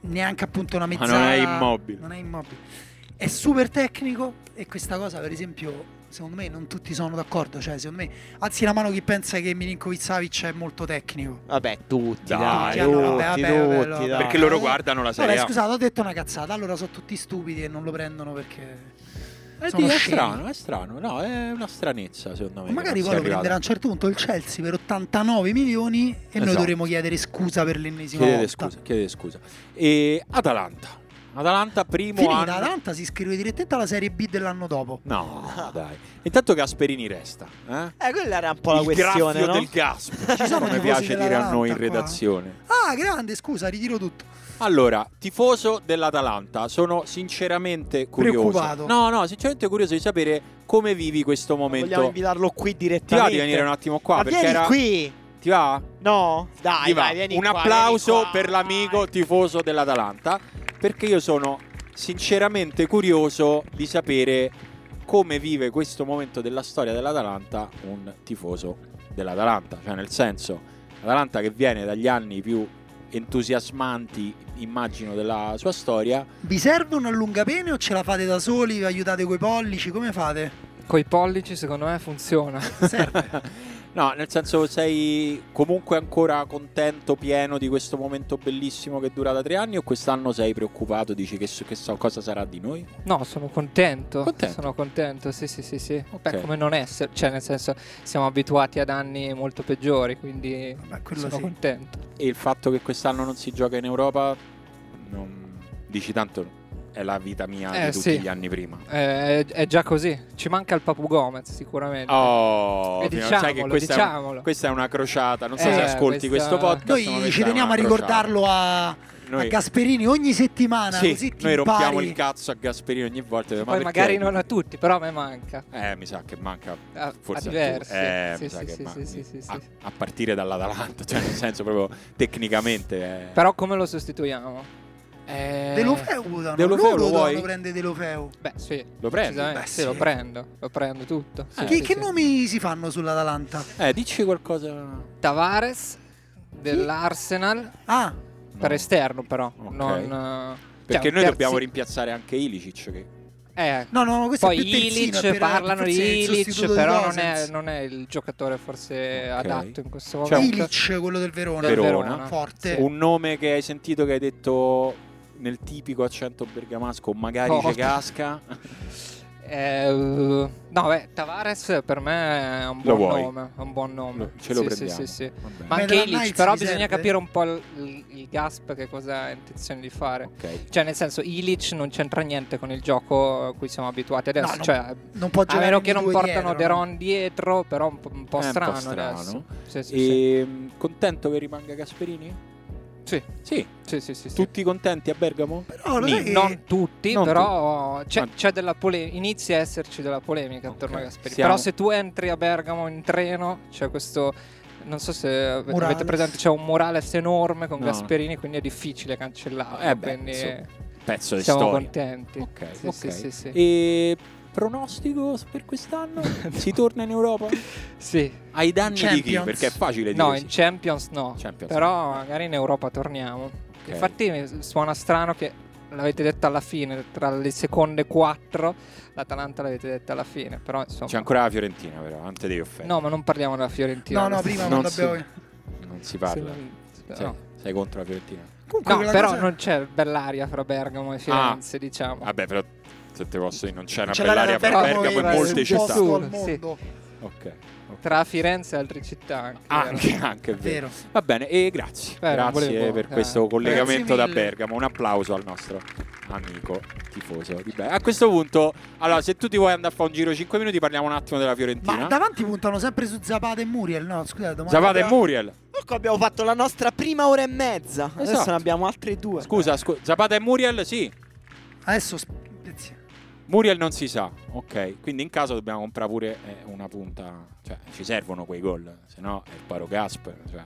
[SPEAKER 2] neanche appunto una
[SPEAKER 1] Ma
[SPEAKER 2] mezzala.
[SPEAKER 1] non è immobile.
[SPEAKER 2] Non è immobile. È super tecnico e questa cosa per esempio secondo me non tutti sono d'accordo, cioè secondo me alzi la mano chi pensa che Milinkovic Savic è molto tecnico.
[SPEAKER 3] Vabbè, tutti.
[SPEAKER 1] Dai,
[SPEAKER 3] Dai,
[SPEAKER 2] Tutti hanno-
[SPEAKER 3] tutti,
[SPEAKER 2] vabbè, vabbè, vabbè,
[SPEAKER 3] tutti,
[SPEAKER 2] vabbè.
[SPEAKER 3] dai.
[SPEAKER 1] Perché loro guardano la Serie
[SPEAKER 2] Vabbè,
[SPEAKER 1] A.
[SPEAKER 2] scusate, ho detto una cazzata, allora sono tutti stupidi e non lo prendono perché
[SPEAKER 1] Eh,
[SPEAKER 2] sono
[SPEAKER 1] sì, è
[SPEAKER 2] scemi.
[SPEAKER 1] strano, è strano. No, è una stranezza, secondo me.
[SPEAKER 2] Ma
[SPEAKER 1] che
[SPEAKER 2] Magari
[SPEAKER 1] non
[SPEAKER 2] poi lo
[SPEAKER 1] sia
[SPEAKER 2] prenderà a un
[SPEAKER 1] arrivata.
[SPEAKER 2] certo punto il Chelsea per 89 milioni e
[SPEAKER 1] Esatto.
[SPEAKER 2] noi dovremo chiedere scusa per l'ennesima
[SPEAKER 1] Chiedete
[SPEAKER 2] volta.
[SPEAKER 1] scusa, chiedete scusa. E Atalanta. Atalanta primo
[SPEAKER 2] Finita,
[SPEAKER 1] anno.
[SPEAKER 2] Atalanta si iscrive direttamente alla Serie B dell'anno dopo.
[SPEAKER 1] No, dai. Intanto Gasperini resta, eh?
[SPEAKER 6] Eh, quella era un po' la
[SPEAKER 1] il
[SPEAKER 6] questione,
[SPEAKER 1] graffio
[SPEAKER 6] no?
[SPEAKER 1] del Gasp.
[SPEAKER 2] Ci
[SPEAKER 1] *laughs*
[SPEAKER 2] sono
[SPEAKER 1] come
[SPEAKER 2] tifosi
[SPEAKER 1] piace dire a noi in
[SPEAKER 2] dell'Atalanta qua?
[SPEAKER 1] redazione.
[SPEAKER 2] Ah, grande, scusa, ritiro tutto.
[SPEAKER 1] Allora, tifoso dell'Atalanta, sono sinceramente curioso.
[SPEAKER 2] Preoccupato.
[SPEAKER 1] No, no, sinceramente curioso di sapere come vivi questo
[SPEAKER 6] Vogliamo
[SPEAKER 1] momento.
[SPEAKER 6] invitarlo qui
[SPEAKER 1] Ti va
[SPEAKER 6] direttamente.
[SPEAKER 1] di venire un attimo qua?
[SPEAKER 6] Ma
[SPEAKER 1] perché
[SPEAKER 6] vieni
[SPEAKER 1] era...
[SPEAKER 6] qui.
[SPEAKER 1] Ti va?
[SPEAKER 6] No? Dai,
[SPEAKER 1] Gli va.
[SPEAKER 6] vai, vieni
[SPEAKER 1] un
[SPEAKER 6] qua,
[SPEAKER 1] applauso
[SPEAKER 6] vieni qua,
[SPEAKER 1] per l'amico
[SPEAKER 6] dai.
[SPEAKER 1] tifoso dell'Atalanta perché io sono sinceramente curioso di sapere come vive questo momento della storia dell'Atalanta un tifoso dell'Atalanta, cioè nel senso l'Atalanta che viene dagli anni più entusiasmanti immagino della sua storia
[SPEAKER 2] Vi serve un allungapene o ce la fate da soli? Vi aiutate coi pollici? Come fate?
[SPEAKER 7] Coi pollici secondo me funziona. *laughs*
[SPEAKER 1] *laughs*
[SPEAKER 2] Serve.
[SPEAKER 1] no nel senso sei comunque ancora contento pieno di questo momento bellissimo che dura da tre anni o quest'anno sei preoccupato dici che, che so cosa sarà di noi
[SPEAKER 7] No, sono contento.
[SPEAKER 1] Contento.
[SPEAKER 7] Sono contento, sì, sì, sì, sì.
[SPEAKER 1] Ok.
[SPEAKER 7] Beh, come non essere, cioè nel senso siamo abituati ad anni molto peggiori, quindi
[SPEAKER 2] Vabbè, quello
[SPEAKER 7] sono
[SPEAKER 2] sì.
[SPEAKER 7] contento.
[SPEAKER 1] E il fatto che quest'anno non si gioca in Europa, non- dici tanto, è la vita mia
[SPEAKER 7] Eh,
[SPEAKER 1] di tutti
[SPEAKER 7] sì.
[SPEAKER 1] gli anni prima.
[SPEAKER 7] Eh, è, è già così. Ci manca il Papu Gomez sicuramente.
[SPEAKER 1] Oh,
[SPEAKER 7] E
[SPEAKER 1] fino-
[SPEAKER 7] diciamolo,
[SPEAKER 1] sai che questa, è
[SPEAKER 7] diciamolo.
[SPEAKER 1] un- questa è una crociata. Non so
[SPEAKER 7] Eh,
[SPEAKER 1] se ascolti
[SPEAKER 7] questa-
[SPEAKER 1] questo podcast. ma
[SPEAKER 2] Noi
[SPEAKER 1] questa
[SPEAKER 2] ci
[SPEAKER 1] è
[SPEAKER 2] teniamo a
[SPEAKER 1] una crociata.
[SPEAKER 2] ricordarlo a, a
[SPEAKER 1] Noi-
[SPEAKER 2] Gasperini ogni settimana.
[SPEAKER 1] sì,
[SPEAKER 2] così ti
[SPEAKER 1] noi rompiamo
[SPEAKER 2] impari.
[SPEAKER 1] il cazzo a Gasperini ogni volta.
[SPEAKER 7] Che
[SPEAKER 1] ma
[SPEAKER 7] poi
[SPEAKER 1] perché?
[SPEAKER 7] magari non a tutti, però a me manca.
[SPEAKER 1] Eh, mi sa che manca
[SPEAKER 7] A,
[SPEAKER 1] forse
[SPEAKER 7] a
[SPEAKER 1] a
[SPEAKER 7] diversi.
[SPEAKER 1] tu- eh,
[SPEAKER 7] Sì,
[SPEAKER 1] mi
[SPEAKER 7] sì,
[SPEAKER 1] sa che Ah.
[SPEAKER 7] sì,
[SPEAKER 1] manca-
[SPEAKER 7] sì, sì, sì, sì.
[SPEAKER 1] a, a partire dall'Atalanta, *laughs* cioè nel senso proprio tecnicamente. eh.
[SPEAKER 7] Però come lo sostituiamo? Eh,
[SPEAKER 2] Deulofeu votano.
[SPEAKER 1] Deulofeu
[SPEAKER 2] loro
[SPEAKER 1] lo
[SPEAKER 2] votano,
[SPEAKER 1] vuoi?
[SPEAKER 2] prende Deulofeu.
[SPEAKER 7] Beh, sì.
[SPEAKER 1] Lo prendi?
[SPEAKER 7] decisamente,
[SPEAKER 2] Beh,
[SPEAKER 7] sì,
[SPEAKER 2] sì.
[SPEAKER 7] lo prendo. Lo prendo tutto.
[SPEAKER 1] Eh,
[SPEAKER 7] Sì,
[SPEAKER 2] che
[SPEAKER 7] sì,
[SPEAKER 2] che
[SPEAKER 7] sì.
[SPEAKER 2] nomi si fanno sull'Atalanta?
[SPEAKER 1] Eh, dici qualcosa. no.
[SPEAKER 7] Tavares dell'Arsenal
[SPEAKER 2] Ah,
[SPEAKER 7] per esterno però.
[SPEAKER 1] Ok.
[SPEAKER 7] non, eh,
[SPEAKER 1] Perché
[SPEAKER 7] cioè,
[SPEAKER 1] noi
[SPEAKER 7] terzi-
[SPEAKER 1] dobbiamo rimpiazzare anche Ilicic che
[SPEAKER 7] eh,
[SPEAKER 2] no, no, no questo
[SPEAKER 7] Poi
[SPEAKER 2] è più terzino, è
[SPEAKER 7] Ilic,
[SPEAKER 2] per-
[SPEAKER 7] parlano
[SPEAKER 2] forse è il
[SPEAKER 7] di Ilic,
[SPEAKER 2] sostituto di
[SPEAKER 7] però non è,
[SPEAKER 2] Gosens.
[SPEAKER 7] non è il giocatore forse
[SPEAKER 1] Ok.
[SPEAKER 7] adatto in questo
[SPEAKER 1] Cioè,
[SPEAKER 7] momento.
[SPEAKER 2] Ilic, quello del Verona.
[SPEAKER 7] Del
[SPEAKER 1] Verona.
[SPEAKER 2] Forte.
[SPEAKER 7] Eh.
[SPEAKER 1] Un nome che hai sentito che hai detto nel tipico accento bergamasco, magari
[SPEAKER 7] Oh.
[SPEAKER 1] ci
[SPEAKER 7] *laughs*
[SPEAKER 1] casca.
[SPEAKER 7] Eh, uh, no, beh, Tavares per me è un
[SPEAKER 1] Lo
[SPEAKER 7] buon
[SPEAKER 1] vuoi?
[SPEAKER 7] nome, è un buon nome.
[SPEAKER 1] Ce lo
[SPEAKER 7] Sì, sì,
[SPEAKER 1] prendiamo.
[SPEAKER 7] sì, sì.
[SPEAKER 1] Va bene.
[SPEAKER 7] Ma
[SPEAKER 2] Beh,
[SPEAKER 7] anche
[SPEAKER 2] della
[SPEAKER 7] Ilic,
[SPEAKER 2] Knights
[SPEAKER 7] però
[SPEAKER 2] mi
[SPEAKER 7] bisogna
[SPEAKER 2] serve.
[SPEAKER 7] capire un po' il, il- il Gasp che cosa ha intenzione di fare.
[SPEAKER 1] Ok.
[SPEAKER 7] Cioè, nel senso, Ilic non c'entra niente con il gioco a cui siamo abituati adesso.
[SPEAKER 2] No, non-
[SPEAKER 7] cioè,
[SPEAKER 2] Non può
[SPEAKER 7] a
[SPEAKER 2] giocare
[SPEAKER 7] meno che
[SPEAKER 2] nei
[SPEAKER 7] non
[SPEAKER 2] due
[SPEAKER 7] portano
[SPEAKER 2] dietro, no?
[SPEAKER 7] Deron dietro, però un po', un po'
[SPEAKER 1] È Eh, un po'
[SPEAKER 7] strano,
[SPEAKER 1] strano.
[SPEAKER 7] adesso. Sì, sì,
[SPEAKER 1] E mh, Ehm, contento che rimanga Gasperini?
[SPEAKER 7] sì.
[SPEAKER 1] Sì,
[SPEAKER 7] Sì, sì, sì, sì.
[SPEAKER 1] tutti contenti a Bergamo?
[SPEAKER 2] Però lo
[SPEAKER 1] Ni-
[SPEAKER 2] sai che-
[SPEAKER 7] non tutti,
[SPEAKER 1] non
[SPEAKER 7] però c'è,
[SPEAKER 1] Ma-
[SPEAKER 7] c'è della polemica. Inizia a esserci della polemica attorno
[SPEAKER 1] Ok,
[SPEAKER 7] a Gasperini.
[SPEAKER 1] siamo-
[SPEAKER 7] Però se tu entri a Bergamo in treno, c'è questo. Non so se av-
[SPEAKER 2] Murales.
[SPEAKER 7] avete presente, c'è un murales enorme con
[SPEAKER 1] No.
[SPEAKER 7] Gasperini, quindi è difficile cancellarlo.
[SPEAKER 1] Eh beh,
[SPEAKER 7] quindi
[SPEAKER 1] insomma, Pezzo di
[SPEAKER 7] siamo
[SPEAKER 1] storia.
[SPEAKER 7] contenti.
[SPEAKER 1] Ok,
[SPEAKER 7] Sì,
[SPEAKER 1] ok.
[SPEAKER 7] sì, sì, sì.
[SPEAKER 1] E pronostico per
[SPEAKER 7] *laughs*
[SPEAKER 1] quest'anno? Si torna in Europa?
[SPEAKER 7] Sì.
[SPEAKER 1] Ai danni di chi?
[SPEAKER 2] Champions.
[SPEAKER 1] Perché è facile dire
[SPEAKER 7] No,
[SPEAKER 1] sì.
[SPEAKER 7] in Champions no.
[SPEAKER 1] Champions.
[SPEAKER 7] Però magari in Europa torniamo.
[SPEAKER 1] Ok.
[SPEAKER 7] Infatti mi suona strano che l'avete detto alla fine, tra le seconde quattro, l'Atalanta l'avete detta alla fine, però insomma...
[SPEAKER 1] C'è ancora la Fiorentina però, non te devi offendere.
[SPEAKER 7] No, ma non parliamo della Fiorentina.
[SPEAKER 2] No, no, prima non
[SPEAKER 1] Non si-
[SPEAKER 2] dobbiamo...
[SPEAKER 1] Non si parla.
[SPEAKER 7] Se-
[SPEAKER 1] Cioè,
[SPEAKER 7] no.
[SPEAKER 1] Sei contro la Fiorentina?
[SPEAKER 2] Comunque
[SPEAKER 7] No,
[SPEAKER 2] quella
[SPEAKER 7] però
[SPEAKER 2] cosa-
[SPEAKER 7] non c'è bell'aria fra Bergamo
[SPEAKER 1] Ah.
[SPEAKER 7] e Firenze, diciamo.
[SPEAKER 1] Vabbè, però se te posso dire, non c'è una
[SPEAKER 2] C'è
[SPEAKER 1] bella
[SPEAKER 2] l'area
[SPEAKER 1] area per
[SPEAKER 7] da
[SPEAKER 1] Bergamo
[SPEAKER 7] Bergamo
[SPEAKER 1] e
[SPEAKER 7] e
[SPEAKER 1] molte
[SPEAKER 7] Lazio.
[SPEAKER 1] città.
[SPEAKER 7] Su.
[SPEAKER 2] Al
[SPEAKER 7] Sì.
[SPEAKER 2] mondo.
[SPEAKER 1] Ok.
[SPEAKER 7] Tra Firenze e altre città anche.
[SPEAKER 2] Ah,
[SPEAKER 1] Anche, *laughs*
[SPEAKER 7] vero?
[SPEAKER 1] anche, è
[SPEAKER 2] È
[SPEAKER 1] vero.
[SPEAKER 2] vero.
[SPEAKER 1] Va bene, e grazie.
[SPEAKER 7] Beh, non
[SPEAKER 1] grazie
[SPEAKER 7] volevo-
[SPEAKER 1] per
[SPEAKER 7] eh.
[SPEAKER 1] questo collegamento da
[SPEAKER 2] mille.
[SPEAKER 1] Bergamo. Un applauso al nostro amico tifoso di Bergamo. A questo punto, allora, se tu ti vuoi andare a fare un giro 5 minuti, parliamo un attimo della
[SPEAKER 2] Ma
[SPEAKER 1] Fiorentina.
[SPEAKER 2] davanti puntano sempre su Zapata e Muriel, no? Scusate, domanda.
[SPEAKER 1] Zapata e Muriel.
[SPEAKER 6] Ecco, abbiamo fatto la nostra prima ora e mezza.
[SPEAKER 1] Esatto.
[SPEAKER 6] Adesso ne abbiamo altre due.
[SPEAKER 1] Scusa, scu- Zapata e Muriel, sì.
[SPEAKER 2] Adesso spezia.
[SPEAKER 1] Muriel non si sa, ok. Quindi in caso dobbiamo comprare pure eh, una punta. Cioè, ci servono quei gol, se no è il paro Gasp. cioè.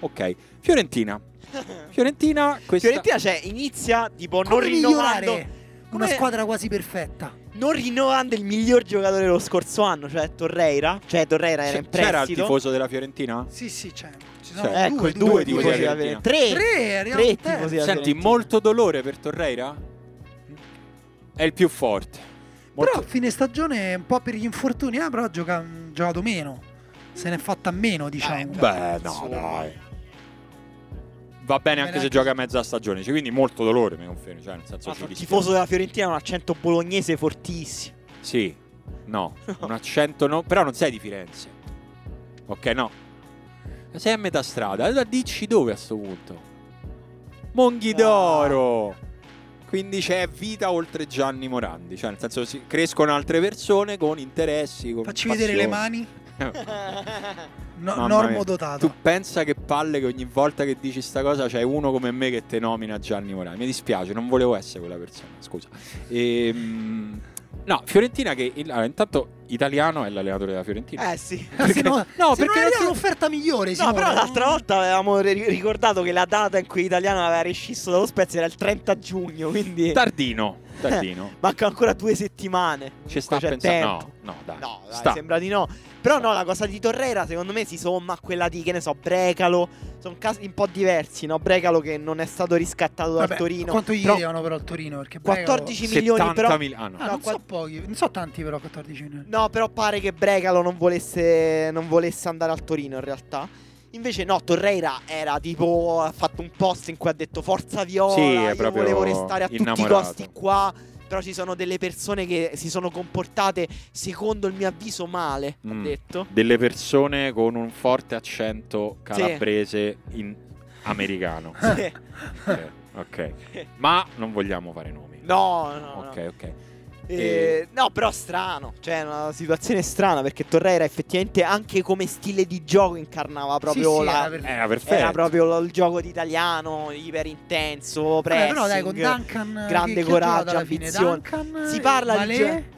[SPEAKER 1] Ok,
[SPEAKER 6] *laughs*
[SPEAKER 1] Fiorentina. Fiorentina, questa...
[SPEAKER 6] Fiorentina, cioè, inizia tipo non
[SPEAKER 2] Come
[SPEAKER 6] rinnovando,
[SPEAKER 2] migliorare una
[SPEAKER 6] Come-
[SPEAKER 2] squadra quasi perfetta.
[SPEAKER 6] non rinnovando il miglior giocatore dello scorso anno, cioè Torreira. Cioè, Torreira era
[SPEAKER 1] C'era
[SPEAKER 6] in prestito.
[SPEAKER 1] il tifoso della Fiorentina?
[SPEAKER 2] Sì, sì, c'è. Ci
[SPEAKER 1] sono
[SPEAKER 2] sono
[SPEAKER 1] Cioè,
[SPEAKER 6] Ecco,
[SPEAKER 2] due,
[SPEAKER 6] i
[SPEAKER 1] tifosi
[SPEAKER 6] due, tifosi
[SPEAKER 1] della Fiorentina.
[SPEAKER 6] della Fiorentina. Tre.
[SPEAKER 2] Tre, arriviamo
[SPEAKER 6] Tre
[SPEAKER 2] al terzo.
[SPEAKER 6] tifosi della
[SPEAKER 1] Senti,
[SPEAKER 6] Fiorentina.
[SPEAKER 1] molto dolore per Torreira? È il più forte. Molto-
[SPEAKER 2] Però a fine stagione un po' per gli infortuni, ah, però gioca- ha giocato meno. Se n'è fatta meno,
[SPEAKER 3] Eh,
[SPEAKER 2] diciamo.
[SPEAKER 1] Beh, no, dai. Va bene anche
[SPEAKER 2] Bene,
[SPEAKER 1] se
[SPEAKER 2] anche-
[SPEAKER 1] gioca a mezza stagione, cioè, quindi molto dolore, mi confermi, cioè nel senso ci
[SPEAKER 6] Altro
[SPEAKER 1] rischiamo.
[SPEAKER 6] tifoso della Fiorentina ha un accento bolognese fortissimo.
[SPEAKER 1] Sì, no, un accento no, però non sei di Firenze. Ok, no. Sei a metà strada, allora dici dove a sto punto? Monghidoro! Quindi c'è vita oltre Gianni Morandi, cioè nel senso si- crescono altre persone con interessi, con
[SPEAKER 2] Facci vedere le
[SPEAKER 1] passioni.
[SPEAKER 2] mani. No-
[SPEAKER 1] Mamma
[SPEAKER 2] normo
[SPEAKER 1] mia.
[SPEAKER 2] dotato.
[SPEAKER 1] Tu pensa che palle che ogni volta che dici sta cosa c'è uno come me che te nomina Gianni Morandi. Mi dispiace, non volevo essere quella persona, scusa. Ehm, no, Fiorentina che il- allora, intanto italiano è l'allenatore della Fiorentina.
[SPEAKER 3] *laughs* Eh sì. Diciamo-
[SPEAKER 2] Ah, *laughs*
[SPEAKER 3] *laughs*
[SPEAKER 2] se no, se non
[SPEAKER 1] perché
[SPEAKER 2] era
[SPEAKER 1] non si-
[SPEAKER 2] un'offerta migliore.
[SPEAKER 3] No,
[SPEAKER 2] Simone,
[SPEAKER 3] però
[SPEAKER 2] non-
[SPEAKER 3] l'altra volta avevamo ri- ricordato che la data in cui l'italiano aveva rescisso dallo Spezia era il 30 giugno, quindi
[SPEAKER 1] Tardino, tardino.
[SPEAKER 3] mancano ancora due settimane.
[SPEAKER 1] Ci sta a
[SPEAKER 3] c'è
[SPEAKER 1] pensare.
[SPEAKER 3] tempo.
[SPEAKER 1] No, no, dai.
[SPEAKER 3] No, dai,
[SPEAKER 1] sta.
[SPEAKER 3] sembra di no. Però no, la cosa di Torreira secondo me si somma a quella di, che ne so, Brecalo. Sono casi un po' diversi, no? Brecalo che non è stato riscattato dal
[SPEAKER 2] Vabbè,
[SPEAKER 3] Torino.
[SPEAKER 2] Quanto gli
[SPEAKER 3] Però
[SPEAKER 2] devono però al Torino? Perché Bregalo-
[SPEAKER 3] 14 milioni
[SPEAKER 1] 70
[SPEAKER 3] però...
[SPEAKER 1] mil- ah, no.
[SPEAKER 2] Ah,
[SPEAKER 3] No,
[SPEAKER 2] non so
[SPEAKER 3] quatt-
[SPEAKER 2] pochi, non so tanti però 14 milioni.
[SPEAKER 3] No, però pare che Brecalo non volesse, non volesse andare al Torino in realtà. Invece no, Torreira era tipo, ha fatto un post in cui ha detto forza viola,
[SPEAKER 1] Sì, è
[SPEAKER 3] io
[SPEAKER 1] proprio
[SPEAKER 3] volevo restare a tutti i
[SPEAKER 1] innamorato.
[SPEAKER 3] costi qua, però ci sono delle persone che si sono comportate secondo il mio avviso male,
[SPEAKER 1] Mm.
[SPEAKER 3] ha detto.
[SPEAKER 1] Delle persone con un forte accento calabrese in americano.
[SPEAKER 2] Eh.
[SPEAKER 3] Sì.
[SPEAKER 1] ok, ok. Ma non vogliamo fare nomi.
[SPEAKER 3] No, no, no.
[SPEAKER 1] ok, ok.
[SPEAKER 3] Eh, no, però strano. Cioè, è una situazione strana perché Torreira effettivamente anche come stile di gioco incarnava proprio
[SPEAKER 2] Sì, sì,
[SPEAKER 3] la-
[SPEAKER 2] era per-
[SPEAKER 1] Era Eh, perfetto.
[SPEAKER 3] Era proprio lo- il gioco d'italiano, iper intenso,
[SPEAKER 2] Vabbè,
[SPEAKER 3] pressing.
[SPEAKER 2] però dai, con Duncan
[SPEAKER 3] grande
[SPEAKER 2] che- che ha
[SPEAKER 3] coraggio,
[SPEAKER 2] giocato alla fine?
[SPEAKER 3] ambizione.
[SPEAKER 2] Duncan,
[SPEAKER 3] Si parla di
[SPEAKER 2] Malé,
[SPEAKER 3] gio-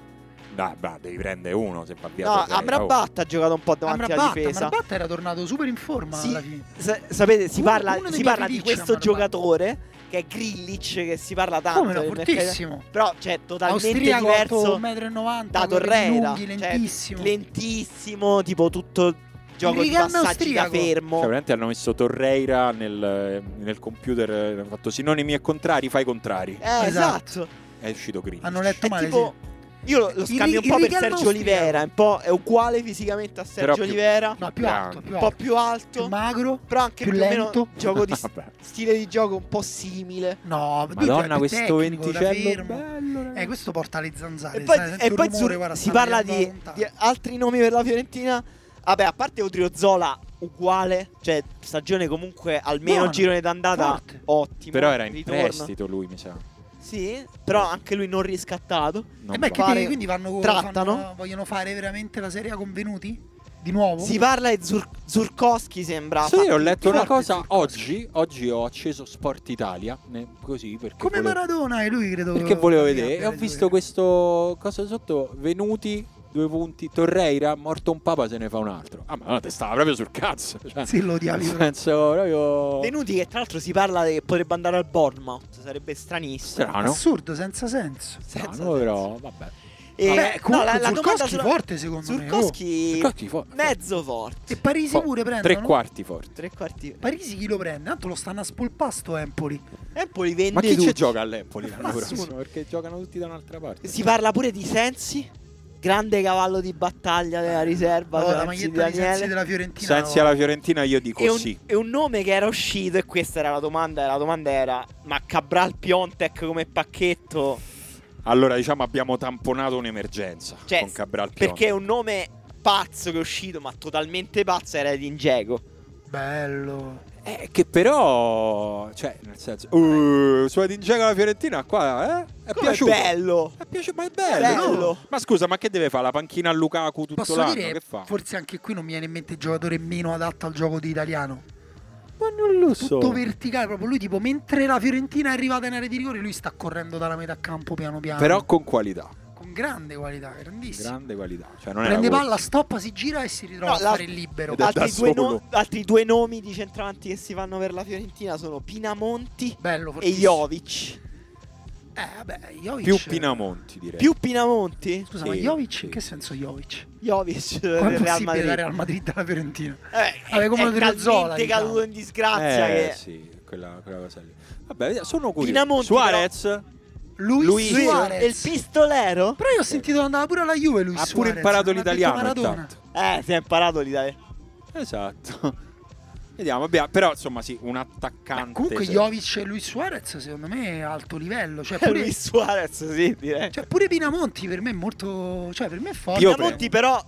[SPEAKER 1] Dai, bah, devi prendere uno se va via.
[SPEAKER 3] no,
[SPEAKER 1] Torreira, oh.
[SPEAKER 3] Amrabat ha giocato un po' davanti alla
[SPEAKER 2] Amrabat,
[SPEAKER 3] difesa.
[SPEAKER 2] Amrabat era tornato super in forma
[SPEAKER 3] Sì.
[SPEAKER 2] alla fine.
[SPEAKER 3] Sa- sapete, si
[SPEAKER 2] Uno-
[SPEAKER 3] parla,
[SPEAKER 2] uno dei
[SPEAKER 3] si
[SPEAKER 2] miei
[SPEAKER 3] parla di
[SPEAKER 2] felici,
[SPEAKER 3] questo
[SPEAKER 2] Amrabat.
[SPEAKER 3] giocatore che è Grillich, che si parla tanto.
[SPEAKER 2] Come no,
[SPEAKER 3] nel mercato.
[SPEAKER 2] fortissimo.
[SPEAKER 3] Però, cioè, totalmente
[SPEAKER 2] Austriaco,
[SPEAKER 3] diverso
[SPEAKER 2] 1,90 m,
[SPEAKER 3] da Torreira.
[SPEAKER 2] lunghi,
[SPEAKER 3] Cioè,
[SPEAKER 2] lentissimo.
[SPEAKER 3] lentissimo, tipo tutto gioco di
[SPEAKER 2] Rigano
[SPEAKER 3] passaggi da
[SPEAKER 2] austriaco.
[SPEAKER 1] Cioè,
[SPEAKER 3] fermo.
[SPEAKER 1] veramente hanno messo Torreira nel, nel computer, eh, hanno fatto sinonimi e contrari, fai contrari.
[SPEAKER 2] Esatto.
[SPEAKER 3] eh, esatto.
[SPEAKER 1] È uscito Green.
[SPEAKER 2] Hanno letto
[SPEAKER 3] È
[SPEAKER 2] male,
[SPEAKER 3] tipo. Io lo, lo
[SPEAKER 2] Il
[SPEAKER 3] scambio
[SPEAKER 2] ri-
[SPEAKER 3] un po'
[SPEAKER 2] il
[SPEAKER 3] per
[SPEAKER 2] Rigano
[SPEAKER 3] Sergio
[SPEAKER 2] austriaco.
[SPEAKER 3] Olivera. Un po' è uguale fisicamente a Sergio
[SPEAKER 1] più-
[SPEAKER 3] Olivera.
[SPEAKER 2] sì. No, più
[SPEAKER 1] grande.
[SPEAKER 2] alto, più
[SPEAKER 3] un po'
[SPEAKER 2] alto.
[SPEAKER 3] più alto.
[SPEAKER 2] Più magro.
[SPEAKER 3] però anche
[SPEAKER 2] più
[SPEAKER 3] più, o meno
[SPEAKER 2] lento.
[SPEAKER 1] *laughs*
[SPEAKER 3] gioco di
[SPEAKER 1] Vabbè.
[SPEAKER 3] stile di gioco un po' simile.
[SPEAKER 2] No, lui
[SPEAKER 1] Madonna,
[SPEAKER 2] è più
[SPEAKER 1] questo
[SPEAKER 2] tecnico, da
[SPEAKER 1] venticello
[SPEAKER 2] fermo.
[SPEAKER 1] bello,
[SPEAKER 2] Eh,
[SPEAKER 1] ragazzi.
[SPEAKER 2] questo porta alle zanzare.
[SPEAKER 3] E poi,
[SPEAKER 2] sai, sento
[SPEAKER 3] e
[SPEAKER 2] un
[SPEAKER 3] poi
[SPEAKER 2] rumore,
[SPEAKER 3] su-
[SPEAKER 2] guarda,
[SPEAKER 3] si
[SPEAKER 2] sta
[SPEAKER 3] parla
[SPEAKER 2] arrivando
[SPEAKER 3] di,
[SPEAKER 2] da lontano.
[SPEAKER 3] di altri nomi per la Fiorentina. Vabbè, a parte Odriozola uguale, cioè stagione comunque almeno
[SPEAKER 2] Buono,
[SPEAKER 3] girone d'andata
[SPEAKER 2] forte.
[SPEAKER 3] ottimo.
[SPEAKER 1] Però era in
[SPEAKER 3] ritorno.
[SPEAKER 1] prestito lui, mi sa.
[SPEAKER 3] Sì, però anche lui non riscattato.
[SPEAKER 1] Non
[SPEAKER 2] Eh beh,
[SPEAKER 1] va.
[SPEAKER 2] che
[SPEAKER 3] pare-
[SPEAKER 2] te- quindi vanno
[SPEAKER 3] trattano?
[SPEAKER 2] fanno- eh, vogliono fare veramente la serie a convenuti? Di nuovo?
[SPEAKER 3] Si parla di Zur- Zurkowski sembra.
[SPEAKER 1] Sì, ho letto una
[SPEAKER 2] forte,
[SPEAKER 1] cosa
[SPEAKER 2] sì.
[SPEAKER 1] oggi, oggi ho acceso Sport Italia, ne- così perché
[SPEAKER 2] Come
[SPEAKER 1] volevo,
[SPEAKER 2] Maradona e lui credo.
[SPEAKER 1] perché volevo
[SPEAKER 2] abbia
[SPEAKER 1] vedere e ho
[SPEAKER 2] delle due.
[SPEAKER 1] visto questo cosa sotto Venuti due punti Torreira morto un papa se ne fa un altro. Ah, ma no, te stava proprio sul cazzo, cioè,
[SPEAKER 2] Sì, lo
[SPEAKER 1] nel *laughs*
[SPEAKER 2] odiavi. però.
[SPEAKER 1] senso proprio
[SPEAKER 3] Venuti che tra l'altro si parla che potrebbe andare al Bournemouth, sarebbe stranissimo.
[SPEAKER 1] strano.
[SPEAKER 2] Assurdo, senza senso.
[SPEAKER 1] Strano,
[SPEAKER 3] senso.
[SPEAKER 1] però vabbè.
[SPEAKER 3] E-
[SPEAKER 2] Vabbè, comunque
[SPEAKER 3] domanda
[SPEAKER 2] Zurkowski
[SPEAKER 3] sulla-
[SPEAKER 2] forte secondo me.
[SPEAKER 3] Zurkowski
[SPEAKER 1] Zurkowski oh. forte.
[SPEAKER 3] mezzo forte.
[SPEAKER 2] oh. E Parisi
[SPEAKER 1] Fo-
[SPEAKER 2] pure prendono.
[SPEAKER 1] Tre quarti forti.
[SPEAKER 3] Tre quarti.
[SPEAKER 2] Parisi chi lo prende? Tanto lo stanno a spolpasto Empoli.
[SPEAKER 3] Empoli vende
[SPEAKER 1] Ma chi
[SPEAKER 3] tutti.
[SPEAKER 1] ci gioca all'Empoli
[SPEAKER 3] *laughs*
[SPEAKER 1] l'anno
[SPEAKER 2] Nessuno.
[SPEAKER 1] prossimo? Perché giocano tutti da un'altra parte.
[SPEAKER 3] Si parla pure di Sensi, grande cavallo di battaglia
[SPEAKER 1] Eh,
[SPEAKER 3] della Eh, riserva.
[SPEAKER 2] Oh, la
[SPEAKER 3] Sensi di
[SPEAKER 2] maglietta di
[SPEAKER 3] Daniele.
[SPEAKER 2] Sensi della Fiorentina.
[SPEAKER 1] Sensi
[SPEAKER 2] oh.
[SPEAKER 1] alla Fiorentina io dico
[SPEAKER 3] E un,
[SPEAKER 1] sì.
[SPEAKER 3] e un nome che era uscito, e questa era la domanda. e La domanda era: ma Cabral Piontek come pacchetto?
[SPEAKER 1] Allora diciamo abbiamo tamponato un'emergenza
[SPEAKER 3] Cioè,
[SPEAKER 1] con Cabral Pionte.
[SPEAKER 3] Perché è un nome pazzo che è uscito, ma totalmente pazzo, era di Ingeco.
[SPEAKER 2] Bello.
[SPEAKER 1] Eh, che però, cioè, nel senso, uh, sulla di Ingeco alla Fiorentina qua, eh? È
[SPEAKER 3] Com'è
[SPEAKER 1] piaciuto.
[SPEAKER 3] bello!
[SPEAKER 1] È piaciuto, ma è bello.
[SPEAKER 3] Bello.
[SPEAKER 1] Ma scusa, ma che deve fare la panchina a Lukaku tutto
[SPEAKER 2] Posso
[SPEAKER 1] l'anno?
[SPEAKER 2] dire,
[SPEAKER 1] che fa?
[SPEAKER 2] forse anche qui non mi viene in mente il giocatore meno adatto al gioco di italiano.
[SPEAKER 1] Ma non lo
[SPEAKER 2] Tutto verticale, proprio lui tipo mentre la Fiorentina è arrivata in area di rigore, lui sta correndo dalla metà campo piano piano.
[SPEAKER 1] Però con qualità,
[SPEAKER 2] con grande qualità, grandissimo.
[SPEAKER 1] grande qualità. Cioè, non
[SPEAKER 2] Prende
[SPEAKER 1] era
[SPEAKER 2] palla, stoppa, si gira e si ritrova
[SPEAKER 3] No,
[SPEAKER 2] a
[SPEAKER 3] la-
[SPEAKER 2] fare il libero.
[SPEAKER 1] Ed è- da
[SPEAKER 3] Altri due,
[SPEAKER 1] solo.
[SPEAKER 3] no- altri due nomi di centravanti che si fanno per la Fiorentina sono Pinamonti
[SPEAKER 2] Bello,
[SPEAKER 3] e
[SPEAKER 2] fortissimo.
[SPEAKER 3] Jovic.
[SPEAKER 2] Eh, vabbè, Jovic.
[SPEAKER 1] Più Pinamonti, direi.
[SPEAKER 3] Più Pinamonti?
[SPEAKER 2] Scusa, ma
[SPEAKER 1] Sì,
[SPEAKER 2] Jovic?
[SPEAKER 1] sì.
[SPEAKER 2] In che senso Jovic?
[SPEAKER 3] Jovic
[SPEAKER 2] Come
[SPEAKER 3] del
[SPEAKER 2] è
[SPEAKER 3] Real
[SPEAKER 2] possibile
[SPEAKER 3] Madrid.
[SPEAKER 2] dare al Madrid alla Fiorentina?
[SPEAKER 3] Eh,
[SPEAKER 2] Vabbè, come
[SPEAKER 3] è
[SPEAKER 2] lo Odriozola,
[SPEAKER 3] talmente
[SPEAKER 2] diciamo.
[SPEAKER 3] caduto in disgrazia
[SPEAKER 1] Eh,
[SPEAKER 3] che
[SPEAKER 1] sì, quella, quella cosa lì. Vabbè, sono curioso.
[SPEAKER 3] Pinamonti,
[SPEAKER 1] Suarez
[SPEAKER 2] Luis,
[SPEAKER 1] Luis
[SPEAKER 2] Suarez.
[SPEAKER 3] E il pistolero?
[SPEAKER 2] Però io ho sentito che andava pure alla Juve lui
[SPEAKER 1] ha pure imparato l'italiano esatto. intanto.
[SPEAKER 3] Eh, si è imparato l'Italia.
[SPEAKER 1] Esatto. *laughs* Vediamo, abbia- però insomma sì, un attaccante. cioè,
[SPEAKER 2] comunque
[SPEAKER 1] sì.
[SPEAKER 2] Jovic e Luis Suarez secondo me è alto
[SPEAKER 1] *laughs*
[SPEAKER 2] livello, cioè
[SPEAKER 3] Pure...
[SPEAKER 2] pure,
[SPEAKER 3] Luis Suarez, sì, direi.
[SPEAKER 2] cioè, pure Pinamonti per me è molto, cioè per me è forte.
[SPEAKER 1] Io
[SPEAKER 3] Pinamonti però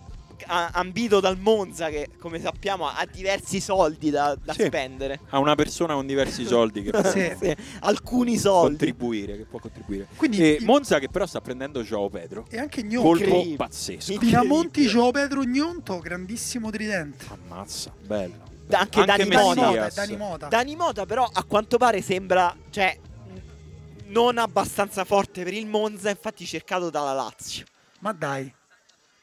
[SPEAKER 3] a- ambito dal Monza che come sappiamo ha diversi soldi da, da
[SPEAKER 1] Sì.
[SPEAKER 3] spendere.
[SPEAKER 1] A una persona con diversi soldi che
[SPEAKER 2] *laughs*
[SPEAKER 1] può
[SPEAKER 2] Sì.
[SPEAKER 3] *laughs* Sì, alcuni soldi.
[SPEAKER 1] contribuire, che può contribuire.
[SPEAKER 2] Quindi
[SPEAKER 1] E
[SPEAKER 2] i-
[SPEAKER 1] Monza che però sta prendendo Joao Pedro.
[SPEAKER 2] E anche
[SPEAKER 1] Colpo
[SPEAKER 2] Gnonto.
[SPEAKER 3] Incredibile.
[SPEAKER 1] pazzesco. eh.
[SPEAKER 2] Pinamonti, Gio Pedro Gnonto, grandissimo tridente.
[SPEAKER 1] Ammazza, bello.
[SPEAKER 3] Da- anche
[SPEAKER 2] Dani
[SPEAKER 3] Dani Messias.
[SPEAKER 2] Mota, Dani Mota.
[SPEAKER 3] Dani Mota però a quanto pare sembra, cioè, mh, non abbastanza forte per il Monza, infatti cercato dalla Lazio.
[SPEAKER 2] Ma dai.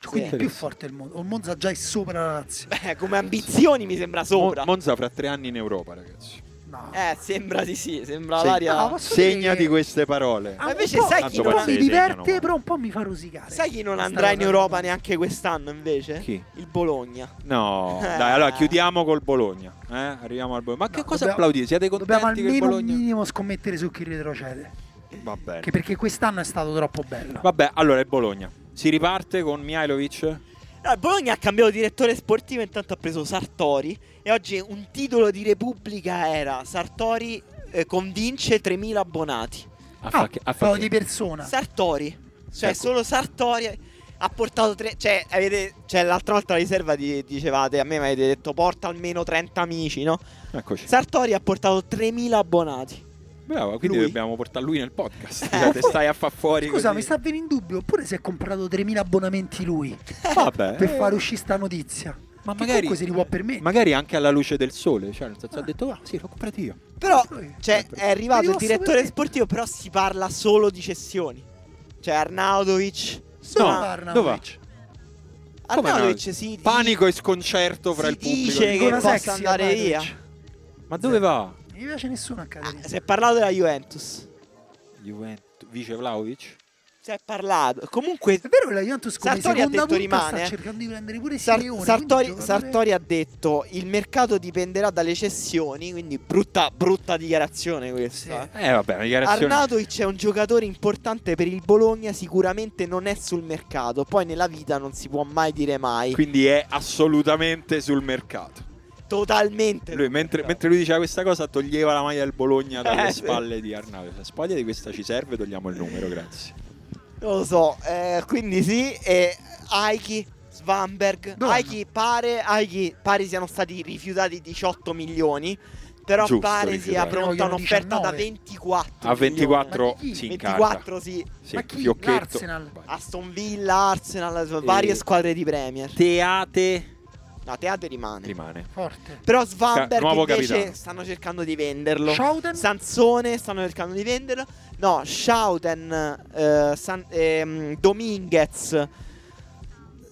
[SPEAKER 2] Cioè, Quindi è più
[SPEAKER 1] Interessante.
[SPEAKER 2] forte il Monza. O il Monza già è sopra la Lazio.
[SPEAKER 3] Beh, come ambizioni mi sembra sopra.
[SPEAKER 1] Mon- Monza fra tre anni in Europa, ragazzi.
[SPEAKER 2] No.
[SPEAKER 3] eh, sembra di sì, sembra
[SPEAKER 1] Sì.
[SPEAKER 3] l'aria...
[SPEAKER 2] Ah, posso dire
[SPEAKER 1] Segna
[SPEAKER 2] che-
[SPEAKER 1] di queste parole.
[SPEAKER 2] Ah, un
[SPEAKER 3] invece
[SPEAKER 2] po'-
[SPEAKER 3] sai
[SPEAKER 2] un
[SPEAKER 3] chi
[SPEAKER 2] po'
[SPEAKER 3] non-
[SPEAKER 2] mi
[SPEAKER 1] Segnano,
[SPEAKER 2] diverte,
[SPEAKER 1] ma-
[SPEAKER 2] però un po' mi fa rosicare.
[SPEAKER 3] Sai chi non
[SPEAKER 2] Questa
[SPEAKER 3] andrà in
[SPEAKER 2] cosa-
[SPEAKER 3] Europa neanche quest'anno invece?
[SPEAKER 1] Chi?
[SPEAKER 3] Il Bologna.
[SPEAKER 1] No,
[SPEAKER 3] Eh.
[SPEAKER 1] dai, allora chiudiamo col Bologna. eh? Arriviamo al Bologna. Ma che
[SPEAKER 2] No,
[SPEAKER 1] cosa
[SPEAKER 2] dobbiamo-
[SPEAKER 1] applaudite? Siete
[SPEAKER 2] Dobbiamo
[SPEAKER 1] contenti che il
[SPEAKER 2] almeno un
[SPEAKER 1] Bologna... Eh.
[SPEAKER 2] minimo scommettere su chi retrocede.
[SPEAKER 1] Va bene.
[SPEAKER 2] Che perché quest'anno è stato troppo bello.
[SPEAKER 1] Vabbè, allora il Bologna. Si riparte con Mihailovic?
[SPEAKER 3] No, il Bologna ha cambiato direttore sportivo, intanto ha preso Sartori e oggi un titolo di Repubblica era Sartori eh, convince 3.000 abbonati.
[SPEAKER 1] Ha
[SPEAKER 2] Ah,
[SPEAKER 1] fa- ha fa-
[SPEAKER 2] però di persona.
[SPEAKER 3] Sartori, cioè
[SPEAKER 1] Ecco.
[SPEAKER 3] solo Sartori ha portato tre, cioè, avete, cioè l'altra volta alla riserva di- dicevate, a me mi avete detto porta almeno 30 amici, no?
[SPEAKER 1] Eccoci.
[SPEAKER 3] Sartori ha portato 3.000 abbonati.
[SPEAKER 1] Bravo, quindi
[SPEAKER 3] Lui.
[SPEAKER 1] dobbiamo portare lui nel podcast.
[SPEAKER 2] Eh,
[SPEAKER 1] Cioè, te stai a far fuori
[SPEAKER 2] Scusa,
[SPEAKER 1] così.
[SPEAKER 2] mi sta venendo in dubbio. Oppure si è comprato 3.000 abbonamenti lui
[SPEAKER 1] Eh, Vabbè.
[SPEAKER 2] per far uscire sta notizia.
[SPEAKER 1] Ma
[SPEAKER 2] Che
[SPEAKER 1] magari-
[SPEAKER 2] comunque se li può permettere.
[SPEAKER 1] Magari anche alla luce del sole, cioè, nel senso, ha detto, ah, sì, l'ho comprato io.
[SPEAKER 3] Però
[SPEAKER 2] Lui.
[SPEAKER 3] cioè,
[SPEAKER 1] Sempre.
[SPEAKER 3] è arrivato il
[SPEAKER 2] Arriva
[SPEAKER 3] direttore
[SPEAKER 2] super-
[SPEAKER 3] sportivo, però si parla solo di cessioni. Cioè Arnaudovic.
[SPEAKER 2] Solo
[SPEAKER 1] no,
[SPEAKER 2] Arnautovic.
[SPEAKER 1] dove Come
[SPEAKER 3] Arnaudovic
[SPEAKER 1] no?
[SPEAKER 3] si
[SPEAKER 1] Panico e sconcerto fra
[SPEAKER 3] Si
[SPEAKER 1] il pubblico.
[SPEAKER 3] dice che-
[SPEAKER 2] Nicola
[SPEAKER 3] possa
[SPEAKER 2] Sexy,
[SPEAKER 3] andare
[SPEAKER 2] Arnautovic.
[SPEAKER 3] via.
[SPEAKER 1] Ma dove va?
[SPEAKER 2] Non mi piace nessuno a Caterina.
[SPEAKER 3] Ah, si è parlato della Juventus.
[SPEAKER 1] Juventus, vice Vlaovic?
[SPEAKER 3] Si è parlato. Comunque
[SPEAKER 2] È vero che la Juventus come
[SPEAKER 3] Sartori ha
[SPEAKER 2] seconda
[SPEAKER 3] detto
[SPEAKER 2] punta
[SPEAKER 3] rimane,
[SPEAKER 2] sta
[SPEAKER 3] eh.
[SPEAKER 2] cercando di prendere pure
[SPEAKER 3] Sar-
[SPEAKER 2] Simeone,
[SPEAKER 3] Sartori,
[SPEAKER 2] quindi giocatore-
[SPEAKER 3] Sartori ha detto il mercato dipenderà dalle cessioni, quindi brutta, brutta dichiarazione questa.
[SPEAKER 2] Sì.
[SPEAKER 1] Eh, vabbè, la dichiarazione...
[SPEAKER 3] Arnautovic è un giocatore importante per il Bologna, sicuramente non è sul mercato, poi nella vita non si può mai dire mai.
[SPEAKER 1] Quindi è assolutamente sul mercato.
[SPEAKER 3] Totalmente.
[SPEAKER 1] Lui, mentre, mentre lui diceva questa cosa, toglieva la maglia del Bologna dalle
[SPEAKER 3] Eh, sì.
[SPEAKER 1] spalle di Arnautovic. Spoglia di questa ci serve, togliamo il numero, grazie.
[SPEAKER 3] Non lo so, eh, quindi sì, e Aiki, Svanberg,
[SPEAKER 2] Donna.
[SPEAKER 3] Aiki pare, Aiki pare siano stati rifiutati 18 milioni, però
[SPEAKER 1] Giusto,
[SPEAKER 3] pare sia
[SPEAKER 1] rifiutati.
[SPEAKER 3] pronta
[SPEAKER 2] Vogliono
[SPEAKER 3] un'offerta da
[SPEAKER 2] 19.
[SPEAKER 3] 24.
[SPEAKER 1] A
[SPEAKER 3] milioni.
[SPEAKER 1] 24
[SPEAKER 2] Ma chi?
[SPEAKER 1] si incarta.
[SPEAKER 3] 24 sì,
[SPEAKER 1] Sì,
[SPEAKER 2] Ma chi?
[SPEAKER 1] fiocchetto.
[SPEAKER 2] L'Arsenal?
[SPEAKER 1] Vai.
[SPEAKER 3] Aston Villa, Arsenal, varie squadre di Premier.
[SPEAKER 1] Teate
[SPEAKER 3] No, Teate rimane.
[SPEAKER 1] rimane.
[SPEAKER 2] Forte.
[SPEAKER 3] Però Svanberg
[SPEAKER 1] nuovo
[SPEAKER 3] invece
[SPEAKER 1] capitano.
[SPEAKER 3] stanno cercando di venderlo.
[SPEAKER 2] Schouten?
[SPEAKER 3] Sansone stanno cercando di venderlo. No, Schouten, eh, San- ehm, Dominguez.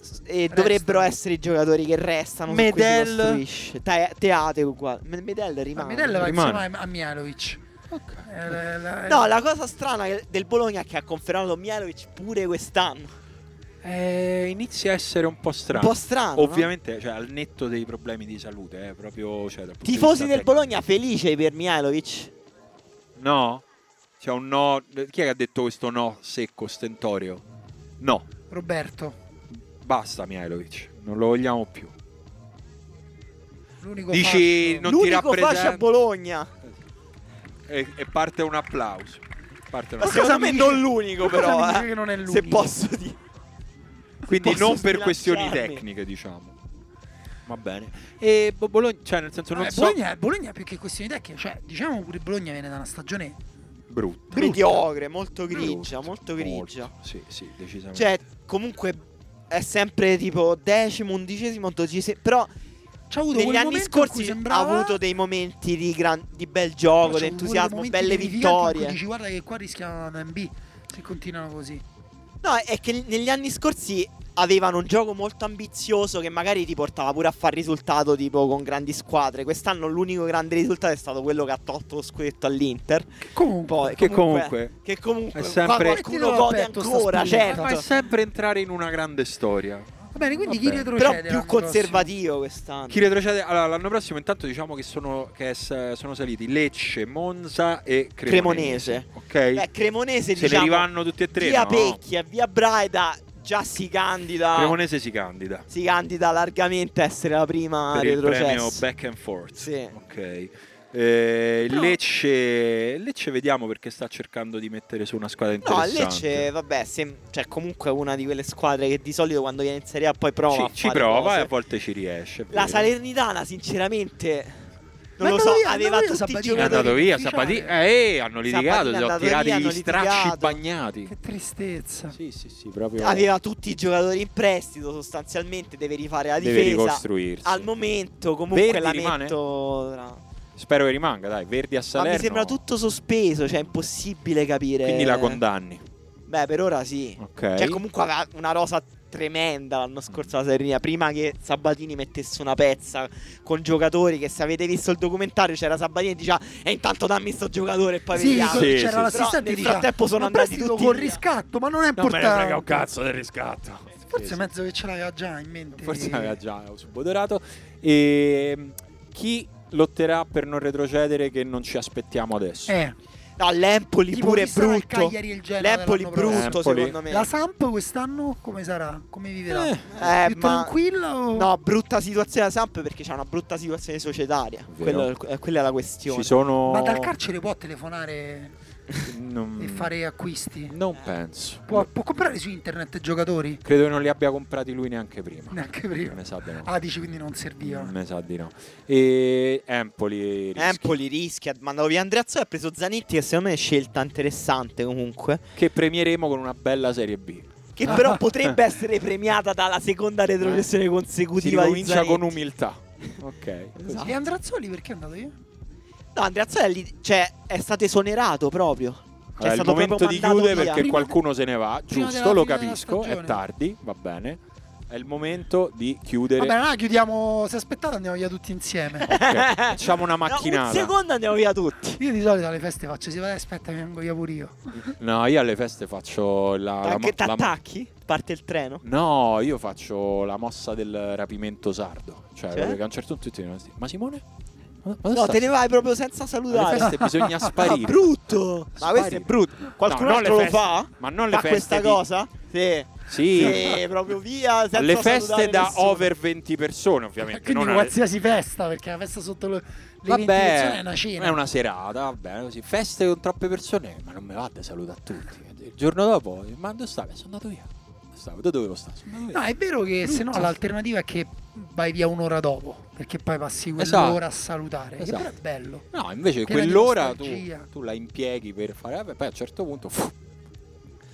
[SPEAKER 3] s- E dovrebbero essere i giocatori che restano. su cui si
[SPEAKER 1] Medel.
[SPEAKER 3] costruisce. Te- teate uguale. Me- Medel
[SPEAKER 2] Ma
[SPEAKER 3] rimane.
[SPEAKER 2] Medella va
[SPEAKER 1] Rimane.
[SPEAKER 2] insieme a a Mialovic. Eh, la- la-
[SPEAKER 3] No, la cosa strana che- del Bologna è che ha confermato Mialovic pure quest'anno.
[SPEAKER 1] Eh, inizia a essere un po' strano.
[SPEAKER 3] Un po' strano. no?
[SPEAKER 1] Ovviamente, cioè, al netto dei problemi di salute, eh, proprio. Cioè, dal punto di
[SPEAKER 3] Tifosi
[SPEAKER 1] vista
[SPEAKER 3] del
[SPEAKER 1] tecnico.
[SPEAKER 3] Bologna felici per Mialovic.
[SPEAKER 1] No? C'è un no. Chi è che ha detto questo no secco, stentorio? No,
[SPEAKER 2] Roberto.
[SPEAKER 1] basta Mihailovic, non lo vogliamo più.
[SPEAKER 2] L'unico
[SPEAKER 1] Dici,
[SPEAKER 2] fascio.
[SPEAKER 1] non ti
[SPEAKER 3] L'unico fascia
[SPEAKER 1] rappresenta-
[SPEAKER 3] a Bologna.
[SPEAKER 1] E, e parte un applauso. Parte un applauso.
[SPEAKER 3] Ma
[SPEAKER 2] cosa
[SPEAKER 3] secondo me
[SPEAKER 2] mi dice-
[SPEAKER 3] non l'unico
[SPEAKER 2] cosa
[SPEAKER 3] però.
[SPEAKER 2] mi dice
[SPEAKER 3] eh.
[SPEAKER 2] che non è
[SPEAKER 3] Se
[SPEAKER 2] l'unico?
[SPEAKER 3] posso dire.
[SPEAKER 1] Quindi
[SPEAKER 3] Posso
[SPEAKER 1] non per questioni
[SPEAKER 3] sbilanciarmi.
[SPEAKER 1] tecniche, diciamo. Va bene. E Bo- Bologna, cioè, nel senso, non
[SPEAKER 2] Vabbè,
[SPEAKER 1] so.
[SPEAKER 2] Eh, Bologna, Bologna più che questioni tecniche, cioè diciamo pure Bologna viene da una stagione
[SPEAKER 1] Brutto.
[SPEAKER 3] Mediocre, molto grigia,
[SPEAKER 1] Brutto,
[SPEAKER 3] molto grigia.
[SPEAKER 1] molto. Sì, sì, decisamente.
[SPEAKER 3] Cioè, comunque è sempre tipo decimo, undicesimo, dodicesimo. Però
[SPEAKER 2] C'ha avuto
[SPEAKER 3] negli
[SPEAKER 2] quel
[SPEAKER 3] anni
[SPEAKER 2] momento in cui
[SPEAKER 3] scorsi
[SPEAKER 2] sembrava
[SPEAKER 3] ha avuto dei momenti di, gran- di bel
[SPEAKER 2] c'ha
[SPEAKER 3] gioco,
[SPEAKER 2] avuto
[SPEAKER 3] di entusiasmo,
[SPEAKER 2] quei momenti
[SPEAKER 3] belle
[SPEAKER 2] terrificanti in cui
[SPEAKER 3] vittorie.
[SPEAKER 2] Dici guarda che qua rischiano la NB se continuano così.
[SPEAKER 3] No, è che negli anni scorsi avevano un gioco molto ambizioso che magari ti portava pure a fare risultato tipo con grandi squadre. Quest'anno l'unico grande risultato è stato quello che ha tolto lo scudetto all'Inter.
[SPEAKER 2] Che comunque
[SPEAKER 3] Poi,
[SPEAKER 1] che comunque
[SPEAKER 3] che comunque
[SPEAKER 1] è
[SPEAKER 3] qua
[SPEAKER 1] sempre-
[SPEAKER 3] qualcuno
[SPEAKER 2] Mettilo
[SPEAKER 3] gode
[SPEAKER 2] aperto sta
[SPEAKER 3] ancora,
[SPEAKER 2] spilletta.
[SPEAKER 3] certo.
[SPEAKER 1] Ma è sempre entrare in una grande storia.
[SPEAKER 2] Va bene, quindi
[SPEAKER 1] Va
[SPEAKER 2] chi
[SPEAKER 1] bene.
[SPEAKER 2] retrocede?
[SPEAKER 3] Però più
[SPEAKER 2] l'anno prossimo?
[SPEAKER 3] conservativo quest'anno.
[SPEAKER 1] Chi retrocede? Allora, l'anno prossimo intanto diciamo che sono, che s- sono saliti Lecce, Monza e Cremonese.
[SPEAKER 3] Cremonese.
[SPEAKER 1] Ok?
[SPEAKER 3] Beh, Cremonese
[SPEAKER 1] Se
[SPEAKER 3] diciamo
[SPEAKER 1] ne rivanno tutti e tre.
[SPEAKER 3] via
[SPEAKER 1] no?
[SPEAKER 3] Pecchia, via Braida già si candida.
[SPEAKER 1] Cremonese si candida.
[SPEAKER 3] Si candida largamente a essere la prima
[SPEAKER 1] per il premio
[SPEAKER 3] retrocesso.
[SPEAKER 1] Back and Forth.
[SPEAKER 3] Ah, Sì.
[SPEAKER 1] Ok. Eh, il Lecce, il Lecce vediamo perché sta cercando di mettere su una squadra
[SPEAKER 3] No, il
[SPEAKER 1] interessante.
[SPEAKER 3] Lecce, vabbè, sem- cioè comunque è una di quelle squadre che di solito quando viene in Serie A poi prova a
[SPEAKER 1] ci, ci
[SPEAKER 3] fare
[SPEAKER 1] prova
[SPEAKER 6] eh,
[SPEAKER 3] cose.
[SPEAKER 1] e a volte ci riesce. è
[SPEAKER 3] La
[SPEAKER 1] vero.
[SPEAKER 3] Salernitana, sinceramente,
[SPEAKER 2] Ma
[SPEAKER 3] non lo
[SPEAKER 2] andava
[SPEAKER 3] so,
[SPEAKER 2] via,
[SPEAKER 3] aveva
[SPEAKER 2] andava via
[SPEAKER 3] tutti i
[SPEAKER 2] Sabatini.
[SPEAKER 6] È
[SPEAKER 2] Giocatori
[SPEAKER 6] andato
[SPEAKER 3] giocatori.
[SPEAKER 6] via,
[SPEAKER 2] ufficiali.
[SPEAKER 6] Sabatini. Eh, hanno
[SPEAKER 3] Sabatini Diciamo è
[SPEAKER 6] litigato, si sono
[SPEAKER 3] andato
[SPEAKER 6] tirati
[SPEAKER 3] via, hanno
[SPEAKER 6] gli stracci
[SPEAKER 3] litigato.
[SPEAKER 6] bagnati.
[SPEAKER 2] Che tristezza.
[SPEAKER 1] Sì, sì, sì, proprio
[SPEAKER 3] Aveva tutti i giocatori in prestito, sostanzialmente deve rifare la
[SPEAKER 1] deve
[SPEAKER 3] difesa.
[SPEAKER 1] ricostruirsi.
[SPEAKER 3] Al momento comunque
[SPEAKER 6] Verdi
[SPEAKER 3] la
[SPEAKER 6] rimane?
[SPEAKER 3] metto tra-
[SPEAKER 1] Spero che rimanga, dai, Verdi a
[SPEAKER 3] Ma
[SPEAKER 1] Salerno.
[SPEAKER 3] mi sembra tutto sospeso, cioè è impossibile capire.
[SPEAKER 1] Quindi la condanni.
[SPEAKER 3] Beh, per ora sì.
[SPEAKER 1] Ok.
[SPEAKER 3] Cioè, comunque aveva una rosa tremenda l'anno scorso la Serenina. Prima che Sabatini mettesse una pezza con giocatori. Che se avete visto il documentario c'era Sabatini e diceva: E intanto dammi sto giocatore e poi
[SPEAKER 2] Sì,
[SPEAKER 3] vediamo.
[SPEAKER 2] co-
[SPEAKER 1] Sì, sì,
[SPEAKER 2] c'era
[SPEAKER 1] sì.
[SPEAKER 2] l'assistente
[SPEAKER 3] Però
[SPEAKER 2] e
[SPEAKER 3] nel
[SPEAKER 2] diceva,
[SPEAKER 3] frattempo sono
[SPEAKER 2] "Ma
[SPEAKER 3] andati
[SPEAKER 2] prestito
[SPEAKER 3] tutti
[SPEAKER 2] col
[SPEAKER 3] via."
[SPEAKER 2] riscatto, ma non è
[SPEAKER 6] Non me ne
[SPEAKER 2] importante.
[SPEAKER 6] frega un cazzo del riscatto.
[SPEAKER 2] Forse mezzo che ce l'aveva già in
[SPEAKER 1] *laughs*
[SPEAKER 2] mente.
[SPEAKER 1] Forse aveva già subodorato. E chi lotterà per non retrocedere che non ci aspettiamo adesso?
[SPEAKER 2] Eh,
[SPEAKER 3] No, l'Empoli
[SPEAKER 2] tipo,
[SPEAKER 3] pure
[SPEAKER 2] chi sarà il
[SPEAKER 3] brutto.
[SPEAKER 2] Cagliari e il Genoa
[SPEAKER 3] L'Empoli
[SPEAKER 2] dell'anno prossimo?
[SPEAKER 3] brutto,
[SPEAKER 1] Empoli.
[SPEAKER 3] secondo me.
[SPEAKER 2] La Samp quest'anno come sarà? Come viverà?
[SPEAKER 1] Eh,
[SPEAKER 3] Eh,
[SPEAKER 2] Più
[SPEAKER 3] ma-
[SPEAKER 2] tranquilla o...
[SPEAKER 3] No, brutta situazione la Samp perché c'è una brutta situazione societaria.
[SPEAKER 1] Vero.
[SPEAKER 3] Quello- eh, quella è la questione.
[SPEAKER 1] ci sono...
[SPEAKER 2] Ma dal carcere può telefonare
[SPEAKER 1] non...
[SPEAKER 2] e fare acquisti?
[SPEAKER 1] Non penso.
[SPEAKER 2] Può, può comprare su internet giocatori?
[SPEAKER 1] Credo che non li abbia comprati lui neanche prima.
[SPEAKER 2] Neanche prima.
[SPEAKER 1] Ne sa di no.
[SPEAKER 2] Ah, dici quindi non serviva.
[SPEAKER 1] Ne sa di no. E Empoli. rischi.
[SPEAKER 3] Empoli rischia, mandavo via Andreazzoli ha preso Zanetti che secondo me è scelta interessante comunque.
[SPEAKER 1] Che premieremo con una bella Serie B. *laughs*
[SPEAKER 3] Che però potrebbe essere premiata dalla seconda retrocessione
[SPEAKER 1] Eh. Si
[SPEAKER 3] consecutiva di
[SPEAKER 1] ricomincia
[SPEAKER 3] Zanetti.
[SPEAKER 1] con umiltà. Ok.
[SPEAKER 3] Esatto.
[SPEAKER 1] così.
[SPEAKER 2] E Andrazzoli perché è andato io?
[SPEAKER 3] No, Andreazzoli è, lì- cioè, è stato esonerato proprio.
[SPEAKER 1] Allora, è Eh,
[SPEAKER 3] Cioè, è
[SPEAKER 1] il
[SPEAKER 3] stato
[SPEAKER 1] momento
[SPEAKER 3] proprio
[SPEAKER 1] di
[SPEAKER 3] mandato
[SPEAKER 1] chiudere
[SPEAKER 3] via.
[SPEAKER 1] perché
[SPEAKER 3] *laughs*
[SPEAKER 2] Prima-
[SPEAKER 1] qualcuno se ne va.
[SPEAKER 2] prima
[SPEAKER 1] Giusto,
[SPEAKER 2] della
[SPEAKER 1] lo
[SPEAKER 2] fine della
[SPEAKER 1] capisco. È
[SPEAKER 2] stagione.
[SPEAKER 1] tardi, va bene. È il momento di chiudere.
[SPEAKER 2] Vabbè, allora chiudiamo. Se aspettate, andiamo via tutti insieme.
[SPEAKER 1] *laughs* Ok, Cioè, Facciamo una
[SPEAKER 3] *laughs* No, un
[SPEAKER 1] macchinata.
[SPEAKER 3] secondo andiamo via tutti.
[SPEAKER 2] Io di solito alle feste faccio, si va, aspetta, mi vengo via pure io.
[SPEAKER 1] No, io alle feste faccio Ah, la. la
[SPEAKER 3] Anche
[SPEAKER 1] mo- la mo-
[SPEAKER 3] t'attacchi? Parte il treno.
[SPEAKER 1] No, io faccio la mossa del rapimento sardo. Cioè,
[SPEAKER 3] Cioè?
[SPEAKER 1] che a un certo punto tutti dicono, Ma Simone? Ma- ma dove
[SPEAKER 3] No,
[SPEAKER 1] sta-
[SPEAKER 3] te ne vai proprio senza
[SPEAKER 1] Alle
[SPEAKER 3] salutare.
[SPEAKER 1] feste
[SPEAKER 3] *laughs*
[SPEAKER 1] bisogna
[SPEAKER 3] Ah,
[SPEAKER 1] sparire.
[SPEAKER 3] brutto. Ma
[SPEAKER 1] Sparire.
[SPEAKER 3] questo è brutto. Qualcuno
[SPEAKER 1] no,
[SPEAKER 3] altro
[SPEAKER 1] le
[SPEAKER 3] lo
[SPEAKER 1] feste-
[SPEAKER 3] fa?
[SPEAKER 1] Ma non le
[SPEAKER 3] Fa
[SPEAKER 1] feste.
[SPEAKER 3] questa
[SPEAKER 1] di-
[SPEAKER 3] cosa? Sì.
[SPEAKER 1] Sì.
[SPEAKER 3] Sì, Eh, proprio via. Senza
[SPEAKER 1] Alle feste
[SPEAKER 3] salutare
[SPEAKER 1] da
[SPEAKER 3] nessuno.
[SPEAKER 1] over 20 persone, ovviamente.
[SPEAKER 2] Quindi
[SPEAKER 1] non alle-
[SPEAKER 2] qualsiasi festa, perché la festa sotto le, le 20 persone
[SPEAKER 1] Vabbè,
[SPEAKER 2] è una cena.
[SPEAKER 1] è una serata, va bene così. Feste con troppe persone, ma non me vado a salutare tutti. Il giorno dopo, ma dove stavi? Sono andato via. Dove Stavo, dove dovevo stare? Sono andato
[SPEAKER 2] No,
[SPEAKER 1] via.
[SPEAKER 2] è vero che se no
[SPEAKER 1] Brutto.
[SPEAKER 2] l'alternativa è che vai via un'ora dopo, perché poi passi
[SPEAKER 1] Esatto.
[SPEAKER 2] quell'ora a salutare. Che
[SPEAKER 1] Esatto.
[SPEAKER 2] però è bello.
[SPEAKER 1] No, invece
[SPEAKER 2] Piena di
[SPEAKER 1] quell'ora tu,
[SPEAKER 2] nostalgia.
[SPEAKER 1] tu la impieghi per fare, vabbè, poi a un certo punto, fu,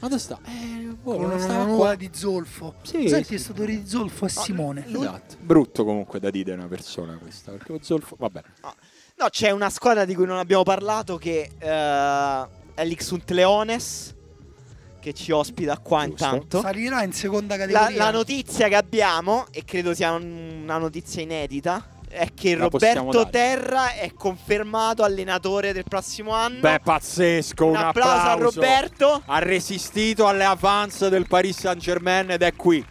[SPEAKER 1] ma dove sta? Eh, boh,
[SPEAKER 2] Con
[SPEAKER 1] non
[SPEAKER 2] una
[SPEAKER 1] stavo
[SPEAKER 2] nuova
[SPEAKER 1] qua.
[SPEAKER 2] di zolfo.
[SPEAKER 1] Sì,
[SPEAKER 2] Senti,
[SPEAKER 1] sì.
[SPEAKER 2] questo odore di zolfo è Simone.
[SPEAKER 1] Esatto. Brutto comunque da dire a una persona questa, perché lo zolfo, vabbè.
[SPEAKER 3] No, c'è una squadra di cui non abbiamo parlato che eh, è l'Ixunt Leones che ci ospita qua
[SPEAKER 1] Giusto.
[SPEAKER 3] intanto.
[SPEAKER 2] Salirà in seconda
[SPEAKER 3] La,
[SPEAKER 2] categoria.
[SPEAKER 3] la notizia che abbiamo, e credo sia un- una notizia inedita, è che
[SPEAKER 1] La possiamo
[SPEAKER 3] Roberto
[SPEAKER 1] dare.
[SPEAKER 3] Terra è confermato allenatore del prossimo anno.
[SPEAKER 1] Beh, pazzesco, un,
[SPEAKER 3] un applauso a Roberto.
[SPEAKER 1] Ha resistito alle avance del Paris Saint-Germain ed è qui.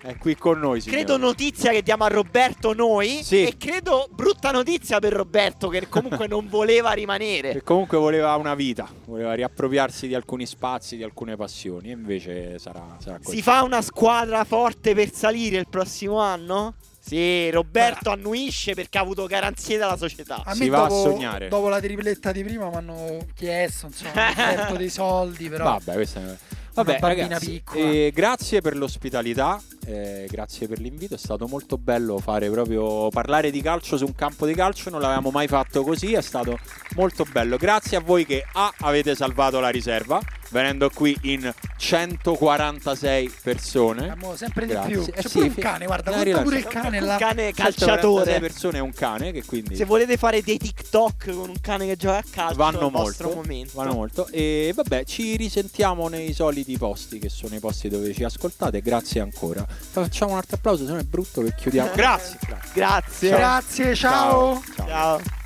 [SPEAKER 1] È qui con noi, signori.
[SPEAKER 3] Credo notizia che diamo a Roberto noi
[SPEAKER 1] Sì.
[SPEAKER 3] e credo brutta notizia per Roberto che
[SPEAKER 1] *laughs*
[SPEAKER 3] comunque non voleva rimanere.
[SPEAKER 1] Che comunque voleva una vita, voleva riappropriarsi di alcuni spazi, di alcune passioni, e invece sarà, sarà così.
[SPEAKER 3] Si fa una squadra forte per salire il prossimo anno? Sì, Roberto annuisce perché ha avuto garanzie dalla società.
[SPEAKER 2] A
[SPEAKER 1] si
[SPEAKER 2] me
[SPEAKER 1] va a
[SPEAKER 2] dopo,
[SPEAKER 1] sognare.
[SPEAKER 2] Dopo la tripletta di prima mi hanno chiesto, insomma, mi hanno offerto dei soldi, però...
[SPEAKER 1] Vabbè, questa è... Vabbè,
[SPEAKER 2] bambina
[SPEAKER 1] ragazzi,
[SPEAKER 2] piccola.
[SPEAKER 1] eh, grazie per l'ospitalità, eh, grazie per l'invito, è stato molto bello fare proprio parlare di calcio su un campo di calcio, non l'avevamo mai fatto così, è stato molto bello. Grazie a voi che A avete salvato la riserva, venendo qui in 146 persone.
[SPEAKER 2] Siamo sempre di
[SPEAKER 1] Grazie.
[SPEAKER 2] più.
[SPEAKER 1] Eh
[SPEAKER 2] C'è
[SPEAKER 1] sì,
[SPEAKER 2] pure un
[SPEAKER 1] fi-
[SPEAKER 2] cane, guarda,
[SPEAKER 1] dai,
[SPEAKER 2] conta pure il
[SPEAKER 1] rilascia.
[SPEAKER 2] cane
[SPEAKER 3] Un
[SPEAKER 2] là.
[SPEAKER 3] cane
[SPEAKER 1] 146
[SPEAKER 3] calciatore.
[SPEAKER 1] persone è un cane che quindi
[SPEAKER 3] Se volete fare dei TikTok con un cane che gioca a calcio, è
[SPEAKER 1] vanno
[SPEAKER 3] il vostro
[SPEAKER 1] molto,
[SPEAKER 3] momento.
[SPEAKER 1] vanno molto. E vabbè, ci risentiamo nei soliti posti che sono i posti dove ci ascoltate. Grazie ancora. Facciamo un altro applauso, se no è brutto che chiudiamo. Grazie.
[SPEAKER 3] Grazie.
[SPEAKER 2] Grazie, ciao.
[SPEAKER 1] Ciao.
[SPEAKER 3] Ciao.